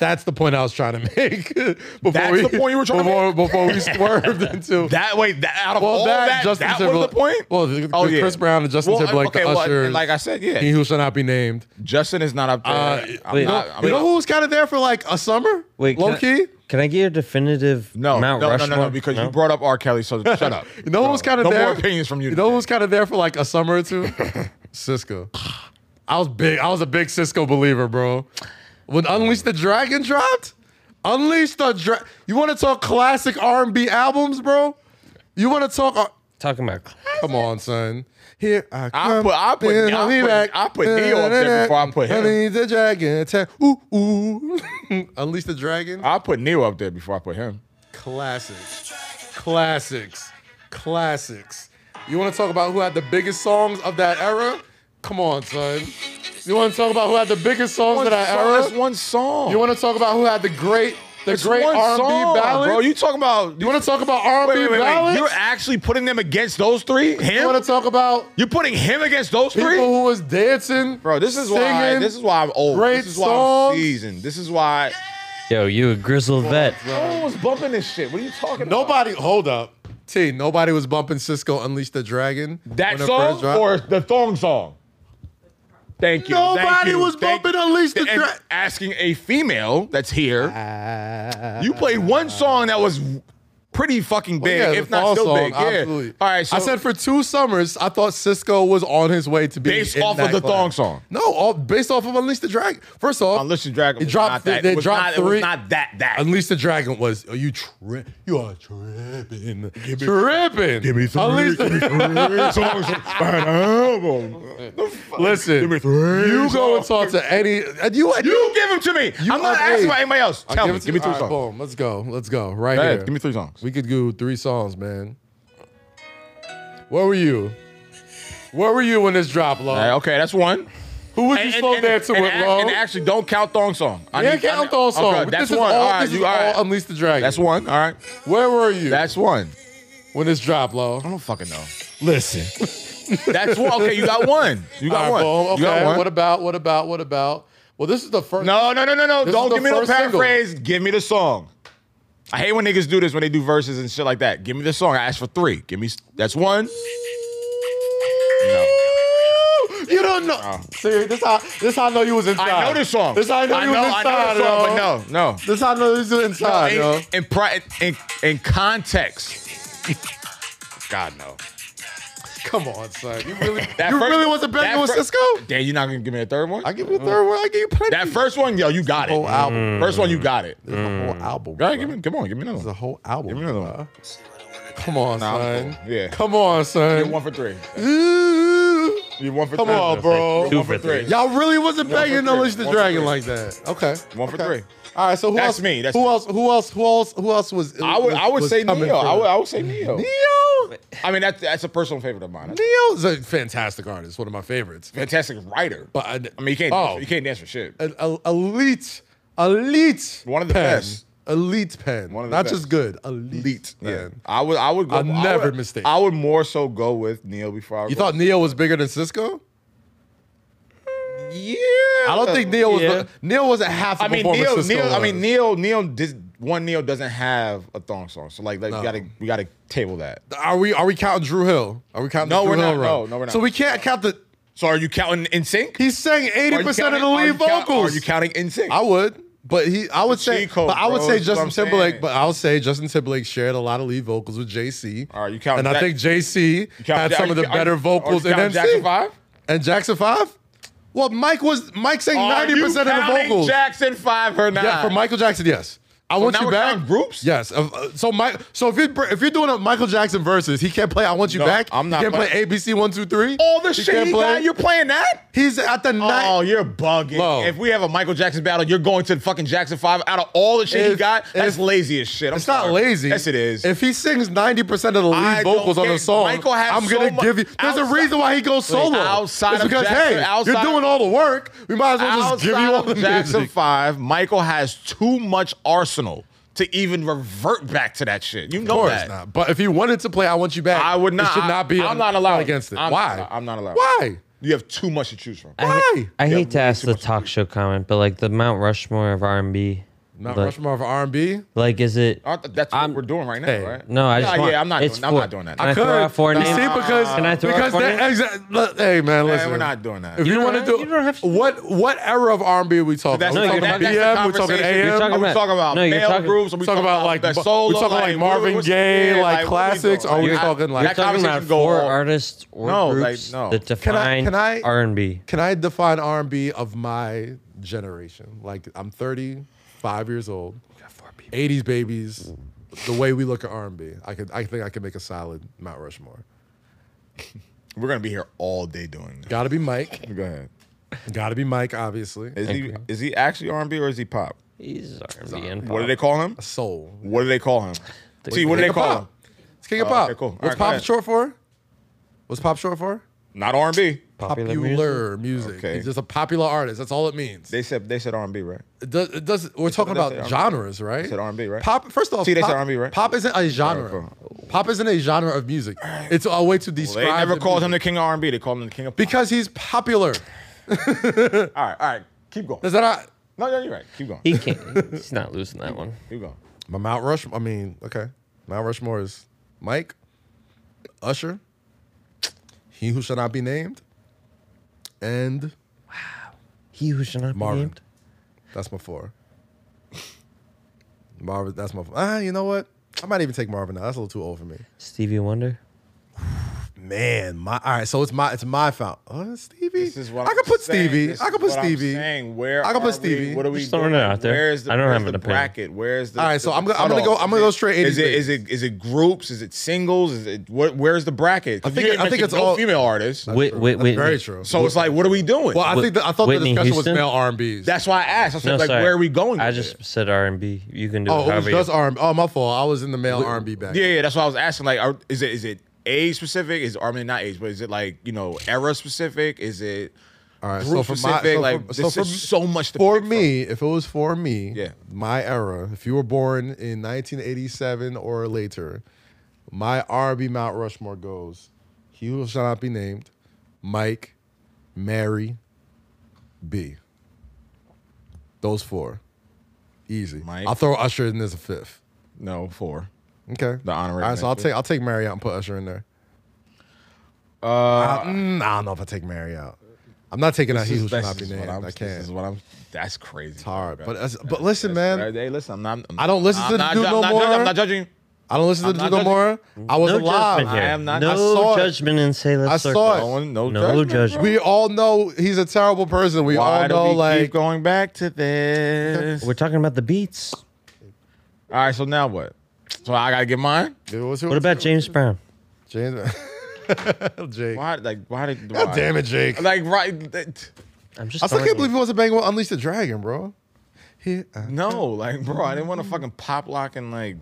Speaker 2: that's the point i was trying to make before
Speaker 1: That's the point you were trying to
Speaker 2: before, before we swerved into
Speaker 1: That way, that, out of all that, that, was the point.
Speaker 2: Well, the,
Speaker 1: Oh,
Speaker 2: the
Speaker 1: yeah.
Speaker 2: Chris Brown and Justin
Speaker 1: Well,
Speaker 2: Timberlake,
Speaker 1: okay,
Speaker 2: the
Speaker 1: well, and
Speaker 2: Usher,
Speaker 1: like I said, yeah.
Speaker 2: he who shall not be named.
Speaker 1: Justin is not up there.
Speaker 2: Uh,
Speaker 1: I'm
Speaker 3: wait,
Speaker 1: not-
Speaker 3: no,
Speaker 1: I'm
Speaker 2: you know
Speaker 1: not-
Speaker 2: who was kind of there for like a summer?
Speaker 3: Wait,
Speaker 2: low
Speaker 3: can
Speaker 2: key.
Speaker 3: I, can I get a definitive
Speaker 1: No,
Speaker 3: Mount
Speaker 1: no, no, no,
Speaker 3: Rushmore?
Speaker 1: no, because you brought up R. Kelly, so shut up.
Speaker 2: You know who was kind of
Speaker 1: no
Speaker 2: there?
Speaker 1: more opinions from you.
Speaker 2: You know who
Speaker 1: today.
Speaker 2: was kind of there for like a summer or two? Cisco. I was big. I was a big Cisco believer, bro. When Unleash the Dragon dropped, Unleash the Dragon. You want to talk classic R&B albums, bro? You want to talk? uh, R-
Speaker 3: Talking about
Speaker 2: Come on, son. Here I come.
Speaker 1: put- I put-
Speaker 2: then
Speaker 1: I
Speaker 2: I'll be
Speaker 1: put-
Speaker 2: back.
Speaker 1: I put Neo up there before I put him.
Speaker 2: Unleash the dragon. attack. Ooh ooh. Unleash the dragon.
Speaker 1: I put Neo up there before I put him.
Speaker 2: Classics. Classics. Classics. You want to talk about who had the biggest songs of that era? Come on, son. You want to talk about who had the biggest songs of that
Speaker 1: song,
Speaker 2: era?
Speaker 1: that's one song.
Speaker 2: You want to talk about who had the great, the
Speaker 1: That's
Speaker 2: great
Speaker 1: one
Speaker 2: R&B
Speaker 1: song,
Speaker 2: ballads?
Speaker 1: bro? You talking about?
Speaker 2: You want to talk about R&B
Speaker 1: wait, wait, wait,
Speaker 2: ballads?
Speaker 1: You're actually putting them against those three?
Speaker 2: you
Speaker 1: Him?
Speaker 2: want to talk about
Speaker 1: You're putting him against those
Speaker 2: people
Speaker 1: three?
Speaker 2: who was dancing?
Speaker 1: Bro, this is
Speaker 2: singing,
Speaker 1: why this is why I'm old.
Speaker 2: great
Speaker 1: this is why
Speaker 2: songs.
Speaker 1: I'm seasoned. This is why
Speaker 3: yo, you a grizzled vet.
Speaker 1: no one was bumping this shit. What are you talking
Speaker 2: Nobody, hold up. Uh, T, nobody was bumping Cisco Unleash the Dragon.
Speaker 1: That
Speaker 2: when it
Speaker 1: song
Speaker 2: first dropped.
Speaker 1: or the thong song? Thank you.
Speaker 2: Nobody
Speaker 1: thank you,
Speaker 2: was
Speaker 1: thank-
Speaker 2: bumping Unleash the
Speaker 1: and
Speaker 2: Dragon.
Speaker 1: asking a female that's here. you played one song that was pretty fucking big,
Speaker 2: Well, Oh, yeah,
Speaker 1: if
Speaker 2: the
Speaker 1: not
Speaker 2: fall
Speaker 1: still
Speaker 2: song,
Speaker 1: big. Yeah.
Speaker 2: absolutely.
Speaker 1: All right. So
Speaker 2: I said for two summers, I thought Cisco was on his way to be
Speaker 1: Based
Speaker 2: in
Speaker 1: off
Speaker 2: that
Speaker 1: of the
Speaker 2: class.
Speaker 1: thong song.
Speaker 2: No, all, based off of Unleash the Dragon. First off,
Speaker 1: Unleash the Dragon.
Speaker 2: It
Speaker 1: was
Speaker 2: dropped.
Speaker 1: not
Speaker 2: th-
Speaker 1: that.
Speaker 2: they
Speaker 1: it was
Speaker 2: dropped
Speaker 1: not, It
Speaker 2: three.
Speaker 1: was not that that.
Speaker 2: Unleash the Dragon was. Are you tri- You are tripping. tripping. Give me three. Unleash the-
Speaker 1: songs an album.
Speaker 2: Listen, you go and talk to any. and You, and
Speaker 1: You give them to me.
Speaker 2: You
Speaker 1: I'm not
Speaker 2: of
Speaker 1: asking
Speaker 2: age.
Speaker 1: about anybody else.
Speaker 2: I'll
Speaker 1: Tell
Speaker 2: give
Speaker 1: me.
Speaker 2: it to
Speaker 1: Give me
Speaker 2: you.
Speaker 1: three
Speaker 2: All right,
Speaker 1: songs.
Speaker 2: Boom. Let's go. Let's go. Right
Speaker 1: Go ahead,
Speaker 2: here.
Speaker 1: Give me three songs.
Speaker 2: We could do three songs, man. Where were you? Where were you when this dropped, Law?
Speaker 1: All right, okay, that's one.
Speaker 2: Who would you slow dance to
Speaker 1: and,
Speaker 2: with,
Speaker 1: ac-
Speaker 2: Law?
Speaker 1: and actually, don't count thong song. I
Speaker 2: yeah,
Speaker 1: need- I
Speaker 2: count
Speaker 1: need-
Speaker 2: those songs.
Speaker 1: Okay,
Speaker 2: This
Speaker 1: that's
Speaker 2: is
Speaker 1: one.
Speaker 2: All,
Speaker 1: all right,
Speaker 2: this is
Speaker 1: you all right.
Speaker 2: all Unleash the Dragon.
Speaker 1: That's one. All right,
Speaker 2: Where were you
Speaker 1: that's one.
Speaker 2: when this dropped, Law?
Speaker 1: I don't fucking know.
Speaker 2: Listen.
Speaker 1: That's one. Okay, you got one. You got one.
Speaker 2: Boom. Okay.
Speaker 1: You got one.
Speaker 2: What about? What about? What about? Well, this is the first.
Speaker 1: no, no, no, no, no.
Speaker 2: This is
Speaker 1: Don't
Speaker 2: the
Speaker 1: give me no
Speaker 2: first single.
Speaker 1: paraphrase. Give me the song. I hate when niggas do this when they do verses and shit like that. Give me the song. I asked for three. Give me. s- That's one. No.
Speaker 2: You don't know. See, this how this how I know you was inside.
Speaker 1: I know this song.
Speaker 2: This how I know you was
Speaker 1: I know
Speaker 2: inside,
Speaker 1: this song,
Speaker 2: yo.
Speaker 1: but no, no.
Speaker 2: This how I know you was inside,
Speaker 1: No,
Speaker 2: yo.
Speaker 1: in, in, pri- in, in context. God no.
Speaker 2: Come on, son. You really,
Speaker 1: That
Speaker 2: you
Speaker 1: fir-
Speaker 2: really wasn't
Speaker 1: that
Speaker 2: betting with
Speaker 1: fir-
Speaker 2: Cisco?
Speaker 1: Damn, you're not gonna give me a third one.
Speaker 2: I give you a third one. I give you plenty.
Speaker 1: that first one, yo, you got it.
Speaker 2: whole album.
Speaker 1: First one, you got it.
Speaker 2: There's a whole album.
Speaker 1: All right,
Speaker 2: bro.
Speaker 1: Mm. give me, come on, give me another
Speaker 2: There's a
Speaker 1: one.
Speaker 2: whole album.
Speaker 1: Give me another one.
Speaker 2: bro. Come on,
Speaker 1: Nah, I'm
Speaker 2: son.
Speaker 1: cool. Yeah.
Speaker 2: Come on,
Speaker 1: You're
Speaker 2: son.
Speaker 1: one for three.
Speaker 2: Ooh.
Speaker 1: You're one for
Speaker 2: Come
Speaker 1: three.
Speaker 2: on, bro.
Speaker 1: You're
Speaker 3: Two
Speaker 1: one
Speaker 3: for
Speaker 1: for
Speaker 3: three.
Speaker 1: three.
Speaker 2: Y'all really wasn't
Speaker 1: for
Speaker 2: begging to
Speaker 1: three.
Speaker 2: unleash the
Speaker 1: One for
Speaker 2: dragon
Speaker 1: three.
Speaker 2: like that. Okay.
Speaker 1: One for
Speaker 2: Okay.
Speaker 1: three.
Speaker 2: All right. So who
Speaker 1: That's
Speaker 2: else?
Speaker 1: me, that's
Speaker 2: who
Speaker 1: me.
Speaker 2: else? Who else? Who else? Who else was?
Speaker 1: I would,
Speaker 2: was-
Speaker 1: I would
Speaker 2: was
Speaker 1: say
Speaker 2: coming
Speaker 1: Neo.
Speaker 2: for
Speaker 1: I would,
Speaker 2: that?
Speaker 1: I would say Neo.
Speaker 2: Neo.
Speaker 1: I mean, that's that's a personal favorite of mine.
Speaker 2: Neo's a fantastic artist. One of my favorites.
Speaker 1: Fantastic writer.
Speaker 2: But I,
Speaker 1: I mean, you can't
Speaker 2: Oh,
Speaker 1: you can't dance for shit.
Speaker 2: an el- elite, elite.
Speaker 1: One of the
Speaker 2: pen.
Speaker 1: best.
Speaker 2: Elite pen.
Speaker 1: One of the
Speaker 2: Not
Speaker 1: best.
Speaker 2: just good. Elite.
Speaker 1: Elite. Yeah.
Speaker 2: pen.
Speaker 1: I would. I would go.
Speaker 2: I'll
Speaker 1: I
Speaker 2: never
Speaker 1: would-
Speaker 2: mistake.
Speaker 1: I would more so go with Neo before I. would
Speaker 2: You
Speaker 1: go-
Speaker 2: thought Neo was bigger than Cisco?
Speaker 1: Yeah.
Speaker 2: I don't think Neo was.
Speaker 3: Yeah.
Speaker 2: Neo wasn't half.
Speaker 1: I
Speaker 2: I
Speaker 1: mean, Neo, Neo, I mean, Neo, Neo, dis- one Neo doesn't have a thong song, so like, like we gotta, we gotta table that.
Speaker 2: Are we are we counting Drew Hill? Are we counting?
Speaker 1: No,
Speaker 2: the
Speaker 1: we're
Speaker 2: Drew
Speaker 1: not.
Speaker 2: Hill run?
Speaker 1: No, no, we're not.
Speaker 2: So we can't count the.
Speaker 1: So are you counting in sync?
Speaker 2: He sang eighty percent of the lead vocals.
Speaker 1: are you counting in sync?
Speaker 2: I would, but he. I would say.
Speaker 1: cheat code,
Speaker 2: but I would
Speaker 1: bro,
Speaker 2: say
Speaker 1: that's what
Speaker 2: Justin
Speaker 1: I'm
Speaker 2: Timberlake.
Speaker 1: saying.
Speaker 2: But I would say Justin Timberlake shared a lot of lead vocals with JC.
Speaker 1: All right, you counting
Speaker 2: And I
Speaker 1: that-
Speaker 2: think JC
Speaker 1: count-
Speaker 2: had
Speaker 1: are
Speaker 2: some
Speaker 1: you-
Speaker 2: of the
Speaker 1: are you-
Speaker 2: better
Speaker 1: are you
Speaker 2: vocals in
Speaker 1: counting
Speaker 2: MC.
Speaker 1: Jackson Five?
Speaker 2: And Jackson Five. Well, Mike was Mike sang
Speaker 1: Are
Speaker 2: ninety
Speaker 1: you
Speaker 2: percent of the
Speaker 1: counting
Speaker 2: vocals.
Speaker 1: Jackson Five or not?
Speaker 2: Yeah, for Michael Jackson, yes. I want
Speaker 1: Uh, now
Speaker 2: you
Speaker 1: we're
Speaker 2: back.
Speaker 1: counting groups?
Speaker 2: Yes. Uh, uh, so my so if you br- if you're doing a Michael Jackson versus, he can't play I Want You
Speaker 1: No,
Speaker 2: Back.
Speaker 1: I'm not
Speaker 2: He can't play
Speaker 1: playing-
Speaker 2: ABC one two three.
Speaker 1: All the shit
Speaker 2: can't
Speaker 1: he
Speaker 2: play.
Speaker 1: got, you're playing that?
Speaker 2: He's at the
Speaker 1: Oh,
Speaker 2: ninth.
Speaker 1: you're bugging.
Speaker 2: Low.
Speaker 1: If we have a Michael Jackson battle, you're going to the fucking Jackson Five. Out of all the shit he
Speaker 2: If-
Speaker 1: got, that's
Speaker 2: if-
Speaker 1: lazy as shit. I'm
Speaker 2: It's not
Speaker 1: sorry.
Speaker 2: lazy.
Speaker 1: Yes, it is.
Speaker 2: If he sings ninety percent of the lead
Speaker 1: I don't
Speaker 2: vocals on
Speaker 1: care.
Speaker 2: the song,
Speaker 1: Michael has
Speaker 2: I'm
Speaker 1: so
Speaker 2: gonna
Speaker 1: mu-
Speaker 2: give you. There's
Speaker 1: outside-
Speaker 2: a reason why he goes solo.
Speaker 1: outside
Speaker 2: it's
Speaker 1: of
Speaker 2: because
Speaker 1: Jackson-
Speaker 2: hey,
Speaker 1: outside-
Speaker 2: you're doing all the work. We might as well just give
Speaker 1: Outside
Speaker 2: you all
Speaker 1: of
Speaker 2: the
Speaker 1: Jackson
Speaker 2: music.
Speaker 1: Five. Michael has too much arsenal to even revert back to that shit. You
Speaker 2: Of
Speaker 1: know
Speaker 2: course
Speaker 1: that.
Speaker 2: not. But if he wanted to play I Want You Back,
Speaker 1: I would not.
Speaker 2: It should
Speaker 1: I-
Speaker 2: not be.
Speaker 1: I'm
Speaker 2: a-
Speaker 1: not allowed
Speaker 2: against it.
Speaker 1: I'm
Speaker 2: Why?
Speaker 1: not- I'm not allowed.
Speaker 2: Why?
Speaker 1: You have too much to choose from.
Speaker 2: Why?
Speaker 3: I
Speaker 1: Yeah,
Speaker 3: hate to
Speaker 1: way
Speaker 3: ask
Speaker 1: too
Speaker 3: the
Speaker 1: much
Speaker 3: talk show comment, but like the Mount Rushmore of R and B.
Speaker 2: Mount
Speaker 3: Like-
Speaker 2: Rushmore for R&B.
Speaker 3: Like, is it?
Speaker 1: I th- that's what
Speaker 3: I'm-
Speaker 1: we're doing right now,
Speaker 2: Hey.
Speaker 1: right?
Speaker 3: No, I just
Speaker 1: yeah,
Speaker 3: want,
Speaker 1: yeah, I'm not.
Speaker 3: it's
Speaker 1: Doing, I'm
Speaker 3: four-
Speaker 1: not doing that.
Speaker 3: Can I, throw out four
Speaker 2: You
Speaker 3: names?
Speaker 2: See, because
Speaker 3: Can I throw out
Speaker 2: because
Speaker 3: four
Speaker 2: that
Speaker 3: names?
Speaker 2: exact- look, hey man,
Speaker 1: Nah,
Speaker 2: listen.
Speaker 1: we're not doing that.
Speaker 2: If you,
Speaker 3: You
Speaker 2: want to
Speaker 3: don't-
Speaker 2: do
Speaker 3: you don't have to-
Speaker 2: what what era of R&B are we talking?
Speaker 1: That's
Speaker 2: about?
Speaker 1: the-
Speaker 2: Are we
Speaker 1: that- that's
Speaker 2: talking
Speaker 1: the
Speaker 2: about BM? We're talking
Speaker 1: conversation.
Speaker 2: AM.
Speaker 3: You're
Speaker 1: Are
Speaker 3: talking
Speaker 1: we
Speaker 3: about-
Speaker 1: talking about
Speaker 3: no, you're
Speaker 1: male
Speaker 3: talking-
Speaker 1: groups? Are we
Speaker 2: We're talking about like
Speaker 1: the
Speaker 2: bu-
Speaker 1: solo?
Speaker 2: we're talking like Marvin
Speaker 1: what's-
Speaker 2: Gaye,
Speaker 1: yeah,
Speaker 2: like
Speaker 1: what are we
Speaker 2: classics?
Speaker 1: doing?
Speaker 2: Are we
Speaker 1: You're-
Speaker 2: talking like-
Speaker 3: You're
Speaker 1: that
Speaker 3: talking about
Speaker 1: conversation go
Speaker 3: four
Speaker 1: all-
Speaker 3: artists or
Speaker 1: No, like,
Speaker 3: groups
Speaker 1: no.
Speaker 3: that
Speaker 2: Can I-
Speaker 3: define
Speaker 2: can I-
Speaker 3: R&B.
Speaker 2: Can I define R&B of my generation? Like I'm 35 years old. 80s babies. The way we look at R&B, I could I think I could make a solid Mount Rushmore.
Speaker 1: We're gonna be here all day doing this.
Speaker 2: Got to be Mike.
Speaker 1: Go ahead.
Speaker 2: Got to be Mike, obviously.
Speaker 1: Is he is he actually R&B or is he pop?
Speaker 3: He's R&B and
Speaker 1: What do
Speaker 3: pop.
Speaker 1: they call him?
Speaker 2: Soul.
Speaker 1: What do they call him? See, what do
Speaker 2: King
Speaker 1: they
Speaker 2: of
Speaker 1: call him?
Speaker 2: Pop. It's King of
Speaker 1: Oh,
Speaker 2: Pop.
Speaker 1: okay, cool. All
Speaker 2: What's
Speaker 1: right, go
Speaker 2: Pop
Speaker 1: ahead.
Speaker 2: short for? What's Pop short for?
Speaker 1: Not R&B.
Speaker 3: Popular music?
Speaker 2: Popular music.
Speaker 1: Okay.
Speaker 2: He's just a popular artist. That's all it means.
Speaker 1: They said they said R&B, right?
Speaker 2: It does, it does, we're talking
Speaker 1: that's
Speaker 2: about
Speaker 1: the R&B.
Speaker 2: genres, right?
Speaker 1: said R&B, right?
Speaker 2: Pop. First off,
Speaker 1: See, they said
Speaker 2: pop,
Speaker 1: R&B, right?
Speaker 2: Pop isn't a genre.
Speaker 1: Alright,
Speaker 2: Pop isn't a genre of music. It's a way to
Speaker 1: They
Speaker 2: describe.
Speaker 1: never
Speaker 2: the
Speaker 1: called him
Speaker 2: music.
Speaker 1: the king of R&B. They called him the king of pop.
Speaker 2: because he's popular.
Speaker 1: All right, all right. Keep going.
Speaker 2: Is that not
Speaker 1: No, no, you're right. Keep going.
Speaker 3: He can't. He's not losing that one.
Speaker 1: Keep going.
Speaker 2: my Mount Rushmore? I mean, okay, Mount Rushmore is Mike, Usher, He Who Shall Not Be Named, and
Speaker 3: He who should not
Speaker 2: Marvin.
Speaker 3: be named.
Speaker 2: That's my four. Marvin, that's my four. Ah, you know what? I might even take Marvin now. That's a little too old for me.
Speaker 3: Stevie Wonder.
Speaker 2: Man, my all right. So it's my it's my fault. Oh, Stevie.
Speaker 1: This is what
Speaker 2: I
Speaker 1: I'm
Speaker 2: could put
Speaker 1: saying.
Speaker 2: Stevie.
Speaker 1: This
Speaker 2: I
Speaker 1: is
Speaker 2: could put
Speaker 1: what I'm
Speaker 2: Stevie.
Speaker 1: saying. Where
Speaker 2: I could
Speaker 1: are
Speaker 2: put
Speaker 1: we?
Speaker 2: Stevie.
Speaker 1: What are we
Speaker 3: Just throwing it
Speaker 1: doing?
Speaker 3: out there.
Speaker 1: Where's the,
Speaker 3: I don't
Speaker 1: where's
Speaker 3: have
Speaker 1: the
Speaker 3: an opinion.
Speaker 1: bracket? Where's the?
Speaker 2: All right, so
Speaker 1: the-
Speaker 2: I'm go- I'm
Speaker 1: hold
Speaker 2: gonna
Speaker 1: on.
Speaker 2: go- I'm gonna go
Speaker 1: Is it-
Speaker 2: straight
Speaker 1: Is it
Speaker 2: 80s.
Speaker 1: is it is it groups? Is it singles? Is it what? Where's the bracket?
Speaker 2: think it- I think it's
Speaker 1: no
Speaker 2: all-
Speaker 1: female artists.
Speaker 3: Wait, wait,
Speaker 2: That's
Speaker 3: wait.
Speaker 2: very true.
Speaker 1: So it's like, what are we doing?
Speaker 2: well, I
Speaker 3: Whit-
Speaker 2: think that, I thought
Speaker 3: Whitney
Speaker 2: the discussion
Speaker 3: Houston?
Speaker 2: was male R and B's.
Speaker 1: That's why I asked. I said,
Speaker 3: No,
Speaker 1: like,
Speaker 3: sorry.
Speaker 1: where are we going?
Speaker 3: I
Speaker 1: with
Speaker 3: just
Speaker 1: it?
Speaker 3: said R&B. You can do it
Speaker 2: oh, it was
Speaker 3: however you.
Speaker 2: just R and Oh, my fault. I was in the male R and B back.
Speaker 1: Yeah, yeah. That's why I was asking. Like, are, is it is it age specific? Is I mean not age, but is it like you know era specific? Is it
Speaker 2: All right.
Speaker 1: group
Speaker 2: So for my
Speaker 1: specific?
Speaker 2: so
Speaker 1: like,
Speaker 2: for,
Speaker 1: this
Speaker 2: so for,
Speaker 1: is so much to
Speaker 2: for
Speaker 1: pick from.
Speaker 2: me, if it was for me,
Speaker 1: Yeah.
Speaker 2: my era. If you were born in 1987 or later, my R and B Mount Rushmore goes: He who shall not be named, Mike, Mary, B. Those four, easy.
Speaker 1: Mike.
Speaker 2: I'll throw Usher in as a fifth.
Speaker 1: No, four.
Speaker 2: Okay.
Speaker 1: The honorary
Speaker 2: All right, so I'll
Speaker 1: mention.
Speaker 2: take I'll take Mary out and put Usher in there. Uh, mm, I don't know if I take Mary out. I'm not taking out He Who Should
Speaker 1: This
Speaker 2: Not Be
Speaker 1: is what
Speaker 2: Named.
Speaker 1: I'm-
Speaker 2: I
Speaker 1: This
Speaker 2: can't.
Speaker 1: is what I'm. That's crazy. It's
Speaker 2: hard, but that's- but listen, man.
Speaker 1: Hey, listen, I'm not. I'm,
Speaker 2: I don't listen to
Speaker 1: I'm
Speaker 2: the
Speaker 1: not
Speaker 2: dude
Speaker 1: ju-
Speaker 2: no
Speaker 1: I'm not
Speaker 2: more.
Speaker 1: judging- I'm not judging.
Speaker 2: I don't listen to
Speaker 1: I'm
Speaker 2: Duke
Speaker 1: not
Speaker 2: Amora. I was
Speaker 3: no
Speaker 2: alive.
Speaker 3: judgment here.
Speaker 1: I am not-
Speaker 3: no
Speaker 1: I
Speaker 2: saw it.
Speaker 3: judgment in Sailor
Speaker 2: I
Speaker 3: Circle.
Speaker 2: saw it.
Speaker 1: No, one- no
Speaker 3: No
Speaker 1: judgment,
Speaker 3: judgment.
Speaker 2: We all know he's a terrible person. We
Speaker 1: Why
Speaker 2: all
Speaker 1: do
Speaker 2: know,
Speaker 1: we keep
Speaker 2: like,
Speaker 1: going back to this?
Speaker 3: We're talking about the beats.
Speaker 1: All right, so now what? So I gotta get mine.
Speaker 2: Dude, what's-
Speaker 3: What about James Brown?
Speaker 2: James? Jake.
Speaker 1: Why? Like why did?
Speaker 2: God
Speaker 1: why?
Speaker 2: damn it, Jake.
Speaker 1: Like right? that-
Speaker 3: I'm just.
Speaker 2: I still
Speaker 3: throwing
Speaker 2: can't
Speaker 3: it.
Speaker 2: believe he wants to bang with Unleash the Dragon, bro. He, uh,
Speaker 1: No, like bro, I didn't want to fucking pop lock in like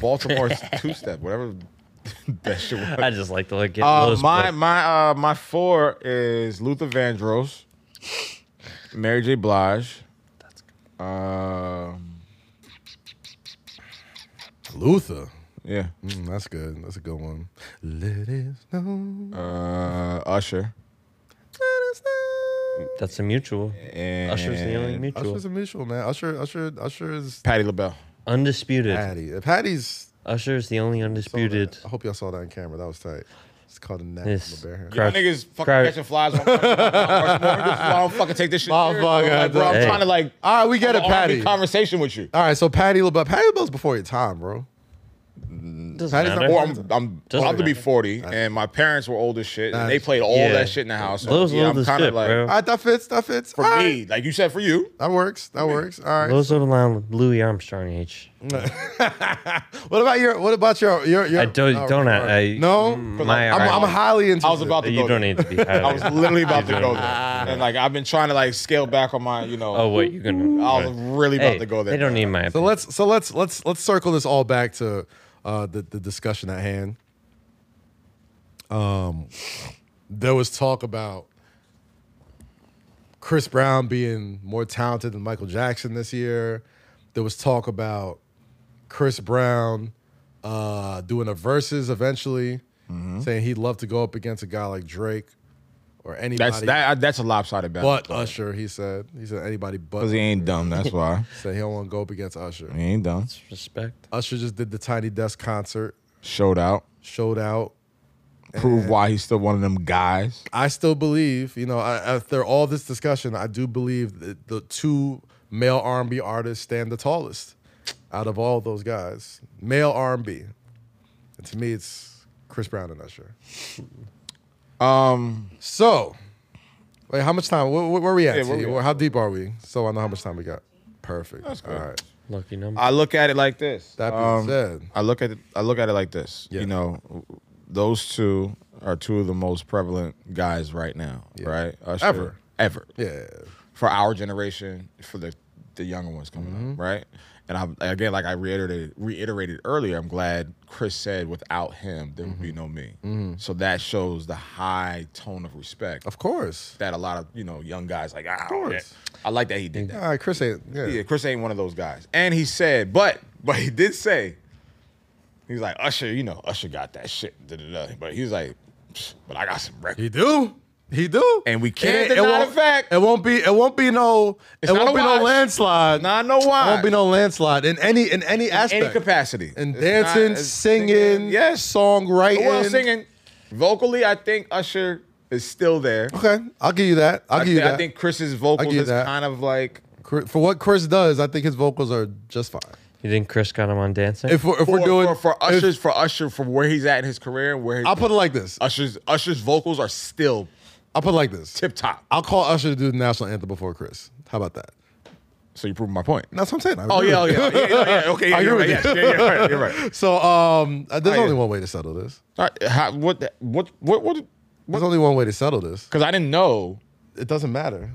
Speaker 1: Baltimore's two step, whatever that shit was.
Speaker 3: I just like to like get
Speaker 1: Uh,
Speaker 3: Will's
Speaker 1: my
Speaker 3: book.
Speaker 1: my uh, my four is Luther Vandross, Mary J. Blige. Um,
Speaker 2: Luther.
Speaker 1: yeah,
Speaker 2: Mm, that's good. That's a good one. Let it snow.
Speaker 1: uh, Usher.
Speaker 2: Let it snow.
Speaker 3: That's a mutual.
Speaker 1: And
Speaker 3: Usher's the only mutual.
Speaker 2: Usher's a mutual, man. Usher, Usher, Usher is
Speaker 1: Patty LaBelle.
Speaker 3: undisputed.
Speaker 2: Patty. If Patty's.
Speaker 3: Usher's the only undisputed.
Speaker 2: I hope y'all saw that on camera. That was tight. It's called a neck.
Speaker 3: This
Speaker 2: From a bear hand.
Speaker 1: Y'all
Speaker 3: crouch,
Speaker 1: niggas fucking
Speaker 3: crouch-
Speaker 1: catching flies on fucking Mount Rushmore. This is why I don't fucking take this shit. serious, bro.
Speaker 2: Motherfucker,
Speaker 1: Like, bro, I'm
Speaker 3: hey.
Speaker 1: trying to like.
Speaker 2: All right, we get
Speaker 1: have
Speaker 2: it,
Speaker 1: an R&B
Speaker 2: Patty.
Speaker 1: Conversation with you,
Speaker 2: All right, so Patty LaBelle. Patty LaBelle's before your time, bro.
Speaker 3: doesn't
Speaker 2: Patty's
Speaker 3: matter.
Speaker 2: not-
Speaker 1: or I'm I'm
Speaker 3: Doesn't
Speaker 1: about to be
Speaker 3: matter.
Speaker 1: forty, and my parents were old as shit, and they played all
Speaker 3: Yeah.
Speaker 1: that shit in the house. So,
Speaker 3: Those
Speaker 1: yeah,
Speaker 3: old
Speaker 1: I'm
Speaker 3: as
Speaker 1: kind
Speaker 3: shit,
Speaker 1: of like
Speaker 2: All
Speaker 3: bro.
Speaker 2: right, that fits. That fits.
Speaker 1: for
Speaker 2: All right.
Speaker 1: me, like you said, for you.
Speaker 2: That works. That works. All right.
Speaker 3: Those are around Louis Armstrong age.
Speaker 2: What about your? What about your? Your? your
Speaker 3: I don't.
Speaker 2: oh,
Speaker 3: don't.
Speaker 2: all
Speaker 3: I, Mm,
Speaker 2: right. no.
Speaker 3: My.
Speaker 2: I'm, I'm highly into.
Speaker 1: I was about to go.
Speaker 3: you don't
Speaker 1: there.
Speaker 3: need to be. Highly.
Speaker 1: I was literally about to go there, and like I've been trying to like scale back on my, you know.
Speaker 3: Oh wait, you're gonna.
Speaker 1: I was really about
Speaker 3: Hey,
Speaker 1: to go there.
Speaker 3: They don't need my.
Speaker 2: So let's. So let's. Let's. Let's circle this all back to uh, the the discussion at hand. Um, there was talk about Chris Brown being more talented than Michael Jackson this year. There was talk about Chris Brown
Speaker 1: Mm-hmm.
Speaker 2: uh, doing a verses eventually, saying he'd love to go up against a guy like Drake. or anybody.
Speaker 1: That's that. That's a lopsided bet.
Speaker 2: But Usher, he said. He said anybody but.
Speaker 1: because he ain't dumb. That's why
Speaker 2: said he don't want to go up against Usher.
Speaker 1: he ain't dumb.
Speaker 3: Respect.
Speaker 2: Usher just did the Tiny Desk concert,
Speaker 1: Showed out.
Speaker 2: showed out.
Speaker 1: Prove why he's still one of them guys.
Speaker 2: I still believe, you know, I, after all this discussion, I do believe that the two male R&B artists stand the tallest out of all those guys. Male R&B, and to me, it's Chris Brown and Usher.
Speaker 1: Um,
Speaker 2: So, wait, how much time? Where, where, where we at?
Speaker 1: Yeah, where
Speaker 2: T?
Speaker 1: we at?
Speaker 2: How deep are we? So I know how much time we got. Perfect. All right.
Speaker 3: Lucky number.
Speaker 1: I look at it like this.
Speaker 2: That being
Speaker 1: Um,
Speaker 2: said,
Speaker 1: I look at it, I look at it like this.
Speaker 2: Yeah.
Speaker 1: You know, those two are two of the most prevalent guys right now. Right? Usher,
Speaker 2: Ever.
Speaker 1: ever
Speaker 2: yeah,
Speaker 1: for our generation, for the the younger ones coming up,
Speaker 2: Mm-hmm.
Speaker 1: right? And I again, like I reiterated reiterated earlier, I'm glad Chris said without him there
Speaker 2: Mm-hmm.
Speaker 1: would be no me. So that shows the high tone of respect
Speaker 2: of course.
Speaker 1: that a lot of you know young guys like. Ah,
Speaker 2: course.
Speaker 1: yeah." I like that he did that.
Speaker 2: All right, Chris ain't. Yeah.
Speaker 1: Yeah, Chris ain't one of those guys. And he said, but but he did say, he's like Usher. You know, Usher got that shit. da, da, da." But he's like, "Psh, but I got some records.
Speaker 2: He do. He do.
Speaker 1: And we can't
Speaker 2: It- it
Speaker 1: deny the
Speaker 2: won't-
Speaker 1: fact.
Speaker 2: It won't be. It won't be no.
Speaker 1: It's
Speaker 2: it
Speaker 1: not
Speaker 2: won't
Speaker 1: a
Speaker 2: be
Speaker 1: wash.
Speaker 2: no landslide.
Speaker 1: Now I know why.
Speaker 2: It won't be no landslide in any in any
Speaker 1: In
Speaker 2: aspect.
Speaker 1: any capacity.
Speaker 2: In
Speaker 1: It's
Speaker 2: dancing,
Speaker 1: not- it's
Speaker 2: singing,
Speaker 1: yes,
Speaker 2: songwriting.
Speaker 1: well, singing. Vocally, I think Usher is still there.
Speaker 2: Okay, I'll give you that. I'll
Speaker 1: I,
Speaker 2: give
Speaker 1: thi-
Speaker 2: you that.
Speaker 1: I think Chris's vocals
Speaker 2: give you
Speaker 1: is
Speaker 2: that.
Speaker 1: kind of like
Speaker 2: Chri- for what Chris does, I think his vocals are just fine.
Speaker 3: you think Chris got him on dancing?
Speaker 2: If we're, if
Speaker 1: for,
Speaker 2: we're doing
Speaker 1: for, for
Speaker 2: if-
Speaker 1: Usher's for Usher from where he's at in his career and where his,
Speaker 2: I'll put it like this.
Speaker 1: Usher's Usher's vocals are still
Speaker 2: I'll put it like this.
Speaker 1: tip top.
Speaker 2: I'll call Usher to do the national anthem before Chris. How about that?
Speaker 1: So you're proving my point.
Speaker 2: That's what I'm saying. I
Speaker 1: Oh
Speaker 2: agree
Speaker 1: yeah, oh,
Speaker 2: with you.
Speaker 1: yeah, yeah, yeah, yeah. Okay, yeah,
Speaker 2: I
Speaker 1: you're
Speaker 2: agree
Speaker 1: right.
Speaker 2: with
Speaker 1: Yes,
Speaker 2: you.
Speaker 1: yeah, you're right. You're right.
Speaker 2: So um, uh, there's
Speaker 1: yeah.
Speaker 2: only one way to settle this.
Speaker 1: All right how, what, the- what, what, what?
Speaker 2: There's only one way to settle this.
Speaker 1: Because I didn't know.
Speaker 2: It doesn't matter.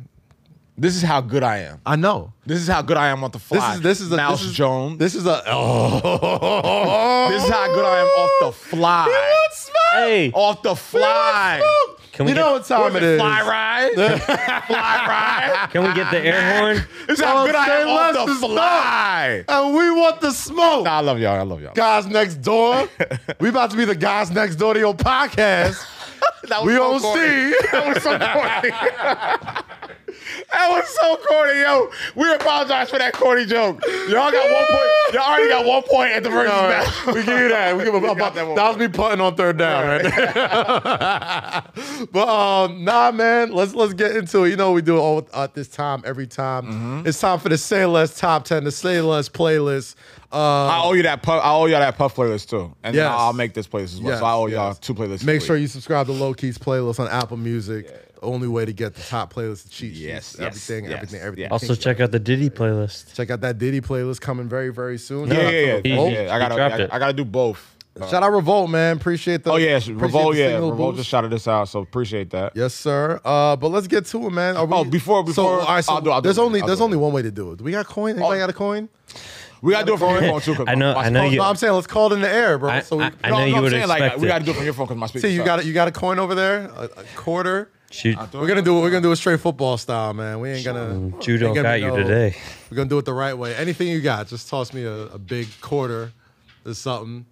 Speaker 1: This is how good I am.
Speaker 2: I know.
Speaker 1: This is how good I am on the
Speaker 2: This
Speaker 1: fly.
Speaker 2: is this is a
Speaker 1: Mouse
Speaker 2: this is,
Speaker 1: Jones. This,
Speaker 2: This is a oh.
Speaker 1: is how good I am off the fly.
Speaker 3: hey,
Speaker 1: Off the fly.
Speaker 3: Can we
Speaker 2: you
Speaker 3: get-
Speaker 2: know what
Speaker 1: What
Speaker 2: time
Speaker 1: is
Speaker 2: it
Speaker 1: it,
Speaker 2: is?
Speaker 1: fly ride. fly ride.
Speaker 3: can we get the air horn?
Speaker 1: This is how
Speaker 2: Tell
Speaker 1: good
Speaker 2: him
Speaker 1: I am
Speaker 2: say
Speaker 1: off
Speaker 2: less
Speaker 1: the
Speaker 2: is more.
Speaker 1: fly.
Speaker 2: And we want the smoke.
Speaker 1: Nah, I love y'all. I love y'all.
Speaker 2: Guys next door. we about to be the guys next door to your podcast.
Speaker 1: That was
Speaker 2: We
Speaker 1: so
Speaker 2: don't
Speaker 1: corny.
Speaker 2: see.
Speaker 1: That was so corny. that was so corny, yo. We apologize for that corny joke. Y'all got one point. Y'all already got one point at the versus
Speaker 2: All right,
Speaker 1: battle.
Speaker 2: we give you that. We give a,
Speaker 1: got
Speaker 2: about,
Speaker 1: that
Speaker 2: that,
Speaker 1: one.
Speaker 2: was me punting on third down, right? there. but um, nah, man. Let's let's get into it. You know, we do it all at this time every time.
Speaker 1: Mm-hmm.
Speaker 2: It's time for the say less top ten, the say less playlist. Uh,
Speaker 1: I owe you that puff. I owe y'all that puff playlist too, and then
Speaker 2: Yes.
Speaker 1: I'll make this playlist as well.
Speaker 2: Yes,
Speaker 1: so I owe y'all
Speaker 2: yes.
Speaker 1: two playlists.
Speaker 2: make sure you subscribe to Low Keys playlist on Apple Music. The only way to get the top playlist, the cheat sheets,
Speaker 1: Yes, yes,
Speaker 2: everything,
Speaker 1: yes,
Speaker 2: everything, everything.
Speaker 1: yes.
Speaker 3: Also check out the Diddy playlist.
Speaker 2: Check out that Diddy playlist coming very, very soon.
Speaker 1: Yeah,
Speaker 2: Shout out to
Speaker 1: yeah, yeah.
Speaker 3: He-
Speaker 2: Revolt.
Speaker 1: yeah. I
Speaker 3: he
Speaker 1: gotta,
Speaker 3: dropped
Speaker 1: I,
Speaker 3: it.
Speaker 1: I gotta do both.
Speaker 2: Shout out Revolt, man. Appreciate the.
Speaker 1: Oh yes,
Speaker 2: appreciate
Speaker 1: Revolt.
Speaker 2: the
Speaker 1: Yeah,
Speaker 2: single
Speaker 1: Revolt
Speaker 2: boost.
Speaker 1: just shouted us out, so appreciate that.
Speaker 2: Yes, sir. Uh, but let's get to it, man. Are we-
Speaker 1: Oh, before- before- I'll do- I'll do
Speaker 2: there's
Speaker 1: it.
Speaker 2: only
Speaker 1: I'll
Speaker 2: there's
Speaker 1: do it. Oh.
Speaker 2: only one way to do it. Do we got coin? Anybody got a coin?
Speaker 1: We gotta do it from your phone too. 'cause
Speaker 3: I know-
Speaker 1: my-
Speaker 3: I know
Speaker 1: my-
Speaker 3: you-
Speaker 2: No, I'm saying let's call it in the air, bro.
Speaker 3: I-
Speaker 2: so we,
Speaker 3: I- I
Speaker 1: No,
Speaker 3: know
Speaker 1: no,
Speaker 3: you
Speaker 1: I'm
Speaker 3: would
Speaker 1: saying, like,
Speaker 3: expect
Speaker 1: We
Speaker 3: it.
Speaker 1: gotta do it from your phone because my speaker.
Speaker 2: see you got a, you got a coin over there, a, a quarter.
Speaker 3: Shoot,
Speaker 2: We're gonna do it. We're gonna do it straight football style, man. We ain't gonna.
Speaker 3: Jude
Speaker 2: ain't
Speaker 3: don't
Speaker 2: gonna
Speaker 3: got
Speaker 2: be
Speaker 3: you
Speaker 2: no-
Speaker 3: today.
Speaker 2: We're gonna do it the right way. Anything you got, just toss me a, a big quarter or something.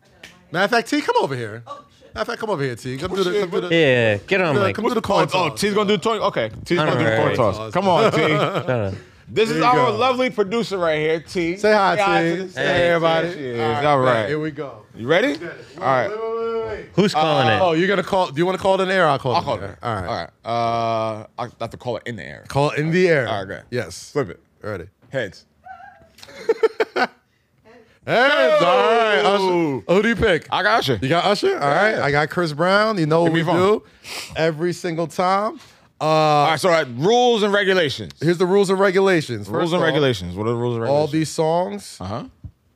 Speaker 2: Matter of fact, T, come over here. Matter of fact, come over here, T. Come do the. Come do the
Speaker 3: Yeah, get on,
Speaker 2: Yeah,
Speaker 3: Mike.
Speaker 2: come to the
Speaker 1: Oh,
Speaker 2: coin
Speaker 1: oh,
Speaker 2: toss.
Speaker 1: T's gonna do toy. Okay, T's gonna do the coin
Speaker 3: Alright.
Speaker 1: toss. Come on, T.
Speaker 3: Shut up.
Speaker 1: This is
Speaker 2: you
Speaker 1: our
Speaker 2: go.
Speaker 1: lovely producer right here, T.
Speaker 2: Say hi,
Speaker 1: to
Speaker 2: T.
Speaker 1: the-
Speaker 2: Say hey, everybody.
Speaker 1: There she is. All right.
Speaker 2: Here we go.
Speaker 1: You ready? All right.
Speaker 2: Wait, wait, wait, wait.
Speaker 3: Who's calling
Speaker 2: Oh,
Speaker 3: it?
Speaker 2: you're gonna call? Do you want to call it in the air? I'll call it.
Speaker 1: I'll
Speaker 2: in
Speaker 1: call it.
Speaker 2: the air.
Speaker 1: All
Speaker 2: All right.
Speaker 1: right. Uh, I have to call it in the air.
Speaker 2: Call it in the air.
Speaker 1: All right, go ahead.
Speaker 2: Yes.
Speaker 1: Flip it.
Speaker 2: Ready.
Speaker 1: Heads.
Speaker 2: Hey, it's all right.
Speaker 1: Ooh.
Speaker 2: Usher. oh, Who do you pick?
Speaker 1: I got you.
Speaker 2: You got Usher. All right. I got Chris Brown. You know what
Speaker 1: Give me
Speaker 2: we
Speaker 1: your
Speaker 2: do every single time.
Speaker 1: All right. So, all right. Rules and regulations.
Speaker 2: Here's the rules and regulations. First
Speaker 1: rules and
Speaker 2: off,
Speaker 1: regulations. What are the rules and
Speaker 2: All
Speaker 1: regulations?
Speaker 2: these songs.
Speaker 1: Uh huh.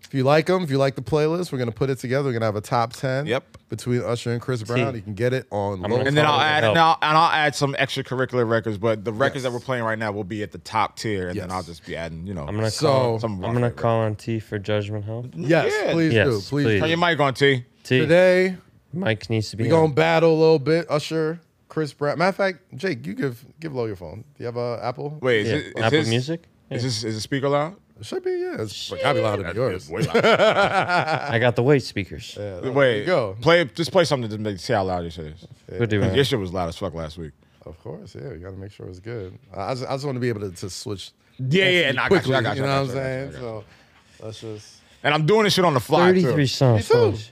Speaker 2: If you like them, if you like the playlist, we're gonna put it together. We're gonna have a top ten.
Speaker 1: Yep.
Speaker 2: Between Usher and Chris Brown, you can get it on.
Speaker 3: gonna-
Speaker 2: Low
Speaker 1: And then I'll
Speaker 3: Follow
Speaker 1: add
Speaker 3: the
Speaker 1: and I'll,
Speaker 3: help.
Speaker 1: and I'll add some extracurricular records, but the records
Speaker 2: Yes.
Speaker 1: that we're playing right now will be at the top tier, and then
Speaker 2: Yes.
Speaker 1: I'll just be adding, you know,
Speaker 3: I'm gonna
Speaker 2: So-
Speaker 3: call.
Speaker 1: some. of our
Speaker 3: I'm gonna
Speaker 1: favorites.
Speaker 3: call on T for judgment help.
Speaker 2: yes,
Speaker 1: Yeah.
Speaker 2: please
Speaker 3: Yes,
Speaker 2: do. Please.
Speaker 3: please.
Speaker 2: do.
Speaker 1: Turn your mic on, T.
Speaker 3: T,
Speaker 2: Today
Speaker 3: Mike needs to be.
Speaker 2: we
Speaker 3: on.
Speaker 2: gonna battle a little bit. Usher, Chris Brown. Matter of fact, Jake, you give give low your phone. Do you have a Apple?
Speaker 1: Wait, is
Speaker 3: Yeah.
Speaker 1: it is
Speaker 3: Apple
Speaker 1: his-
Speaker 3: Music?
Speaker 1: Is this is the speaker loud?
Speaker 2: It should be yeah. It's gotta be louder than yours.
Speaker 1: Way loud.
Speaker 3: I got the weight speakers.
Speaker 1: Wait,
Speaker 2: go.
Speaker 1: Play just play something to make, see how loud your shit is.
Speaker 3: We'll do it.
Speaker 1: Your shit was loud as fuck last week.
Speaker 2: Of course, yeah. You got to make sure it's good. I I just, I just want to be able to, to switch.
Speaker 1: Yeah, yeah, nah, I got you, I
Speaker 2: quickly,
Speaker 1: got you,
Speaker 2: know
Speaker 1: I got
Speaker 2: what I'm
Speaker 1: you, I got you, I
Speaker 2: saying?
Speaker 1: got you.
Speaker 2: So let's just.
Speaker 1: And I'm doing this shit on the fly too.
Speaker 3: 33 songs.
Speaker 2: Me too.
Speaker 3: folks.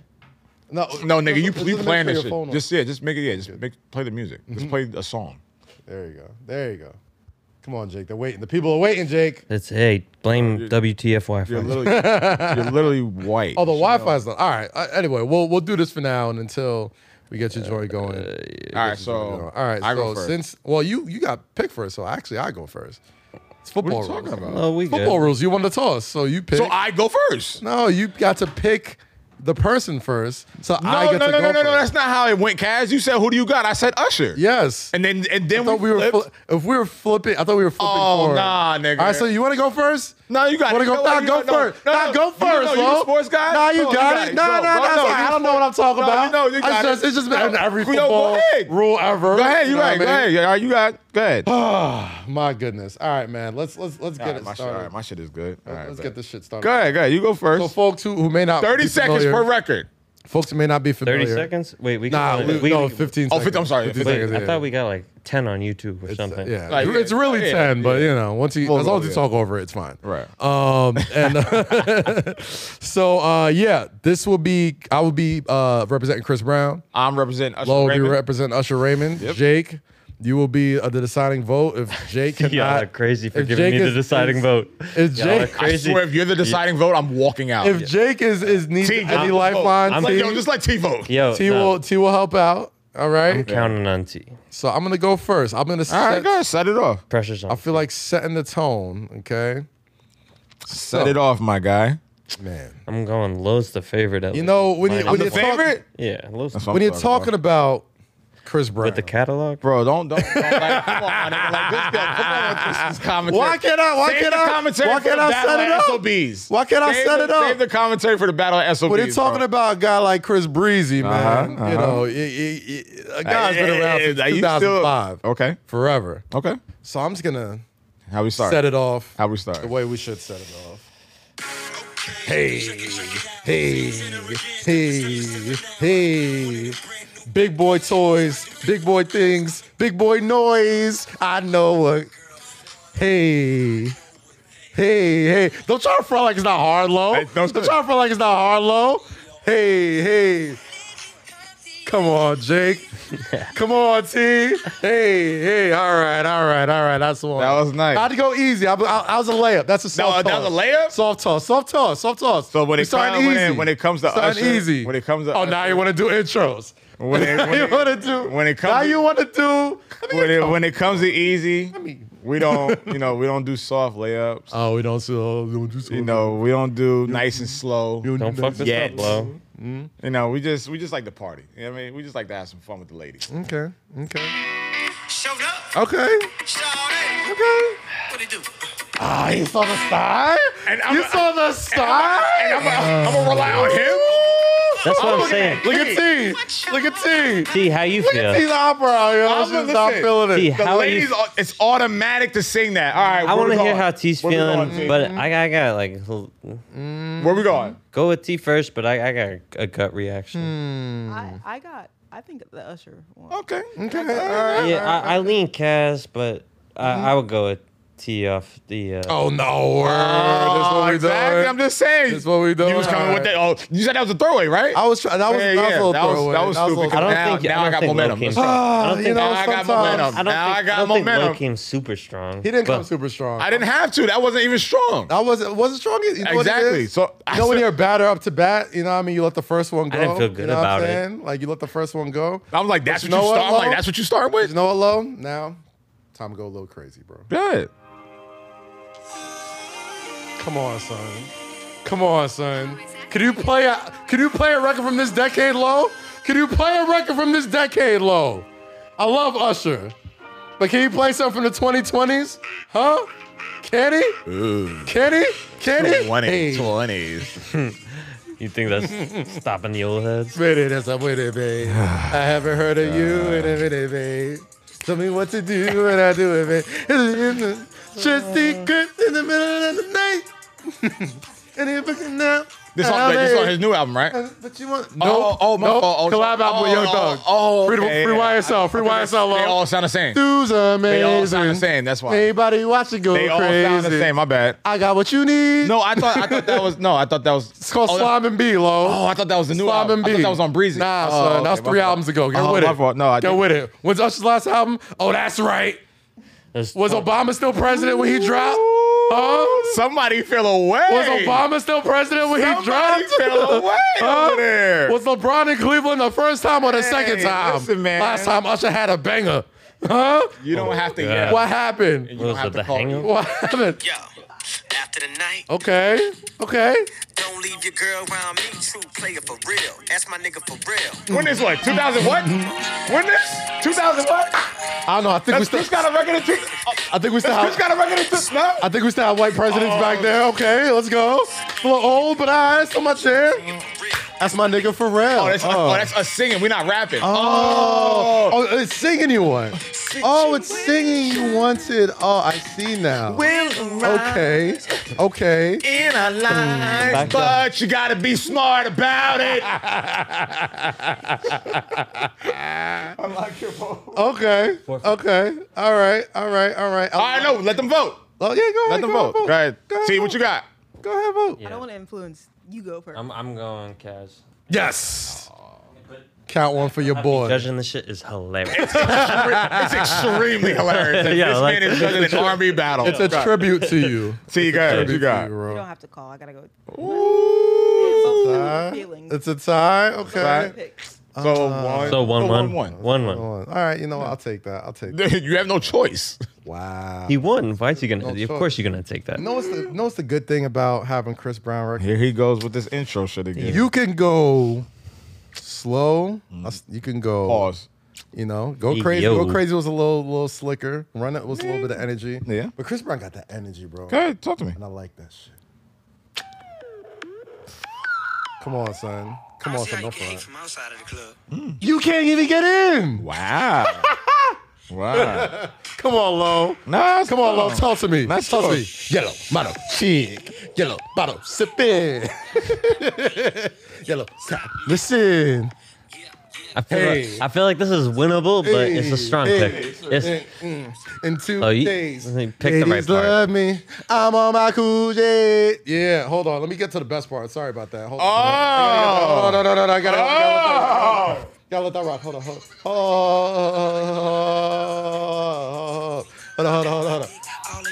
Speaker 2: No,
Speaker 1: No, nigga, you
Speaker 2: it's
Speaker 1: you
Speaker 2: a
Speaker 1: playing
Speaker 2: mixture
Speaker 1: this
Speaker 2: of
Speaker 1: shit.
Speaker 2: phone
Speaker 1: Just yeah, just make it. Yeah, Mm-hmm. just make play the music. Just play a song.
Speaker 2: There you go. There you go. Come on, Jake. They're waiting. The people are waiting, Jake.
Speaker 3: That's hey,
Speaker 2: Uh,
Speaker 3: blame WTFY
Speaker 1: You're
Speaker 3: for
Speaker 1: literally, you're literally white.
Speaker 2: Oh, the Wi-Fi's not. All right. Uh, anyway, we'll we'll do this for now and until we get your joy going.
Speaker 1: Uh, All right,
Speaker 2: All
Speaker 1: so
Speaker 2: right.
Speaker 1: I
Speaker 2: so
Speaker 1: go first.
Speaker 2: since well, you you got picked first, so actually I go first. It's football
Speaker 1: What are you
Speaker 2: rules.
Speaker 1: talking about?
Speaker 3: Oh, we
Speaker 2: Football
Speaker 3: good.
Speaker 2: rules. You won the toss, so you pick.
Speaker 1: So I go first.
Speaker 2: no, you got to pick the person first. So
Speaker 1: No,
Speaker 2: I
Speaker 1: no,
Speaker 2: get
Speaker 1: no,
Speaker 2: to
Speaker 1: no,
Speaker 2: go
Speaker 1: no, no. That's
Speaker 2: first.
Speaker 1: not how it went, Kaz. You said who do you got? I said Usher.
Speaker 2: yes.
Speaker 1: And then and then
Speaker 2: I thought we were
Speaker 1: flipped.
Speaker 2: fli- if we were flipping. I thought we were flipping.
Speaker 1: Oh,
Speaker 2: forward.
Speaker 1: nah, nigga.
Speaker 2: All right, so you want to go first?
Speaker 1: No, you got
Speaker 2: Wanna
Speaker 1: it.
Speaker 2: go?
Speaker 1: No,
Speaker 2: Nah,
Speaker 1: you
Speaker 2: go
Speaker 1: got- no,
Speaker 2: first.
Speaker 1: no,
Speaker 2: Nah,
Speaker 1: no,
Speaker 2: go
Speaker 1: you-
Speaker 2: first,
Speaker 1: no, you
Speaker 2: Lo.
Speaker 1: the sports guy?
Speaker 2: Nah, you
Speaker 1: No, you
Speaker 2: got
Speaker 1: got
Speaker 2: it.
Speaker 1: it.
Speaker 2: Nah,
Speaker 1: No,
Speaker 2: nah,
Speaker 1: bro,
Speaker 2: that's
Speaker 1: no,
Speaker 2: all right.
Speaker 1: you
Speaker 2: I don't know what I'm talking
Speaker 1: no, you
Speaker 2: about.
Speaker 1: know, you
Speaker 2: I
Speaker 1: got
Speaker 2: just,
Speaker 1: it.
Speaker 2: It's just
Speaker 1: No,
Speaker 2: been every
Speaker 1: go
Speaker 2: football
Speaker 1: ahead.
Speaker 2: rule ever.
Speaker 1: Go ahead. You
Speaker 2: know
Speaker 1: right.
Speaker 2: what
Speaker 1: Go
Speaker 2: I mean?
Speaker 1: ahead. Yeah, all right, you got. Go ahead. All
Speaker 2: My goodness. All right, man. Let's let's let's get
Speaker 1: right,
Speaker 2: it
Speaker 1: my, shit, all
Speaker 2: started.
Speaker 1: right, my shit is good. All right,
Speaker 2: let's
Speaker 1: bet.
Speaker 2: get this shit started.
Speaker 1: Go ahead. Go ahead. You go
Speaker 2: So,
Speaker 1: first.
Speaker 2: folks who, who may not
Speaker 1: Thirty
Speaker 2: be
Speaker 1: seconds per
Speaker 2: familiar-
Speaker 1: record.
Speaker 2: Folks who may not be familiar.
Speaker 3: Thirty seconds? Wait, we
Speaker 2: Nah,
Speaker 3: can,
Speaker 2: we,
Speaker 3: we,
Speaker 2: no,
Speaker 3: we-
Speaker 2: 15
Speaker 1: Oh,
Speaker 2: seconds.
Speaker 1: 15 I'm sorry,
Speaker 2: 15
Speaker 3: Wait,
Speaker 2: seconds,
Speaker 3: I
Speaker 2: yeah.
Speaker 3: thought we got like ten on YouTube or
Speaker 2: It's, uh,
Speaker 3: something.
Speaker 2: yeah,
Speaker 1: Like,
Speaker 2: it's
Speaker 1: yeah,
Speaker 2: really
Speaker 1: yeah,
Speaker 2: ten, but
Speaker 1: yeah.
Speaker 2: you know, once you
Speaker 1: We'll
Speaker 2: as long
Speaker 1: roll
Speaker 2: as you
Speaker 1: it.
Speaker 2: talk over it, it's fine.
Speaker 1: Right.
Speaker 2: Um, and so uh, yeah, this will be I will be uh, representing Chris Brown.
Speaker 1: I'm representing Usher.
Speaker 2: Low will be
Speaker 1: Raymond.
Speaker 2: represent Usher Raymond. Jake, you will be uh, the deciding vote if Jake cannot.
Speaker 3: Y'all are crazy for
Speaker 2: if
Speaker 3: giving
Speaker 2: Jake
Speaker 3: me the
Speaker 2: is-
Speaker 3: deciding
Speaker 2: is-
Speaker 3: vote.
Speaker 2: If
Speaker 3: Y'all are
Speaker 2: Jake,
Speaker 1: I
Speaker 3: crazy.
Speaker 1: swear, if you're the deciding vote, I'm walking out.
Speaker 2: if Jake is is needs
Speaker 1: T,
Speaker 2: any
Speaker 1: I'm-
Speaker 2: lifeline,
Speaker 1: I'm
Speaker 2: T,
Speaker 1: like, yo, just like T vote.
Speaker 3: Yo,
Speaker 2: T
Speaker 3: no,
Speaker 2: will T will help out. All right.
Speaker 3: I'm counting on T.
Speaker 2: So I'm gonna go first. I'm gonna
Speaker 1: All
Speaker 2: set.
Speaker 1: right, go ahead. Set it off.
Speaker 3: Pressure's on.
Speaker 2: I feel like setting the tone. Okay.
Speaker 1: Set it off, my guy.
Speaker 2: Man.
Speaker 3: I'm going Lowe's the favorite. at
Speaker 2: You
Speaker 3: least.
Speaker 2: know when you
Speaker 3: Mine
Speaker 2: when
Speaker 3: is-
Speaker 2: you're
Speaker 1: The favorite,
Speaker 2: talking
Speaker 3: yeah, Lowe's
Speaker 1: That's
Speaker 3: with
Speaker 1: what
Speaker 2: when
Speaker 1: I'm
Speaker 2: you're talking about Chris Brown.
Speaker 3: the catalog.
Speaker 1: Bro, don't don't, don't like, come on, nigga, like this guy. Come on with this, this commentary.
Speaker 2: Why can't I- why
Speaker 1: Save
Speaker 2: can't
Speaker 1: the
Speaker 2: I-
Speaker 1: Commentary
Speaker 2: why
Speaker 1: for
Speaker 2: can't
Speaker 1: the
Speaker 2: I
Speaker 1: battle
Speaker 2: set it
Speaker 1: at
Speaker 2: up?
Speaker 1: SOBs.
Speaker 2: Why can't I
Speaker 1: Save
Speaker 2: set
Speaker 1: the-
Speaker 2: it up?
Speaker 1: Save the commentary for the battle at SOBs.
Speaker 2: when you're talking
Speaker 1: bro.
Speaker 2: about a guy like Chris Breezy, man,
Speaker 1: Uh-huh,
Speaker 2: you
Speaker 1: uh-huh.
Speaker 2: know, it- it- it- a guy's been around since
Speaker 1: Are you still-
Speaker 2: 2005,
Speaker 1: Okay,
Speaker 2: forever.
Speaker 1: okay.
Speaker 2: So I'm just gonna
Speaker 1: How we start?
Speaker 2: set it off
Speaker 1: How we start?
Speaker 2: the way we should set it off.
Speaker 7: Hey, hey, hey, hey.
Speaker 2: Big boy toys, big boy things, big boy noise. I know what. Hey. Hey, hey. Don't try to front like it's not hard low.
Speaker 1: Hey,
Speaker 2: don't
Speaker 1: don't-
Speaker 2: try to front like it's not hard low. Hey, hey. Come on, Jake. Come on, T. Hey, hey. All right, all right, all right. That's one.
Speaker 1: That was nice.
Speaker 2: I had to go easy. I, I, I was a layup. That's a soft
Speaker 1: that
Speaker 2: toss.
Speaker 1: was a layup?
Speaker 2: Soft toss, soft toss, soft toss.
Speaker 1: So when
Speaker 2: We
Speaker 1: it come- when it- when it comes to
Speaker 2: starting
Speaker 1: Usher-
Speaker 2: easy.
Speaker 1: when it comes to
Speaker 2: oh, now
Speaker 1: Usher-
Speaker 2: you want to do intros.
Speaker 1: When it-
Speaker 2: now
Speaker 1: when
Speaker 2: you
Speaker 1: it-
Speaker 2: want to do.
Speaker 1: when it comes
Speaker 2: now
Speaker 1: to-
Speaker 2: you want to do.
Speaker 1: when it, when it comes to easy,
Speaker 2: me-
Speaker 1: we don't you know we don't do soft layups.
Speaker 2: Oh, we don't so don't do so.
Speaker 1: you know we don't do nice and slow.
Speaker 3: Don't fuck this
Speaker 1: Yes.
Speaker 3: up, Lowe.
Speaker 1: You know we just we just like to party. You know what I mean we just like to have some fun with the ladies.
Speaker 2: Okay. Okay.
Speaker 7: Showed up,
Speaker 2: Okay.
Speaker 7: shawty.
Speaker 2: Okay.
Speaker 7: What it do?
Speaker 2: Ah, you saw the star.
Speaker 1: And I'm
Speaker 2: you
Speaker 1: a-
Speaker 2: saw the star.
Speaker 1: And I'm gonna I'm
Speaker 2: Uh,
Speaker 1: gonna rely on him.
Speaker 3: That's what I'm saying.
Speaker 2: Look at T. Look at T.
Speaker 3: T, how you
Speaker 2: Look at T's
Speaker 3: feel?
Speaker 2: opera. Yo.
Speaker 1: I'm
Speaker 2: She's
Speaker 1: gonna
Speaker 2: not
Speaker 1: listen.
Speaker 2: feeling it.
Speaker 3: T,
Speaker 1: The
Speaker 3: how are you?
Speaker 1: ladies, are- it's automatic to sing that. All right,
Speaker 3: I
Speaker 1: where
Speaker 3: want
Speaker 1: we
Speaker 3: to hear
Speaker 1: going?
Speaker 3: how T's
Speaker 1: Where we going,
Speaker 3: feeling,
Speaker 1: T?
Speaker 3: but I, I got like l-
Speaker 1: where we going?
Speaker 3: go with T first, but I, I got a gut reaction.
Speaker 8: I, I got. I think the usher one.
Speaker 1: Okay,
Speaker 2: Okay. All right.
Speaker 3: Yeah, I, I lean Kaz, but I, I would go with T off the. Uh,
Speaker 2: Oh no! word. That's what we
Speaker 1: Oh, exactly.
Speaker 2: doing.
Speaker 1: I'm just saying.
Speaker 2: That's what we doing.
Speaker 1: You was coming with that. Oh, you said that was a throwaway, right?
Speaker 2: I was trying. That was
Speaker 1: Yeah,
Speaker 2: that was
Speaker 1: yeah,
Speaker 2: a little
Speaker 1: that was-
Speaker 2: throwaway.
Speaker 1: that was
Speaker 2: a little
Speaker 1: stupid.
Speaker 3: I don't
Speaker 1: now-
Speaker 3: think.
Speaker 1: now
Speaker 3: I,
Speaker 1: I
Speaker 3: don't
Speaker 1: got
Speaker 3: think Lowe
Speaker 1: momentum.
Speaker 3: came
Speaker 1: Let's
Speaker 3: strong. I
Speaker 2: Ah,
Speaker 3: don't
Speaker 2: you
Speaker 3: think.
Speaker 2: know,
Speaker 1: Now I got
Speaker 2: sometimes-
Speaker 1: momentum.
Speaker 3: I don't
Speaker 1: Now
Speaker 3: think,
Speaker 1: I
Speaker 3: I
Speaker 1: got
Speaker 3: don't think Lowe
Speaker 1: momentum.
Speaker 3: came super strong.
Speaker 2: He didn't
Speaker 3: but
Speaker 2: come super strong.
Speaker 1: I didn't have to. That wasn't even strong.
Speaker 2: I wasn't wasn't strong. You know what it
Speaker 1: Exactly.
Speaker 2: is?
Speaker 1: So-
Speaker 2: you know when you're a batter up to bat, you know what I mean. You let the first one go.
Speaker 3: didn't feel good
Speaker 2: you know
Speaker 3: about
Speaker 2: what
Speaker 3: it.
Speaker 2: I'm saying? Like you let the first one go.
Speaker 1: I'm like, that's
Speaker 2: But
Speaker 1: what you
Speaker 2: you know what,
Speaker 1: start. I'm
Speaker 2: Lo?
Speaker 1: like, that's what you start
Speaker 2: You
Speaker 1: with.
Speaker 2: know what, low now, time to go a little crazy, bro.
Speaker 1: Good.
Speaker 2: Come on, son. Come on, son. Could you play a Could you play a record from this decade, low? Could you play a record from this decade, low? I love Usher, but can you play something from the 2020s? Huh? Can he? Can he? Can he? Hey.
Speaker 1: 20s.
Speaker 3: You think that's stopping the old heads?
Speaker 2: Wait it, that's I'm with it, babe. I haven't heard of you in a minute, babe. Tell me what to do when I do it, babe. Just secret in the middle of the night. and if it's not,
Speaker 1: This on, wait, this on his new album, right?
Speaker 2: But you want no,
Speaker 1: Oh, oh, my
Speaker 2: nope.
Speaker 1: fault. Oh,
Speaker 2: collab
Speaker 1: oh,
Speaker 2: album with Young
Speaker 1: oh,
Speaker 2: Thug.
Speaker 1: oh,
Speaker 2: free,
Speaker 1: okay.
Speaker 2: free
Speaker 1: I- I
Speaker 2: YSL, free
Speaker 1: think
Speaker 2: YSL.
Speaker 1: They
Speaker 2: love.
Speaker 1: all sound the same.
Speaker 2: Dude's amazing.
Speaker 1: all sound the same, that's why.
Speaker 2: Everybody watch it go
Speaker 1: They
Speaker 2: crazy.
Speaker 1: all sound the same. My bad.
Speaker 2: I got what you need.
Speaker 1: No, I thought I thought that was no, I thought that was
Speaker 2: it's called
Speaker 1: oh, that-
Speaker 2: Slime and B, Lo.
Speaker 1: Oh, I thought that was the new
Speaker 2: Slime
Speaker 1: album.
Speaker 2: and
Speaker 1: I
Speaker 2: B.
Speaker 1: thought that was on Breezy.
Speaker 2: Nah,
Speaker 1: Oh,
Speaker 2: son, that
Speaker 1: okay,
Speaker 2: was
Speaker 1: my fault.
Speaker 2: three albget albums ago. Get
Speaker 1: Oh,
Speaker 2: with
Speaker 1: my
Speaker 2: it.
Speaker 1: fault. No, I
Speaker 2: get
Speaker 1: didn't.
Speaker 2: with it. When's Usher's last album? Oh, that's right.
Speaker 3: There's
Speaker 1: Oh.
Speaker 2: Was Obama still president when he dropped? Huh?
Speaker 1: Somebody fell away.
Speaker 2: Was Obama still president when he
Speaker 1: Somebody
Speaker 2: dropped?
Speaker 1: fell away
Speaker 2: Huh?
Speaker 1: over there.
Speaker 2: Was LeBron in Cleveland the first time or the second
Speaker 1: Hey,
Speaker 2: time?
Speaker 1: listen, man.
Speaker 2: Last time Usher had a banger. Huh?
Speaker 1: You don't have to.
Speaker 3: God.
Speaker 1: Yeah.
Speaker 2: What happened?
Speaker 3: what was it, the hangover?
Speaker 2: What happened?
Speaker 7: Yo, after the night,
Speaker 2: Okay. Okay.
Speaker 7: don't leave your girl around me. True player for real. That's my nigga for real.
Speaker 1: When is what? 2000 what? When this? 2000 what?
Speaker 2: I don't know. I think
Speaker 1: That's, Chris got a record in two.
Speaker 2: I think we still
Speaker 1: Chris got a record in two. No.
Speaker 2: I think we still have white presidents
Speaker 1: Oh.
Speaker 2: back there. Okay, let's go. A little old, but I that's so much there. That's my nigga Pharrell.
Speaker 1: Oh, that's, us-
Speaker 2: oh.
Speaker 1: oh, that's us singing. We're not rapping.
Speaker 2: Oh. Oh, it's singing you want. Oh, it's singing you wanted. Oh, I see now. Okay, okay.
Speaker 1: in our lives,
Speaker 3: back
Speaker 1: but you gotta be smart about it.
Speaker 2: Okay. Okay. All right. All right. All right.
Speaker 1: All right, no, let them vote.
Speaker 2: Oh, yeah, go ahead.
Speaker 1: Let them
Speaker 2: go
Speaker 1: vote. Go ahead.
Speaker 2: Go ahead,
Speaker 1: See
Speaker 2: vote.
Speaker 1: what you got.
Speaker 2: Go ahead, vote.
Speaker 8: I don't want to influence. You go first.
Speaker 3: I'm, I'm going, Kaz.
Speaker 2: Yes. Count one for your boy.
Speaker 3: Judging the shit is hilarious.
Speaker 1: It's extremely hilarious.
Speaker 3: Yeah,
Speaker 1: this
Speaker 3: like-
Speaker 1: man is judging an army battle.
Speaker 2: It's a
Speaker 1: Right.
Speaker 2: tribute to you.
Speaker 1: See, you got what you
Speaker 2: Tribute
Speaker 1: got.
Speaker 2: to you,
Speaker 8: you
Speaker 2: bro.
Speaker 8: don't have to call. I gotta go.
Speaker 1: Ooh.
Speaker 2: Tie?
Speaker 8: Feelings.
Speaker 2: It's a tie.
Speaker 1: Tie.
Speaker 2: Okay.
Speaker 8: Pick.
Speaker 1: So
Speaker 2: Uh,
Speaker 1: one.
Speaker 3: So one
Speaker 1: so
Speaker 3: one
Speaker 1: one.
Speaker 3: one
Speaker 2: Hold
Speaker 3: one.
Speaker 2: on. All right. You know what? I'll take that. I'll take. That.
Speaker 1: You have no choice.
Speaker 2: Wow.
Speaker 3: He won. Why is he gonna?
Speaker 2: No
Speaker 3: of
Speaker 2: choice.
Speaker 3: course you're gonna take that.
Speaker 2: You know what's the you know what's the good thing about having Chris Brown record?
Speaker 1: Here he goes with this intro shit again.
Speaker 2: You can go slow. That's- You can go.
Speaker 1: Mm-hmm. pause.
Speaker 2: You know, go
Speaker 3: Hey,
Speaker 2: crazy.
Speaker 3: yo.
Speaker 2: Go crazy was a little little slicker. Run it was a little bit of energy.
Speaker 1: Yeah.
Speaker 2: But Chris Brown got that energy, bro.
Speaker 1: Go ahead, talk to me.
Speaker 2: And I like that shit. Come on, son. Come on, son. Don't front. Mm.
Speaker 7: from outside of the club.
Speaker 2: You can't even get in.
Speaker 1: Wow. wow.
Speaker 2: Come on, Lo.
Speaker 1: Nah,
Speaker 2: Come on, Lo. Talk to me.
Speaker 1: Nice
Speaker 2: Talk to me.
Speaker 1: choice.
Speaker 2: Yellow, motto, chick. Yellow, bottle, sipping. Yellow, stop. Listen.
Speaker 3: I feel,
Speaker 2: Hey.
Speaker 3: like, I feel like this is winnable, but it's a strong
Speaker 2: Hey, mm,
Speaker 3: pick. It's,
Speaker 2: In two
Speaker 3: Oh, you-
Speaker 2: days,
Speaker 3: I think pick the right
Speaker 2: ladies
Speaker 3: part.
Speaker 2: love me. I'm on my cool jet. Yeah, hold on. Let me get to the best part. Sorry about that. Hold on.
Speaker 1: Oh.
Speaker 2: no, no, no, no. I gotta,
Speaker 1: Oh.
Speaker 2: gotta let that rock. Gotta let that rock. Hold on. Hold on. Hold on. Hold on. Hold on. Hold on. Hold on.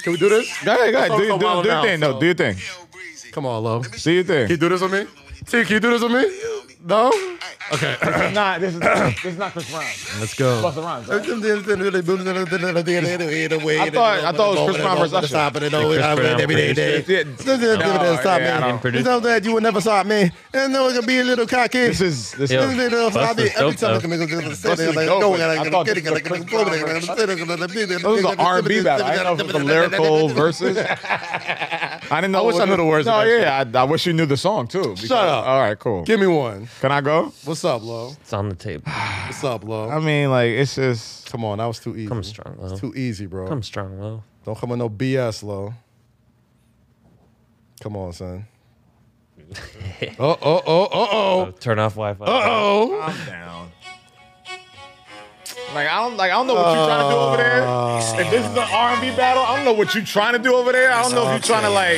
Speaker 2: Can we do this?
Speaker 1: Go ahead, go ahead.
Speaker 2: Talk
Speaker 1: Do,
Speaker 2: for a
Speaker 1: do,
Speaker 2: while
Speaker 1: do your
Speaker 2: now,
Speaker 1: thing.
Speaker 2: so-
Speaker 1: No, do your thing.
Speaker 2: Come on, love.
Speaker 1: Do your thing.
Speaker 2: Can you do this with me? T, can you do this with me? No? Okay.
Speaker 1: Nah, this is this is not Chris Brown.
Speaker 2: Let's go.
Speaker 1: Rhymes,
Speaker 2: I thought
Speaker 1: I thought it was Chris Brown versus Usher. yeah, I don't-
Speaker 2: You know that you would never stop me, and no, it could be a little cocky.
Speaker 1: This is this
Speaker 3: Yo.
Speaker 1: is
Speaker 2: Every
Speaker 3: Busta's dope,
Speaker 2: time I
Speaker 3: though.
Speaker 2: come in, I'm gonna say
Speaker 1: Busta's
Speaker 2: it like,
Speaker 1: dope,
Speaker 2: go,
Speaker 1: but I thought this was Chris Brown.
Speaker 2: That
Speaker 1: Those are the R&B battle. I don't know if it's the lyrical verses. I didn't know.
Speaker 2: I wish
Speaker 1: what
Speaker 2: I knew the words
Speaker 1: No,
Speaker 2: of that
Speaker 1: yeah, I, I wish you knew the song too. because-
Speaker 2: up.
Speaker 1: All right, cool.
Speaker 2: Give me one.
Speaker 1: Can I go?
Speaker 2: What's up, Lo?
Speaker 3: it's on the table.
Speaker 2: What's up,
Speaker 1: I
Speaker 2: Lo?
Speaker 1: mean, like it's just
Speaker 2: Come on, that was too easy.
Speaker 3: Come strong, Lo.
Speaker 2: It's too easy, bro.
Speaker 3: Come strong, Lo.
Speaker 2: Don't come with no BS, Lo. Come on, son. oh, oh, oh, oh, oh.
Speaker 3: Oh, turn off Wi-Fi.
Speaker 2: Oh.
Speaker 1: calm down. Like I don't like I don't know what you're trying to do over there.
Speaker 5: If this is an R&B battle, I don't know what you trying to do over there. I don't know if you trying to like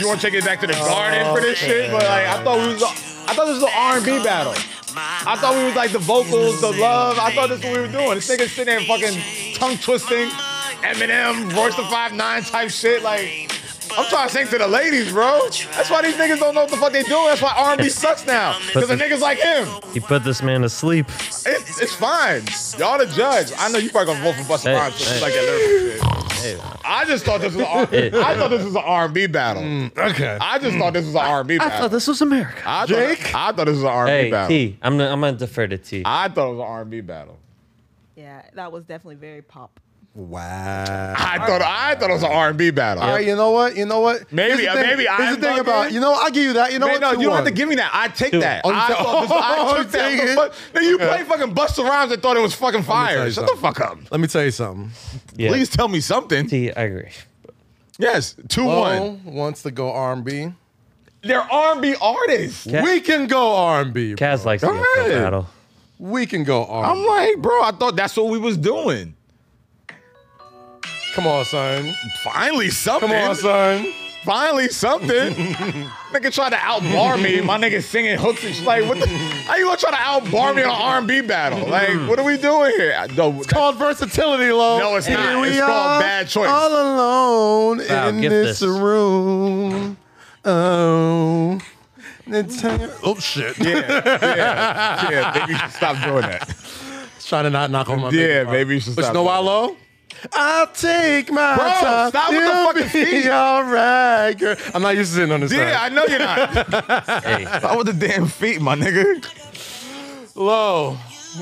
Speaker 5: you want to take it back to the garden for this shit, but like I thought we was I thought this was an R&B battle. I thought we was like the vocals, the love. I thought that's what we were doing. This nigga sitting there fucking tongue twisting, Eminem, Royce the Five Nine type shit. Like I'm trying to sing to the ladies, bro. That's why these niggas don't know what the fuck they doing. That's why R&B sucks now because the niggas like him.
Speaker 3: He put this man to sleep.
Speaker 5: It's, it's fine. Y'all the judge. I know you probably gonna vote for Busta
Speaker 3: Hey,
Speaker 5: Rhymes 'cause you
Speaker 3: hey.
Speaker 5: like that lyrical shit. I just thought this was an R- I thought this was an R&B battle.
Speaker 2: Mm, Okay.
Speaker 5: I just thought this was an R&B battle. I thought,
Speaker 3: this was America.
Speaker 5: I
Speaker 2: Jake?
Speaker 5: thought, this was an R&B
Speaker 3: Hey,
Speaker 5: battle.
Speaker 3: T, I'm gonna, I'm gonna defer to T.
Speaker 5: I thought it was an R&B battle.
Speaker 8: Yeah, that was definitely very pop.
Speaker 2: Wow.
Speaker 5: I thought I thought it was an R&B battle.
Speaker 2: All right, you know what? You know what?
Speaker 5: Maybe- uh,
Speaker 2: Here's the thing,
Speaker 5: maybe
Speaker 2: here's
Speaker 5: I'm
Speaker 2: the thing
Speaker 5: bugging.
Speaker 2: about you know what? I'll give you that. You know
Speaker 5: Man,
Speaker 2: what?
Speaker 5: no, you don't have to
Speaker 2: 2-1.
Speaker 5: give me that. I take that.
Speaker 2: Oh, you
Speaker 5: I,
Speaker 2: said-
Speaker 5: thought this, I
Speaker 2: Oh,
Speaker 5: took that.
Speaker 2: dang it.
Speaker 5: But, then you play fucking Busta Rhymes and thought it was fucking
Speaker 2: tell
Speaker 5: fire.
Speaker 2: you
Speaker 5: Shut the
Speaker 2: something.
Speaker 5: fuck up.
Speaker 2: Let me tell you something.
Speaker 3: Yeah.
Speaker 5: Please tell me something.
Speaker 3: T, I agree.
Speaker 5: Yes, two
Speaker 2: Lo
Speaker 5: one.
Speaker 2: wants to go R&B.
Speaker 1: They're R&B artists.
Speaker 3: Cat-
Speaker 2: we can go R&B. bro.
Speaker 3: Kaz likes the uphill
Speaker 1: Alright.
Speaker 3: battle.
Speaker 2: We can go R&B.
Speaker 1: I'm like, bro, I thought that's what we was doing.
Speaker 2: Come on, son.
Speaker 1: Finally something.
Speaker 2: Come on, son.
Speaker 1: Finally something. nigga tried to outbar me. My nigga singing hooks and shit. Like, what the, how you gonna try to outbar me on an R&B battle? Like, what are we doing here? I- No,
Speaker 2: It's called versatility, low.
Speaker 1: No, it's not.
Speaker 2: we
Speaker 1: It's called
Speaker 2: are,
Speaker 1: bad choice.
Speaker 2: All alone
Speaker 3: Wow,
Speaker 2: in
Speaker 3: give
Speaker 2: this,
Speaker 3: this.
Speaker 2: room. Oh, it's time- oh shit!
Speaker 1: yeah, maybe you should stop doing that.
Speaker 2: Trying to not knock on
Speaker 1: Yeah,
Speaker 2: my. baby, bro.
Speaker 1: maybe you should
Speaker 2: But you
Speaker 1: stop
Speaker 2: know why,
Speaker 1: doing
Speaker 2: low? I'll take my
Speaker 1: Bro,
Speaker 2: time.
Speaker 1: stop with the
Speaker 2: You'll
Speaker 1: fucking
Speaker 2: be
Speaker 1: feet.
Speaker 2: all right, girl. I'm not used to sitting on this.
Speaker 1: Yeah,
Speaker 2: side.
Speaker 1: I know you're not.
Speaker 3: Hey,
Speaker 1: Stop with the damn feet, my nigga.
Speaker 2: low,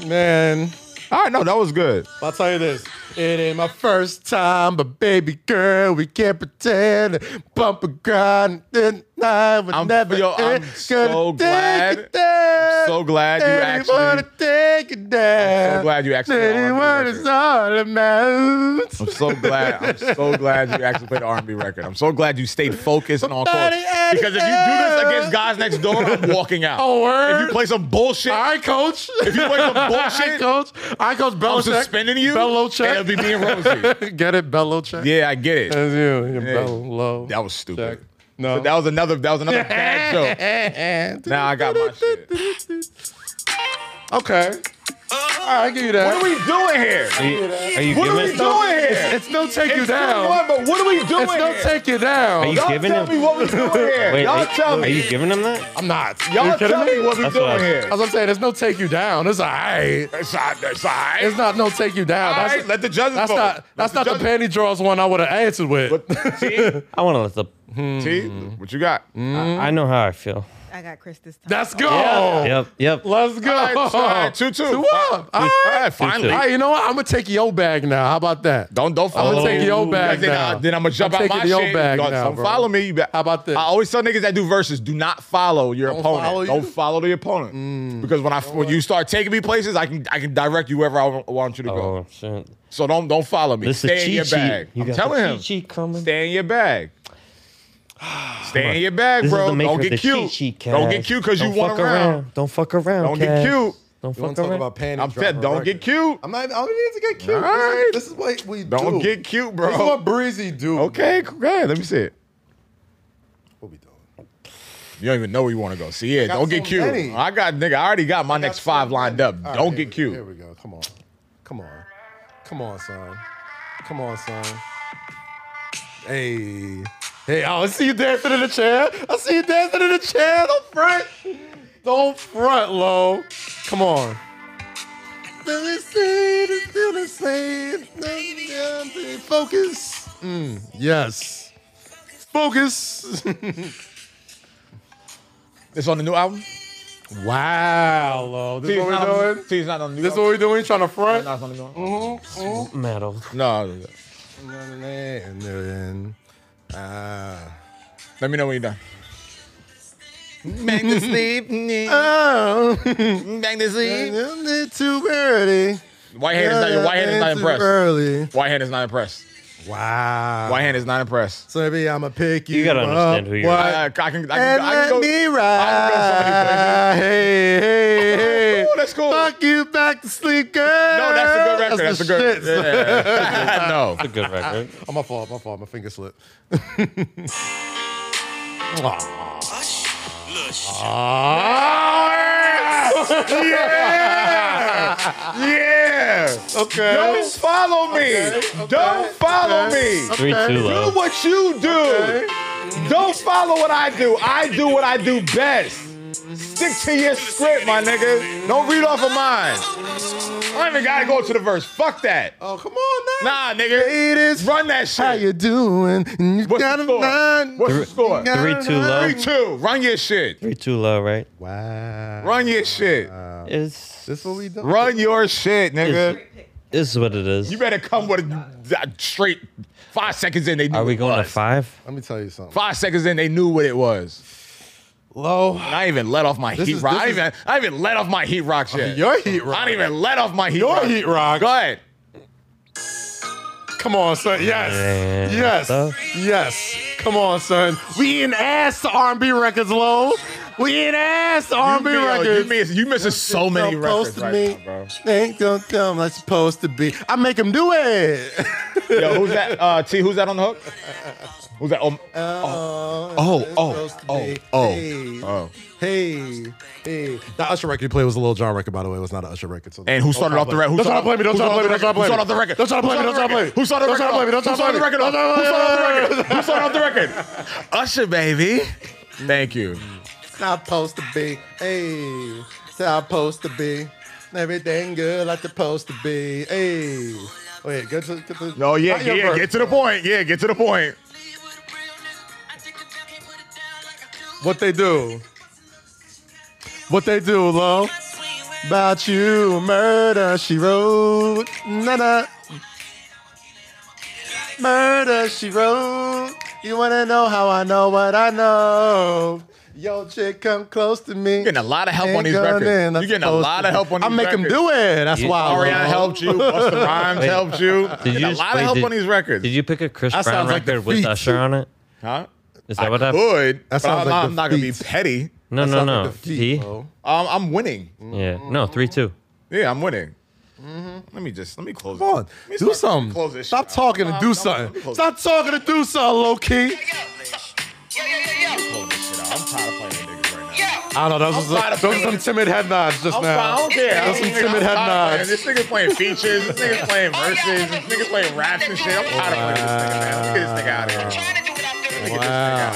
Speaker 2: man.
Speaker 1: All right, no, that was good.
Speaker 2: I'll tell you this. It ain't my first time, but baby girl, we can't pretend. Bump a grind, then I would
Speaker 1: I'm-
Speaker 2: never
Speaker 1: yo, I'm
Speaker 2: end.
Speaker 1: so
Speaker 2: Gonna
Speaker 1: glad-
Speaker 2: Take it down.
Speaker 1: so glad you actually-
Speaker 2: wanna take it down.
Speaker 1: I'm so glad you actually played
Speaker 2: Lady,
Speaker 1: an
Speaker 2: what
Speaker 1: R&B
Speaker 2: it's all about.
Speaker 1: I'm so glad. I'm so glad you actually played an R&B record. I'm so glad you stayed focused and on course.
Speaker 2: Buddy, Eddie,
Speaker 1: Because if you do this against guys next door, I'm walking out.
Speaker 2: Oh, word?
Speaker 1: If you play some bullshit,
Speaker 2: all right, coach.
Speaker 1: if you play some
Speaker 2: All right,
Speaker 1: bullshit,
Speaker 2: coach. All right, coach.
Speaker 1: I'm
Speaker 2: Belichick.
Speaker 1: suspending you.
Speaker 2: Belichick.
Speaker 1: and It'll be me and Rosie.
Speaker 2: Get it, Belichick.
Speaker 1: Yeah, I get it.
Speaker 2: That's you. You're
Speaker 1: Yeah.
Speaker 2: Belo-
Speaker 1: That was stupid.
Speaker 2: Check. No.
Speaker 1: But that was another. That was another bad joke. Now I got my shit.
Speaker 2: Okay. All right, give you that.
Speaker 1: What are we doing here?
Speaker 3: are you, are you
Speaker 1: What are we
Speaker 3: giving?
Speaker 1: doing
Speaker 2: It's,
Speaker 1: here?
Speaker 2: it's no take you
Speaker 1: It's still one,
Speaker 2: down.
Speaker 1: but what are we doing?
Speaker 2: It's no
Speaker 1: here?
Speaker 2: take you down.
Speaker 3: Are you
Speaker 1: Y'all
Speaker 3: giving
Speaker 1: tell
Speaker 3: him?
Speaker 1: me what we doing here.
Speaker 3: Wait,
Speaker 1: Y'all
Speaker 3: are,
Speaker 1: tell
Speaker 3: are
Speaker 1: me.
Speaker 3: you giving him that?
Speaker 2: I'm not.
Speaker 1: Y'all
Speaker 2: you kidding
Speaker 1: tell me, what we
Speaker 3: That's what I-
Speaker 1: doing here.
Speaker 2: As I'm saying, there's no take you down. It's all right.
Speaker 1: It's all right. It's all right.
Speaker 2: It's not no take you down.
Speaker 1: All
Speaker 2: That's,
Speaker 1: right, let the judges
Speaker 2: that's
Speaker 1: vote.
Speaker 2: not.
Speaker 1: Let
Speaker 2: That's not the
Speaker 1: judges-
Speaker 2: panty drawers one I would have answered with.
Speaker 1: But T,
Speaker 3: I want to let the.
Speaker 1: T, what you got? Hmm?
Speaker 3: I, I know how I feel.
Speaker 8: I got Chris this time. Oh,
Speaker 2: Let's go.
Speaker 3: Yep. Yep.
Speaker 2: Let's go.
Speaker 1: All right, all right, two, two.
Speaker 2: Two up. All right.
Speaker 1: All right, finally.
Speaker 2: All right, you know what? I'm gonna take your bag now. How about that?
Speaker 1: Don't don't
Speaker 2: I'm
Speaker 1: follow
Speaker 2: gonna take
Speaker 1: me.
Speaker 2: your bag
Speaker 1: then,
Speaker 2: now.
Speaker 1: I, then I'm gonna jump out
Speaker 2: I'm taking
Speaker 1: my
Speaker 2: your
Speaker 1: shit.
Speaker 2: bag
Speaker 1: don't
Speaker 2: now,
Speaker 1: don't
Speaker 2: bro.
Speaker 1: follow me. You bet.
Speaker 2: How about this?
Speaker 1: I always tell niggas that do verses, do not follow your
Speaker 2: Don't
Speaker 1: opponent.
Speaker 2: follow you?
Speaker 1: Don't follow the opponent.
Speaker 2: Mm.
Speaker 1: Because when I when you start taking me places, I can I can direct you wherever I wa- want you to go.
Speaker 3: Oh shit.
Speaker 1: So don't don't follow me.
Speaker 3: This is
Speaker 1: Stay in your
Speaker 3: cheat sheet.
Speaker 1: bag.
Speaker 3: You
Speaker 1: I'm
Speaker 3: got
Speaker 1: telling
Speaker 3: the
Speaker 1: him.
Speaker 3: cheat sheet coming.
Speaker 1: Stay in your bag. Stay in your bag,
Speaker 3: This is
Speaker 1: bro.
Speaker 3: the maker
Speaker 1: Don't
Speaker 3: of
Speaker 1: get
Speaker 3: the cheat
Speaker 1: cute.
Speaker 3: sheet,
Speaker 1: Don't
Speaker 3: Kaz.
Speaker 1: get cute because you
Speaker 3: Don't
Speaker 1: won
Speaker 3: fuck
Speaker 1: a round.
Speaker 3: Don't fuck around.
Speaker 1: Don't get
Speaker 3: Kaz.
Speaker 1: cute.
Speaker 3: Don't
Speaker 2: You wanna
Speaker 3: fuck
Speaker 2: talk
Speaker 3: around.
Speaker 2: about panty
Speaker 1: I'm
Speaker 2: drawers?
Speaker 1: telling don't get cute.
Speaker 2: I'm not. I don't even need to get cute.
Speaker 1: All right.
Speaker 2: This, is, this is what we
Speaker 1: Don't
Speaker 2: do.
Speaker 1: get cute,
Speaker 2: This is what
Speaker 1: bro.
Speaker 2: Breezy do.
Speaker 1: Okay, go ahead. Let me see it.
Speaker 2: What we doing?
Speaker 1: You don't even know where you want to go. See, yeah,
Speaker 2: got
Speaker 1: don't get
Speaker 2: so
Speaker 1: cute.
Speaker 2: many.
Speaker 1: I got nigga. I already got my next five lined up.
Speaker 2: All right,
Speaker 1: don't
Speaker 2: here
Speaker 1: get
Speaker 2: we-
Speaker 1: cute.
Speaker 2: Here we go. Come on. Come on. Come on, son. Come on, son. Hey. Hey, oh, I see you dancing in the chair. I see you dancing in the chair. Don't front. Don't front, low. Come on. Let me see, it's still the same. Focus. Mm, yes. Focus.
Speaker 1: It's on the new album.
Speaker 2: wow, low. This is what
Speaker 1: T's not
Speaker 2: we're
Speaker 1: on-
Speaker 2: doing.
Speaker 1: T's not on the new
Speaker 2: This is
Speaker 1: album.
Speaker 2: what we're doing. Trying to front.
Speaker 1: Not on the new album.
Speaker 3: Metal.
Speaker 1: No, no, no.
Speaker 2: And then, ah.
Speaker 1: Let me know when you're done. Bang to sleep.
Speaker 2: Oh,
Speaker 1: Bang to sleep.
Speaker 2: it's too early.
Speaker 1: White hand is not. White hand is not impressed.
Speaker 2: Early.
Speaker 1: White hand is not impressed.
Speaker 2: Wow.
Speaker 1: White hand is not impressed.
Speaker 2: So maybe I'ma pick you.
Speaker 3: You gotta understand
Speaker 2: up.
Speaker 3: who you're-
Speaker 2: What?
Speaker 1: I, I can. I can, I
Speaker 2: and
Speaker 1: can
Speaker 2: let
Speaker 1: go.
Speaker 2: me
Speaker 1: I
Speaker 2: ride.
Speaker 1: can
Speaker 2: Hey, hey, hey.
Speaker 1: Ooh, that's cool.
Speaker 2: Fuck you back to sleep, girl.
Speaker 1: No, that's a good record. That's,
Speaker 2: the
Speaker 1: a good.
Speaker 2: shits.
Speaker 1: Yeah. no.
Speaker 3: It's a good record.
Speaker 2: Oh, my fault. My fault. My finger slipped.
Speaker 1: Yeah.
Speaker 2: Okay.
Speaker 1: Don't follow me. Don't follow me.
Speaker 3: Three
Speaker 2: Okay.
Speaker 3: too
Speaker 1: Do
Speaker 3: low.
Speaker 1: what you do. Don't follow what I do. I do what I do best. Stick to your script, my nigga. Don't read off of mine. I don't even gotta go to the verse. Fuck that.
Speaker 2: Oh, come on now.
Speaker 1: Nah, nigga. Run that
Speaker 2: How you
Speaker 1: shit.
Speaker 2: doing? And you
Speaker 1: What's
Speaker 2: got
Speaker 1: the
Speaker 2: a
Speaker 1: score?
Speaker 2: nine.
Speaker 1: What's the score?
Speaker 2: Got
Speaker 3: Three,
Speaker 2: a
Speaker 3: two, low.
Speaker 2: nine.
Speaker 1: Three, two. Run your shit.
Speaker 3: Three too low, right?
Speaker 2: Wow.
Speaker 1: Run your shit.
Speaker 2: Uh,
Speaker 3: It's
Speaker 2: This what we do.
Speaker 1: Run your shit, nigga.
Speaker 3: this is what it is.
Speaker 1: You better come with a straight five seconds in. They knew
Speaker 3: Are
Speaker 1: what
Speaker 3: we
Speaker 1: it
Speaker 3: going to
Speaker 1: was.
Speaker 3: five?
Speaker 2: Let me tell you something.
Speaker 1: Five seconds in, they knew what it was.
Speaker 2: Low.
Speaker 1: And I ain't even let off my
Speaker 2: This
Speaker 1: heat
Speaker 2: is-
Speaker 1: rock.
Speaker 2: this
Speaker 1: I ain't
Speaker 2: is-
Speaker 1: even, I ain't even let off my Uh, heat rocks yet.
Speaker 2: Your heat rock.
Speaker 1: I didn't even let off my heat
Speaker 2: Your
Speaker 1: rock.
Speaker 2: heat rock.
Speaker 1: Go ahead.
Speaker 2: Come on, son. Yes.
Speaker 3: Man,
Speaker 2: yes.
Speaker 3: so?
Speaker 2: Yes. Come on, son. We eating ass to R&B records, Lo. We eating ass to R&B
Speaker 5: yo, You
Speaker 2: records.
Speaker 5: miss, you missing so many records
Speaker 2: to
Speaker 5: right
Speaker 2: me.
Speaker 5: now, bro.
Speaker 2: Ain't gonna tell 'em like supposed to be. I make him do it.
Speaker 1: Yo, who's that? Uh, T, who's that on the hook? Who's that? Oh,
Speaker 2: Oh, oh, oh, oh, hey,
Speaker 1: oh.
Speaker 2: hey, hey. That Usher record he played was a Little John record, by the way. It was not an Usher record. So
Speaker 1: and who started off the record?
Speaker 2: Don't try to play me. Don't try to play me. Don't try to play me.
Speaker 1: Who started off the record?
Speaker 2: Don't try to play me. Don't try to play me.
Speaker 1: Who started
Speaker 2: Don't
Speaker 1: off
Speaker 2: try to play me. Don't try to play
Speaker 1: Who
Speaker 2: me. Don't try to
Speaker 1: started off
Speaker 2: play me.
Speaker 1: the record? Who started off the record? Who started off the record? Usher, baby. Thank you.
Speaker 2: It's not supposed to be. Hey, it's not supposed to be. Everything good like it's supposed to be. Hey, wait, get to get to.
Speaker 5: Oh yeah,
Speaker 2: not your
Speaker 5: yeah.
Speaker 2: verse.
Speaker 5: Get to the point. Yeah, get to the point.
Speaker 2: What they do? What they do, Lo? About you, murder she wrote. Na na. Murder she wrote. You wanna know how I know what I know? Yo, chick, come close to me.
Speaker 1: Getting a lot of help on these records. You're getting a lot of help on
Speaker 2: I
Speaker 1: these
Speaker 2: make him
Speaker 1: records.
Speaker 2: do it. That's
Speaker 3: You-
Speaker 2: why. I
Speaker 1: Ariana
Speaker 2: love-
Speaker 1: helped you. Busta Rhymes helped you.
Speaker 3: Did you
Speaker 1: a
Speaker 3: just-
Speaker 1: lot of
Speaker 3: wait,
Speaker 1: help
Speaker 3: did-
Speaker 1: on these records.
Speaker 3: Did you pick a Chris
Speaker 2: That
Speaker 3: Brown
Speaker 2: sounds like the
Speaker 3: record with
Speaker 2: feet.
Speaker 3: Usher on it?
Speaker 1: huh?
Speaker 3: Is that what
Speaker 1: I
Speaker 3: happened?
Speaker 1: could, but
Speaker 2: sounds
Speaker 1: I'm,
Speaker 2: like
Speaker 1: I'm not gonna be
Speaker 2: defeat.
Speaker 1: petty.
Speaker 3: No, no,
Speaker 2: Sounds
Speaker 3: no.
Speaker 2: like defeat,
Speaker 3: He?
Speaker 2: bro.
Speaker 1: Um, I'm winning.
Speaker 3: Yeah. No, three two.
Speaker 1: Yeah, I'm winning. Let me just let me close.
Speaker 2: Mm-hmm. Come
Speaker 1: it.
Speaker 2: on,
Speaker 1: Let me
Speaker 2: do
Speaker 1: start-
Speaker 2: something.
Speaker 1: Close this.
Speaker 2: Stop
Speaker 1: shit out.
Speaker 2: talking
Speaker 1: No,
Speaker 2: and
Speaker 1: no,
Speaker 2: do
Speaker 1: no, let me
Speaker 2: something.
Speaker 1: close
Speaker 2: Stop talking and do something, low key.
Speaker 1: Close this shit out. I'm tired of playing with niggas right now.
Speaker 2: I don't know.
Speaker 1: I'm
Speaker 2: Those,
Speaker 1: tired
Speaker 2: are
Speaker 1: of
Speaker 2: some, those
Speaker 1: playing.
Speaker 2: are some timid head nods just
Speaker 1: I'm fine. I
Speaker 2: now.
Speaker 1: don't care.
Speaker 2: Those are some
Speaker 1: I'm tired
Speaker 2: timid
Speaker 1: of
Speaker 2: head
Speaker 1: playing.
Speaker 2: nods.
Speaker 1: This nigga's playing features. This nigga's playing verses. This nigga's playing raps and shit. I'm tired of playing with this nigga, man. Let me get this nigga out of here. Let
Speaker 2: Wow.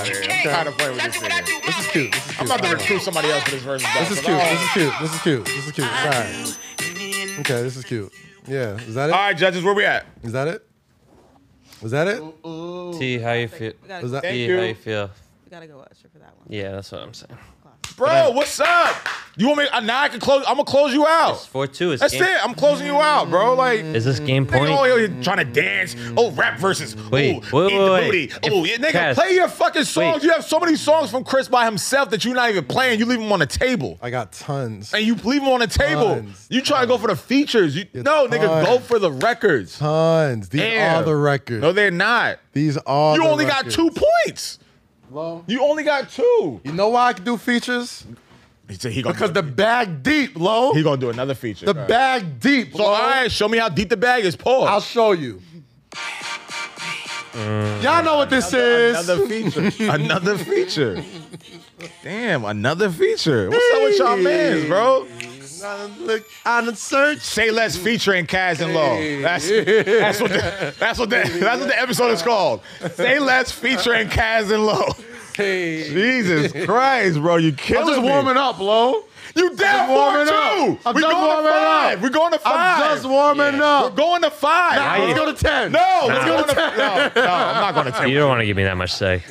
Speaker 1: me get this nigga out of here. I'm tired of playing with this nigga.
Speaker 2: This is cute. This is
Speaker 1: I'm
Speaker 2: cute.
Speaker 1: about to recruit somebody else for this version.
Speaker 2: This is cute. This is cute. This is cute. This is cute. All right. Okay, this is cute. Yeah. Is that
Speaker 1: All
Speaker 2: it?
Speaker 1: right, judges, where we at?
Speaker 2: Is that it? Is that it?
Speaker 3: T, how you feel?
Speaker 8: We gotta,
Speaker 2: Was
Speaker 8: go,
Speaker 2: that?
Speaker 3: T,
Speaker 1: you.
Speaker 3: how you feel?
Speaker 8: we gotta go Usher for that one.
Speaker 3: Yeah, that's what I'm saying.
Speaker 1: Bro, what's up? You want me? uh, Now I can close. I'm gonna close you out.
Speaker 3: It's four two. Is
Speaker 1: That's
Speaker 3: game,
Speaker 1: it. I'm closing you out, bro. Like.
Speaker 3: Is this game point?
Speaker 1: Nigga, oh, yo, you're trying to dance. Oh, rap verses.
Speaker 3: Wait,
Speaker 1: oh,
Speaker 3: wait,
Speaker 1: eat
Speaker 3: wait,
Speaker 1: the
Speaker 3: wait.
Speaker 1: booty.
Speaker 3: If-
Speaker 1: Oh, yeah, nigga,
Speaker 3: Kaz,
Speaker 1: play your fucking songs.
Speaker 3: wait.
Speaker 1: You have so many songs from Chris by himself that you're not even playing. You leave them on the table.
Speaker 2: I got tons.
Speaker 1: And you leave them on the table.
Speaker 2: Tons.
Speaker 1: You try to go for the features. You, no, nigga,
Speaker 2: tons.
Speaker 1: go for the records.
Speaker 2: Tons. These
Speaker 1: Damn.
Speaker 2: are the records.
Speaker 1: No, they're not.
Speaker 2: These are
Speaker 1: You
Speaker 2: the
Speaker 1: only
Speaker 2: records.
Speaker 1: got two points.
Speaker 2: Lo,
Speaker 1: You only got two.
Speaker 2: You know why I can do features?
Speaker 1: He said he gonna
Speaker 2: Because
Speaker 1: do,
Speaker 2: the bag deep, Lo.
Speaker 1: he gonna do another feature.
Speaker 2: The
Speaker 1: All right.
Speaker 2: bag deep.
Speaker 1: So
Speaker 2: Lo.
Speaker 1: all right, show me how deep the bag is.
Speaker 2: I'll
Speaker 1: Pause.
Speaker 2: show you.
Speaker 1: Uh,
Speaker 2: Y'all know what this is.
Speaker 1: another feature. another feature. Damn, another feature. What's up with y'all mans, bro?
Speaker 2: Look, I done search.
Speaker 1: Say less featuring Kaz and Law. That's that's what the, that's what the that's what the episode is called. Say less featuring Kaz and Low.
Speaker 2: Hey.
Speaker 1: Jesus Christ, bro, you
Speaker 2: I'm
Speaker 1: killing
Speaker 2: just
Speaker 1: me.
Speaker 2: warming up, Lo.
Speaker 1: You down
Speaker 2: just
Speaker 1: for
Speaker 2: warming
Speaker 1: two?
Speaker 2: up. I'm
Speaker 1: we
Speaker 2: just
Speaker 1: going
Speaker 2: warming
Speaker 1: to five.
Speaker 2: up.
Speaker 1: We're going to five.
Speaker 2: I'm just warming
Speaker 1: We're
Speaker 2: up.
Speaker 1: going to five.
Speaker 2: Nah, let's go to 10.
Speaker 1: no,
Speaker 2: let's go to 10.
Speaker 1: no, no, I'm not going to
Speaker 3: You
Speaker 1: ten.
Speaker 3: don't want to give me that much say.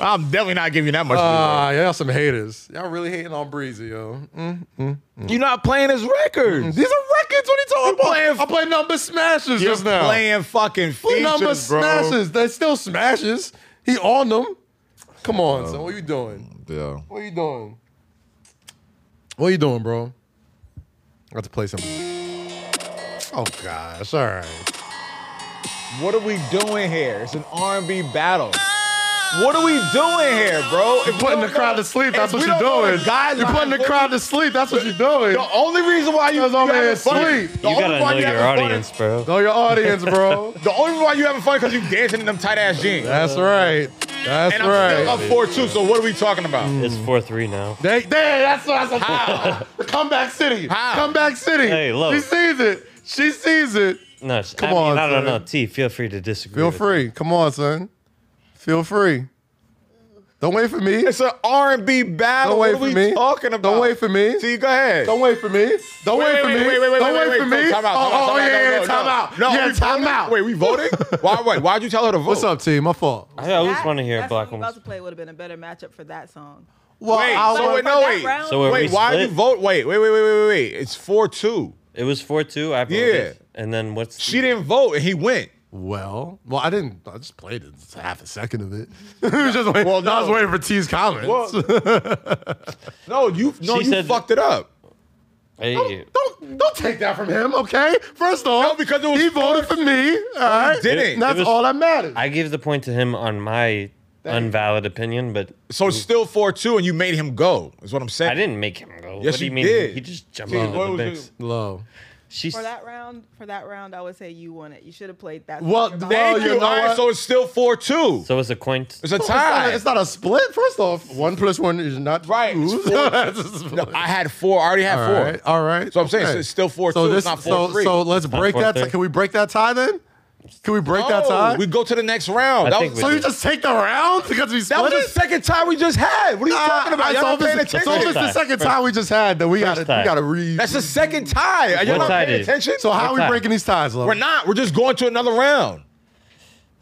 Speaker 1: I'm definitely not giving you that much.
Speaker 2: Ah, y'all some haters. Y'all really hating on Breezy, yo. Mm.
Speaker 1: You're not playing his records.
Speaker 2: These are records. What are you talking
Speaker 1: You're
Speaker 2: about? I play number smashes
Speaker 1: You're
Speaker 2: just now.
Speaker 1: playing fucking features,
Speaker 2: Play number
Speaker 1: bro.
Speaker 2: smashes. They still smashes. He on them. Come on, son. What you doing?
Speaker 1: Yeah.
Speaker 2: What you doing? What you doing, bro? I have to play some. Oh gosh! All right.
Speaker 1: What are we doing here? It's an R&B battle. What are we doing here, bro? If we
Speaker 2: putting
Speaker 1: don't
Speaker 2: the crowd
Speaker 1: know-
Speaker 2: to sleep. That's
Speaker 1: if
Speaker 2: what
Speaker 1: we
Speaker 2: you're
Speaker 1: don't know
Speaker 2: doing.
Speaker 1: guidelines,
Speaker 2: You're putting the
Speaker 1: what-
Speaker 2: crowd to sleep. That's what you're doing.
Speaker 1: The only reason why you,
Speaker 2: Cause I'm
Speaker 1: you
Speaker 2: here
Speaker 1: having fun,
Speaker 2: asleep.
Speaker 1: the
Speaker 3: You
Speaker 1: only
Speaker 3: gotta
Speaker 1: why
Speaker 3: know
Speaker 1: you
Speaker 3: your
Speaker 1: having fun
Speaker 3: audience,
Speaker 1: is-
Speaker 3: bro.
Speaker 2: Know your audience, bro.
Speaker 1: the only reason why you having fun because you dancing in them tight ass jeans.
Speaker 2: That's right. That's
Speaker 1: and I'm still
Speaker 2: right.
Speaker 1: up four two. So what are we talking about?
Speaker 3: It's four three now.
Speaker 2: They, they, that's what I'm How? Comeback City.
Speaker 1: How?
Speaker 2: Comeback City.
Speaker 3: Hey, look.
Speaker 2: She sees it. She sees it.
Speaker 3: No, it's-
Speaker 2: Come
Speaker 3: I mean,
Speaker 2: on,
Speaker 3: I
Speaker 2: son.
Speaker 3: don't know. T, feel free to disagree.
Speaker 2: Feel
Speaker 3: with
Speaker 2: free. Come on, son. Feel free. Don't wait for me.
Speaker 1: It's an R and B battle.
Speaker 2: Don't wait
Speaker 1: what are
Speaker 2: for
Speaker 1: we
Speaker 2: me.
Speaker 1: talking about?
Speaker 2: Don't wait for me.
Speaker 1: See, go ahead.
Speaker 2: Don't wait for me. Don't wait,
Speaker 1: Wait,
Speaker 2: for
Speaker 1: wait,
Speaker 2: me.
Speaker 1: wait, wait, wait,
Speaker 2: Don't
Speaker 1: wait,
Speaker 2: wait,
Speaker 1: wait,
Speaker 2: for
Speaker 1: wait.
Speaker 2: me.
Speaker 1: Time out, time
Speaker 2: oh,
Speaker 1: out,
Speaker 2: oh,
Speaker 1: time out.
Speaker 2: yeah,
Speaker 1: No,
Speaker 2: yeah,
Speaker 1: no,
Speaker 2: time
Speaker 1: no.
Speaker 2: out.
Speaker 1: No,
Speaker 2: yeah,
Speaker 1: we
Speaker 2: time
Speaker 1: voted?
Speaker 2: out.
Speaker 1: Wait, we voting? Why? Wait, why'd you tell her to vote?
Speaker 2: What's up, team? My fault.
Speaker 3: it. I always
Speaker 8: That-
Speaker 3: want to hear
Speaker 8: that's
Speaker 3: black
Speaker 8: what we about
Speaker 3: women.
Speaker 8: to play would have been a better matchup for that song.
Speaker 2: Well,
Speaker 1: Wait,
Speaker 2: I
Speaker 1: so
Speaker 2: was-
Speaker 1: wait, no,
Speaker 8: That
Speaker 1: wait.
Speaker 8: round-
Speaker 3: So we're-
Speaker 1: Wait, why did
Speaker 3: split?
Speaker 1: you vote? Wait, wait, wait, wait, wait, wait, wait. It's four two.
Speaker 3: It was four two. I voted. And then what's
Speaker 1: She didn't vote, and he went.
Speaker 2: Well, well, I didn't. I just played it. It's half a second of it. It was just wait,
Speaker 1: Well,
Speaker 2: I was
Speaker 1: no.
Speaker 2: waiting for T's comments.
Speaker 1: Well, no, you no,
Speaker 3: She
Speaker 1: you
Speaker 3: said-
Speaker 1: fucked it up.
Speaker 3: Hey,
Speaker 2: Don't Don't take that from him, okay? First off,
Speaker 5: No, because it was
Speaker 2: he voted for me. All right,
Speaker 1: didn't.
Speaker 2: That's
Speaker 3: It was-
Speaker 2: all that matters.
Speaker 3: I give the point to him on my unvalid opinion, but
Speaker 1: So it's still four two, and you made him go. Is what I'm saying.
Speaker 3: I didn't make him go.
Speaker 1: Yes,
Speaker 3: what do you
Speaker 1: you
Speaker 3: mean?
Speaker 1: did.
Speaker 3: He just jumped
Speaker 1: See,
Speaker 3: into
Speaker 1: what
Speaker 3: the
Speaker 1: was
Speaker 3: mix.
Speaker 1: it?
Speaker 2: Low.
Speaker 3: She's
Speaker 8: For that round, for that round, I would say you won it. You should have played that.
Speaker 2: Well,
Speaker 8: your
Speaker 2: they-
Speaker 8: ball.
Speaker 1: Thank
Speaker 2: Oh,
Speaker 1: you.
Speaker 2: you know
Speaker 1: All right,
Speaker 2: what?
Speaker 1: so it's still four two.
Speaker 3: so it's a coin.
Speaker 1: It's a
Speaker 2: It's not,
Speaker 1: tie.
Speaker 2: it's not a split. First off, one plus one is not
Speaker 1: Right, it's
Speaker 2: two.
Speaker 1: four.
Speaker 2: That's a split.
Speaker 1: I had four. I already had
Speaker 2: All
Speaker 1: four.
Speaker 2: right, all right.
Speaker 1: So I'm saying, so it's still four
Speaker 2: So
Speaker 1: two, it's
Speaker 2: this,
Speaker 1: not
Speaker 2: so,
Speaker 1: four three.
Speaker 2: so let's
Speaker 3: not
Speaker 2: break
Speaker 3: four
Speaker 2: that.
Speaker 3: three.
Speaker 2: Tie. Can we break that tie then? Can we break that
Speaker 1: No,
Speaker 2: tie?
Speaker 1: We go to the next round.
Speaker 3: I
Speaker 1: That
Speaker 3: think
Speaker 1: was,
Speaker 3: we
Speaker 2: so you
Speaker 3: did.
Speaker 2: just take the round because we
Speaker 1: that
Speaker 2: split
Speaker 1: was the
Speaker 2: it?
Speaker 1: second time we just had. What are you
Speaker 2: Nah,
Speaker 1: talking about?
Speaker 2: I-
Speaker 1: Y'all
Speaker 2: so
Speaker 1: not
Speaker 2: if it's-
Speaker 1: paying
Speaker 2: So if
Speaker 1: attention.
Speaker 2: it's the
Speaker 3: First
Speaker 2: second time we just had that we got to we
Speaker 3: tie.
Speaker 2: got to read.
Speaker 1: That's the second tie. Are y'all not
Speaker 3: What tie
Speaker 1: paying
Speaker 3: did?
Speaker 1: attention?
Speaker 2: So how are we
Speaker 3: tie.
Speaker 2: breaking these ties, love?
Speaker 1: We're not. We're just going to another round.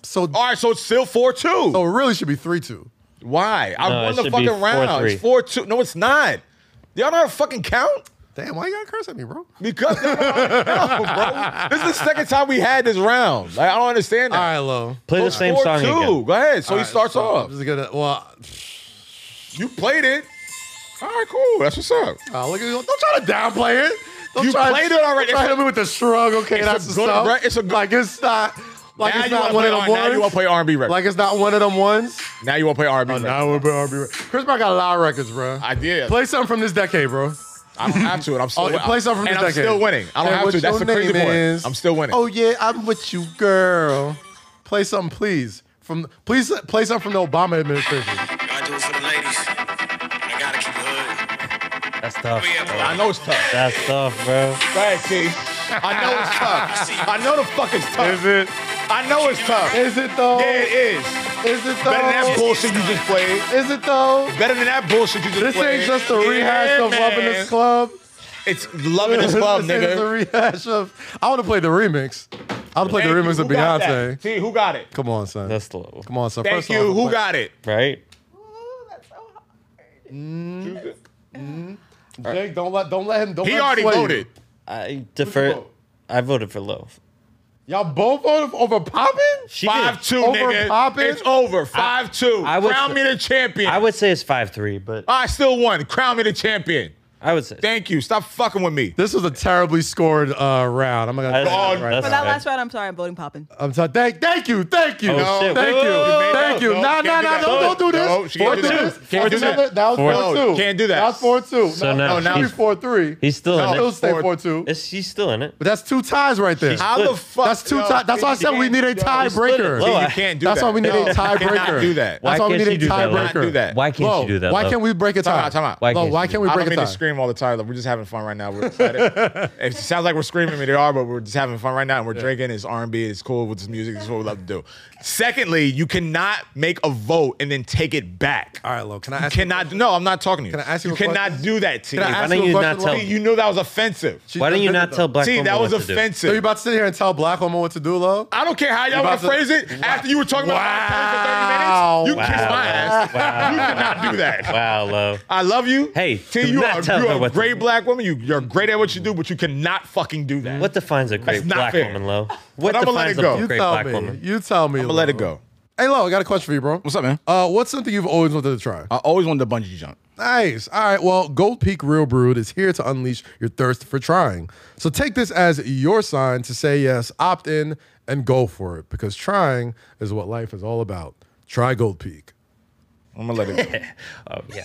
Speaker 2: So
Speaker 1: All right, so it's still four two.
Speaker 2: so it really should be three two.
Speaker 1: Why? I
Speaker 3: No,
Speaker 1: won
Speaker 3: it
Speaker 1: the
Speaker 3: should be
Speaker 1: fucking round. It's four two. No, it's not. Y'all know how to fucking count?
Speaker 2: Damn, why you gotta curse at me, bro?
Speaker 1: Because they don't know how to count, bro. This is the second time we had this round. Like I don't understand
Speaker 2: All
Speaker 1: that.
Speaker 2: right, low.
Speaker 3: Play the
Speaker 1: It's
Speaker 3: same
Speaker 1: 4-2.
Speaker 3: song again.
Speaker 1: Go ahead. So he starts
Speaker 2: I'm
Speaker 1: off.
Speaker 2: just gonna well.
Speaker 1: You played it. All right, cool. That's what's up.
Speaker 2: Uh, look at you. Don't try to downplay it. Don't
Speaker 1: You
Speaker 2: try,
Speaker 1: played it already.
Speaker 2: Don't try to
Speaker 1: It's
Speaker 2: hit me with the shrug. Okay,
Speaker 1: it's a
Speaker 2: that's the
Speaker 1: good
Speaker 2: stuff.
Speaker 1: re- it's a good-
Speaker 2: like it's not like
Speaker 1: now
Speaker 2: it's
Speaker 1: you want
Speaker 2: not
Speaker 1: to
Speaker 2: one
Speaker 1: play
Speaker 2: of them
Speaker 1: R- now you want
Speaker 2: ones.
Speaker 1: to play R&B records.
Speaker 2: Like oh, it's not one of them ones.
Speaker 1: now you want to play R&B records.
Speaker 2: Nah, we're about R&B records. Chris Brown got a lot of records, bro.
Speaker 1: I did.
Speaker 2: Play something from this decade, bro.
Speaker 1: I don't have to. And I'm still.
Speaker 2: Oh,
Speaker 1: win-
Speaker 2: play something from
Speaker 1: and
Speaker 2: this
Speaker 1: I'm
Speaker 2: decade.
Speaker 1: still winning. I don't
Speaker 2: Hey,
Speaker 1: have
Speaker 2: what's
Speaker 1: to. That's the
Speaker 2: your
Speaker 1: crazy
Speaker 2: name
Speaker 1: part.
Speaker 2: is?
Speaker 1: I'm still winning.
Speaker 2: Oh yeah, I'm with you, girl. Play something, please. From please play something from the Obama administration.
Speaker 7: I do it for the ladies. I gotta keep it hood.
Speaker 3: That's tough.
Speaker 7: We have a
Speaker 1: I know it's tough.
Speaker 3: That's tough,
Speaker 1: Go
Speaker 3: bro.
Speaker 1: ahead, T. I know it's tough. I know the fuck is tough.
Speaker 2: Is it?
Speaker 1: I know it's tough.
Speaker 2: Is it though?
Speaker 1: Yeah, it is.
Speaker 2: Is it though?
Speaker 1: Better than that bullshit you just played.
Speaker 2: Is it though?
Speaker 1: Better than that bullshit you just
Speaker 2: This
Speaker 1: played.
Speaker 2: ain't just a
Speaker 1: Yeah,
Speaker 2: rehash of
Speaker 1: man.
Speaker 2: Love in This Club.
Speaker 1: It's loving this club,
Speaker 2: this is a
Speaker 1: nigga.
Speaker 2: rehash of. I want to play the remix. I want to play the remix of Beyonce.
Speaker 1: T, who got it?
Speaker 2: Come on, son.
Speaker 3: That's low,
Speaker 2: Come on, son.
Speaker 1: Thank
Speaker 2: First
Speaker 1: you.
Speaker 2: off,
Speaker 1: Who
Speaker 2: like,
Speaker 1: got it?
Speaker 3: right?
Speaker 8: Ooh, that's so hard.
Speaker 2: Jake, don't let don't let him. Don't
Speaker 1: He
Speaker 2: let him
Speaker 1: already
Speaker 2: sway you.
Speaker 1: voted.
Speaker 3: I defer.
Speaker 2: vote?
Speaker 3: I voted for low.
Speaker 2: Y'all both voted over popping.
Speaker 3: She
Speaker 1: Five
Speaker 3: did.
Speaker 1: two,
Speaker 2: Over
Speaker 1: nigga.
Speaker 2: Poppin'?
Speaker 1: It's over. Five two.
Speaker 3: I would-
Speaker 1: Crown me the champion.
Speaker 3: I would say it's five three, but
Speaker 1: I still won. Crown me the champion.
Speaker 3: I would say.
Speaker 1: Thank you. Stop fucking with me.
Speaker 2: This was a terribly scored uh, round. I'm not gonna.
Speaker 3: That's-
Speaker 2: call it right
Speaker 3: that's-
Speaker 2: now.
Speaker 8: For that
Speaker 3: Okay.
Speaker 8: last round, I'm sorry, I'm voting popping.
Speaker 2: I'm sorry. Thank, thank you, thank you,
Speaker 3: Oh, No, shit.
Speaker 2: thank
Speaker 3: wait,
Speaker 2: you,
Speaker 3: wait, wait, wait,
Speaker 2: thank
Speaker 1: no,
Speaker 2: you.
Speaker 1: no,
Speaker 2: Nah,
Speaker 1: can't
Speaker 2: nah,
Speaker 1: do
Speaker 2: nah.
Speaker 1: that.
Speaker 2: Don't, don't do this.
Speaker 1: No, she
Speaker 2: four
Speaker 1: can't do
Speaker 2: two.
Speaker 1: that.
Speaker 2: That
Speaker 1: Can't do
Speaker 2: was
Speaker 1: that.
Speaker 2: another- That was
Speaker 3: Four-
Speaker 2: four
Speaker 1: No,
Speaker 2: two.
Speaker 1: can't do that.
Speaker 2: That was four two.
Speaker 3: So
Speaker 2: no,
Speaker 3: now
Speaker 2: no, now
Speaker 3: she's-
Speaker 2: we four three.
Speaker 3: He's still
Speaker 2: I
Speaker 3: in
Speaker 2: still
Speaker 3: it.
Speaker 2: stay
Speaker 1: Four-
Speaker 2: four two.
Speaker 3: Is she's still in it?
Speaker 2: But that's two ties right there.
Speaker 3: She's-
Speaker 1: How the
Speaker 3: Look,
Speaker 1: fuck?
Speaker 2: that's two
Speaker 1: yo,
Speaker 2: ties. That's why I
Speaker 1: you
Speaker 2: said we
Speaker 1: can't-
Speaker 2: need a
Speaker 1: yo, split it.
Speaker 2: tiebreaker.
Speaker 1: See,
Speaker 3: Low,
Speaker 1: You
Speaker 3: I-
Speaker 1: can't do that.
Speaker 2: That's why we need
Speaker 1: No,
Speaker 2: a
Speaker 1: you cannot
Speaker 2: tiebreaker.
Speaker 1: do that.
Speaker 2: That's
Speaker 3: Why
Speaker 2: why we
Speaker 3: can't
Speaker 2: need a
Speaker 3: you do that? Why
Speaker 1: not do
Speaker 2: tiebreaker.
Speaker 1: that?
Speaker 3: Why can't
Speaker 2: Low,
Speaker 3: you do that?
Speaker 2: Why
Speaker 3: Low?
Speaker 2: can't we break a tie?
Speaker 1: Time out, time out.
Speaker 3: Why
Speaker 2: Low,
Speaker 3: can't
Speaker 2: why
Speaker 3: you do
Speaker 2: can't we
Speaker 1: I
Speaker 2: break
Speaker 1: don't
Speaker 2: a
Speaker 1: mean
Speaker 2: tie?
Speaker 1: to scream all the time. Like, we're just having fun right now. We're excited. it sounds like we're screaming, but they are, but we're just having fun right now. And we're drinking. It's R&B. It's cool with this music. This is what we love to do. Secondly, you cannot make a vote and then take it back.
Speaker 2: All right, Lo, can I
Speaker 1: You
Speaker 2: ask you a
Speaker 1: cannot. No, I'm not talking to you.
Speaker 2: Can I ask you
Speaker 1: You
Speaker 2: a
Speaker 1: cannot
Speaker 2: question?
Speaker 1: do that, T.
Speaker 2: Can I
Speaker 3: Why
Speaker 2: ask
Speaker 3: don't
Speaker 2: a
Speaker 3: you
Speaker 2: question,
Speaker 3: not
Speaker 2: Lo?
Speaker 3: tell
Speaker 1: T, you know that was offensive.
Speaker 2: She
Speaker 3: Why don't
Speaker 2: just
Speaker 3: you
Speaker 2: did it,
Speaker 3: not
Speaker 2: though.
Speaker 3: tell black
Speaker 1: T,
Speaker 3: women
Speaker 1: that was
Speaker 3: what to do?
Speaker 1: offensive.
Speaker 2: So you about to sit here and tell black woman what to do, Lo?
Speaker 1: I don't care how y'all want
Speaker 2: about
Speaker 1: to
Speaker 2: to-
Speaker 1: phrase it. After you were talking
Speaker 2: Wow.
Speaker 1: about my panties for 30 minutes, you kissed my ass. You
Speaker 3: Wow.
Speaker 1: cannot do that.
Speaker 3: Wow, low.
Speaker 1: I love you.
Speaker 3: Hey,
Speaker 1: T,
Speaker 3: do
Speaker 1: you
Speaker 3: not
Speaker 1: are,
Speaker 3: tell
Speaker 1: you
Speaker 3: her
Speaker 1: are a
Speaker 3: what to
Speaker 1: great
Speaker 3: do.
Speaker 1: black woman. You, you're great at what you do, but you cannot fucking do that.
Speaker 3: What defines a great
Speaker 1: not
Speaker 3: black
Speaker 1: fair.
Speaker 3: woman, low? What
Speaker 1: I'ma let
Speaker 3: defines
Speaker 1: it go.
Speaker 3: a
Speaker 2: You
Speaker 3: great
Speaker 2: tell
Speaker 3: black
Speaker 2: me.
Speaker 3: woman?
Speaker 2: You tell me.
Speaker 1: I'm gonna let it go.
Speaker 2: Hey, Lo, I got a question for you, bro.
Speaker 1: What's up, man?
Speaker 2: Uh, what's something you've always wanted to try?
Speaker 1: I always wanted to bungee jump.
Speaker 2: Nice. All right. Well, Gold Peak Real Brewed is here to unleash your thirst for trying. So take this as your sign to say yes, opt in, and go for it because trying is what life is all about. Try Gold Peak.
Speaker 1: I'm gonna let it go.
Speaker 3: Oh yeah.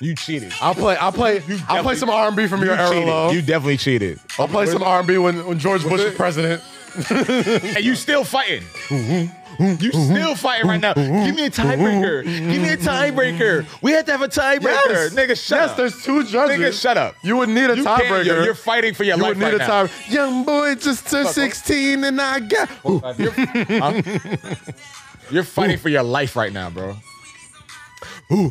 Speaker 1: you cheated.
Speaker 2: I'll play. I'll play. I'll play
Speaker 1: definitely-
Speaker 2: some R and B from your
Speaker 1: you
Speaker 2: era,
Speaker 1: cheated.
Speaker 2: Lo.
Speaker 1: You definitely cheated.
Speaker 2: I'll play some R and B when when George Bush was president.
Speaker 1: And you still fighting. You still fighting right now. Give me a tiebreaker. Give me a tiebreaker. We have to have a tiebreaker. Nigga, shut
Speaker 2: yes,
Speaker 1: up.
Speaker 2: there's two judges.
Speaker 1: Nigga, shut up.
Speaker 2: You would need a
Speaker 1: You can't. You're-
Speaker 2: tiebreaker.
Speaker 1: you're fighting for your
Speaker 2: you
Speaker 1: life
Speaker 2: would need
Speaker 1: right
Speaker 2: a
Speaker 1: now.
Speaker 2: tiebreaker. Young boy just turned 16 and I got. Ooh.
Speaker 1: You're fighting for your life right now, bro.
Speaker 3: He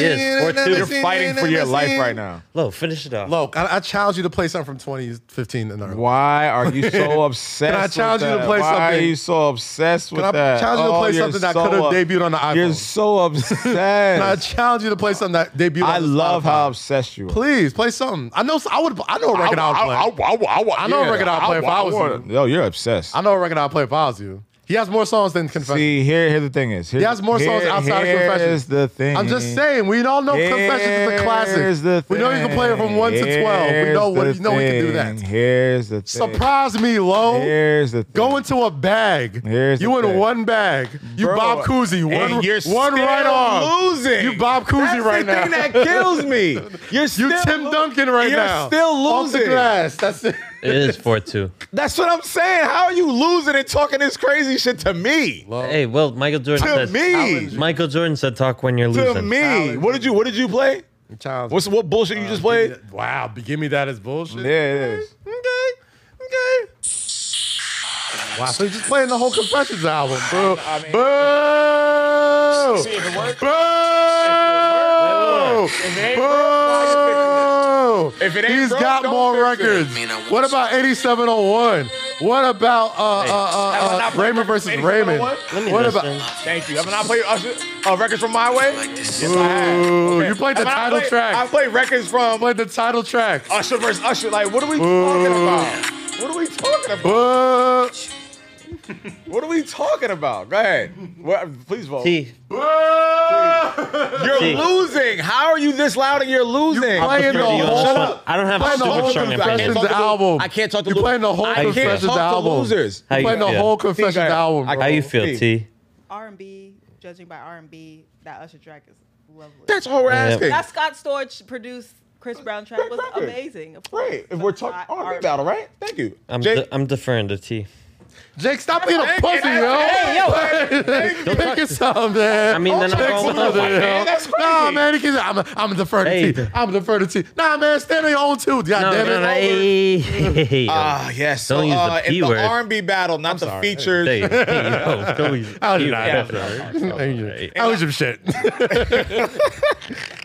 Speaker 3: is. Or two.
Speaker 1: You're fighting for your life right now.
Speaker 3: Low, finish it off.
Speaker 2: Look, I, I challenge you to play something from 2015 and earlier.
Speaker 1: Why are you so obsessed?
Speaker 2: Can I challenge
Speaker 1: with
Speaker 2: you to
Speaker 1: that?
Speaker 2: play
Speaker 1: Why are
Speaker 2: something?
Speaker 1: you so obsessed with
Speaker 2: I
Speaker 1: that? Oh,
Speaker 2: challenge you to play
Speaker 1: you're
Speaker 2: something that could've debuted on the
Speaker 1: You're
Speaker 2: iPhone.
Speaker 1: so
Speaker 2: And I
Speaker 1: obsessed.
Speaker 2: challenge you to play something that debuted.
Speaker 1: I
Speaker 2: on the
Speaker 1: love
Speaker 2: Spotify.
Speaker 1: how obsessed you are.
Speaker 2: Please play something. I know. I would. I know a record I, would play. I,
Speaker 1: I, I, I,
Speaker 2: I know a record I'll play if I was
Speaker 1: wanna-
Speaker 2: you.
Speaker 1: Yo, you're obsessed.
Speaker 2: know a record I'd play if I was you. He has more songs than Confessions.
Speaker 1: See, here, here the thing is. Here,
Speaker 2: He has more songs
Speaker 1: here-
Speaker 2: outside of
Speaker 1: here's
Speaker 2: Confessions.
Speaker 1: the thing.
Speaker 2: I'm just saying, we all know Confessions is a
Speaker 1: Here's
Speaker 2: classic.
Speaker 1: the
Speaker 2: We know you can play it from
Speaker 1: thing.
Speaker 2: 1 to 12. We know,
Speaker 1: Here's
Speaker 2: what,
Speaker 1: the
Speaker 2: we know we can do
Speaker 1: thing.
Speaker 2: that.
Speaker 1: Here's the thing.
Speaker 2: Surprise me, Lo.
Speaker 1: Here's the thing.
Speaker 2: Go into a bag.
Speaker 1: Here's the
Speaker 2: you in
Speaker 1: thing.
Speaker 2: one bag. You
Speaker 1: Bro,
Speaker 2: Bob Cousy. One,
Speaker 1: and you're
Speaker 2: one
Speaker 1: still
Speaker 2: right arm.
Speaker 1: losing.
Speaker 2: You Bob Cousy
Speaker 1: That's
Speaker 2: right
Speaker 1: the
Speaker 2: now.
Speaker 1: thing that kills me. You're
Speaker 2: you
Speaker 1: still
Speaker 2: Tim
Speaker 1: lo-
Speaker 2: Duncan right
Speaker 1: you're
Speaker 2: now.
Speaker 1: still
Speaker 2: Off the
Speaker 1: losing.
Speaker 2: grass. That's it.
Speaker 3: It is four two.
Speaker 1: That's what I'm saying. How are you losing and talking this crazy shit to me?
Speaker 3: Hey, well, Michael Jordan
Speaker 1: To
Speaker 3: says.
Speaker 1: me.
Speaker 3: Michael Jordan said, "Talk when you're
Speaker 1: To
Speaker 3: losing."
Speaker 1: me. What did you what did you play?
Speaker 2: Child's-
Speaker 1: What's what bullshit you just played?
Speaker 2: Wow, be- Uh, give me that as bullshit.
Speaker 1: Yeah, it is.
Speaker 2: Okay, okay. Wow, so you're just playing the whole Confessions album, bro.
Speaker 1: I mean-
Speaker 2: Boo!
Speaker 5: See, if it worked-
Speaker 2: Boo!
Speaker 5: If it ain't broke,
Speaker 2: Boo!
Speaker 5: If it ain't
Speaker 2: He's
Speaker 5: broke,
Speaker 2: got
Speaker 5: don't
Speaker 2: more
Speaker 5: fix it.
Speaker 2: records. What about 8701? What about uh,
Speaker 5: Have I
Speaker 2: uh, uh,
Speaker 5: not
Speaker 2: uh,
Speaker 5: played
Speaker 2: Raymond
Speaker 5: records
Speaker 2: versus
Speaker 5: from
Speaker 2: Raymond?
Speaker 5: 8701?
Speaker 3: Let me
Speaker 2: What
Speaker 3: listen.
Speaker 2: about?
Speaker 5: Thank you. Have I not played Usher, uh, records from My Way? Yes, I have.
Speaker 2: Ooh, you played the
Speaker 5: Have I not
Speaker 2: title
Speaker 5: played-
Speaker 2: track.
Speaker 5: I played records from
Speaker 2: Played the title track.
Speaker 1: Oh,
Speaker 5: Usher versus Usher. Like, what are we talking
Speaker 2: Boo.
Speaker 5: about? What are we talking about?
Speaker 2: Boo!
Speaker 1: What are we talking about? Go ahead. What- please vote.
Speaker 3: See,
Speaker 1: You're
Speaker 3: See.
Speaker 1: losing. How are you this loud and you're losing?
Speaker 2: You playing the
Speaker 3: I'll put you on the
Speaker 2: whole.
Speaker 3: spot. I don't have
Speaker 2: playing the
Speaker 3: super
Speaker 2: whole
Speaker 3: strong
Speaker 2: Confessions
Speaker 3: opinion.
Speaker 2: album.
Speaker 1: I can't talk to
Speaker 2: You
Speaker 1: lo-
Speaker 2: playing the whole
Speaker 1: I can't
Speaker 2: Confessions
Speaker 1: talk to
Speaker 2: album.
Speaker 1: losers.
Speaker 3: How
Speaker 2: You
Speaker 3: you
Speaker 2: playing the
Speaker 3: feel?
Speaker 2: whole Confessions
Speaker 1: I-
Speaker 2: album.
Speaker 1: I-
Speaker 2: Bro.
Speaker 3: how you feel,
Speaker 1: Hey.
Speaker 3: T?
Speaker 8: R and B, judging by R and B, that Usher track is lovely.
Speaker 1: That's all we're
Speaker 3: Yeah.
Speaker 1: asking.
Speaker 8: that Scott Storch produced Chris Brown track was
Speaker 1: Record.
Speaker 8: amazing. Of course.
Speaker 1: Right. If we're
Speaker 8: Hot
Speaker 1: talking R&B
Speaker 8: R&B.
Speaker 1: battle, right? Thank you.
Speaker 3: I'm
Speaker 1: Jake,
Speaker 3: de- I'm deferring to T.
Speaker 2: Jake, stop being a pussy, yo.
Speaker 1: Hey,
Speaker 2: yo. Pick yourself, man.
Speaker 3: I mean, then I'm
Speaker 2: Pick
Speaker 3: going with
Speaker 2: something,
Speaker 3: that one,
Speaker 2: yo.
Speaker 1: man. That's crazy.
Speaker 2: Nah, man. He can, I'm, I'm deferred
Speaker 3: Hey.
Speaker 2: to T. I'm deferred to T. Nah, man. Stand on your own, too. God
Speaker 3: No,
Speaker 2: damn
Speaker 3: no,
Speaker 2: it.
Speaker 3: no. Hey, hey, hey, yo.
Speaker 1: Ah, yes. So,
Speaker 3: Don't use the
Speaker 1: uh, in
Speaker 3: P
Speaker 1: the
Speaker 3: word.
Speaker 1: R&B battle, not the features.
Speaker 3: Hey, hey, yo, don't use
Speaker 2: I was
Speaker 3: P
Speaker 2: not.
Speaker 3: word.
Speaker 2: I was some shit.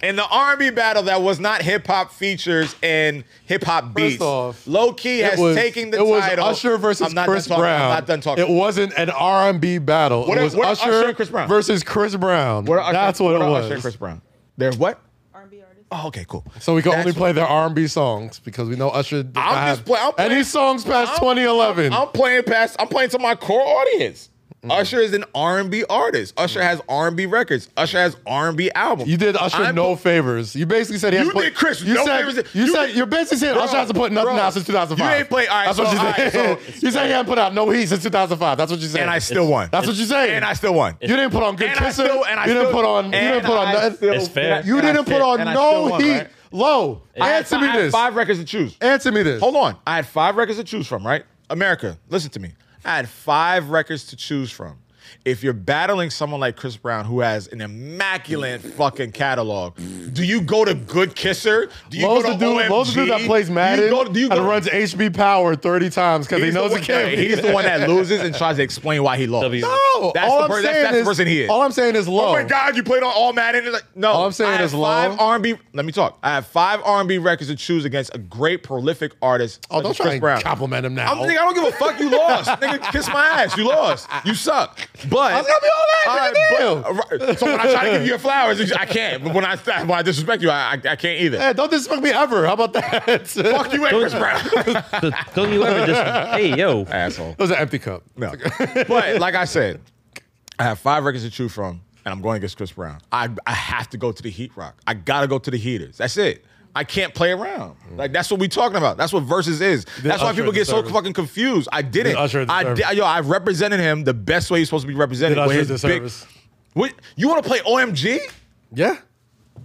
Speaker 1: In the R&B battle that was not hip hop features and hip hop beats.
Speaker 2: off,
Speaker 1: Low key has taken the
Speaker 2: it was
Speaker 1: title.
Speaker 2: Usher versus
Speaker 1: I'm not
Speaker 2: Chris
Speaker 1: done talking.
Speaker 2: Brown.
Speaker 1: I'm not done talking.
Speaker 2: It wasn't an R and B battle.
Speaker 1: What
Speaker 2: it
Speaker 1: are-
Speaker 2: was
Speaker 1: what are
Speaker 2: Usher,
Speaker 1: Usher and Chris Brown?
Speaker 2: versus Chris Brown.
Speaker 1: What are Usher-
Speaker 2: That's what, it
Speaker 1: are
Speaker 2: was.
Speaker 1: Usher and Chris Brown. There's what?
Speaker 8: R&B artist.
Speaker 1: Oh, okay, cool.
Speaker 2: So we can
Speaker 1: That's
Speaker 2: only play their R and B songs because we know Usher did
Speaker 1: I'm
Speaker 2: not
Speaker 1: just
Speaker 2: have
Speaker 1: play- I'm playing-
Speaker 2: any songs past
Speaker 1: I'm-
Speaker 2: 2011.
Speaker 1: I'm playing past. I'm playing to my core audience.
Speaker 2: Mm-hmm.
Speaker 1: Usher is an R&B artist. Usher has R&B records. Usher has R&B albums.
Speaker 2: you did Usher
Speaker 1: I'm-
Speaker 2: no favors. You basically said he has
Speaker 1: You
Speaker 2: to put,
Speaker 1: did Chris
Speaker 2: You
Speaker 1: no
Speaker 2: said
Speaker 1: favors.
Speaker 2: you,
Speaker 1: You
Speaker 2: said
Speaker 1: did-
Speaker 2: you're basically saying
Speaker 1: Bro,
Speaker 2: Usher hasn't put nothing
Speaker 1: bro,
Speaker 2: out since 2005.
Speaker 1: you ain't play- all right,
Speaker 2: That's
Speaker 1: so-
Speaker 2: what you
Speaker 1: all right,
Speaker 2: said.
Speaker 1: so-
Speaker 2: you said he hasn't put out no heat since 2005. That's what you said.
Speaker 1: and I still won.
Speaker 2: That's what you said.
Speaker 1: and I still won.
Speaker 2: You didn't put on good
Speaker 1: And I
Speaker 2: kisser.
Speaker 1: still- and I
Speaker 2: you didn't
Speaker 1: still-
Speaker 2: put on. You didn't
Speaker 1: and
Speaker 2: put on
Speaker 1: I
Speaker 2: nothing.
Speaker 1: still-
Speaker 3: It's fair.
Speaker 2: You
Speaker 1: and I
Speaker 2: didn't
Speaker 1: still-
Speaker 2: put on
Speaker 1: and I
Speaker 2: no
Speaker 1: still won,
Speaker 2: heat.
Speaker 1: right?
Speaker 2: Low.
Speaker 1: I had,
Speaker 2: Answer
Speaker 1: fi- I
Speaker 2: me
Speaker 1: had
Speaker 2: this.
Speaker 1: five records to choose.
Speaker 2: Answer me this.
Speaker 1: Hold on. I had five records to choose from, right? America, listen to me. I had five records to choose from. If you're battling someone like Chris Brown who has an immaculate fucking catalog, do you go to Good Kisser? Do you
Speaker 2: Lowe's
Speaker 1: go
Speaker 2: the
Speaker 1: to
Speaker 2: dude.
Speaker 1: OMG?
Speaker 2: Lowe's the dude that plays
Speaker 1: Do you
Speaker 2: Madden
Speaker 1: go- do you
Speaker 2: and
Speaker 1: go-
Speaker 2: runs HB Power thirty times because he
Speaker 1: He's the
Speaker 2: knows
Speaker 1: one-
Speaker 2: he can't.
Speaker 1: yeah,
Speaker 2: beat
Speaker 1: He's
Speaker 2: it.
Speaker 1: the one that loses and tries to explain why he lost.
Speaker 3: W.
Speaker 2: No.
Speaker 1: That's
Speaker 2: all
Speaker 1: the
Speaker 2: I'm
Speaker 1: per- that's-
Speaker 2: saying
Speaker 1: that's the
Speaker 2: is-
Speaker 1: person he is.
Speaker 2: All I'm saying is low.
Speaker 1: Oh my God! You played on all Madden. It's Like, no,
Speaker 2: All I'm saying
Speaker 1: I have
Speaker 2: is low.
Speaker 1: five R&B. Let me talk. I have five R&B records to choose against a great prolific artist.
Speaker 2: Oh,
Speaker 1: such
Speaker 2: don't
Speaker 1: as
Speaker 2: try
Speaker 1: Chris
Speaker 2: and
Speaker 1: Brown.
Speaker 2: compliment him now.
Speaker 1: I'm, nigga, I don't give a fuck. You lost, nigga. Kiss my ass. You lost. You suck. But
Speaker 2: I was gonna be all that, nigga,
Speaker 1: all right, but, so when I try to give you your flowers, it's- I can't. But when I when I disrespect you, I I, I can't either.
Speaker 2: Hey, don't disrespect me ever. How about that?
Speaker 1: fuck you, and Chris Brown.
Speaker 3: So don't you ever just hey yo
Speaker 1: Asshole.
Speaker 2: It was an empty cup.
Speaker 1: No. but like I said, I have five records to choose from, and I'm going against Chris Brown. I, I have to go to the heat rock. I gotta go to the heaters. That's it. I can't play around. Like that's what we talking about. That's what verses is. That's why
Speaker 2: Mm. Usher
Speaker 1: people
Speaker 2: a
Speaker 1: get so
Speaker 2: disservice.
Speaker 1: fucking confused. I didn't.
Speaker 2: Usher a
Speaker 1: I
Speaker 2: disservice.
Speaker 1: di- yo, I represented him the best way he's supposed to be represented.
Speaker 2: Did
Speaker 1: with
Speaker 2: Usher a
Speaker 1: his big-
Speaker 2: disservice.
Speaker 1: What you want to play OMG?
Speaker 2: Yeah.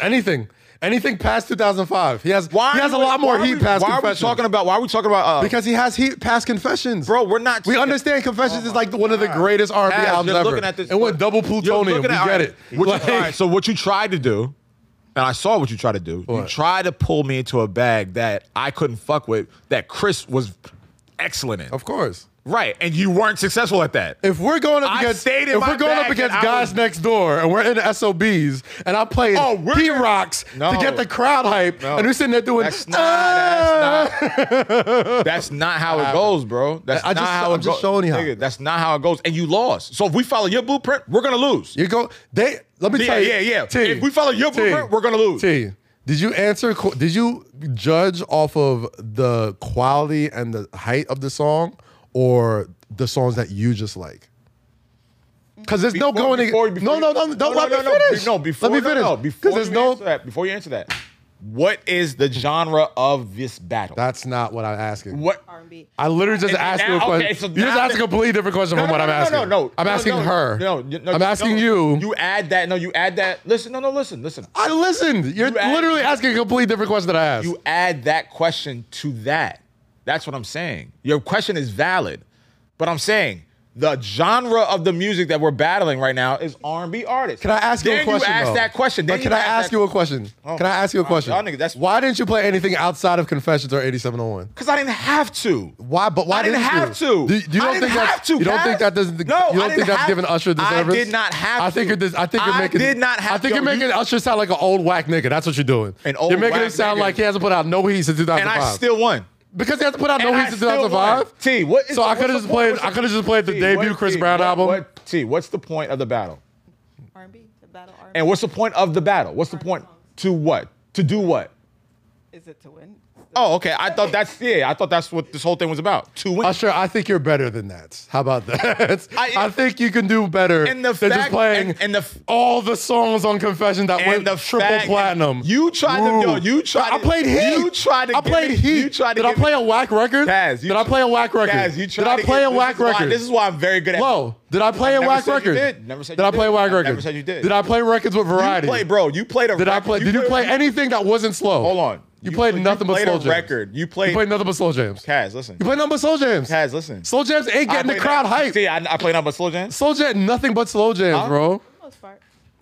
Speaker 2: Anything. Anything past 2005. He has.
Speaker 1: Why
Speaker 2: He has a
Speaker 1: are we-
Speaker 2: lot
Speaker 1: why
Speaker 2: more
Speaker 1: are
Speaker 2: heat
Speaker 1: we-
Speaker 2: past.
Speaker 1: Why are we
Speaker 2: Confessions.
Speaker 1: talking about? Why are we talking about? Uh,
Speaker 2: Because he has heat past confessions.
Speaker 1: Bro, we're not Oh
Speaker 2: We
Speaker 1: taking-
Speaker 2: understand confessions is like one of the greatest R&B
Speaker 1: Taz,
Speaker 2: albums
Speaker 1: you're
Speaker 2: ever.
Speaker 1: looking at this-
Speaker 2: it went double
Speaker 1: You're
Speaker 2: plutonium. We
Speaker 1: looking
Speaker 2: get
Speaker 1: at- all right,
Speaker 2: it.
Speaker 1: what you-
Speaker 2: Like-
Speaker 1: all right, so what you tried to do, and I saw what you tried to do. You
Speaker 2: What?
Speaker 1: tried to pull me into a bag that I couldn't fuck with. That Chris was excellent in.
Speaker 2: of course.
Speaker 1: Right, and you weren't successful at that.
Speaker 2: If we're going up
Speaker 1: I
Speaker 2: against
Speaker 1: stayed in
Speaker 2: if
Speaker 1: my
Speaker 2: we're going up
Speaker 1: bag
Speaker 2: against
Speaker 1: and I
Speaker 2: guys
Speaker 1: was-
Speaker 2: next door and we're in the SOBs and I'm playing
Speaker 1: Oh, we're-
Speaker 2: P Rocks to
Speaker 1: No.
Speaker 2: get the crowd hype
Speaker 1: No.
Speaker 2: and we're sitting there doing "Ah."
Speaker 1: That's not- that's
Speaker 2: not
Speaker 1: That's not how it goes, bro. That's
Speaker 2: I- I
Speaker 1: not
Speaker 2: just-
Speaker 1: how it
Speaker 2: I'm just
Speaker 1: go-
Speaker 2: showing you how.
Speaker 1: Nigga, that's not how it goes, and you lost. So if we follow your blueprint, we're gonna lose.
Speaker 2: You go they let me
Speaker 1: Yeah,
Speaker 2: tell you
Speaker 1: yeah, yeah.
Speaker 2: T,
Speaker 1: If we follow your
Speaker 2: T,
Speaker 1: blueprint, we're gonna lose.
Speaker 2: T did you answer qu- did you judge off of the quality and the height of the song or the songs that you just like? Because there's no
Speaker 1: Before-
Speaker 2: going. to-
Speaker 1: before- before
Speaker 2: no,
Speaker 1: you-
Speaker 2: no, no, don't let
Speaker 1: no,
Speaker 2: me
Speaker 1: no,
Speaker 2: finish.
Speaker 1: No, before
Speaker 2: let me
Speaker 1: no,
Speaker 2: finish.
Speaker 1: No, before
Speaker 2: there's
Speaker 1: you
Speaker 2: no.
Speaker 1: answer that, before you answer that, what is the genre of this battle?
Speaker 2: That's not what I'm asking.
Speaker 1: what
Speaker 8: R&B.
Speaker 2: I literally just
Speaker 1: And
Speaker 2: asked
Speaker 1: now-
Speaker 2: you a
Speaker 1: okay,
Speaker 2: question.
Speaker 1: so
Speaker 2: you just
Speaker 1: now
Speaker 2: asked a
Speaker 1: that-
Speaker 2: completely different question from what I'm asking.
Speaker 1: No, no, no.
Speaker 2: I'm
Speaker 1: No,
Speaker 2: asking
Speaker 1: no,
Speaker 2: her.
Speaker 1: No, you- no,
Speaker 2: I'm asking
Speaker 1: no.
Speaker 2: you.
Speaker 1: You add that. No, you add that. Listen, no, no, listen, listen.
Speaker 2: I listened. You're
Speaker 1: You asked-
Speaker 2: literally asking a completely different question that I asked.
Speaker 1: You add that question to that. That's what I'm saying. Your question is valid, but I'm saying the genre of the music that we're battling right now is R&B artists.
Speaker 2: can I ask you
Speaker 1: Then
Speaker 2: a question?
Speaker 1: You ask
Speaker 2: though?
Speaker 1: that question. Then
Speaker 2: But can I ask you a question?
Speaker 1: Oh,
Speaker 2: can I ask you a
Speaker 1: wow,
Speaker 2: question?
Speaker 1: y'all niggas, that's-
Speaker 2: why didn't you play anything outside of Confessions or 8701?
Speaker 1: Because I didn't have to.
Speaker 2: Why? But why
Speaker 1: I didn't,
Speaker 2: you?
Speaker 1: have to.
Speaker 2: Do, you don't
Speaker 1: I didn't
Speaker 2: think that's-
Speaker 1: have to,
Speaker 2: You don't
Speaker 1: Cass.
Speaker 2: think that doesn't?
Speaker 1: No, I
Speaker 2: you don't think
Speaker 1: didn't
Speaker 2: that's
Speaker 1: have-
Speaker 2: giving Usher disservice?
Speaker 1: I did not have.
Speaker 2: I think
Speaker 1: to.
Speaker 2: you're. dis- I think you're
Speaker 1: I
Speaker 2: making.
Speaker 1: did not have.
Speaker 2: I think
Speaker 1: yo,
Speaker 2: you're making
Speaker 1: you-
Speaker 2: Usher sound like an old whack nigga. That's what you're doing.
Speaker 1: An old
Speaker 2: You're making
Speaker 1: whack
Speaker 2: him sound
Speaker 1: nigga.
Speaker 2: like he hasn't put out no heat since 2005.
Speaker 1: And I still won.
Speaker 2: because he hasn't put out no
Speaker 1: And I
Speaker 2: heat since
Speaker 1: still
Speaker 2: 2005.
Speaker 1: won. T, what is
Speaker 2: so
Speaker 1: the-
Speaker 2: I could have
Speaker 1: what's the point?
Speaker 2: just played.
Speaker 1: What's
Speaker 2: I
Speaker 1: the-
Speaker 2: could have just played the
Speaker 1: T,
Speaker 2: debut
Speaker 1: what-
Speaker 2: Chris
Speaker 1: T,
Speaker 2: Brown
Speaker 1: what-
Speaker 2: album.
Speaker 1: What, T, what's the point of the battle?
Speaker 8: R&B. The battle R&B.
Speaker 1: And what's the point of the battle? What's the point to what? To do what?
Speaker 8: Is it to win?
Speaker 1: Oh, okay. I thought that's yeah. I thought that's what this whole thing was about. To win.
Speaker 2: Usher, I think you're better than that. How about that? I,
Speaker 1: I-
Speaker 2: think you can do better
Speaker 1: And the
Speaker 2: than just
Speaker 1: fact-
Speaker 2: playing
Speaker 1: and- and the f-
Speaker 2: all the songs on Confession that went
Speaker 1: and the
Speaker 2: triple
Speaker 1: fact-
Speaker 2: platinum.
Speaker 1: You tried to-
Speaker 2: Woo.
Speaker 1: yo, you tried
Speaker 2: I
Speaker 1: to-
Speaker 2: played heat.
Speaker 1: you tried to
Speaker 2: I
Speaker 1: give
Speaker 2: played
Speaker 1: me-
Speaker 2: heat.
Speaker 1: you tried to
Speaker 2: Did I
Speaker 1: give
Speaker 2: play
Speaker 1: me-
Speaker 2: a whack record?
Speaker 1: Taz, you
Speaker 2: did I
Speaker 1: tr-
Speaker 2: play a whack record?
Speaker 1: Guys, you
Speaker 2: did
Speaker 1: tried
Speaker 2: I
Speaker 1: to
Speaker 2: play
Speaker 1: get-
Speaker 2: a
Speaker 1: this
Speaker 2: whack
Speaker 1: is why-
Speaker 2: record?
Speaker 1: This is why I'm very good at.
Speaker 2: Low. Did I play a
Speaker 1: never
Speaker 2: whack
Speaker 1: said you
Speaker 2: record?
Speaker 1: did. Never said
Speaker 2: Did
Speaker 1: you
Speaker 2: I play a
Speaker 1: did.
Speaker 2: whack
Speaker 1: I
Speaker 2: record?
Speaker 1: never said you did.
Speaker 2: Did I play records with variety?
Speaker 1: You play, bro. You played a.
Speaker 2: Did I
Speaker 1: record-
Speaker 2: play? Did you play anything that wasn't slow?
Speaker 1: Hold on.
Speaker 2: You,
Speaker 1: You
Speaker 2: played
Speaker 1: play- you
Speaker 2: nothing but
Speaker 1: played
Speaker 2: slow
Speaker 1: a
Speaker 2: jams.
Speaker 1: record. You played-
Speaker 2: You played nothing but slow jams.
Speaker 1: Kaz, listen.
Speaker 2: You play nothing but slow jams.
Speaker 1: Kaz, listen.
Speaker 2: Slow jams ain't
Speaker 1: I
Speaker 2: getting the
Speaker 1: played
Speaker 2: crowd
Speaker 1: that-
Speaker 2: hype.
Speaker 1: See, I, I played nothing but slow jams.
Speaker 2: Slow jam, nothing but slow jams, bro.
Speaker 8: For the most part.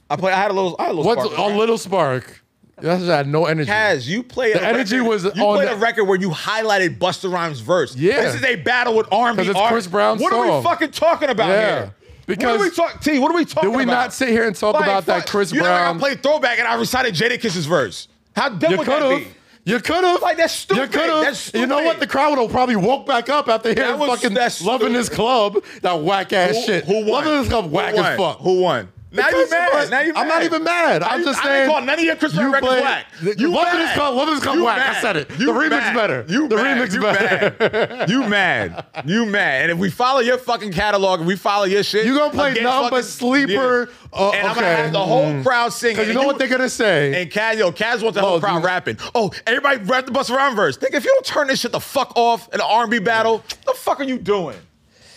Speaker 1: I played. I had a little. I had a little.
Speaker 2: What's
Speaker 1: spark.
Speaker 2: a little spark? That's had no energy.
Speaker 1: Kaz, you played.
Speaker 2: The
Speaker 1: a
Speaker 2: energy
Speaker 1: record-
Speaker 2: was
Speaker 1: You
Speaker 2: on
Speaker 1: played
Speaker 2: the-
Speaker 1: a record where you highlighted Busta Rhymes' verse.
Speaker 2: Yeah.
Speaker 1: This is a battle with R&B
Speaker 2: 'Cause it's
Speaker 1: artists.
Speaker 2: Chris Brown's
Speaker 1: What are
Speaker 2: song.
Speaker 1: we fucking talking about
Speaker 2: Yeah.
Speaker 1: here?
Speaker 2: Because-
Speaker 1: what are we talk- T, what are we talking
Speaker 2: Did
Speaker 1: about?
Speaker 2: we not sit here and talk
Speaker 1: Like,
Speaker 2: about that
Speaker 1: fuck,
Speaker 2: Chris
Speaker 1: you know, like,
Speaker 2: Brown?
Speaker 1: I played throwback and I recited Jadakiss' verse. How dumb
Speaker 2: you
Speaker 1: would
Speaker 2: could
Speaker 1: that
Speaker 2: have.
Speaker 1: be?
Speaker 2: You could have.
Speaker 1: Like, that's
Speaker 2: You
Speaker 1: stupid.
Speaker 2: could have.
Speaker 1: That's
Speaker 2: You know
Speaker 1: stupid.
Speaker 2: what? The crowd will probably woke back up after hearing
Speaker 1: was-
Speaker 2: fucking
Speaker 1: that's
Speaker 2: loving
Speaker 1: stupid.
Speaker 2: this club. That whack ass
Speaker 1: Who-
Speaker 2: shit.
Speaker 1: Who won?
Speaker 2: Loving this club whack
Speaker 1: who won?
Speaker 2: as fuck.
Speaker 1: Who won? Now you
Speaker 2: Because-
Speaker 1: mad.
Speaker 2: but
Speaker 1: Now you
Speaker 2: I'm not
Speaker 1: mad.
Speaker 2: even mad. I'm
Speaker 1: You-
Speaker 2: just
Speaker 1: I
Speaker 2: saying.
Speaker 1: didn't call none of your Chris Brown
Speaker 2: you
Speaker 1: records
Speaker 2: played-
Speaker 1: whack.
Speaker 2: the-
Speaker 1: You
Speaker 2: Love
Speaker 1: mad.
Speaker 2: It Is Called- Love It Is Called
Speaker 1: You
Speaker 2: whack. I
Speaker 1: mad.
Speaker 2: said it.
Speaker 1: You
Speaker 2: The remix
Speaker 1: mad.
Speaker 2: better.
Speaker 1: You
Speaker 2: The
Speaker 1: mad.
Speaker 2: remix
Speaker 1: you
Speaker 2: better.
Speaker 1: Mad. You mad. You mad. And if we follow your fucking catalog and we follow your shit,
Speaker 2: You gonna play
Speaker 1: against
Speaker 2: nothing
Speaker 1: fucking-
Speaker 2: but sleeper, uh,
Speaker 1: and I'm gonna
Speaker 2: okay.
Speaker 1: have the whole
Speaker 2: Mm.
Speaker 1: crowd singing.
Speaker 2: Because you
Speaker 1: And
Speaker 2: know what they're gonna say.
Speaker 1: and Kaz, yo, Kaz wants the whole
Speaker 2: Oh,
Speaker 1: crowd
Speaker 2: dude.
Speaker 1: rapping. Oh, everybody rap the bus around verse. Nigga, if you don't turn this shit the fuck off in an R&B battle, the fuck are you doing?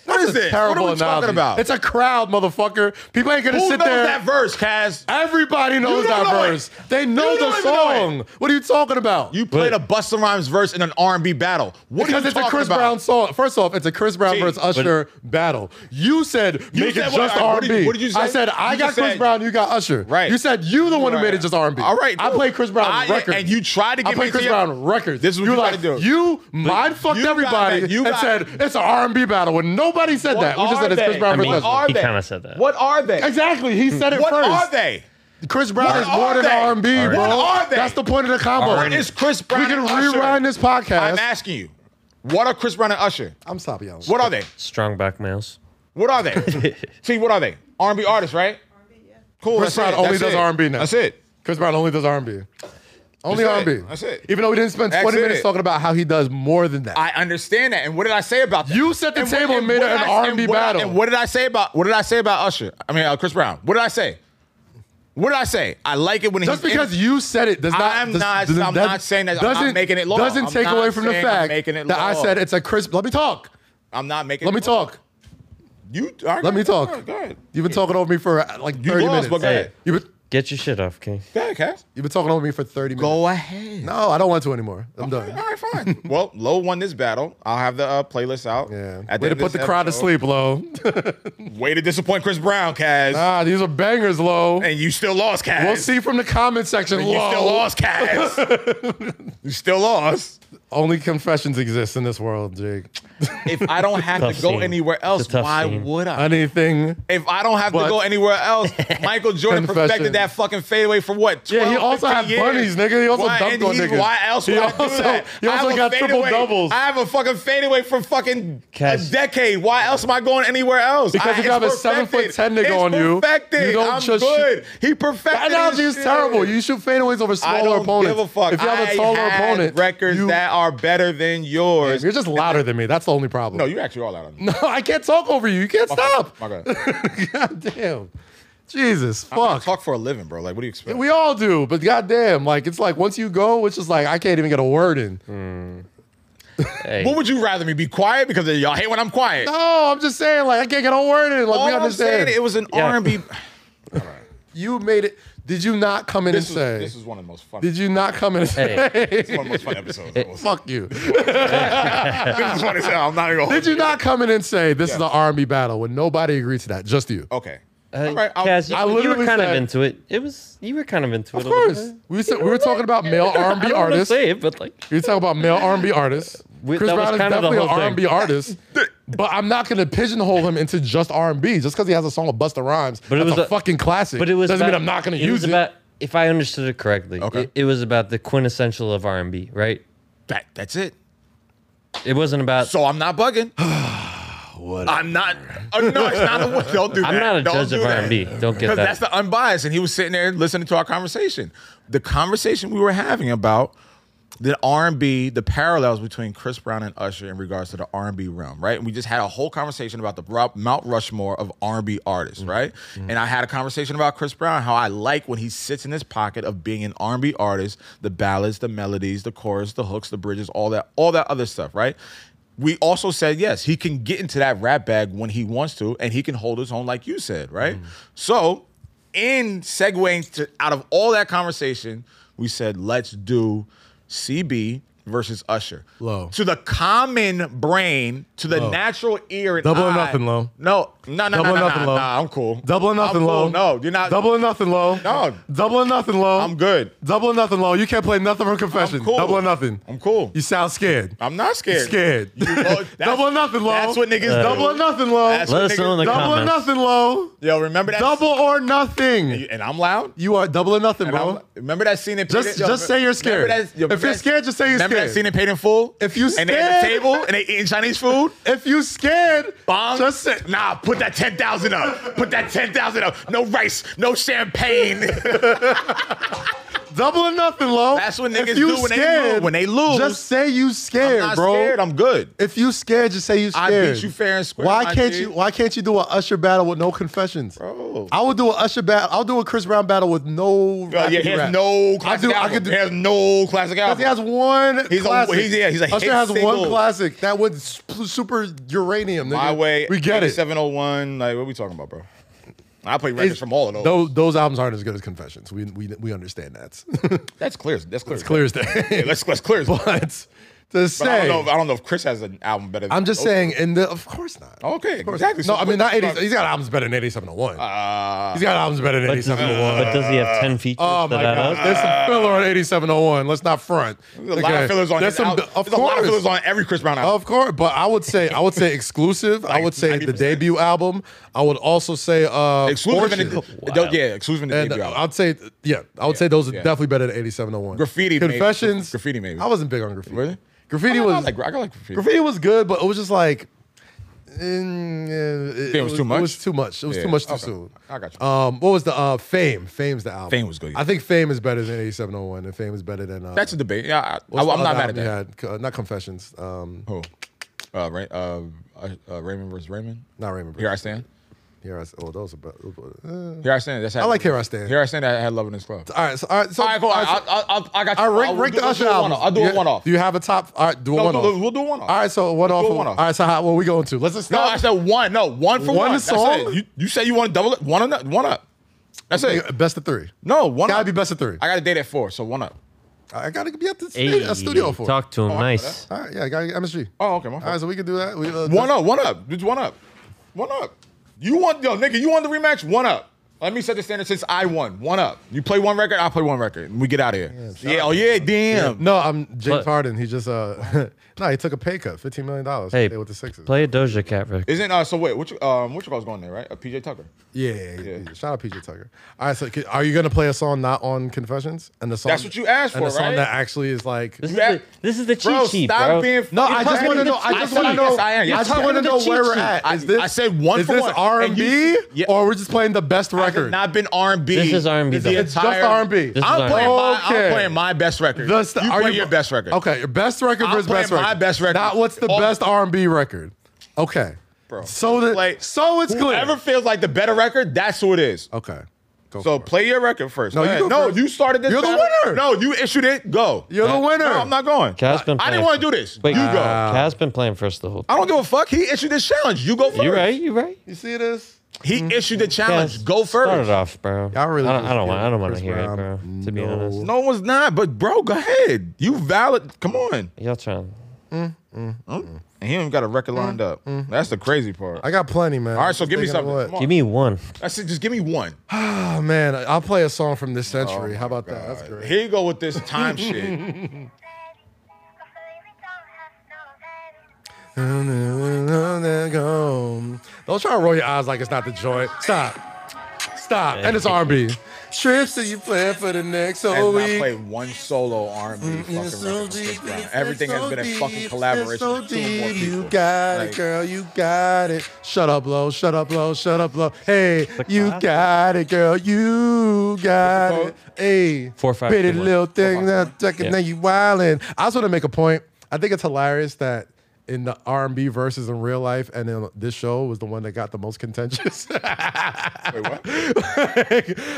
Speaker 1: What is
Speaker 2: That's a
Speaker 1: this? What
Speaker 2: Terrible
Speaker 1: are we
Speaker 2: analogy.
Speaker 1: talking about?
Speaker 2: It's a crowd, motherfucker. People ain't gonna
Speaker 1: Who
Speaker 2: sit
Speaker 1: knows
Speaker 2: there.
Speaker 1: that verse, Kaz?
Speaker 2: Everybody knows
Speaker 1: You
Speaker 2: that
Speaker 1: don't know it.
Speaker 2: verse. They know
Speaker 1: You
Speaker 2: the
Speaker 1: don't even know
Speaker 2: song. What are you talking about?
Speaker 1: You played a Busta Rhymes verse in an R&B battle. What
Speaker 2: because
Speaker 1: are you
Speaker 2: it's a
Speaker 1: talking
Speaker 2: Chris
Speaker 1: about?
Speaker 2: Brown song. First off, it's a Chris Brown
Speaker 1: See,
Speaker 2: versus Usher battle. You said
Speaker 1: You
Speaker 2: make
Speaker 1: said
Speaker 2: it
Speaker 1: what-
Speaker 2: just
Speaker 1: all right, what did
Speaker 2: R&B.
Speaker 1: you- what did you say?
Speaker 2: I said I
Speaker 1: You
Speaker 2: got
Speaker 1: just
Speaker 2: Chris
Speaker 1: said-
Speaker 2: Brown. You got Usher.
Speaker 1: Right.
Speaker 2: You said you the one who
Speaker 1: Right.
Speaker 2: made it just R&B.
Speaker 1: All right,
Speaker 2: I
Speaker 1: cool.
Speaker 2: played Chris Brown
Speaker 1: I-
Speaker 2: records,
Speaker 1: and you tried to
Speaker 2: I
Speaker 1: get me
Speaker 2: played
Speaker 1: to
Speaker 2: Chris
Speaker 1: your-
Speaker 2: Brown records.
Speaker 1: This is what
Speaker 2: You're
Speaker 1: you
Speaker 2: like,
Speaker 1: gotta do.
Speaker 2: You mind fucked
Speaker 1: you got
Speaker 2: everybody
Speaker 1: that. You
Speaker 2: and
Speaker 1: got-
Speaker 2: said it's an R&B battle when nobody said that. We just said it's Chris Brown
Speaker 3: I mean,
Speaker 2: versus
Speaker 3: What
Speaker 2: Usher.
Speaker 3: are- he kinda said that.
Speaker 1: What are they?
Speaker 2: Exactly. He said it
Speaker 1: What
Speaker 2: first.
Speaker 1: are they?
Speaker 2: Chris Brown
Speaker 1: What
Speaker 2: is more
Speaker 1: are
Speaker 2: than
Speaker 1: they?
Speaker 2: R&B,
Speaker 1: What
Speaker 2: bro.
Speaker 1: are they?
Speaker 2: That's the point of the combo.
Speaker 1: What is Chris Brown?
Speaker 2: We can
Speaker 1: and Usher?
Speaker 2: rewind this podcast.
Speaker 1: I'm asking you. What are Chris Brown and Usher?
Speaker 2: I'm stopping y'all.
Speaker 1: What are they?
Speaker 3: Strong back males.
Speaker 1: What are they? See, what are they? R&B artists, right? Cool. that's
Speaker 2: Chris Brown
Speaker 1: it.
Speaker 2: only
Speaker 1: That's
Speaker 2: does
Speaker 1: it.
Speaker 2: R&B now.
Speaker 1: That's it.
Speaker 2: Chris Brown only does R&B. Only
Speaker 1: That's it.
Speaker 2: R&B.
Speaker 1: That's it.
Speaker 2: Even though we didn't spend 20
Speaker 1: That's
Speaker 2: minutes
Speaker 1: it.
Speaker 2: talking about how he does more than that.
Speaker 1: I understand that. And what did I say about that?
Speaker 2: You set the table and made
Speaker 1: what
Speaker 2: it
Speaker 1: did
Speaker 2: an
Speaker 1: I-
Speaker 2: R&B
Speaker 1: and what did I-
Speaker 2: battle.
Speaker 1: and what did I say about what did I say about Usher? I mean, uh, Chris Brown. What did I say? What did I say? I like it when
Speaker 2: just
Speaker 1: he's in-
Speaker 2: because you said it does not.
Speaker 1: I'm
Speaker 2: does-
Speaker 1: not-
Speaker 2: does-
Speaker 1: I'm
Speaker 2: that
Speaker 1: not saying that- I'm not
Speaker 2: doesn't-
Speaker 1: making it law.
Speaker 2: Doesn't
Speaker 1: I'm
Speaker 2: take
Speaker 1: not
Speaker 2: away from the
Speaker 1: saying I'm
Speaker 2: fact
Speaker 1: making it
Speaker 2: that I
Speaker 1: law.
Speaker 2: said it's a Chris. Let me talk.
Speaker 1: I'm not making.
Speaker 2: Let me
Speaker 1: it up.
Speaker 2: talk.
Speaker 1: You. all right,
Speaker 2: Let
Speaker 1: go-
Speaker 2: me
Speaker 1: Go ahead.
Speaker 2: talk.
Speaker 1: Go ahead.
Speaker 2: You've been talking over me for uh, like 30
Speaker 1: lost,
Speaker 2: minutes.
Speaker 1: but go ahead.
Speaker 2: You've been,
Speaker 3: Get your shit off, King.
Speaker 1: Go ahead, Cass.
Speaker 2: you've been talking over me for 30 minutes.
Speaker 1: Go ahead.
Speaker 2: No, I don't want to anymore. I'm done.
Speaker 1: All right, fine. well, Low won this battle. I'll have the uh, playlist out.
Speaker 2: Yeah.
Speaker 1: At
Speaker 2: Way
Speaker 1: the end
Speaker 2: to
Speaker 1: of
Speaker 2: put the
Speaker 1: this
Speaker 2: crowd to
Speaker 1: episode.
Speaker 2: sleep, Lo.
Speaker 1: Way to disappoint Chris Brown, Cass.
Speaker 2: ah, these are bangers, Lo.
Speaker 1: and you still lost, Cass.
Speaker 2: We'll see from the comment section,
Speaker 1: You
Speaker 2: Lo.
Speaker 1: still lost, Cass. you still lost.
Speaker 2: Only confessions exist in this world, Jake.
Speaker 1: If I don't have
Speaker 3: Tough
Speaker 1: to go
Speaker 3: scene.
Speaker 1: anywhere
Speaker 3: It's a
Speaker 1: else,
Speaker 3: tough
Speaker 1: why
Speaker 3: scene.
Speaker 1: would I?
Speaker 2: Anything.
Speaker 1: If I don't have
Speaker 2: But-
Speaker 1: to go anywhere else, Michael Jordan
Speaker 2: Confession.
Speaker 1: perfected that fucking fadeaway for what? 12,
Speaker 2: Yeah, he also
Speaker 1: 15
Speaker 2: had
Speaker 1: years?
Speaker 2: bunnies, nigga. He also
Speaker 1: why,
Speaker 2: dunked
Speaker 1: and
Speaker 2: on
Speaker 1: he-
Speaker 2: niggas.
Speaker 1: Why else would
Speaker 2: He
Speaker 1: I
Speaker 2: also-
Speaker 1: do that?
Speaker 2: he
Speaker 1: I have
Speaker 2: also
Speaker 1: a
Speaker 2: got triple
Speaker 1: fadeaway.
Speaker 2: doubles.
Speaker 1: I have a fucking fadeaway from fucking
Speaker 3: Cash.
Speaker 1: a decade. Why else am I going anywhere else?
Speaker 2: Because
Speaker 1: I,
Speaker 2: you got
Speaker 1: it's
Speaker 2: a seven
Speaker 1: perfected.
Speaker 2: foot ten nigga
Speaker 1: It's
Speaker 2: on you.
Speaker 1: Perfected.
Speaker 2: You don't
Speaker 1: I'm
Speaker 2: just
Speaker 1: good. He perfected.
Speaker 2: That analogy
Speaker 1: his
Speaker 2: is terrible.
Speaker 1: shit.
Speaker 2: You shoot fadeaways over smaller
Speaker 1: I don't
Speaker 2: opponents.
Speaker 1: give a fuck.
Speaker 2: If you have
Speaker 1: I
Speaker 2: a taller
Speaker 1: had
Speaker 2: opponent,
Speaker 1: records
Speaker 2: you
Speaker 1: that are better than yours.
Speaker 2: You're just louder than me. That's the only problem.
Speaker 1: no, you actually all out on me.
Speaker 2: No, I can't talk over you. You can't stop.
Speaker 1: My God.
Speaker 2: God damn. Jesus,
Speaker 1: I
Speaker 2: fuck.
Speaker 1: talk for a living, bro. Like, what do you expect?
Speaker 2: We all do, but goddamn, like it's like once you go, it's just like I can't even get a word in.
Speaker 1: Mm.
Speaker 3: Hey,
Speaker 1: what would you rather me be quiet because y'all hate when I'm quiet?
Speaker 2: No, I'm just saying, like I can't get a word in. Like
Speaker 1: all
Speaker 2: we
Speaker 1: I'm saying,
Speaker 2: understand.
Speaker 1: it was an
Speaker 3: Yeah.
Speaker 1: R&B.
Speaker 2: you made it. Did you not come in
Speaker 1: This
Speaker 2: and
Speaker 1: is,
Speaker 2: say?
Speaker 1: this is one of the most fun.
Speaker 2: did you not come in and
Speaker 3: Hey.
Speaker 2: say?
Speaker 1: This is one of the most fun episodes. I will say.
Speaker 2: Fuck you.
Speaker 1: this is funny as hell. I'm not even gonna
Speaker 2: Did you not come in and say this is
Speaker 1: Yeah.
Speaker 2: an R&B battle when nobody agreed to that? Just you.
Speaker 1: Okay.
Speaker 3: uh,
Speaker 1: All right. I'll-
Speaker 3: Kaz, you,
Speaker 2: I
Speaker 3: you were
Speaker 2: literally
Speaker 3: kind of
Speaker 2: said-
Speaker 3: into it. It was you were kind of into it.
Speaker 2: Of
Speaker 3: a little
Speaker 2: course.
Speaker 3: bit.
Speaker 2: We said we were talking about male
Speaker 3: I
Speaker 2: R&B
Speaker 3: don't want to
Speaker 2: artists.
Speaker 3: say it, but like
Speaker 2: You're talking about male R&B artists.
Speaker 3: We-
Speaker 2: Chris
Speaker 3: that was
Speaker 2: Brown is
Speaker 3: kind of the
Speaker 2: definitely an
Speaker 3: whole thing.
Speaker 2: R&B artist, but I'm not going to pigeonhole him into just R&B just because he has a song with Busta Rhymes. But it was a, fucking classic.
Speaker 3: But it was
Speaker 2: doesn't
Speaker 3: about-
Speaker 2: mean I'm not going to
Speaker 3: it was
Speaker 2: use it.
Speaker 3: about- if I understood it correctly,
Speaker 1: Okay.
Speaker 3: it, it was about the quintessential of R and B, right?
Speaker 1: That, that's it.
Speaker 3: It wasn't about.
Speaker 1: So I'm not bugging. I'm not. Oh, no, it's not. The, don't do that.
Speaker 3: I'm not a
Speaker 1: Don't
Speaker 3: judge
Speaker 1: do
Speaker 3: of
Speaker 1: that.
Speaker 3: R&B. Don't get
Speaker 1: Because
Speaker 3: that.
Speaker 1: that's the unbiased. And he was sitting there listening to our conversation. The conversation we were having about the R&B, the parallels between Chris Brown and Usher in regards to the R&B realm, right? And we just had a whole conversation about the Ro- Mount Rushmore of R&B artists, right? And I had a conversation about Chris Brown, how I like when he sits in his pocket of being an R&B artist, the ballads, the melodies, the chorus, the hooks, the bridges, all that, all that other stuff, right? we also said yes, he can get into that rap bag when he wants to, and he can hold his own, like you said, right? So, in segueing to out of all that conversation, we said let's do CB versus Usher.
Speaker 2: Low.
Speaker 1: To the common brain, to the
Speaker 2: Low.
Speaker 1: natural ear and
Speaker 2: Double or
Speaker 1: eye-
Speaker 2: nothing, Low.
Speaker 1: No, no, no,
Speaker 2: Double
Speaker 1: no,
Speaker 2: or
Speaker 1: no,
Speaker 2: nothing,
Speaker 1: no,
Speaker 2: Low.
Speaker 1: no, I'm cool.
Speaker 2: Double or
Speaker 1: I'm
Speaker 2: nothing
Speaker 1: cool.
Speaker 2: low.
Speaker 1: No, you're not.
Speaker 2: Double or nothing low.
Speaker 1: No.
Speaker 2: Double or nothing low.
Speaker 1: I'm good.
Speaker 2: Double or nothing low. You can't play nothing from confession.
Speaker 1: cool.
Speaker 2: Double or nothing.
Speaker 1: I'm cool.
Speaker 2: You sound scared.
Speaker 1: I'm not scared.
Speaker 2: Scared.
Speaker 1: You- oh, that's-
Speaker 2: Double or nothing low.
Speaker 1: That's what niggas do.
Speaker 2: Double or nothing low.
Speaker 1: That's
Speaker 3: Let
Speaker 1: what
Speaker 3: us know
Speaker 1: niggas-
Speaker 3: in the
Speaker 2: Double or
Speaker 3: comments.
Speaker 2: nothing low.
Speaker 1: Yo, remember that?
Speaker 2: Double or nothing.
Speaker 1: And I'm loud.
Speaker 2: You are double or nothing,
Speaker 1: And
Speaker 2: bro.
Speaker 1: I'm- remember that scene in
Speaker 2: Just-
Speaker 1: Paid in-
Speaker 2: just say you're scared.
Speaker 1: remember that- yo,
Speaker 2: If
Speaker 1: remember
Speaker 2: you're
Speaker 1: that-
Speaker 2: scared, just say you're
Speaker 1: Remember
Speaker 2: scared.
Speaker 1: that scene in Paid in Full?
Speaker 2: If you
Speaker 1: and they at the
Speaker 2: scared-
Speaker 1: table and they eating Chinese food.
Speaker 2: If you scared,
Speaker 1: Bong.
Speaker 2: just sit.
Speaker 1: Nah, put that ten thousand up. Put that ten thousand up. No rice, no champagne.
Speaker 2: Double or nothing, low.
Speaker 1: That's what
Speaker 2: If
Speaker 1: niggas
Speaker 2: you
Speaker 1: do when they lose- when they lose.
Speaker 2: Just say you scared,
Speaker 1: I'm not
Speaker 2: bro.
Speaker 1: scared. I'm good.
Speaker 2: if you scared, just say you
Speaker 1: I
Speaker 2: scared.
Speaker 1: beat you fair and square,
Speaker 2: Why
Speaker 1: my
Speaker 2: can't
Speaker 1: G.
Speaker 2: you? Why can't you do an Usher battle with no confessions?
Speaker 1: Bro.
Speaker 2: I would do an Usher battle. I'll do a Chris Brown battle with no.
Speaker 1: Yo, yeah,
Speaker 2: rapping
Speaker 1: he has
Speaker 2: rap.
Speaker 1: no
Speaker 2: I
Speaker 1: classic
Speaker 2: do.
Speaker 1: album.
Speaker 2: I could do.
Speaker 1: he has no classic
Speaker 2: Because
Speaker 1: album.
Speaker 2: he has one
Speaker 1: He's a-
Speaker 2: classic.
Speaker 1: he's- yeah, he's a
Speaker 2: Usher
Speaker 1: hit
Speaker 2: has one
Speaker 1: single.
Speaker 2: classic that would sp- super uranium. Nigga.
Speaker 1: My way.
Speaker 2: We get it.
Speaker 1: Seven oh one. Like what we talking about, bro? I play records
Speaker 2: It's-
Speaker 1: from all of those.
Speaker 2: Those, those albums aren't as good as Confessions. We we, we understand that.
Speaker 1: That's clear. as- That's clear.
Speaker 2: it's clear as
Speaker 1: Yeah,
Speaker 2: day.
Speaker 1: let's let's clear. as-
Speaker 2: but to
Speaker 1: But I don't
Speaker 2: say,
Speaker 1: know. If, I don't know if Chris has an album better. than
Speaker 2: I'm just
Speaker 1: those.
Speaker 2: saying, and the, of course not.
Speaker 1: Okay,
Speaker 2: Of course
Speaker 1: exactly.
Speaker 2: not.
Speaker 1: So
Speaker 2: No, I mean
Speaker 1: what
Speaker 2: not
Speaker 1: the
Speaker 2: 80.
Speaker 1: fuck?
Speaker 2: He's got albums better than 8701.
Speaker 1: Uh,
Speaker 2: he's got albums better than
Speaker 3: but, does,
Speaker 2: 8701.
Speaker 3: but does he have ten features?
Speaker 2: Oh my
Speaker 3: that I
Speaker 2: God!
Speaker 3: don't-
Speaker 2: There's some filler on 8701. Let's not front.
Speaker 1: There's a lot of fillers on
Speaker 2: There's
Speaker 1: his
Speaker 2: some,
Speaker 1: album.
Speaker 2: of
Speaker 1: There's a lot of
Speaker 2: course.
Speaker 1: fillers on every Chris Brown album.
Speaker 2: Of course, but I would say I would say exclusive. I would say the
Speaker 1: 90%.
Speaker 2: debut album. I would also say uh,
Speaker 1: exclusive
Speaker 2: Fortune.
Speaker 1: and the,
Speaker 3: Wow.
Speaker 1: yeah, exclusive and the
Speaker 2: and
Speaker 1: debut album.
Speaker 2: I'd say yeah, I would say those are
Speaker 1: yeah.
Speaker 2: definitely better than 8701.
Speaker 1: Graffiti maybe.
Speaker 2: confessions.
Speaker 1: Graffiti maybe.
Speaker 2: I wasn't big on graffiti.
Speaker 1: Really?
Speaker 2: Graffiti
Speaker 1: I
Speaker 2: was
Speaker 1: like, I like graffiti.
Speaker 2: graffiti was good, but it was just like. mm, yeah, it,
Speaker 1: it was too
Speaker 2: It
Speaker 1: much?
Speaker 2: was too much. It was
Speaker 1: Yeah,
Speaker 2: too much too
Speaker 1: okay.
Speaker 2: soon.
Speaker 1: I got you.
Speaker 2: Um, what was the uh, Fame? Fame's the album.
Speaker 1: Fame was good, yeah.
Speaker 2: I think Fame is better than 8701, and Fame is better than. Uh,
Speaker 1: That's a debate. Yeah, I,
Speaker 2: what's the
Speaker 1: am not
Speaker 2: other
Speaker 1: mad at
Speaker 2: album
Speaker 1: that.
Speaker 2: you had? Uh, not Confessions. Um,
Speaker 1: Who? Uh, Ray, uh, uh, uh, Raymond versus Raymond.
Speaker 2: not Raymond.
Speaker 1: Here I stand.
Speaker 2: Here I s- oh those are about. uh,
Speaker 1: Here I stand. That's how
Speaker 2: I like Here I Stand.
Speaker 1: Here I stand. I had love in this club.
Speaker 2: all right, so all right, so
Speaker 1: All right, cool.
Speaker 2: all
Speaker 1: I,
Speaker 2: right, so-
Speaker 1: I, I, I got you.
Speaker 2: all right, rank,
Speaker 1: I'll
Speaker 2: rank
Speaker 1: do-
Speaker 2: the
Speaker 1: I'll
Speaker 2: Usher
Speaker 1: do a
Speaker 2: albums.
Speaker 1: one-off. I'll do
Speaker 2: You-
Speaker 1: a one off.
Speaker 2: Do you have a top? All right, do a
Speaker 1: No,
Speaker 2: one
Speaker 1: do-
Speaker 2: off.
Speaker 1: we'll do a one-off.
Speaker 2: All right, so one
Speaker 1: We'll
Speaker 2: off.
Speaker 1: do a
Speaker 2: of-
Speaker 1: one-off.
Speaker 2: All right, so how, what we going to? Let's
Speaker 1: No, I
Speaker 2: establish
Speaker 1: said one. No, one for
Speaker 2: One
Speaker 1: one.
Speaker 2: to
Speaker 1: That's
Speaker 2: song?
Speaker 1: it. You, you say you want to double it? One up. One up. That's it.
Speaker 2: best of three.
Speaker 1: No, one
Speaker 2: Gotta
Speaker 1: up.
Speaker 2: be best of three.
Speaker 1: I got a date at four, so one up.
Speaker 2: I gotta be at the
Speaker 3: Hey,
Speaker 2: studio, a studio for.
Speaker 3: talk to him nice.
Speaker 2: All right, yeah, I got MSG.
Speaker 1: Oh, okay. My
Speaker 2: All right, so we can do that. We, uh,
Speaker 1: One up, one up. Just one up. One up. You want yo, nigga, you want the rematch? One up. Let me set the standard since I won. One up. You play one record, I'll play one record. And we get out of here. Yeah, oh yeah, damn.
Speaker 2: No, I'm James
Speaker 3: Look.
Speaker 2: Harden. He just uh, no, he took a pay cut, fifteen million dollars.
Speaker 3: Hey,
Speaker 2: with the Sixers.
Speaker 3: play a Doja Cat record.
Speaker 1: Isn't uh so wait, which um which was going there, right? Uh, PJ Tucker.
Speaker 2: Yeah, yeah, yeah, yeah. Shout out PJ Tucker. All right, so c- are you gonna play a song not on Confessions and the song
Speaker 1: That's what you asked
Speaker 2: and
Speaker 1: for,
Speaker 2: the song
Speaker 1: right?
Speaker 2: that actually is like.
Speaker 3: This is,
Speaker 1: Yeah.
Speaker 3: the, this is the cheat
Speaker 1: Bro,
Speaker 3: sheet,
Speaker 1: stop
Speaker 3: bro.
Speaker 1: being
Speaker 2: No, I
Speaker 1: You're
Speaker 2: just want to
Speaker 1: playing
Speaker 2: know.
Speaker 1: the
Speaker 2: I just
Speaker 1: cheat
Speaker 2: want to
Speaker 1: sheet.
Speaker 2: know.
Speaker 1: Yes, I am.
Speaker 2: I
Speaker 1: Yes,
Speaker 2: just
Speaker 1: I am.
Speaker 2: want to
Speaker 3: The
Speaker 2: know
Speaker 3: cheat
Speaker 2: where we're
Speaker 3: sheet.
Speaker 2: at.
Speaker 1: I-
Speaker 2: Is this,
Speaker 1: I said one
Speaker 2: is
Speaker 1: for
Speaker 2: this
Speaker 1: one.
Speaker 2: R
Speaker 1: And
Speaker 2: and
Speaker 1: you
Speaker 2: B
Speaker 1: said- yeah.
Speaker 2: or we're just playing the best
Speaker 1: I
Speaker 2: record?
Speaker 1: not been R&B.
Speaker 3: This is R&B,
Speaker 1: the
Speaker 3: though.
Speaker 2: It's just
Speaker 1: entire-
Speaker 2: R&B. This
Speaker 3: is
Speaker 1: I'm playing, my,
Speaker 2: Okay.
Speaker 1: I'm playing my best record.
Speaker 2: The st-
Speaker 1: you
Speaker 2: are
Speaker 1: play
Speaker 2: you-
Speaker 1: your best record.
Speaker 2: Okay, your best record
Speaker 1: I'm
Speaker 2: versus best
Speaker 1: playing
Speaker 2: record.
Speaker 1: my best record.
Speaker 2: Not what's the
Speaker 1: All-
Speaker 2: best R and B record. Okay,
Speaker 1: Bro.
Speaker 2: So that
Speaker 1: Like,
Speaker 2: so it's clear.
Speaker 1: Whoever feels like the better record, that's who it is.
Speaker 2: okay, go
Speaker 1: So
Speaker 2: for it.
Speaker 1: play your record first.
Speaker 2: No,
Speaker 1: Go
Speaker 2: you
Speaker 1: ahead.
Speaker 2: go
Speaker 1: no,
Speaker 2: first.
Speaker 1: you started this.
Speaker 2: You're the
Speaker 1: battle.
Speaker 2: winner.
Speaker 1: No, you issued it. Go.
Speaker 2: you're the winner.
Speaker 1: No, I'm not going.
Speaker 3: Cass been
Speaker 1: I didn't
Speaker 3: playing-
Speaker 1: want to do this.
Speaker 3: Wait,
Speaker 1: you go.
Speaker 2: Wow.
Speaker 3: Cass been playing first the whole
Speaker 1: I don't give a fuck. He issued this challenge. You go first.
Speaker 3: You right? You right?
Speaker 2: You see this?
Speaker 1: He issued the challenge.
Speaker 3: Cass,
Speaker 1: go
Speaker 3: Start it
Speaker 1: first.
Speaker 3: off, bro.
Speaker 2: Y'all really
Speaker 3: I don't,
Speaker 2: just
Speaker 3: I don't
Speaker 2: give
Speaker 3: want. I don't want to
Speaker 2: Chris
Speaker 3: hear it, bro.
Speaker 2: Brown
Speaker 3: To be
Speaker 2: no-
Speaker 3: honest,
Speaker 1: No one's not. But bro, go ahead. You valid. Come on.
Speaker 3: y'all trying.
Speaker 9: And he don't even got a record lined
Speaker 2: Mm.
Speaker 9: up. That's the crazy part.
Speaker 2: I got plenty, man.
Speaker 1: All right, so
Speaker 2: Just
Speaker 1: give me
Speaker 2: thinking of
Speaker 1: something.
Speaker 2: what-
Speaker 1: Come on.
Speaker 3: Give me one.
Speaker 1: I said, just give me one.
Speaker 2: Oh man, I'll play a song from this
Speaker 1: Oh
Speaker 2: century. How about that? That's great.
Speaker 1: Here you go with this time shit.
Speaker 2: Don't try to roll your eyes like it's not the joint. Stop. Stop. And it's R&B. Trips that you plan for the next
Speaker 9: has
Speaker 2: whole
Speaker 9: not
Speaker 2: week.
Speaker 9: played one solo R&B fucking record.
Speaker 2: Mm, It's so
Speaker 9: with Chris
Speaker 2: deep,
Speaker 9: Brown.
Speaker 2: it's
Speaker 9: Everything
Speaker 2: so
Speaker 9: has been a
Speaker 2: deep,
Speaker 9: fucking
Speaker 2: it's
Speaker 9: collaboration
Speaker 2: so
Speaker 9: with two or more
Speaker 2: deep.
Speaker 9: people.
Speaker 2: You got
Speaker 9: Like,
Speaker 2: it, girl. You got it. Shut up, low. Shut up, low. Shut up, low. Hey, you got it, girl. You got it. Hey,
Speaker 3: Four, five,
Speaker 2: pretty
Speaker 3: two, one.
Speaker 2: little thing that second
Speaker 3: Yeah.
Speaker 2: thing you wildin'. I just want to make a point. I think it's hilarious that. In the R&B verses in real life, and then this show was the one that got the most contentious.
Speaker 9: Wait, what?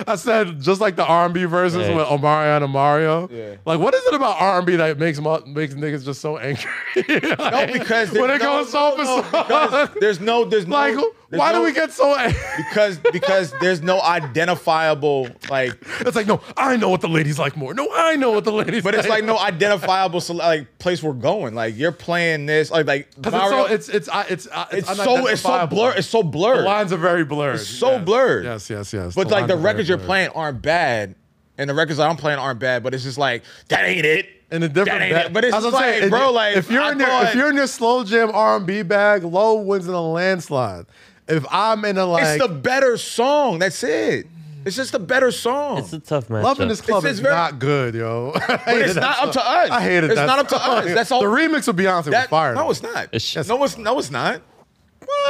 Speaker 2: I said just like the R and B verses
Speaker 3: Yeah.
Speaker 2: with Omarion and Mario.
Speaker 9: Yeah.
Speaker 2: Like, what is it about R and B that makes mo- makes niggas just so angry?
Speaker 1: no, because
Speaker 2: when
Speaker 1: there-
Speaker 2: it
Speaker 1: no,
Speaker 2: goes song
Speaker 1: no,
Speaker 2: for
Speaker 1: because
Speaker 2: song,
Speaker 1: there's no, there's no.
Speaker 2: like,
Speaker 1: there's
Speaker 2: why
Speaker 1: no-
Speaker 2: do we get so angry?
Speaker 1: Because because there's no identifiable like
Speaker 2: It's like, no, I know what the ladies like more. No, I know what the ladies.
Speaker 1: But it's like no identifiable so, like place we're going. Like you're playing this, like like
Speaker 2: 'Cause
Speaker 1: Mario-
Speaker 2: it's so it's it's uh, it's uh,
Speaker 1: it's, so it's so
Speaker 2: unidentifiable.
Speaker 1: blurred. It's so
Speaker 2: The
Speaker 1: blurred.
Speaker 2: lines are very blurred.
Speaker 1: It's so blurred.
Speaker 2: Yes, yes, yes.
Speaker 1: But like
Speaker 2: lines
Speaker 1: the
Speaker 2: are very
Speaker 1: records you're
Speaker 2: blurred.
Speaker 1: playing aren't bad, and the records I'm playing aren't bad. But it's just like that ain't it.
Speaker 2: in a different
Speaker 1: That ain't
Speaker 2: bag.
Speaker 1: it. But it's
Speaker 2: That's what
Speaker 1: like,
Speaker 2: I'm saying.
Speaker 1: bro,
Speaker 2: If-
Speaker 1: like
Speaker 2: if you're
Speaker 1: I
Speaker 2: in your
Speaker 1: thought
Speaker 2: if you're in your slow jam R and B bag, low wins in a landslide. If I'm in a like
Speaker 1: it's the better song. That's it. It's just the better song.
Speaker 3: It's a tough match.
Speaker 2: loving this club
Speaker 1: It's-
Speaker 2: is
Speaker 1: it's very-
Speaker 2: not good, yo.
Speaker 1: but it's not up to us.
Speaker 2: I hated
Speaker 1: It's
Speaker 2: that
Speaker 1: not up to
Speaker 2: song.
Speaker 1: us. That's all.
Speaker 2: The remix of Beyonce was
Speaker 1: that,
Speaker 2: fire.
Speaker 1: No, it's not.
Speaker 3: It's just-
Speaker 1: no, it's no, it's not.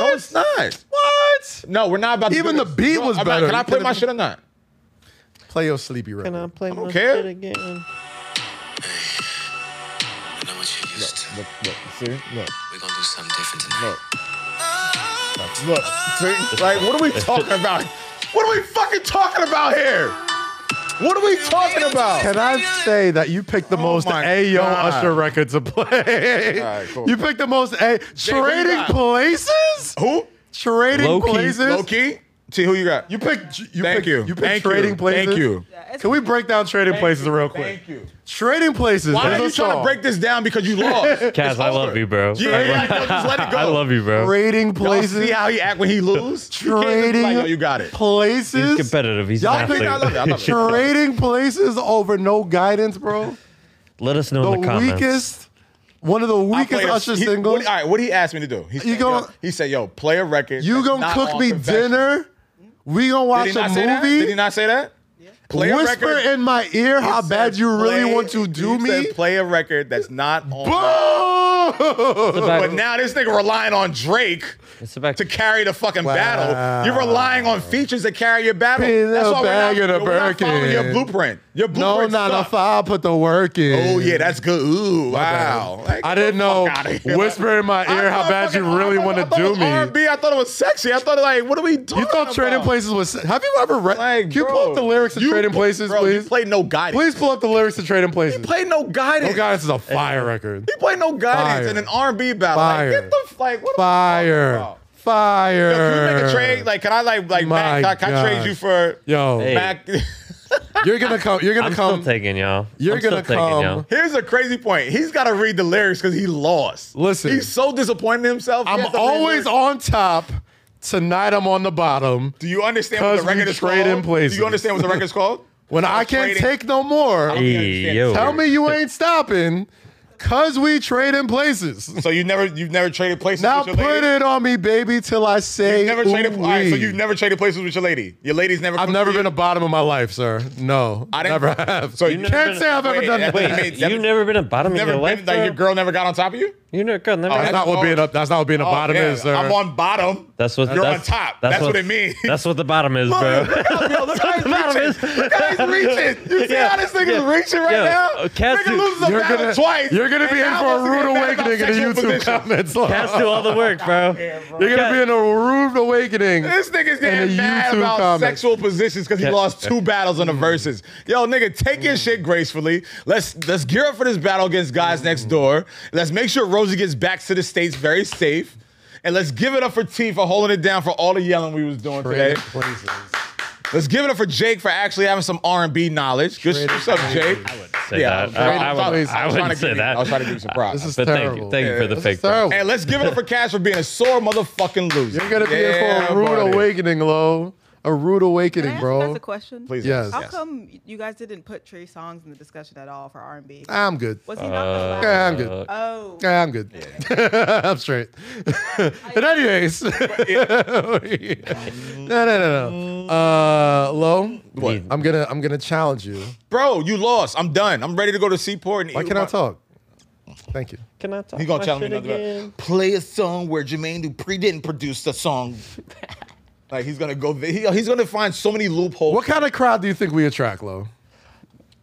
Speaker 1: No, it's not.
Speaker 2: What?
Speaker 1: No, we're not about. To
Speaker 2: Even
Speaker 1: do this.
Speaker 2: the beat
Speaker 1: No,
Speaker 2: was
Speaker 1: I'm not-
Speaker 2: better.
Speaker 1: Can I
Speaker 2: You
Speaker 1: play
Speaker 2: could've-
Speaker 1: my shit or not?
Speaker 2: Play your sleepy
Speaker 3: Can I
Speaker 2: record.
Speaker 3: play my
Speaker 1: care.
Speaker 3: shit again?
Speaker 7: I know what you used to.
Speaker 9: Look, look, see? Look,
Speaker 7: We're gonna do something different tonight.
Speaker 9: look. Look, see? Like, what are we talking about? What are we fucking talking about here? What are we talking about?
Speaker 2: Can I say that you picked
Speaker 1: Oh
Speaker 2: the most
Speaker 9: my
Speaker 2: Ayo
Speaker 9: God.
Speaker 2: Usher record to play?
Speaker 9: right, cool.
Speaker 2: You picked the most A.
Speaker 1: who you
Speaker 2: Trading
Speaker 1: got?
Speaker 2: places?
Speaker 1: Who?
Speaker 2: Trading
Speaker 3: Low-key.
Speaker 2: places?
Speaker 1: Low key. See who you got.
Speaker 2: You picked. You
Speaker 1: Thank
Speaker 2: picked,
Speaker 1: you.
Speaker 2: You picked
Speaker 1: Thank you.
Speaker 2: trading places.
Speaker 1: Thank you.
Speaker 8: Yeah, it's-
Speaker 2: Can we break down trading places real quick?
Speaker 1: Thank you.
Speaker 2: Trading places.
Speaker 1: Why
Speaker 2: there's
Speaker 1: are
Speaker 2: a
Speaker 1: you trying to
Speaker 2: song.
Speaker 1: break this down because you lost?
Speaker 3: Kaz,
Speaker 1: It's
Speaker 3: I love
Speaker 1: over.
Speaker 3: you, bro.
Speaker 1: Yeah, yeah, yeah, no, just let it go.
Speaker 3: I love you, bro.
Speaker 2: Trading
Speaker 1: Y'all
Speaker 2: places.
Speaker 1: see how he act when he lose? You can't just be
Speaker 2: trading.
Speaker 1: Like, Yo, you got it.
Speaker 2: Places.
Speaker 3: He's competitive. He's
Speaker 2: Y'all
Speaker 3: an
Speaker 2: think
Speaker 3: athlete.
Speaker 1: I love it. I love it.
Speaker 2: Trading places over no guidance, bro.
Speaker 3: Let us know
Speaker 2: The
Speaker 3: in the comments.
Speaker 2: weakest. One of the
Speaker 1: I
Speaker 2: weakest
Speaker 1: played a-
Speaker 2: Usher
Speaker 1: he-
Speaker 2: singles.
Speaker 1: What, all right, what he asked me to do? He said,
Speaker 2: gonna-
Speaker 1: yo, he said, yo, play a record.
Speaker 2: you
Speaker 1: that's
Speaker 2: gonna
Speaker 1: not
Speaker 2: cook
Speaker 1: on
Speaker 2: me
Speaker 1: Confessions.
Speaker 2: dinner? We gonna
Speaker 1: Did
Speaker 2: watch
Speaker 1: he
Speaker 2: a
Speaker 1: not say that? Did he
Speaker 2: movie?
Speaker 1: not say that? Play a
Speaker 2: Whisper
Speaker 1: record.
Speaker 2: in my ear how
Speaker 1: He
Speaker 2: bad
Speaker 1: said,
Speaker 2: you really
Speaker 1: play-
Speaker 2: want to do
Speaker 1: he
Speaker 2: me.
Speaker 1: Said, play a record that's not on.
Speaker 2: Boom!
Speaker 1: But now this nigga relying on Drake
Speaker 3: It's about
Speaker 1: to carry the fucking battle. You're relying on features that carry your battle.
Speaker 2: Pin
Speaker 1: That's
Speaker 2: a
Speaker 1: why
Speaker 2: bag
Speaker 1: we're
Speaker 2: and
Speaker 1: not,
Speaker 2: a
Speaker 1: we're not following your
Speaker 2: Birkin.
Speaker 1: blueprint. Your
Speaker 2: No,
Speaker 1: blueprint
Speaker 2: not
Speaker 1: sucks.
Speaker 2: if I put the work in.
Speaker 1: Oh yeah, that's good. Ooh,
Speaker 2: bad.
Speaker 1: wow. Like, get
Speaker 2: I didn't
Speaker 1: the
Speaker 2: know.
Speaker 1: fuck outta here.
Speaker 2: Whisper in my
Speaker 1: I
Speaker 2: ear how
Speaker 1: thought
Speaker 2: bad you
Speaker 1: fucking-
Speaker 2: really
Speaker 1: I thought-
Speaker 2: want
Speaker 1: I
Speaker 2: to
Speaker 1: thought it
Speaker 2: do
Speaker 1: was
Speaker 2: me.
Speaker 1: R&B. I thought it was sexy. I thought like, what are we talking
Speaker 2: You thought Trading
Speaker 1: about?
Speaker 2: Places was? Have you ever read?
Speaker 1: Like,
Speaker 2: can you pull
Speaker 1: bro,
Speaker 2: up the lyrics of
Speaker 1: you-
Speaker 2: Trading Places,
Speaker 1: bro,
Speaker 2: please?
Speaker 1: You played no guidance.
Speaker 2: Please pull up the lyrics to Trading Places.
Speaker 1: play no guidance.
Speaker 2: Oh God, this is a fire record.
Speaker 1: He played no guidance
Speaker 2: Fire.
Speaker 1: in an R&B battle.
Speaker 2: Fire.
Speaker 1: Like, get the like what the fuck
Speaker 2: Fire,
Speaker 1: about?
Speaker 2: fire.
Speaker 1: Oh, Yo, can we make a trade? Like, can I like like
Speaker 2: My
Speaker 1: Mac, can I- can I
Speaker 2: God.
Speaker 1: trade you for
Speaker 2: Yo,
Speaker 3: Hey.
Speaker 1: Mac?
Speaker 2: you're gonna come. You're gonna
Speaker 3: I'm
Speaker 2: come.
Speaker 3: still taking y'all.
Speaker 2: You're
Speaker 3: I'm still
Speaker 2: gonna
Speaker 3: taking
Speaker 2: come-
Speaker 3: y'all.
Speaker 1: Here's a crazy point. He's got to read the lyrics because he lost.
Speaker 2: Listen.
Speaker 1: he's so disappointed in himself. He
Speaker 2: I'm
Speaker 1: has to read
Speaker 2: always
Speaker 1: lyrics.
Speaker 2: on top. Tonight I'm on the bottom.
Speaker 1: Do you understand what the
Speaker 2: 'Cause we
Speaker 1: record is
Speaker 2: trade in
Speaker 1: called? Do
Speaker 2: places.
Speaker 1: you understand what the record is called?
Speaker 2: When I
Speaker 1: I'm
Speaker 2: can't
Speaker 1: trading-
Speaker 2: take no more,
Speaker 1: don't think I
Speaker 3: Hey,
Speaker 1: understand.
Speaker 3: yo.
Speaker 2: tell me you ain't stopping. Cause we trading places.
Speaker 1: So you never, you've never traded places.
Speaker 2: Now
Speaker 1: with
Speaker 2: put
Speaker 1: your lady?
Speaker 2: it on me, baby, till I say.
Speaker 1: You've never traded.
Speaker 2: ooh
Speaker 1: All right, so
Speaker 2: wee.
Speaker 1: you've never traded places with your lady. Your lady's never.
Speaker 2: I've
Speaker 1: cooked
Speaker 2: never
Speaker 1: for you?
Speaker 2: been a bottom in my life, sir. No, I
Speaker 1: I didn't-
Speaker 2: never have.
Speaker 1: So
Speaker 2: So
Speaker 1: you
Speaker 2: you
Speaker 1: never
Speaker 2: can't
Speaker 3: been-
Speaker 2: say I've ever
Speaker 1: Wait,
Speaker 2: done that.
Speaker 1: wait, wait,
Speaker 3: You've never been a bottom in
Speaker 1: Never
Speaker 3: your
Speaker 1: been
Speaker 3: life,
Speaker 1: like
Speaker 3: bro?
Speaker 1: your girl never got on top of you.
Speaker 3: You're not gonna. Never
Speaker 2: Oh, That's not what being up. That's not what being a
Speaker 1: Oh,
Speaker 2: bottom
Speaker 1: yeah,
Speaker 2: is, sir.
Speaker 1: I'm on bottom.
Speaker 3: that's what.
Speaker 1: You're
Speaker 3: that's,
Speaker 1: on top. That's, what, it means.
Speaker 3: That's what the bottom is, bro.
Speaker 1: Look how he's
Speaker 3: the bottom is.
Speaker 1: reaching. Look how he's reaching. You see how this nigga's
Speaker 3: Yeah.
Speaker 1: reaching right
Speaker 3: Yo,
Speaker 1: now?
Speaker 3: uh, Cass
Speaker 1: Nigga
Speaker 3: do-
Speaker 1: loses a
Speaker 2: you're
Speaker 1: battle
Speaker 2: gonna,
Speaker 1: twice.
Speaker 2: you're gonna be
Speaker 1: and
Speaker 2: in
Speaker 1: now
Speaker 2: for a
Speaker 1: wants to get
Speaker 2: rude
Speaker 1: mad about
Speaker 2: awakening in the
Speaker 1: sexual
Speaker 2: YouTube
Speaker 1: position.
Speaker 2: comments.
Speaker 3: Cats do all the work, bro.
Speaker 2: You're gonna be in a rude awakening.
Speaker 1: This nigga's
Speaker 2: in
Speaker 1: getting
Speaker 2: the
Speaker 1: mad
Speaker 2: YouTube
Speaker 1: about
Speaker 2: comments.
Speaker 1: sexual positions because he lost two battles on the verses. Yo, nigga, take your shit gracefully. Let's let's gear up for this battle against guys next door. Let's make sure Rosie gets back to the states very safe, and let's give it up for T for holding it down for all the yelling we was doing today.
Speaker 2: Traded places.
Speaker 1: Let's give it up for Jake for actually having some R and B knowledge. Good
Speaker 2: Traded
Speaker 1: what's up, Jake?
Speaker 2: places.
Speaker 3: Say that.
Speaker 1: I was-
Speaker 3: I, I,
Speaker 1: I was- I was
Speaker 3: would, I
Speaker 1: trying to
Speaker 3: wouldn't
Speaker 1: give
Speaker 3: say
Speaker 1: you-
Speaker 3: that.
Speaker 1: I was trying to give you some props.
Speaker 2: This is
Speaker 3: but thank
Speaker 2: terrible.
Speaker 3: you, thank you for the
Speaker 2: This is
Speaker 3: fake.
Speaker 2: terrible.
Speaker 1: Hey, let's give it up for Cash for being a sore motherfucking loser.
Speaker 2: You're gonna be in
Speaker 1: Yeah,
Speaker 2: for a rude
Speaker 1: buddy.
Speaker 2: awakening, Lo. A rude
Speaker 8: Can I
Speaker 2: awakening,
Speaker 8: ask you
Speaker 2: bro.
Speaker 8: guys a question?
Speaker 1: Please.
Speaker 2: Yes.
Speaker 8: How
Speaker 2: Yes.
Speaker 8: come you guys didn't put Trey Songs in the discussion at all for R&B?
Speaker 1: Ah.
Speaker 2: I'm good.
Speaker 8: Was he not the last?
Speaker 2: Yeah, I'm good.
Speaker 3: Uh,
Speaker 8: Oh,
Speaker 2: Yeah, I'm good. I'm straight. In any case, no, no, no, no. Uh, Lo,
Speaker 1: What?
Speaker 2: I'm gonna, I'm gonna challenge you.
Speaker 1: Bro, you lost. I'm done. I'm ready to go to Seaport. And
Speaker 2: Why
Speaker 1: eat
Speaker 2: can't I
Speaker 1: my-
Speaker 2: talk? Thank you.
Speaker 3: Can I talk?
Speaker 1: He
Speaker 3: my
Speaker 1: gonna tell me
Speaker 3: shit
Speaker 1: another
Speaker 3: again?
Speaker 1: play a song where Jermaine Dupri didn't produce the song. like he's gonna go. there. He- he's gonna find so many loopholes.
Speaker 2: What kind of crowd do you think we attract, Lo?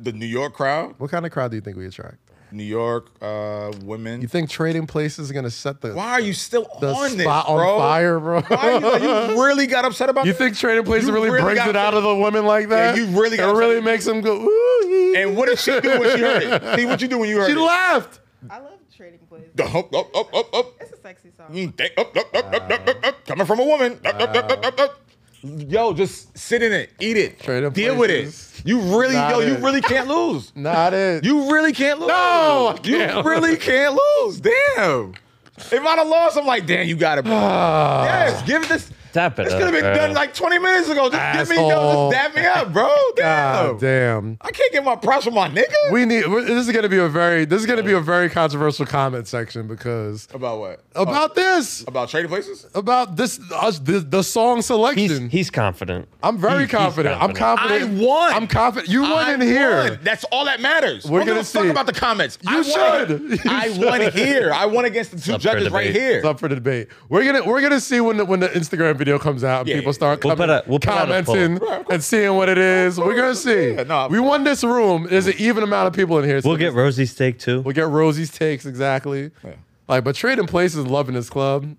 Speaker 1: the New York crowd,
Speaker 2: What kind of crowd do you think we attract?
Speaker 1: New York uh, women.
Speaker 2: You think trading places is gonna set the
Speaker 1: Why are you still
Speaker 2: the
Speaker 1: on
Speaker 2: spot
Speaker 1: this,
Speaker 2: on
Speaker 1: bro?
Speaker 2: fire, bro?
Speaker 1: Why are you, like, you really got upset about
Speaker 2: You
Speaker 1: that?
Speaker 2: think Trading Places
Speaker 1: You
Speaker 2: really,
Speaker 1: really
Speaker 2: brings
Speaker 1: got
Speaker 2: it out of the women like that?
Speaker 1: you really
Speaker 2: It
Speaker 1: got
Speaker 2: really
Speaker 1: something-
Speaker 2: makes them go, ooh.
Speaker 1: And what did she do when she heard it? See what you do when you heard
Speaker 2: she
Speaker 1: it.
Speaker 2: laughed.
Speaker 8: I love Trading Places.
Speaker 1: The Up, up, up, up, up.
Speaker 8: It's a sexy song.
Speaker 1: Mm, they- up, up, up, up, up, up, up. Coming from a woman. Up, up, up, up, up, up. Yo, just sit in it, eat it,
Speaker 2: Straight up
Speaker 1: deal
Speaker 2: places.
Speaker 1: with it. You really,
Speaker 2: Not
Speaker 1: yo, you
Speaker 2: it.
Speaker 1: really can't lose.
Speaker 2: Not it.
Speaker 1: You really can't lose.
Speaker 2: No, I
Speaker 1: you
Speaker 2: can't.
Speaker 1: really can't lose. Damn. If I'd have lost, I'm like, damn, you got it, bro. yes, give this.
Speaker 3: Tap it
Speaker 1: This could have
Speaker 3: up,
Speaker 1: been
Speaker 3: bro.
Speaker 1: done like 20 minutes ago. Just give me, yo,
Speaker 2: Asshole.
Speaker 1: just dab me up, bro. Damn.
Speaker 2: God Ah, damn.
Speaker 1: I can't get my props from my nigga.
Speaker 2: We need. we're- This is gonna be a very. This is gonna be a very controversial comment section because
Speaker 1: about what?
Speaker 2: about this,
Speaker 1: about trading places?
Speaker 2: about this, us, the, the song
Speaker 3: He's,
Speaker 2: selection.
Speaker 3: he's confident.
Speaker 2: I'm very
Speaker 3: He- he's
Speaker 2: confident. I'm confident.
Speaker 1: I won.
Speaker 2: I'm confident. You won
Speaker 1: I
Speaker 2: in here.
Speaker 1: won. That's all that matters.
Speaker 2: We're
Speaker 1: I don't
Speaker 2: gonna
Speaker 1: give a fuck
Speaker 2: see.
Speaker 1: about the comments.
Speaker 2: You
Speaker 1: I won.
Speaker 2: should. You
Speaker 1: I won here. I won against the two
Speaker 3: up for
Speaker 1: judges right
Speaker 3: debate.
Speaker 1: here.
Speaker 2: It's up for debate. We're gonna we're gonna see when the when the Instagram video comes out and
Speaker 1: Yeah,
Speaker 2: people start
Speaker 3: We'll put
Speaker 2: coming-
Speaker 3: a- we'll put out a poll.
Speaker 2: commenting and seeing what it is. We're gonna see.
Speaker 1: Yeah, no,
Speaker 2: we won this room. There's an even amount of people in here. so
Speaker 3: We'll get
Speaker 2: we'll
Speaker 3: Rosie's steak too.
Speaker 2: get Rosie's takes exactly. Like, but trading places, loving this club.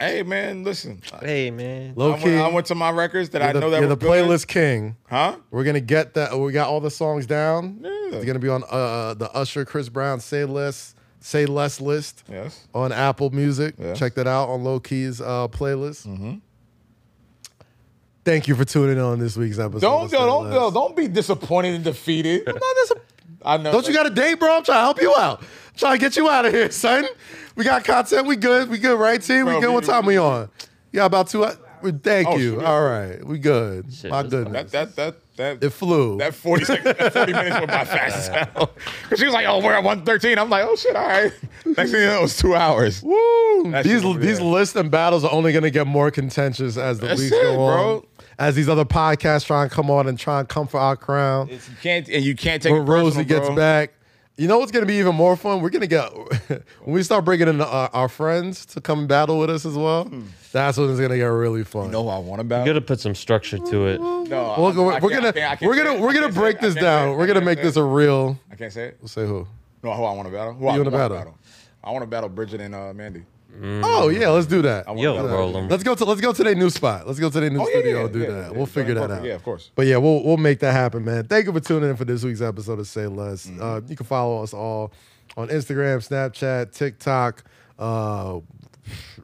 Speaker 1: Hey man, listen. I
Speaker 3: Hey man.
Speaker 2: Low
Speaker 1: went,
Speaker 2: key,
Speaker 1: I went to my records that I
Speaker 2: you're the,
Speaker 1: know that
Speaker 2: you're
Speaker 1: were
Speaker 2: the playlist king.
Speaker 1: good. huh?
Speaker 2: We're gonna get that. We got all the songs down.
Speaker 1: Yeah.
Speaker 2: It's gonna be on uh, the Usher, Chris Brown, Say Less, Say Less list.
Speaker 1: Yes.
Speaker 2: on Apple Music.
Speaker 1: Yeah.
Speaker 2: Check that out on Low Key's uh, playlist. Thank you for tuning in on this week's episode.
Speaker 1: Don't
Speaker 2: of
Speaker 1: yo,
Speaker 2: Say
Speaker 1: don't
Speaker 2: Less.
Speaker 1: yo, don't be disappointed and defeated. I know.
Speaker 2: Don't you got a date, bro? I'm trying to help you out. I'm trying to get you out of here, son. We got content. We good. We good, right, T? We
Speaker 1: Bro,
Speaker 2: good.
Speaker 1: we-
Speaker 2: What time we on? Yeah, about two. hou- we- Thank
Speaker 1: Oh,
Speaker 2: you.
Speaker 1: shit.
Speaker 2: All right, we good. My
Speaker 3: that's fine.
Speaker 2: goodness,
Speaker 1: that that that that
Speaker 2: it flew.
Speaker 1: that 40 seconds, that 40 minutes went by fast as hell. Because she was like, oh, we're at 113. I'm like, oh shit, all right. Next thing you know, it was two hours.
Speaker 2: Woo!
Speaker 1: That
Speaker 2: These
Speaker 1: shit over
Speaker 2: these
Speaker 1: there.
Speaker 2: lists and battles are only going to get more contentious as the
Speaker 1: That's
Speaker 2: weeks
Speaker 1: it,
Speaker 2: go on.
Speaker 1: bro.
Speaker 2: As these other podcasts try and come on and try and come for our crown.
Speaker 1: It's, you can't and you can't take
Speaker 2: when
Speaker 1: it
Speaker 2: Rosie
Speaker 1: personal,
Speaker 2: gets
Speaker 1: bro.
Speaker 2: back. You know what's gonna be even more fun? We're gonna get when we start bringing in our, our friends to come and battle with us as well. That's when it's gonna get really fun.
Speaker 1: Hmm. You know who I want about?
Speaker 3: You gotta put some structure to it.
Speaker 1: No,
Speaker 2: we're,
Speaker 1: I- I
Speaker 2: we're
Speaker 1: can't-
Speaker 2: gonna
Speaker 1: I can't- I can't
Speaker 2: we're
Speaker 1: say
Speaker 2: gonna
Speaker 1: it. I
Speaker 2: we're gonna
Speaker 1: can't say
Speaker 2: break
Speaker 1: it. I can't
Speaker 2: this
Speaker 1: say
Speaker 2: down.
Speaker 1: it.
Speaker 2: We're
Speaker 1: I
Speaker 2: gonna
Speaker 1: can't
Speaker 2: make
Speaker 1: say
Speaker 2: this
Speaker 1: it.
Speaker 2: a real.
Speaker 1: I can't say it.
Speaker 2: Say who?
Speaker 1: No, who I want to battle? Who I want
Speaker 2: wanna
Speaker 1: to
Speaker 2: battle?
Speaker 1: battle? I want to battle Bridget and uh, Mandy.
Speaker 2: Oh yeah, let's do that.
Speaker 1: I wanna
Speaker 3: Yo,
Speaker 1: battle them.
Speaker 3: Mm-hmm. roll 'em.
Speaker 2: Let's go to let's go to their new spot. Let's go to their new
Speaker 1: Oh, yeah,
Speaker 2: studio.
Speaker 1: yeah,
Speaker 2: do
Speaker 1: yeah,
Speaker 2: that.
Speaker 1: yeah.
Speaker 2: we'll
Speaker 1: Joint
Speaker 2: figure that
Speaker 1: corporate.
Speaker 2: out.
Speaker 1: Yeah, of course.
Speaker 2: But yeah, we'll we'll make that happen, man. Thank you for tuning in for this week's episode of Say Less.
Speaker 1: Mm-hmm.
Speaker 2: Uh, you can follow us all on Instagram, Snapchat, TikTok, uh,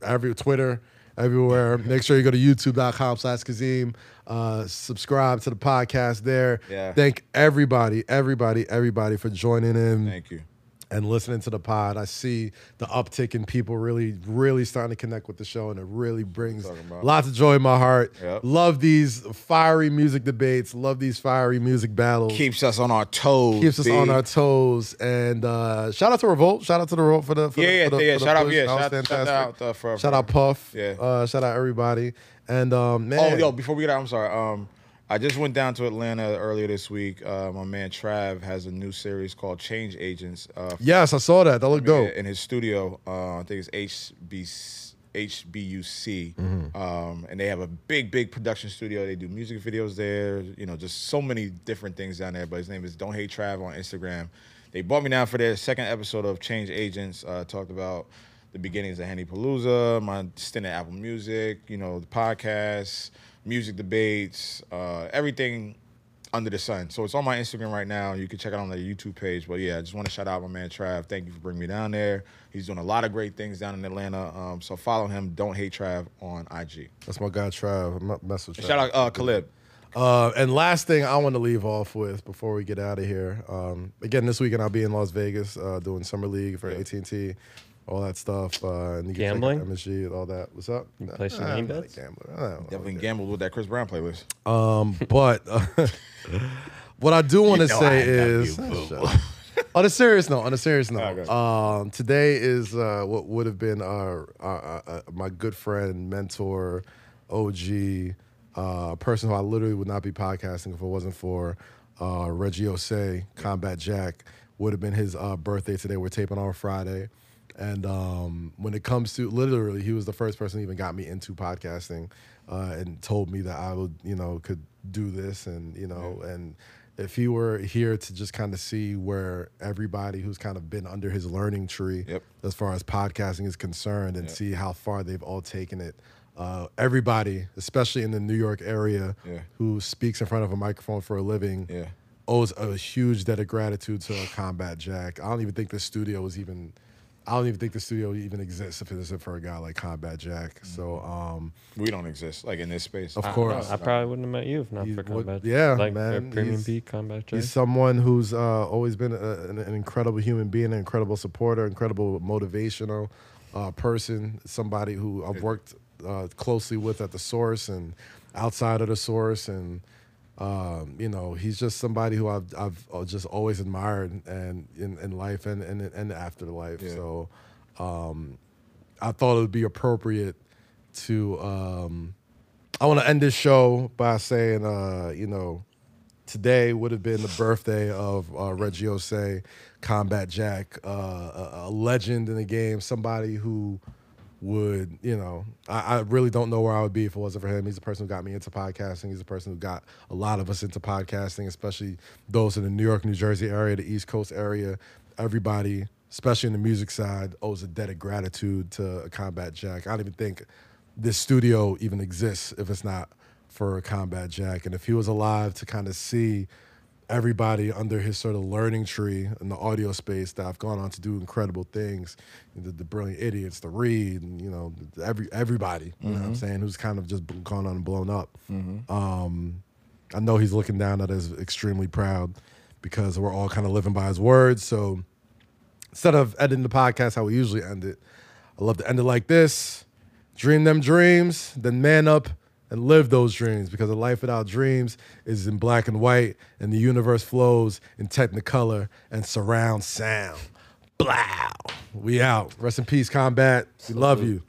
Speaker 2: every Twitter, everywhere. Make sure you go to youtube.com slash Kazim. Uh, subscribe to the podcast there.
Speaker 1: Yeah.
Speaker 2: Thank everybody, everybody, everybody for joining in
Speaker 1: Thank you.
Speaker 2: and listening to the pod, I see the uptick in people really, really starting to connect with the show, and it really brings
Speaker 1: about.
Speaker 2: lots of joy in my heart.
Speaker 1: Yep.
Speaker 2: Love these fiery music debates. Love these fiery music battles.
Speaker 1: Keeps us on our toes.
Speaker 2: Keeps us
Speaker 1: B.
Speaker 2: on our toes. And uh, shout out to Revolt. Shout out to the Revolt for the for
Speaker 1: Yeah, yeah,
Speaker 2: the, for the,
Speaker 1: yeah,
Speaker 2: for the
Speaker 1: shout out-
Speaker 2: push.
Speaker 1: yeah,
Speaker 2: That was
Speaker 1: shout- shout
Speaker 2: fantastic.
Speaker 1: out, uh, for-
Speaker 2: shout out Puff.
Speaker 1: Yeah.
Speaker 2: Uh, shout out everybody. And um, man,
Speaker 1: Oh, yo, before we get out, I'm sorry. Um, I just went down to Atlanta earlier this week. Uh, my man Trav has a new series called Change Agents. Uh,
Speaker 2: Yes, I saw that. That looked dope.
Speaker 1: in his studio. Uh, I think it's HBC, HBUC, um, and they have a big, big production studio. They do music videos there. You know, just so many different things down there. But his name is Don't Hate Trav on Instagram. They brought me down for their second episode of Change Agents. Uh, talked about the beginnings of Henny Palooza, my stint at Apple Music. You know, the podcast, music debates, uh, everything under the sun. So it's on my Instagram right now. You can check it out on the YouTube page. But yeah, I just want to shout out my man Trav. Thank you for bringing me down there. He's doing a lot of great things down in Atlanta. Um, so follow him. Don't hate Trav on IG.
Speaker 2: That's my guy Trav. I'm not messing with Trav.
Speaker 1: Shout out uh, Caleb.
Speaker 2: Uh, and last thing I want to leave off with before we get out of here. Um, again, this weekend I'll be in Las Vegas uh, doing summer league for AT and T, all that stuff. Uh, and you can check out
Speaker 3: Gambling?
Speaker 2: MSG and all that. What's up? You
Speaker 3: play some
Speaker 2: I'm
Speaker 3: game
Speaker 2: not a
Speaker 3: bets?
Speaker 2: gambler. I don't know.
Speaker 1: Definitely gambled with that Chris Brown playlist.
Speaker 2: Um, but what I do want to say is Shut up. on a serious note. On a serious note,
Speaker 1: Okay.
Speaker 2: um, today is uh, what would have been our, our, our, our- my good friend, mentor, OG, uh, person who I literally would not be podcasting if it wasn't for uh, Reggie Osei, Combat Jack. Would have been his uh, birthday today. We're taping on Friday. And um, when it comes to literally, he was the first person who even got me into podcasting uh, and told me that I would, you know, could do this. And, you know, and if he were here to just kind of see where everybody who's kind of been under his learning tree
Speaker 1: Yep.
Speaker 2: as far as podcasting is concerned and see how far they've all taken it. Uh, everybody, especially in the New York area,
Speaker 1: Yeah.
Speaker 2: who speaks in front of a microphone for a living,
Speaker 1: Yeah.
Speaker 2: owes Oh, a huge debt of gratitude to Combat Jack. I don't even think the studio was even. I don't even think the studio even exists if it isn't for a guy like Combat Jack. So, um,
Speaker 1: We don't exist like in this space.
Speaker 2: of
Speaker 1: I-
Speaker 2: course,
Speaker 3: I probably wouldn't have met you if not
Speaker 2: He's-
Speaker 3: for
Speaker 2: what-
Speaker 3: combat.
Speaker 2: yeah,
Speaker 3: like their
Speaker 2: man,
Speaker 3: premium
Speaker 2: he's-
Speaker 3: B combat.
Speaker 2: He's
Speaker 3: jack.
Speaker 2: someone who's uh, always been a, an, an incredible human being, an incredible supporter, incredible motivational uh, person. Somebody who I've worked uh, closely with at the source and outside of the source, and um, you know, he's just somebody who I've I've uh, just always admired and in, in life and and and afterlife. So. I thought it would be appropriate to. Um, I want to end this show by saying, uh, you know, today would have been the birthday of uh, Reggie Osei, Combat Jack, uh, a, a legend in the game, somebody who would, you know, I, I really don't know where I would be if it wasn't for him. He's the person who got me into podcasting. He's the person who got a lot of us into podcasting, especially those in the New York, New Jersey area, the East Coast area. Everybody, especially in the music side, owes a debt of gratitude to Combat Jack. I don't even think this studio even exists if it's not for Combat Jack. And if he was alive to kind of see everybody under his sort of learning tree in the audio space that I've gone on to do incredible things. The, the brilliant idiots, the Reed, and, you know, every everybody, you know what I'm saying, who's kind of just gone on and blown up. Um, I know he's looking down at us extremely proud because we're all kind of living by his words. So instead of ending the podcast how we usually end it, I love to end it like this. Dream them dreams, then man up and live those dreams because a life without dreams is in black and white and the universe flows in technicolor and surround sound. Blow. We out. Rest in peace, combat. We love you.